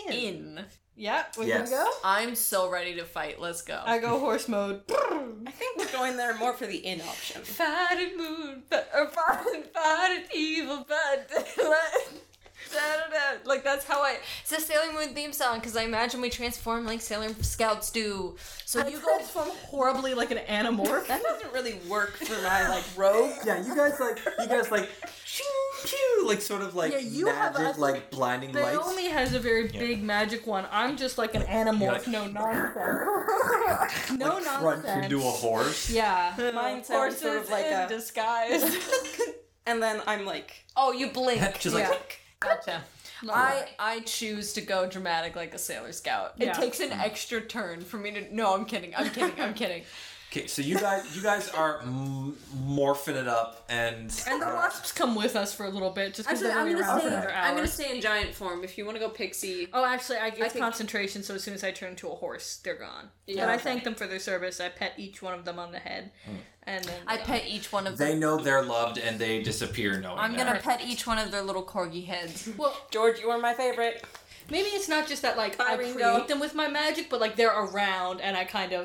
Speaker 4: in?
Speaker 3: in.
Speaker 4: Yep, we
Speaker 8: Yes.
Speaker 4: can go.
Speaker 3: I'm so ready to fight. Let's go.
Speaker 4: I go horse (laughs) mode.
Speaker 6: I think we're going there more for the
Speaker 4: (laughs)
Speaker 6: in option.
Speaker 5: Fatted moon, but or fatted, fatted evil, but (laughs) Da-da-da. like that's how I.
Speaker 3: It's a Sailor Moon theme song because I imagine we transform like Sailor Scouts do. So you go. (laughs)
Speaker 4: Transform horribly like an animorph.
Speaker 6: That doesn't really work for
Speaker 5: (laughs)
Speaker 6: my like rogue.
Speaker 8: Yeah, you guys like you guys like ching, ching, like sort of like
Speaker 4: Yeah, you have
Speaker 8: magic
Speaker 4: a-
Speaker 8: like blinding lights.
Speaker 4: Naomi has a very big magic one. I'm just (laughs) like an animorph.
Speaker 8: Yeah.
Speaker 4: No nonsense. no
Speaker 8: crunch
Speaker 4: nonsense.
Speaker 8: into a horse.
Speaker 4: yeah.
Speaker 6: Mine sounds sort of like a
Speaker 5: disguise. (laughs)
Speaker 6: and then I'm like
Speaker 3: (laughs) Oh, you blink.
Speaker 1: (laughs) She's like,
Speaker 5: Gotcha. I I choose to go dramatic like a sailor scout.
Speaker 4: Yeah.
Speaker 5: It takes
Speaker 7: Mm.
Speaker 5: an extra turn for me to. No, I'm kidding. I'm kidding.
Speaker 7: (laughs)
Speaker 5: I'm kidding.
Speaker 1: okay, so you guys you guys are m- morphing it up, and uh,
Speaker 4: And the wasps come with us for a little bit, just because they're only around for another hour.
Speaker 7: I'm gonna stay in giant form. If you want to go pixie,
Speaker 4: Oh, actually, I, it's concentration, so as soon as I turn into a horse, they're gone. but I thank them for their service. I pet each one of them on the head, and then
Speaker 3: I pet each one of them.
Speaker 1: they know they're loved, and they disappear knowing.
Speaker 3: I'm gonna
Speaker 1: that.
Speaker 3: pet each one of their little corgi
Speaker 7: (laughs)
Speaker 3: heads.
Speaker 6: George, you are my favorite.
Speaker 4: maybe it's not just that like I
Speaker 6: Ringo.
Speaker 4: create them with my magic, but like they're around, and I kind of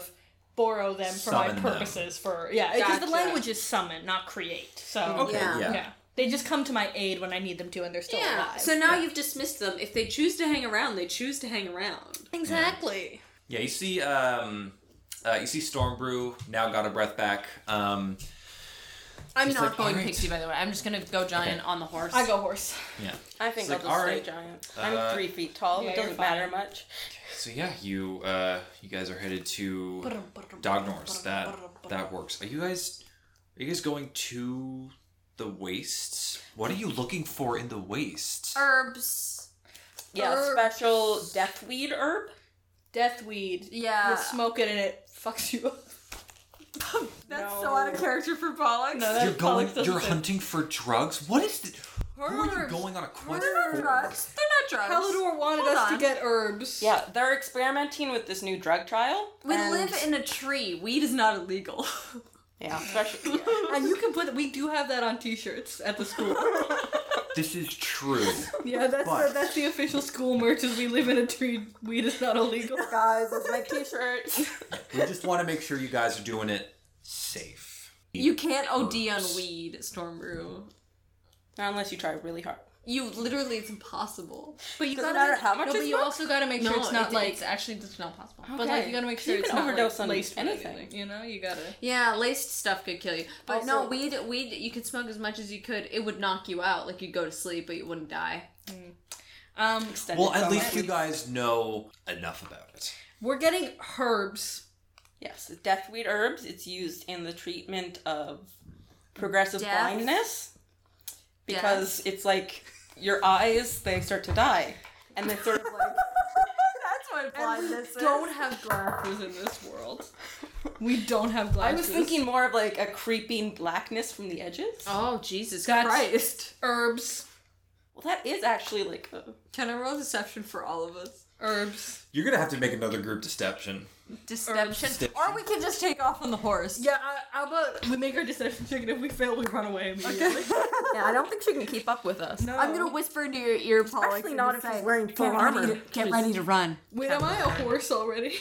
Speaker 4: borrow them for my
Speaker 1: Summon them.
Speaker 4: purposes. For yeah, because the
Speaker 7: Gotcha.
Speaker 4: language is summon, not create. So
Speaker 1: Okay, yeah.
Speaker 4: yeah. they just come to my aid when I need them to, and they're still
Speaker 7: yeah.
Speaker 4: alive.
Speaker 7: So now you've dismissed them. If they choose to hang around, they choose to hang around.
Speaker 4: exactly.
Speaker 1: Yeah, you see, um, uh, you see Stormbrew now got her breath back. Um,
Speaker 3: I'm
Speaker 1: She's
Speaker 3: not
Speaker 1: like,
Speaker 3: going
Speaker 1: "Alright."
Speaker 3: pixie, by the way. I'm just gonna go giant on the horse.
Speaker 4: I go horse.
Speaker 1: yeah.
Speaker 6: I
Speaker 1: It's
Speaker 6: think
Speaker 1: like,
Speaker 6: I'll just
Speaker 1: all
Speaker 6: stay
Speaker 1: right,
Speaker 6: giant.
Speaker 1: uh,
Speaker 6: I'm three feet tall.
Speaker 4: yeah,
Speaker 6: it
Speaker 4: you're
Speaker 6: doesn't
Speaker 4: fine.
Speaker 6: matter much.
Speaker 1: So yeah, you uh, you guys are headed to Dognors. That that works. Are you guys are you guys going to the wastes? What are you looking for in the wastes?
Speaker 3: Herbs.
Speaker 6: Yeah,
Speaker 3: Herb.
Speaker 6: special deathweed herb.
Speaker 4: Deathweed.
Speaker 3: Yeah.
Speaker 4: You smoke it and it fucks you up.
Speaker 5: That's so out of character for Pollux. No,
Speaker 1: You're going.
Speaker 4: Pollux doesn't
Speaker 1: You're
Speaker 4: say-
Speaker 1: hunting for drugs. What is? The, who are you going on a quest for?
Speaker 5: drugs. They're not drugs.
Speaker 4: Halidor wanted us to
Speaker 5: on.
Speaker 4: get herbs.
Speaker 6: Yeah, they're experimenting with this new drug trial.
Speaker 3: We live in a tree. Weed is not illegal.
Speaker 4: (laughs)
Speaker 6: Yeah, special.
Speaker 4: And you can
Speaker 3: (laughs)
Speaker 4: put we do have that on t-shirts at
Speaker 7: (laughs)
Speaker 4: the school.
Speaker 1: This is
Speaker 3: (laughs)
Speaker 1: true.
Speaker 4: yeah, that's
Speaker 8: But-
Speaker 4: the, that's the official school merch is we live in a tree, weed is not illegal.
Speaker 5: Guys, let's make
Speaker 6: T-shirts.
Speaker 1: we just want to make sure you guys are doing it safe.
Speaker 3: you can't OD on weed, Stormbrew.
Speaker 6: (laughs) Not unless you try really hard.
Speaker 3: You literally, it's impossible.
Speaker 4: But you
Speaker 6: Doesn't matter how much
Speaker 4: No,
Speaker 6: it
Speaker 4: but you
Speaker 6: smokes?
Speaker 4: also gotta make sure it's not
Speaker 3: it-
Speaker 4: like
Speaker 3: it's actually that's not possible.
Speaker 4: but like you gotta make sure
Speaker 6: You
Speaker 4: it's
Speaker 6: can
Speaker 4: not
Speaker 6: overdose
Speaker 4: like,
Speaker 6: on
Speaker 4: laced with
Speaker 6: anything.
Speaker 4: You know, you gotta
Speaker 3: Yeah, laced stuff could kill you. But no, weed, weed, you could smoke as much as you could. It would knock you out. Like you'd go to sleep, but you wouldn't die.
Speaker 4: um
Speaker 6: Extended
Speaker 1: Well, at
Speaker 6: summer.
Speaker 1: least you guys know enough about it.
Speaker 4: we're getting herbs.
Speaker 6: Yes, deathweed herbs. It's used in the treatment of progressive
Speaker 3: Death.
Speaker 6: blindness because it's like your eyes they start to die, and they sort of like
Speaker 5: That's what blindness is.
Speaker 4: Don't have glasses in this world. (laughs) We don't have
Speaker 6: I
Speaker 4: glasses.
Speaker 6: was thinking more of like a creeping blackness from the edges.
Speaker 3: Oh, Jesus
Speaker 4: That's
Speaker 3: Christ.
Speaker 4: herbs.
Speaker 6: Well, that is actually like a,
Speaker 3: Can I roll deception for all of us?
Speaker 7: Herbs.
Speaker 1: You're gonna have to make another group deception.
Speaker 2: Deception.
Speaker 5: Or we can just take off on the horse.
Speaker 4: Yeah, how about we make our deception check, and if we fail, we run away immediately. (laughs)
Speaker 6: Yeah, I don't think she can keep up with us. No.
Speaker 5: I'm gonna whisper into your ear, Paul.
Speaker 6: Actually, not if she's wearing full armor.
Speaker 2: Get ready to run.
Speaker 4: Wait, am I a horse already?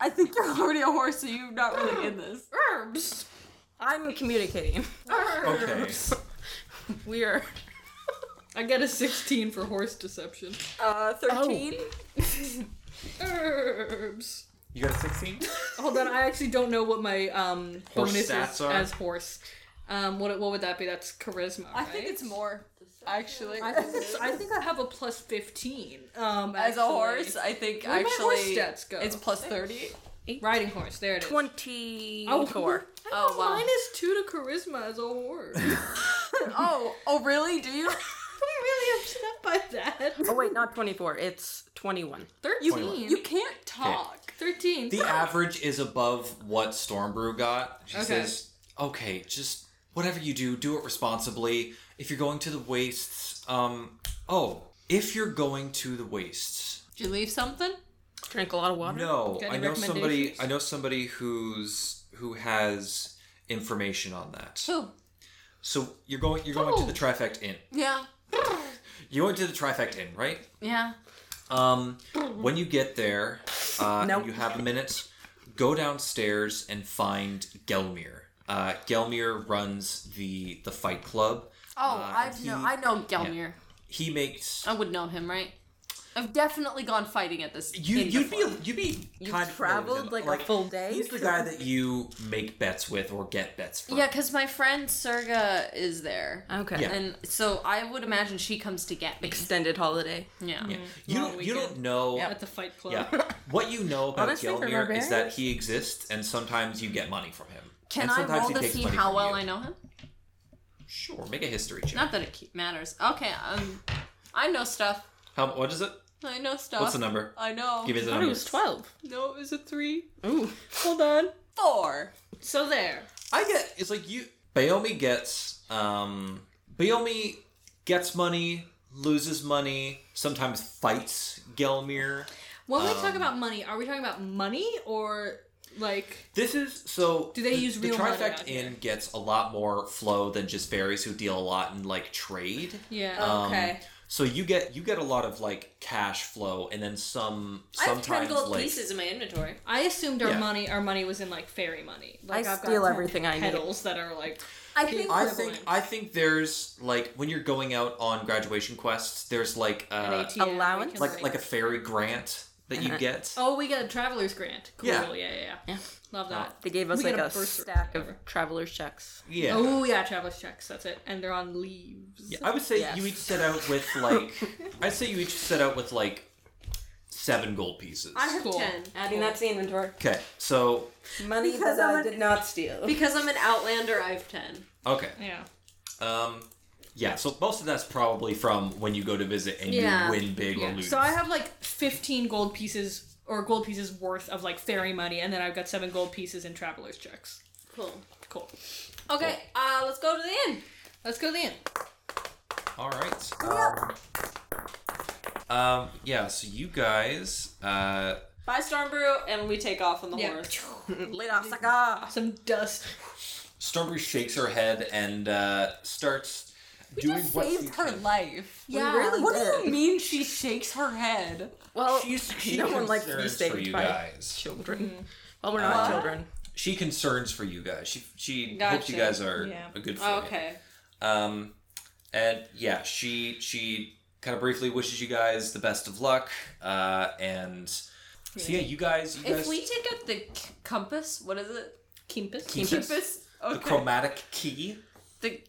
Speaker 5: I think you're already a horse, so you're not really in this.
Speaker 4: Herbs.
Speaker 6: I'm communicating.
Speaker 1: Okay.
Speaker 6: We are.
Speaker 4: I get a 16 for horse deception.
Speaker 5: Uh,
Speaker 4: Oh.
Speaker 5: thirteen.
Speaker 4: Herbs.
Speaker 1: You got a 16?
Speaker 4: Hold on, I actually don't know what my um
Speaker 1: Horse
Speaker 4: bonus is
Speaker 1: stats are?
Speaker 4: as horse. Um, what what would that be? That's charisma.
Speaker 5: I think it's more. Actually,
Speaker 4: I think, it's, I think I have a plus 15. Um,
Speaker 5: as a
Speaker 4: actually.
Speaker 5: horse, I think
Speaker 4: Where'd my
Speaker 5: actually
Speaker 4: horse stats go?
Speaker 5: it's plus thirty.
Speaker 4: riding horse. There it is. Oh,
Speaker 6: 24.
Speaker 4: I have
Speaker 5: Oh, wow.
Speaker 4: Minus two to charisma as a horse.
Speaker 5: oh, oh, really? Do
Speaker 1: (laughs)
Speaker 5: you?
Speaker 4: really upset by that.
Speaker 6: Oh, wait, not 24. It's 21.
Speaker 4: 13.
Speaker 5: You can't talk.
Speaker 4: 13.
Speaker 1: The average is above what Stormbrew got. She
Speaker 4: Okay.
Speaker 1: says, okay, just whatever you do, do it responsibly. If you're going to the wastes, um, oh, if you're going to the wastes,
Speaker 2: Did you leave something?
Speaker 6: Drink a lot of water.
Speaker 1: no,
Speaker 4: Got
Speaker 1: I
Speaker 4: any
Speaker 1: know somebody.
Speaker 4: recommendations?
Speaker 1: I know somebody who's who has information on that.
Speaker 2: Who?
Speaker 1: So you're going. You're going to the Trifect Inn.
Speaker 2: Yeah.
Speaker 1: You went to the Trifect Inn, right?
Speaker 2: Yeah.
Speaker 1: Um, when you get there, uh, and you have a minute. Go downstairs and find Gelmir. Uh, Gelmir runs the the fight club.
Speaker 2: Oh,
Speaker 1: Uh,
Speaker 2: I've
Speaker 1: he-
Speaker 2: know I know Gelmir.
Speaker 1: He makes
Speaker 2: I would know him, right? I've definitely gone fighting at this.
Speaker 1: you.
Speaker 2: thing
Speaker 1: You'd be
Speaker 2: before.
Speaker 1: you'd be
Speaker 6: You've
Speaker 1: kind of familiar with
Speaker 6: traveled
Speaker 1: him.
Speaker 6: like, a full day.
Speaker 1: He's the guy that you make bets with or get bets from.
Speaker 2: Yeah, because my friend Serga is there.
Speaker 6: Okay.
Speaker 1: Yeah.
Speaker 2: And so I would imagine she comes to get me.
Speaker 6: Extended holiday.
Speaker 2: Yeah.
Speaker 1: Yeah. You
Speaker 4: Long
Speaker 1: don't, you don't
Speaker 4: weekend.
Speaker 1: know.
Speaker 4: At the fight club.
Speaker 1: Yeah. What you know about
Speaker 6: Honestly, for
Speaker 1: Gelmir is that
Speaker 6: barbarians-
Speaker 1: he exists, and sometimes you get money from him.
Speaker 2: Can
Speaker 1: and
Speaker 2: I
Speaker 1: sometimes
Speaker 2: roll
Speaker 1: he
Speaker 2: to
Speaker 1: takes
Speaker 2: see
Speaker 1: money
Speaker 2: how
Speaker 1: from
Speaker 2: well
Speaker 1: you.
Speaker 2: I know him?
Speaker 1: Sure, make a history check.
Speaker 2: Not that it ke- matters. Okay. Um, I know stuff.
Speaker 1: How? What is it?
Speaker 2: I know stuff.
Speaker 3: Uh,
Speaker 1: What's the number?
Speaker 2: I know.
Speaker 1: Give me the
Speaker 4: I thought
Speaker 1: number.
Speaker 4: it was 12.
Speaker 7: No, it was a three.
Speaker 6: Ooh.
Speaker 4: Hold on.
Speaker 5: Four.
Speaker 4: So there.
Speaker 1: I get. It's like you. Bayomi gets. Um. Bayomi gets money, loses money, sometimes fights Gelmir.
Speaker 4: When we talk about money, are we talking about money or like.
Speaker 1: This is so.
Speaker 4: Do they
Speaker 1: the-
Speaker 4: use
Speaker 1: the
Speaker 4: real money
Speaker 1: Trifect
Speaker 4: out here?
Speaker 1: Inn gets a lot more flow than just fairies who deal a lot in like trade.
Speaker 4: Yeah.
Speaker 1: Um, So you get you get a lot of like cash flow, and then some
Speaker 7: I have
Speaker 1: sometimes
Speaker 7: ten gold
Speaker 1: like
Speaker 7: pieces in my inventory.
Speaker 4: I assumed our
Speaker 1: Yeah.
Speaker 4: money, our money was in like fairy money. Like
Speaker 6: I
Speaker 4: have
Speaker 6: steal everything I need.
Speaker 4: petals that are like
Speaker 5: I think.
Speaker 1: I
Speaker 4: equivalent.
Speaker 1: think I think there's like when you're going out on graduation quests, there's like
Speaker 4: an
Speaker 1: uh,
Speaker 4: ATM.
Speaker 6: allowance?
Speaker 4: we can
Speaker 1: like
Speaker 4: bring.
Speaker 1: like a fairy grant that you get.
Speaker 4: oh, we got a traveler's grant. Cool.
Speaker 1: Yeah.
Speaker 4: Yeah, yeah, yeah. Love that.
Speaker 6: They gave us
Speaker 4: We
Speaker 6: like
Speaker 4: get
Speaker 6: a,
Speaker 4: a bursary,
Speaker 6: stack of
Speaker 4: whatever.
Speaker 6: traveler's checks.
Speaker 1: Yeah.
Speaker 4: Oh yeah, traveler's checks. That's it. And they're on leaves.
Speaker 1: Yeah, I would say
Speaker 6: Yes.
Speaker 1: you each set out with like I'd say you each set out with like seven gold pieces.
Speaker 4: Cool.
Speaker 6: Adding that to the inventory.
Speaker 1: Okay, so
Speaker 6: Money because that I did not steal.
Speaker 7: Because I'm an outlander, I have ten.
Speaker 1: okay,
Speaker 4: Yeah.
Speaker 1: um, yeah. So most of that's probably from when you go to visit and
Speaker 7: Yeah.
Speaker 1: you win big or lose.
Speaker 4: So I have like 15 gold pieces or gold pieces worth of like fairy money, and then I've got seven gold pieces in traveler's checks.
Speaker 7: Cool.
Speaker 4: Cool.
Speaker 7: Okay, uh, let's go to the inn.
Speaker 4: Let's go to the inn.
Speaker 1: All right. Um, um, yeah. So you guys, uh,
Speaker 7: Buy Stormbrew, and we take off on the
Speaker 4: Yeah.
Speaker 7: horse.
Speaker 6: (laughs)
Speaker 4: Some dust.
Speaker 1: Stormbrew shakes her head and uh, starts doing what she
Speaker 5: Saved her
Speaker 1: can.
Speaker 5: life.
Speaker 6: Yeah. We really
Speaker 5: What
Speaker 6: did.
Speaker 5: do you mean she shakes her head?
Speaker 6: Well,
Speaker 1: She's she
Speaker 6: no one likes to be
Speaker 1: concerns for
Speaker 6: saved
Speaker 1: you
Speaker 6: by
Speaker 1: guys.
Speaker 6: children. Well, we're not children.
Speaker 1: She concerns for you guys. She she hopes
Speaker 7: Gotcha.
Speaker 1: you guys are
Speaker 4: Yeah.
Speaker 1: a good. For
Speaker 2: Oh,
Speaker 1: you.
Speaker 7: Okay.
Speaker 1: Um, and yeah, she she kind of briefly wishes you guys the best of luck. Uh, and so yeah, you guys, you guys,
Speaker 2: If we take out the c- compass, what is it?
Speaker 4: Kimpus.
Speaker 1: keep this-
Speaker 2: Compass.
Speaker 1: the chromatic key.
Speaker 2: The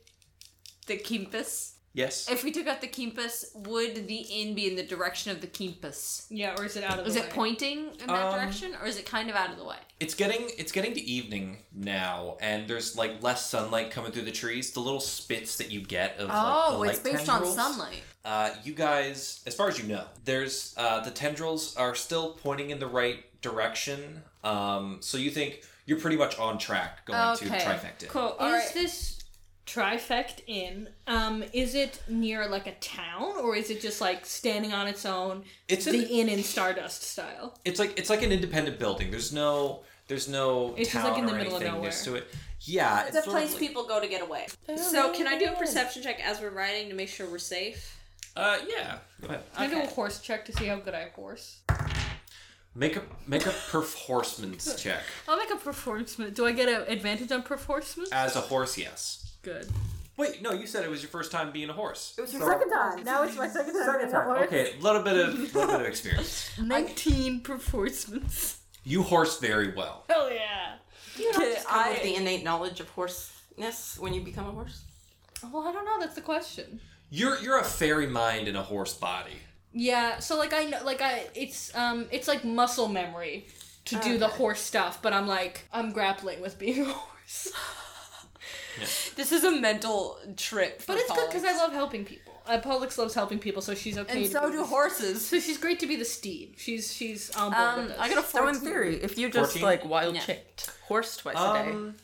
Speaker 2: the compass.
Speaker 1: Yes.
Speaker 2: If we took out the compass, would the inn be in the direction of the compass?
Speaker 4: Yeah, or is it out of
Speaker 2: Is
Speaker 4: the
Speaker 2: it
Speaker 4: way?
Speaker 2: pointing in that
Speaker 1: Um,
Speaker 2: direction, or is it kind of out of the way?
Speaker 1: It's getting it's getting to evening now, and there's like less sunlight coming through the trees. The little spits that you get of
Speaker 2: Oh,
Speaker 1: like, the
Speaker 2: it's
Speaker 1: light
Speaker 2: based on
Speaker 1: tendrils.
Speaker 2: sunlight.
Speaker 1: Uh, you guys, as far as you know, there's uh, the tendrils are still pointing in the right direction. Um, so you think you're pretty much on track going to
Speaker 2: Okay,
Speaker 1: trifecta.
Speaker 7: Cool.
Speaker 2: Is
Speaker 7: All right.
Speaker 2: this
Speaker 4: Trifect Inn. Um, is it near like a town, or is it just like standing on its own?
Speaker 1: It's
Speaker 4: the
Speaker 1: an-
Speaker 4: inn in Stardust style.
Speaker 1: It's like it's like an independent building. There's no there's no
Speaker 4: It's just,
Speaker 1: town
Speaker 4: like, in the
Speaker 1: or
Speaker 4: middle of
Speaker 1: anything
Speaker 4: nowhere.
Speaker 1: next to it. Yeah,
Speaker 3: It's a
Speaker 1: sort of
Speaker 3: place
Speaker 1: like-
Speaker 3: people go to get away.
Speaker 7: So can I do a perception check as we're riding to make sure we're safe?
Speaker 1: Uh, yeah. Go ahead.
Speaker 4: Can I do a horse check to see how good I horse?
Speaker 1: Make a make a
Speaker 4: (laughs)
Speaker 1: performance check
Speaker 4: I'll make a performance. Do I get an advantage on performance?
Speaker 1: as a horse. Yes.
Speaker 4: Good.
Speaker 1: Wait, no. You said it was your first time being a horse.
Speaker 5: It was your
Speaker 17: Second time. Now it's my second time.
Speaker 8: Second time. Okay.
Speaker 1: Okay, a little bit of little bit of
Speaker 17: (laughs)
Speaker 1: experience.
Speaker 4: Nineteen performance.
Speaker 1: You horse very well.
Speaker 4: (laughs) Hell yeah!
Speaker 5: Kid,
Speaker 6: I,
Speaker 5: I-
Speaker 6: with the innate knowledge of horseness when you become a horse.
Speaker 4: Well, I don't know. That's the question.
Speaker 1: You're you're a fairy mind in a horse body.
Speaker 4: Yeah. So like I know, like I, it's um, it's like muscle memory to do the horse stuff, but I'm like I'm grappling with being a horse.
Speaker 5: This is a mental trip.
Speaker 4: (laughs) But it's good because I love helping people. Uh, Pollux loves helping people, so she's okay.
Speaker 5: And
Speaker 4: to
Speaker 5: so
Speaker 4: be
Speaker 5: do
Speaker 4: the-
Speaker 2: (laughs)
Speaker 5: horses.
Speaker 4: So she's great to be the steed. She's she's on board
Speaker 5: Um,
Speaker 4: with this.
Speaker 5: I got a
Speaker 6: So in
Speaker 5: 14.
Speaker 6: theory, if you just
Speaker 1: 14?
Speaker 6: like wild chicked horse twice a day,
Speaker 1: Um,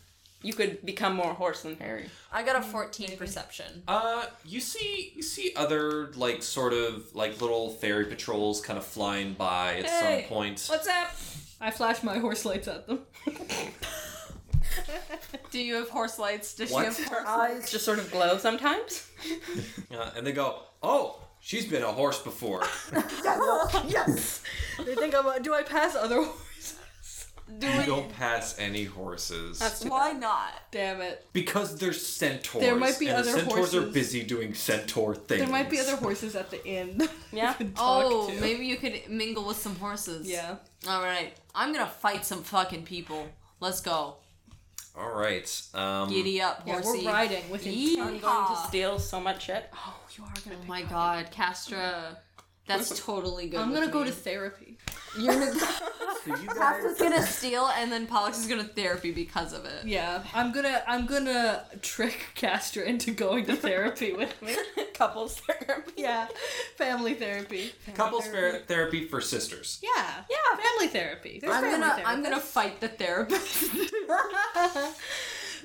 Speaker 6: you could become more horse than fairy.
Speaker 3: I got a 14 perception.
Speaker 1: Uh, you see, you see other like sort of like little fairy patrols kind of flying by at
Speaker 7: Hey,
Speaker 1: some point.
Speaker 7: What's up?
Speaker 4: I flash my horse lights at them.
Speaker 5: Do you have horse lights? Does
Speaker 1: What?
Speaker 5: she have
Speaker 3: (laughs)
Speaker 5: horse
Speaker 6: Eyes just sort of glow sometimes.
Speaker 1: Uh, and they go, "Oh, she's been a horse
Speaker 4: (laughs)
Speaker 1: before."
Speaker 17: Yes.
Speaker 4: they think I'm. A, do I pass other horses?
Speaker 1: you don't pass any horses
Speaker 5: Why not?
Speaker 4: (laughs) Damn it!
Speaker 1: because they're centaurs.
Speaker 4: There might be
Speaker 1: and
Speaker 4: other
Speaker 1: the centaurs are
Speaker 4: horses.
Speaker 1: busy doing centaur things.
Speaker 4: There might be other horses at the end. (laughs)
Speaker 6: Yeah.
Speaker 3: Oh, maybe you could mingle with some horses.
Speaker 4: Yeah.
Speaker 3: All right. I'm going to fight some fucking people. Let's go.
Speaker 1: All right. Um,
Speaker 4: Hmm.
Speaker 3: Giddy up,
Speaker 4: Yeah,
Speaker 3: horsey.
Speaker 4: we're riding with
Speaker 3: Yeehaw.
Speaker 4: intent.
Speaker 6: Steal so much shit.
Speaker 3: Oh my god, Castra.
Speaker 4: (laughs)
Speaker 3: That's totally good.
Speaker 4: I'm gonna
Speaker 3: with
Speaker 4: go
Speaker 3: me.
Speaker 4: to therapy.
Speaker 3: You're gonna,
Speaker 8: So you guys,
Speaker 3: Castra's gonna
Speaker 4: (laughs)
Speaker 3: steal, and then Pollux is gonna therapy because of it.
Speaker 4: Yeah, I'm gonna I'm gonna trick Castor into going to therapy with (laughs) me.
Speaker 6: Couples therapy.
Speaker 4: (laughs) Yeah, family therapy.
Speaker 1: couples ther- therapy for sisters.
Speaker 4: Yeah, yeah, family therapy. There's
Speaker 3: I'm
Speaker 4: family
Speaker 3: gonna
Speaker 4: therapy.
Speaker 3: I'm gonna fight the therapist.
Speaker 1: All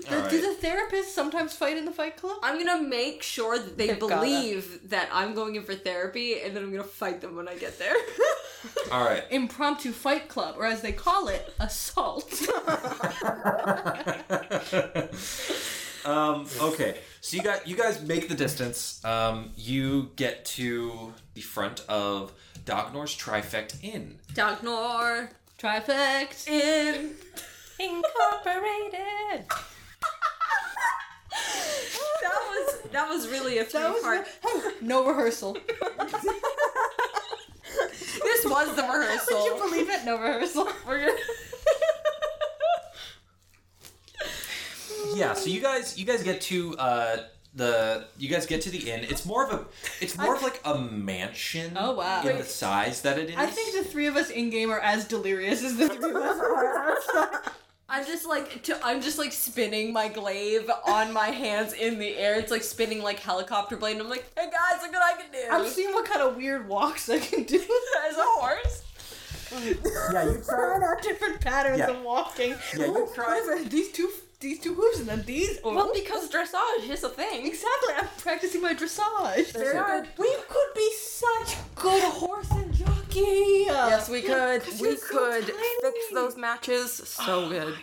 Speaker 4: Do
Speaker 1: right.
Speaker 4: the therapists sometimes fight in the fight club?
Speaker 3: (laughs) I'm gonna make sure that they
Speaker 6: gotta.
Speaker 3: believe that I'm going in for therapy, and then I'm gonna fight them when I get there. (laughs)
Speaker 1: All right.
Speaker 4: Impromptu fight club, or as they call it,
Speaker 3: (laughs)
Speaker 4: assault.
Speaker 1: (laughs) um, okay, so you got you guys make the distance. Um, you get to the front of Dognor's Trifect Inn.
Speaker 3: Dognor.
Speaker 4: Trifect.
Speaker 6: Incorporated.
Speaker 3: (laughs) That was that was really a three part.
Speaker 4: No rehearsal.
Speaker 5: This was the
Speaker 4: Would you
Speaker 5: rehearsal.
Speaker 4: believe it? No rehearsal. We're gonna...
Speaker 1: Yeah, so you guys you guys get to uh, the you guys get to the inn. It's more of a it's more of like a mansion.
Speaker 4: Oh, wow.
Speaker 1: In the size that it is.
Speaker 4: I think the three of us in game are as delirious as the three of us are.
Speaker 5: I'm just like t- I'm just like spinning my glaive on my hands in the air. It's like spinning like helicopter blade. And I'm like, hey guys, look what I can do.
Speaker 4: I'm seeing what kind of weird walks I can do.
Speaker 5: (laughs) as a horse.
Speaker 8: yeah,
Speaker 4: (laughs)
Speaker 8: you
Speaker 4: Trying
Speaker 8: try.
Speaker 4: out different patterns
Speaker 8: Yeah.
Speaker 4: of walking.
Speaker 8: Yeah, you try.
Speaker 4: What is it? (laughs) These two, these two hooves, and then these. Oh.
Speaker 6: Well, because dressage is a thing.
Speaker 4: exactly. I'm practicing my dressage.
Speaker 8: Very
Speaker 4: good. We could be such good horse and jockey.
Speaker 6: Yes, we could. We
Speaker 4: you're so
Speaker 6: could
Speaker 4: tiny.
Speaker 6: fix those matches. So good.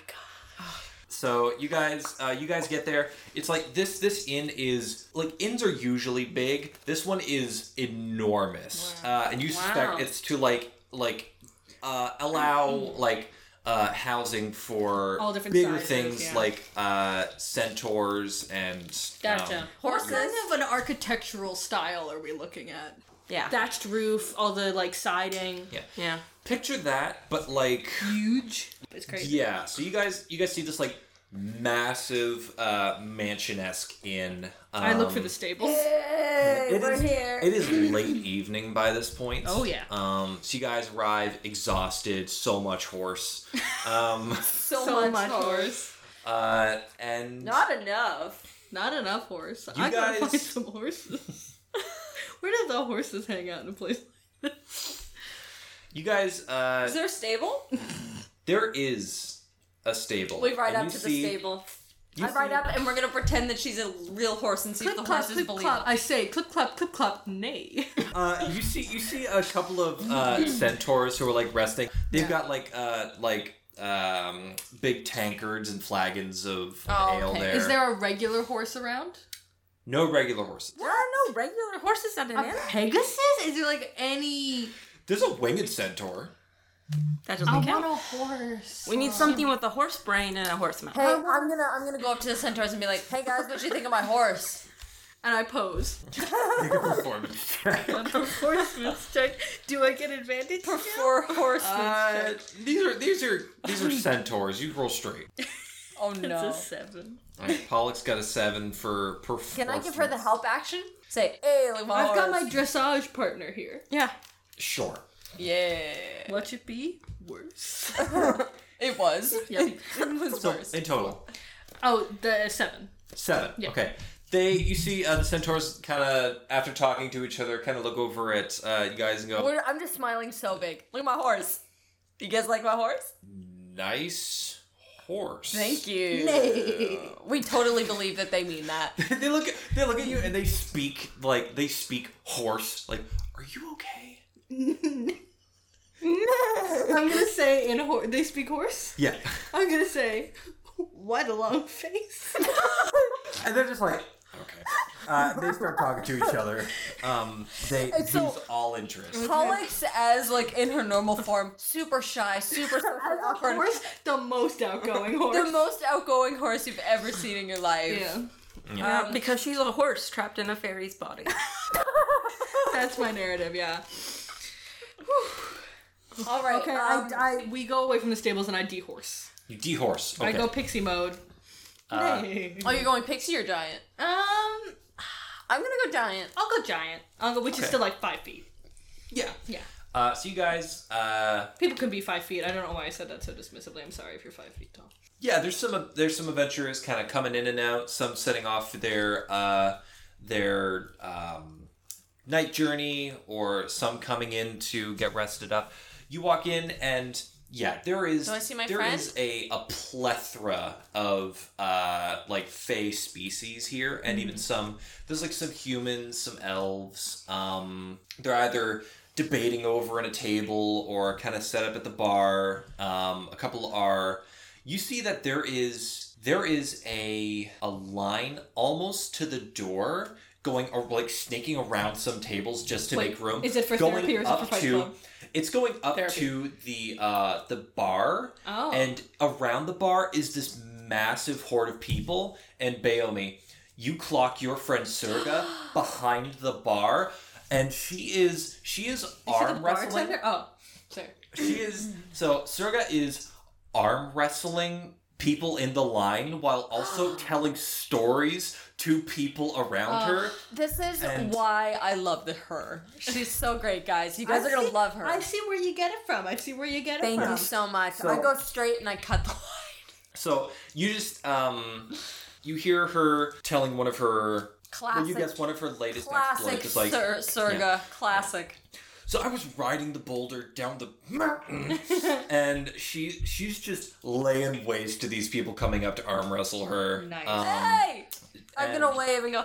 Speaker 1: So you guys, uh, you guys get there. It's like this. This inn is like inns are usually big. This one is enormous, uh, and you suspect it's to like like uh, allow like uh, housing for
Speaker 4: Mm-hmm. All different
Speaker 1: bigger
Speaker 4: sizes,
Speaker 1: things
Speaker 4: yeah.
Speaker 1: like uh, centaurs and um,
Speaker 4: Horses. What kind of an architectural style are we looking at?
Speaker 6: Yeah.
Speaker 4: Thatched roof, all the like siding.
Speaker 1: Yeah.
Speaker 6: yeah.
Speaker 1: picture that, but like
Speaker 4: Huge. It's crazy.
Speaker 1: yeah. So you guys, you guys see this like massive uh, mansion esque inn. Um,
Speaker 4: I look for the stables.
Speaker 1: It is It
Speaker 3: (laughs)
Speaker 1: is late evening by this point.
Speaker 4: Oh, yeah.
Speaker 1: Um, so you guys arrive exhausted, so much
Speaker 3: (laughs)
Speaker 1: horse, um,
Speaker 4: So, much horse.
Speaker 1: uh, and
Speaker 3: Not enough.
Speaker 4: Not enough horse.
Speaker 1: You
Speaker 4: I gotta
Speaker 1: guys-
Speaker 4: find some horses. (laughs) Where do the horses hang out in a place? like this?
Speaker 1: you guys,
Speaker 3: Is
Speaker 1: uh,
Speaker 3: there a stable?
Speaker 1: there is a stable.
Speaker 3: We ride
Speaker 1: and
Speaker 3: up
Speaker 1: you
Speaker 3: to the
Speaker 1: see
Speaker 3: stable.
Speaker 1: You
Speaker 3: I ride up and we're gonna pretend that she's a real horse and see if the horses
Speaker 4: clip,
Speaker 3: believe
Speaker 4: clop.
Speaker 3: it.
Speaker 4: I say clip clop clip clop nay.
Speaker 1: Uh, you see, you see a couple of
Speaker 3: (clears throat)
Speaker 1: uh, centaurs who are like resting. They've got like uh, like um, big tankards and flagons of
Speaker 3: Oh,
Speaker 1: ale
Speaker 3: okay.
Speaker 1: there.
Speaker 4: Is there a regular horse around?
Speaker 1: No regular horses.
Speaker 6: There are no regular horses not an animal.
Speaker 2: Pegasus? Is there like any?
Speaker 1: There's a winged centaur.
Speaker 6: That doesn't count.
Speaker 4: a horse.
Speaker 6: We need something with a horse brain and a horse mouth.
Speaker 5: Hey, I'm gonna, I'm gonna
Speaker 3: Go
Speaker 5: go.
Speaker 3: up to the centaurs and be like, "Hey guys, what do you think of my horse?"
Speaker 4: And I pose.
Speaker 3: (laughs)
Speaker 1: Performance.
Speaker 4: Performance check. Do I get advantage?
Speaker 5: For horse.
Speaker 1: uh, these are these are these are centaurs. You roll straight.
Speaker 5: oh no.
Speaker 4: seven.
Speaker 1: All right, Pollock's got a seven for performance.
Speaker 3: Can I give her the help action?
Speaker 5: Say, hey, look, my
Speaker 4: I've got
Speaker 5: horse."
Speaker 4: my dressage partner here.
Speaker 6: Yeah.
Speaker 1: Sure.
Speaker 4: (laughs)
Speaker 5: Yeah.
Speaker 4: Watch it be worse.
Speaker 5: It was.
Speaker 4: Yep.
Speaker 5: (laughs) It was
Speaker 1: So
Speaker 5: worse.
Speaker 1: in total,
Speaker 4: Oh, the seven.
Speaker 1: Seven. Okay. They, you see, uh, the centaurs kind of, after talking to each other, kind of look over at uh, you guys and go,
Speaker 5: We're- I'm just smiling so big. Look at my horse. You guys like my horse?
Speaker 1: "Nice horse."
Speaker 5: Thank you. We totally believe that they mean that.
Speaker 1: (laughs) they look, at, they look at you and they speak like they speak horse. Like, are you okay?
Speaker 4: I'm gonna say in horse. They speak horse.
Speaker 1: (laughs) Yeah.
Speaker 4: I'm gonna say, what a long face.
Speaker 8: And they're just like,
Speaker 1: okay.
Speaker 8: uh, they start talking to each other.
Speaker 1: Um, they lose all interest.
Speaker 5: Pollux as like in her normal form, super shy, super awkward,
Speaker 4: horse, the most outgoing
Speaker 5: the
Speaker 4: horse.
Speaker 5: most outgoing horse you've ever seen in your life.
Speaker 4: yeah,
Speaker 6: Yeah, Uh, because she's a horse trapped in a fairy's body.
Speaker 4: that's my narrative. Yeah.
Speaker 5: All right.
Speaker 4: Okay,
Speaker 5: um,
Speaker 4: I, I we go away from the stables and I dehorse.
Speaker 1: You dehorse. Okay. Uh,
Speaker 4: I go pixie mode. Nay.
Speaker 3: Are you going pixie or giant?
Speaker 4: Um,
Speaker 3: I'm gonna go giant.
Speaker 4: I'll go giant. I'll go, which is
Speaker 1: Okay.
Speaker 4: still like five feet.
Speaker 1: yeah.
Speaker 4: Yeah,
Speaker 1: Uh, so you guys, uh,
Speaker 4: people can be five feet. I don't know why I said that so dismissively. I'm sorry if you're five feet tall.
Speaker 1: yeah. There's some there's some adventurers kind of coming in and out. Some setting off their uh, their um, night journey, or some coming in to get rested up. You walk in and yeah, there is
Speaker 3: Do I see my
Speaker 1: there
Speaker 3: friend?
Speaker 1: is a a plethora of uh, like fey species here, and
Speaker 4: Mm-hmm.
Speaker 1: even some there's like some humans, some elves. Um, they're either debating over at a table or kind of set up at the bar. Um, a couple are. You see that there is there is a a line almost to the door going or like snaking around some tables just to
Speaker 4: Wait,
Speaker 1: make room.
Speaker 4: is it for
Speaker 1: going
Speaker 4: therapy or is it
Speaker 1: up
Speaker 4: for Fight
Speaker 1: to
Speaker 4: Club?
Speaker 1: it's going up to the uh the bar
Speaker 4: Oh.
Speaker 1: and around the bar is this massive horde of people and Baomi you clock your friend Surga behind the bar and she is she is arm wrestling
Speaker 4: Bartender? Oh, sorry.
Speaker 1: she is so Surga is arm wrestling people in the line while also telling stories to people around her
Speaker 5: this is
Speaker 1: And-
Speaker 5: why I love the her. She's so great, guys. You guys are gonna love her.
Speaker 4: I see where you get it from. I see where you get it
Speaker 5: Thank
Speaker 4: from.
Speaker 5: you so much.
Speaker 8: So-
Speaker 5: I go straight and I cut the (laughs) line.
Speaker 1: So you just um you hear her telling one of her well, you
Speaker 5: Classic-
Speaker 1: guess one of her latest
Speaker 5: Classic
Speaker 1: exploits is like
Speaker 5: Sur- Surga.
Speaker 1: yeah.
Speaker 5: Classic.
Speaker 1: so I was riding the boulder down
Speaker 5: (laughs)
Speaker 1: the mountain and she she's just laying waste to these people coming up to arm wrestle her.
Speaker 4: Nice.
Speaker 1: Um,
Speaker 5: Hey! I'm
Speaker 1: and-
Speaker 5: gonna wave and go,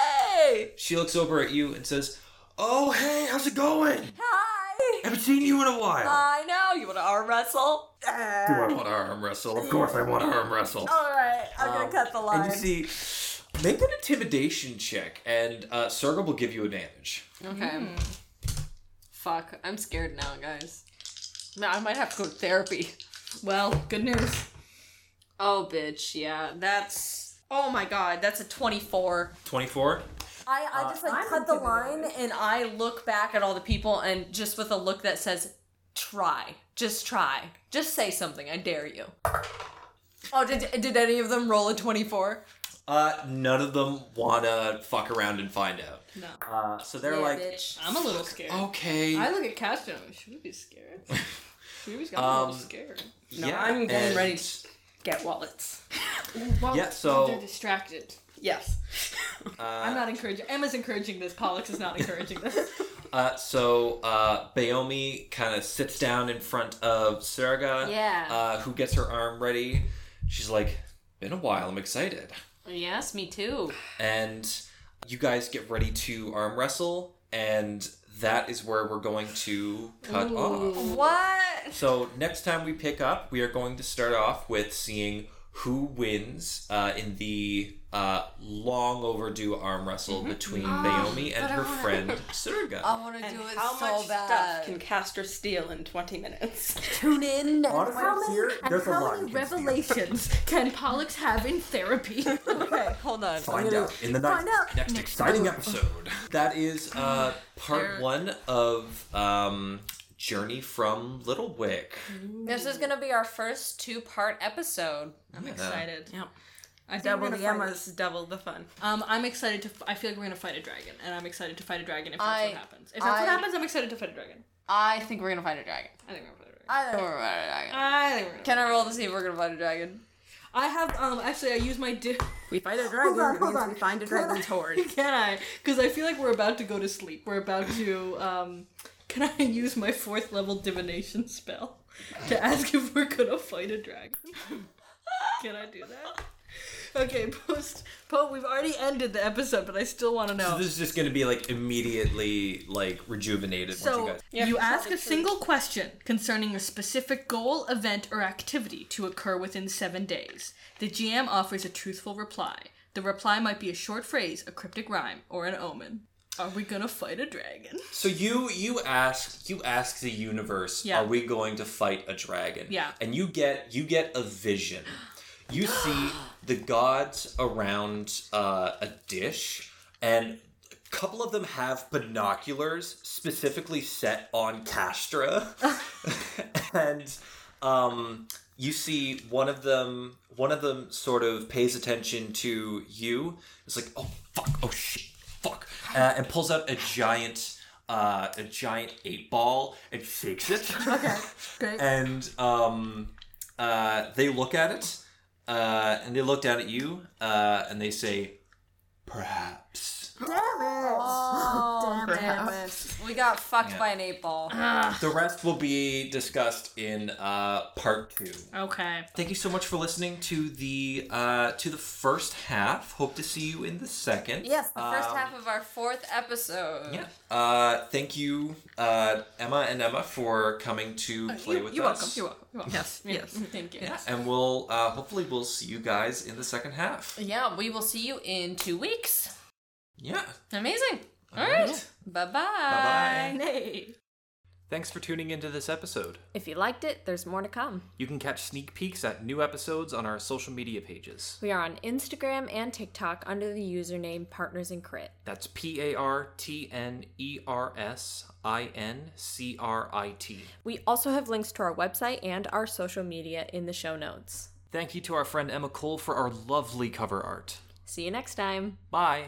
Speaker 5: hey!
Speaker 1: she looks over at you and says, "Oh hey, how's it going? (laughs)
Speaker 5: Hi!
Speaker 1: Haven't seen you in a while."
Speaker 5: I know. You wanna arm wrestle?
Speaker 1: Do I want to arm wrestle? Of course I want to arm wrestle.
Speaker 5: Alright, I'm
Speaker 1: Um,
Speaker 5: gonna cut the line.
Speaker 1: And you see, make an intimidation check, and uh, Sergal will give you advantage.
Speaker 3: Okay. Fuck, I'm scared now, guys. No, I might have to go to therapy.
Speaker 4: Well, good news.
Speaker 3: Oh, bitch, yeah, that's. Oh my god, that's a 24.
Speaker 1: Twenty-four.
Speaker 5: I,
Speaker 1: Uh,
Speaker 5: I just like cut the line and I look back at all the people and just with a look that says, try. Just try. Just say something. I dare you. Oh, did, did any of them roll a 24?
Speaker 1: Uh, none of them wanna fuck around and find out. No. Uh, so they're like,
Speaker 5: bitch.
Speaker 4: I'm a little scared.
Speaker 1: okay,
Speaker 4: I look at Castro. She would be (laughs) scared. She was got a
Speaker 1: Um,
Speaker 4: little scared.
Speaker 1: yeah,
Speaker 6: I'm getting
Speaker 1: and-
Speaker 6: ready to- Get wallets.
Speaker 4: Well,
Speaker 1: Yeah, so-
Speaker 4: they're distracted.
Speaker 6: (laughs) Yes.
Speaker 1: uh,
Speaker 4: I'm not encouraging. Emma's encouraging this. Pollux is not encouraging (laughs) this.
Speaker 1: Uh, so uh, Bayomi kind of sits down in front of Serga,
Speaker 3: Yeah.
Speaker 1: uh, who gets her arm ready. She's like, Been a while. I'm excited.
Speaker 3: Yes, me too.
Speaker 1: and you guys get ready to arm wrestle and that is where we're going to cut off
Speaker 5: What?
Speaker 1: so next time we pick up we are going to start off with seeing who wins uh, in the uh, long overdue arm
Speaker 4: Mm-hmm.
Speaker 1: wrestle between Naomi and her
Speaker 4: (laughs)
Speaker 1: friend Surga.
Speaker 4: Um,
Speaker 5: I want to do it
Speaker 6: How
Speaker 5: so
Speaker 6: much
Speaker 5: bad.
Speaker 6: stuff can Castor steal in 20 minutes? (laughs)
Speaker 5: Tune in
Speaker 1: (laughs)
Speaker 5: next
Speaker 8: Honestly,
Speaker 5: time.
Speaker 8: here, there's a
Speaker 4: How
Speaker 8: lot.
Speaker 4: many
Speaker 8: you can steal.
Speaker 4: revelations can Pollux have in therapy? (laughs)
Speaker 5: Okay, hold on.
Speaker 8: Find out in the next,
Speaker 5: Find out.
Speaker 1: Next exciting episode. That is uh, part one of um, Journey from Little Wick.
Speaker 3: This is gonna be our first two-part episode.
Speaker 4: I'm excited.
Speaker 6: Yep.
Speaker 4: I think
Speaker 6: Double
Speaker 4: we're
Speaker 6: the
Speaker 4: gonna fight-
Speaker 6: Emma's, double the fun.
Speaker 4: Um, I'm excited to. f- I feel like we're gonna fight a dragon, and I'm excited to fight a dragon if that's
Speaker 3: I-
Speaker 4: what happens. If that's what
Speaker 3: I-
Speaker 4: happens, I'm excited to fight a dragon.
Speaker 3: I think we're gonna fight a dragon.
Speaker 4: I think we're gonna fight a dragon.
Speaker 3: I think we're gonna fight a dragon.
Speaker 4: I think we're gonna.
Speaker 3: Can I roll to see if we're gonna fight a dragon?
Speaker 4: I have um. Actually, I use my. Di- (laughs)
Speaker 6: We fight a dragon,
Speaker 17: on,
Speaker 6: it
Speaker 17: hold
Speaker 6: means
Speaker 17: on.
Speaker 6: we find a dragon's horde.
Speaker 4: Can I? Because I feel like we're about to go to sleep. We're about to. Um, can I use my fourth level divination spell to ask if we're gonna fight a dragon? can I do that? Okay, post. Poe, we've already ended the episode, but I still want to
Speaker 1: So
Speaker 4: know.
Speaker 1: this is just going to be like immediately like rejuvenated once you
Speaker 4: So
Speaker 1: guys.
Speaker 4: you ask a single question concerning a specific goal, event, or activity to occur within seven days. The GM offers a truthful reply. The reply might be a short phrase, a cryptic rhyme, or an omen. Are we gonna fight a dragon?
Speaker 1: So you you ask you ask the universe,
Speaker 4: Yeah.
Speaker 1: are we going to fight a dragon?
Speaker 4: Yeah.
Speaker 1: And you get you get a vision.
Speaker 4: (gasps)
Speaker 1: You see the gods around uh, a dish, and a couple of them have binoculars specifically set on
Speaker 4: (laughs)
Speaker 1: Castra, (laughs) and um, you see one of them one of them sort of pays attention to you it's like oh fuck oh shit fuck uh, and pulls out a giant uh, a giant eight ball and shakes it okay
Speaker 4: great.
Speaker 1: and um, uh, they look at it uh, and they look down at you uh, and they say perhaps
Speaker 17: Damn it!
Speaker 3: (laughs)
Speaker 5: Oh, damn it. We got fucked
Speaker 1: Yeah.
Speaker 5: by an eight ball.
Speaker 3: Uh,
Speaker 1: the rest will be discussed in uh, part two
Speaker 4: Okay.
Speaker 1: Thank you so much for listening to the uh, to the first half. Hope to see you in the second.
Speaker 5: Yes,
Speaker 3: The first half of our fourth episode.
Speaker 1: um, Yeah. Uh, thank you, uh, Emma and Emma, for coming to play with
Speaker 4: Uh, You're welcome.
Speaker 1: us.
Speaker 4: You're welcome. You're welcome. Mm,
Speaker 6: Yes, yes.
Speaker 4: Thank you.
Speaker 1: Yeah, and we'll uh, hopefully we'll see you guys in the second half.
Speaker 3: Yeah, we will see you in two weeks.
Speaker 1: Yeah.
Speaker 3: Amazing. All
Speaker 1: right.
Speaker 3: right. Bye bye.
Speaker 1: Bye bye.
Speaker 4: Nay.
Speaker 1: Thanks for tuning into this episode.
Speaker 3: If you liked it, there's more to come.
Speaker 1: You can catch sneak peeks at new episodes on our social media pages.
Speaker 3: We are on Instagram and TikTok under the username Partners in Crit.
Speaker 1: That's P A R T N E R S I N C R I T.
Speaker 3: We also have links to our website and our social media in the show notes.
Speaker 1: Thank you to our friend Emma Cole for our lovely cover art.
Speaker 3: See you next time.
Speaker 1: Bye.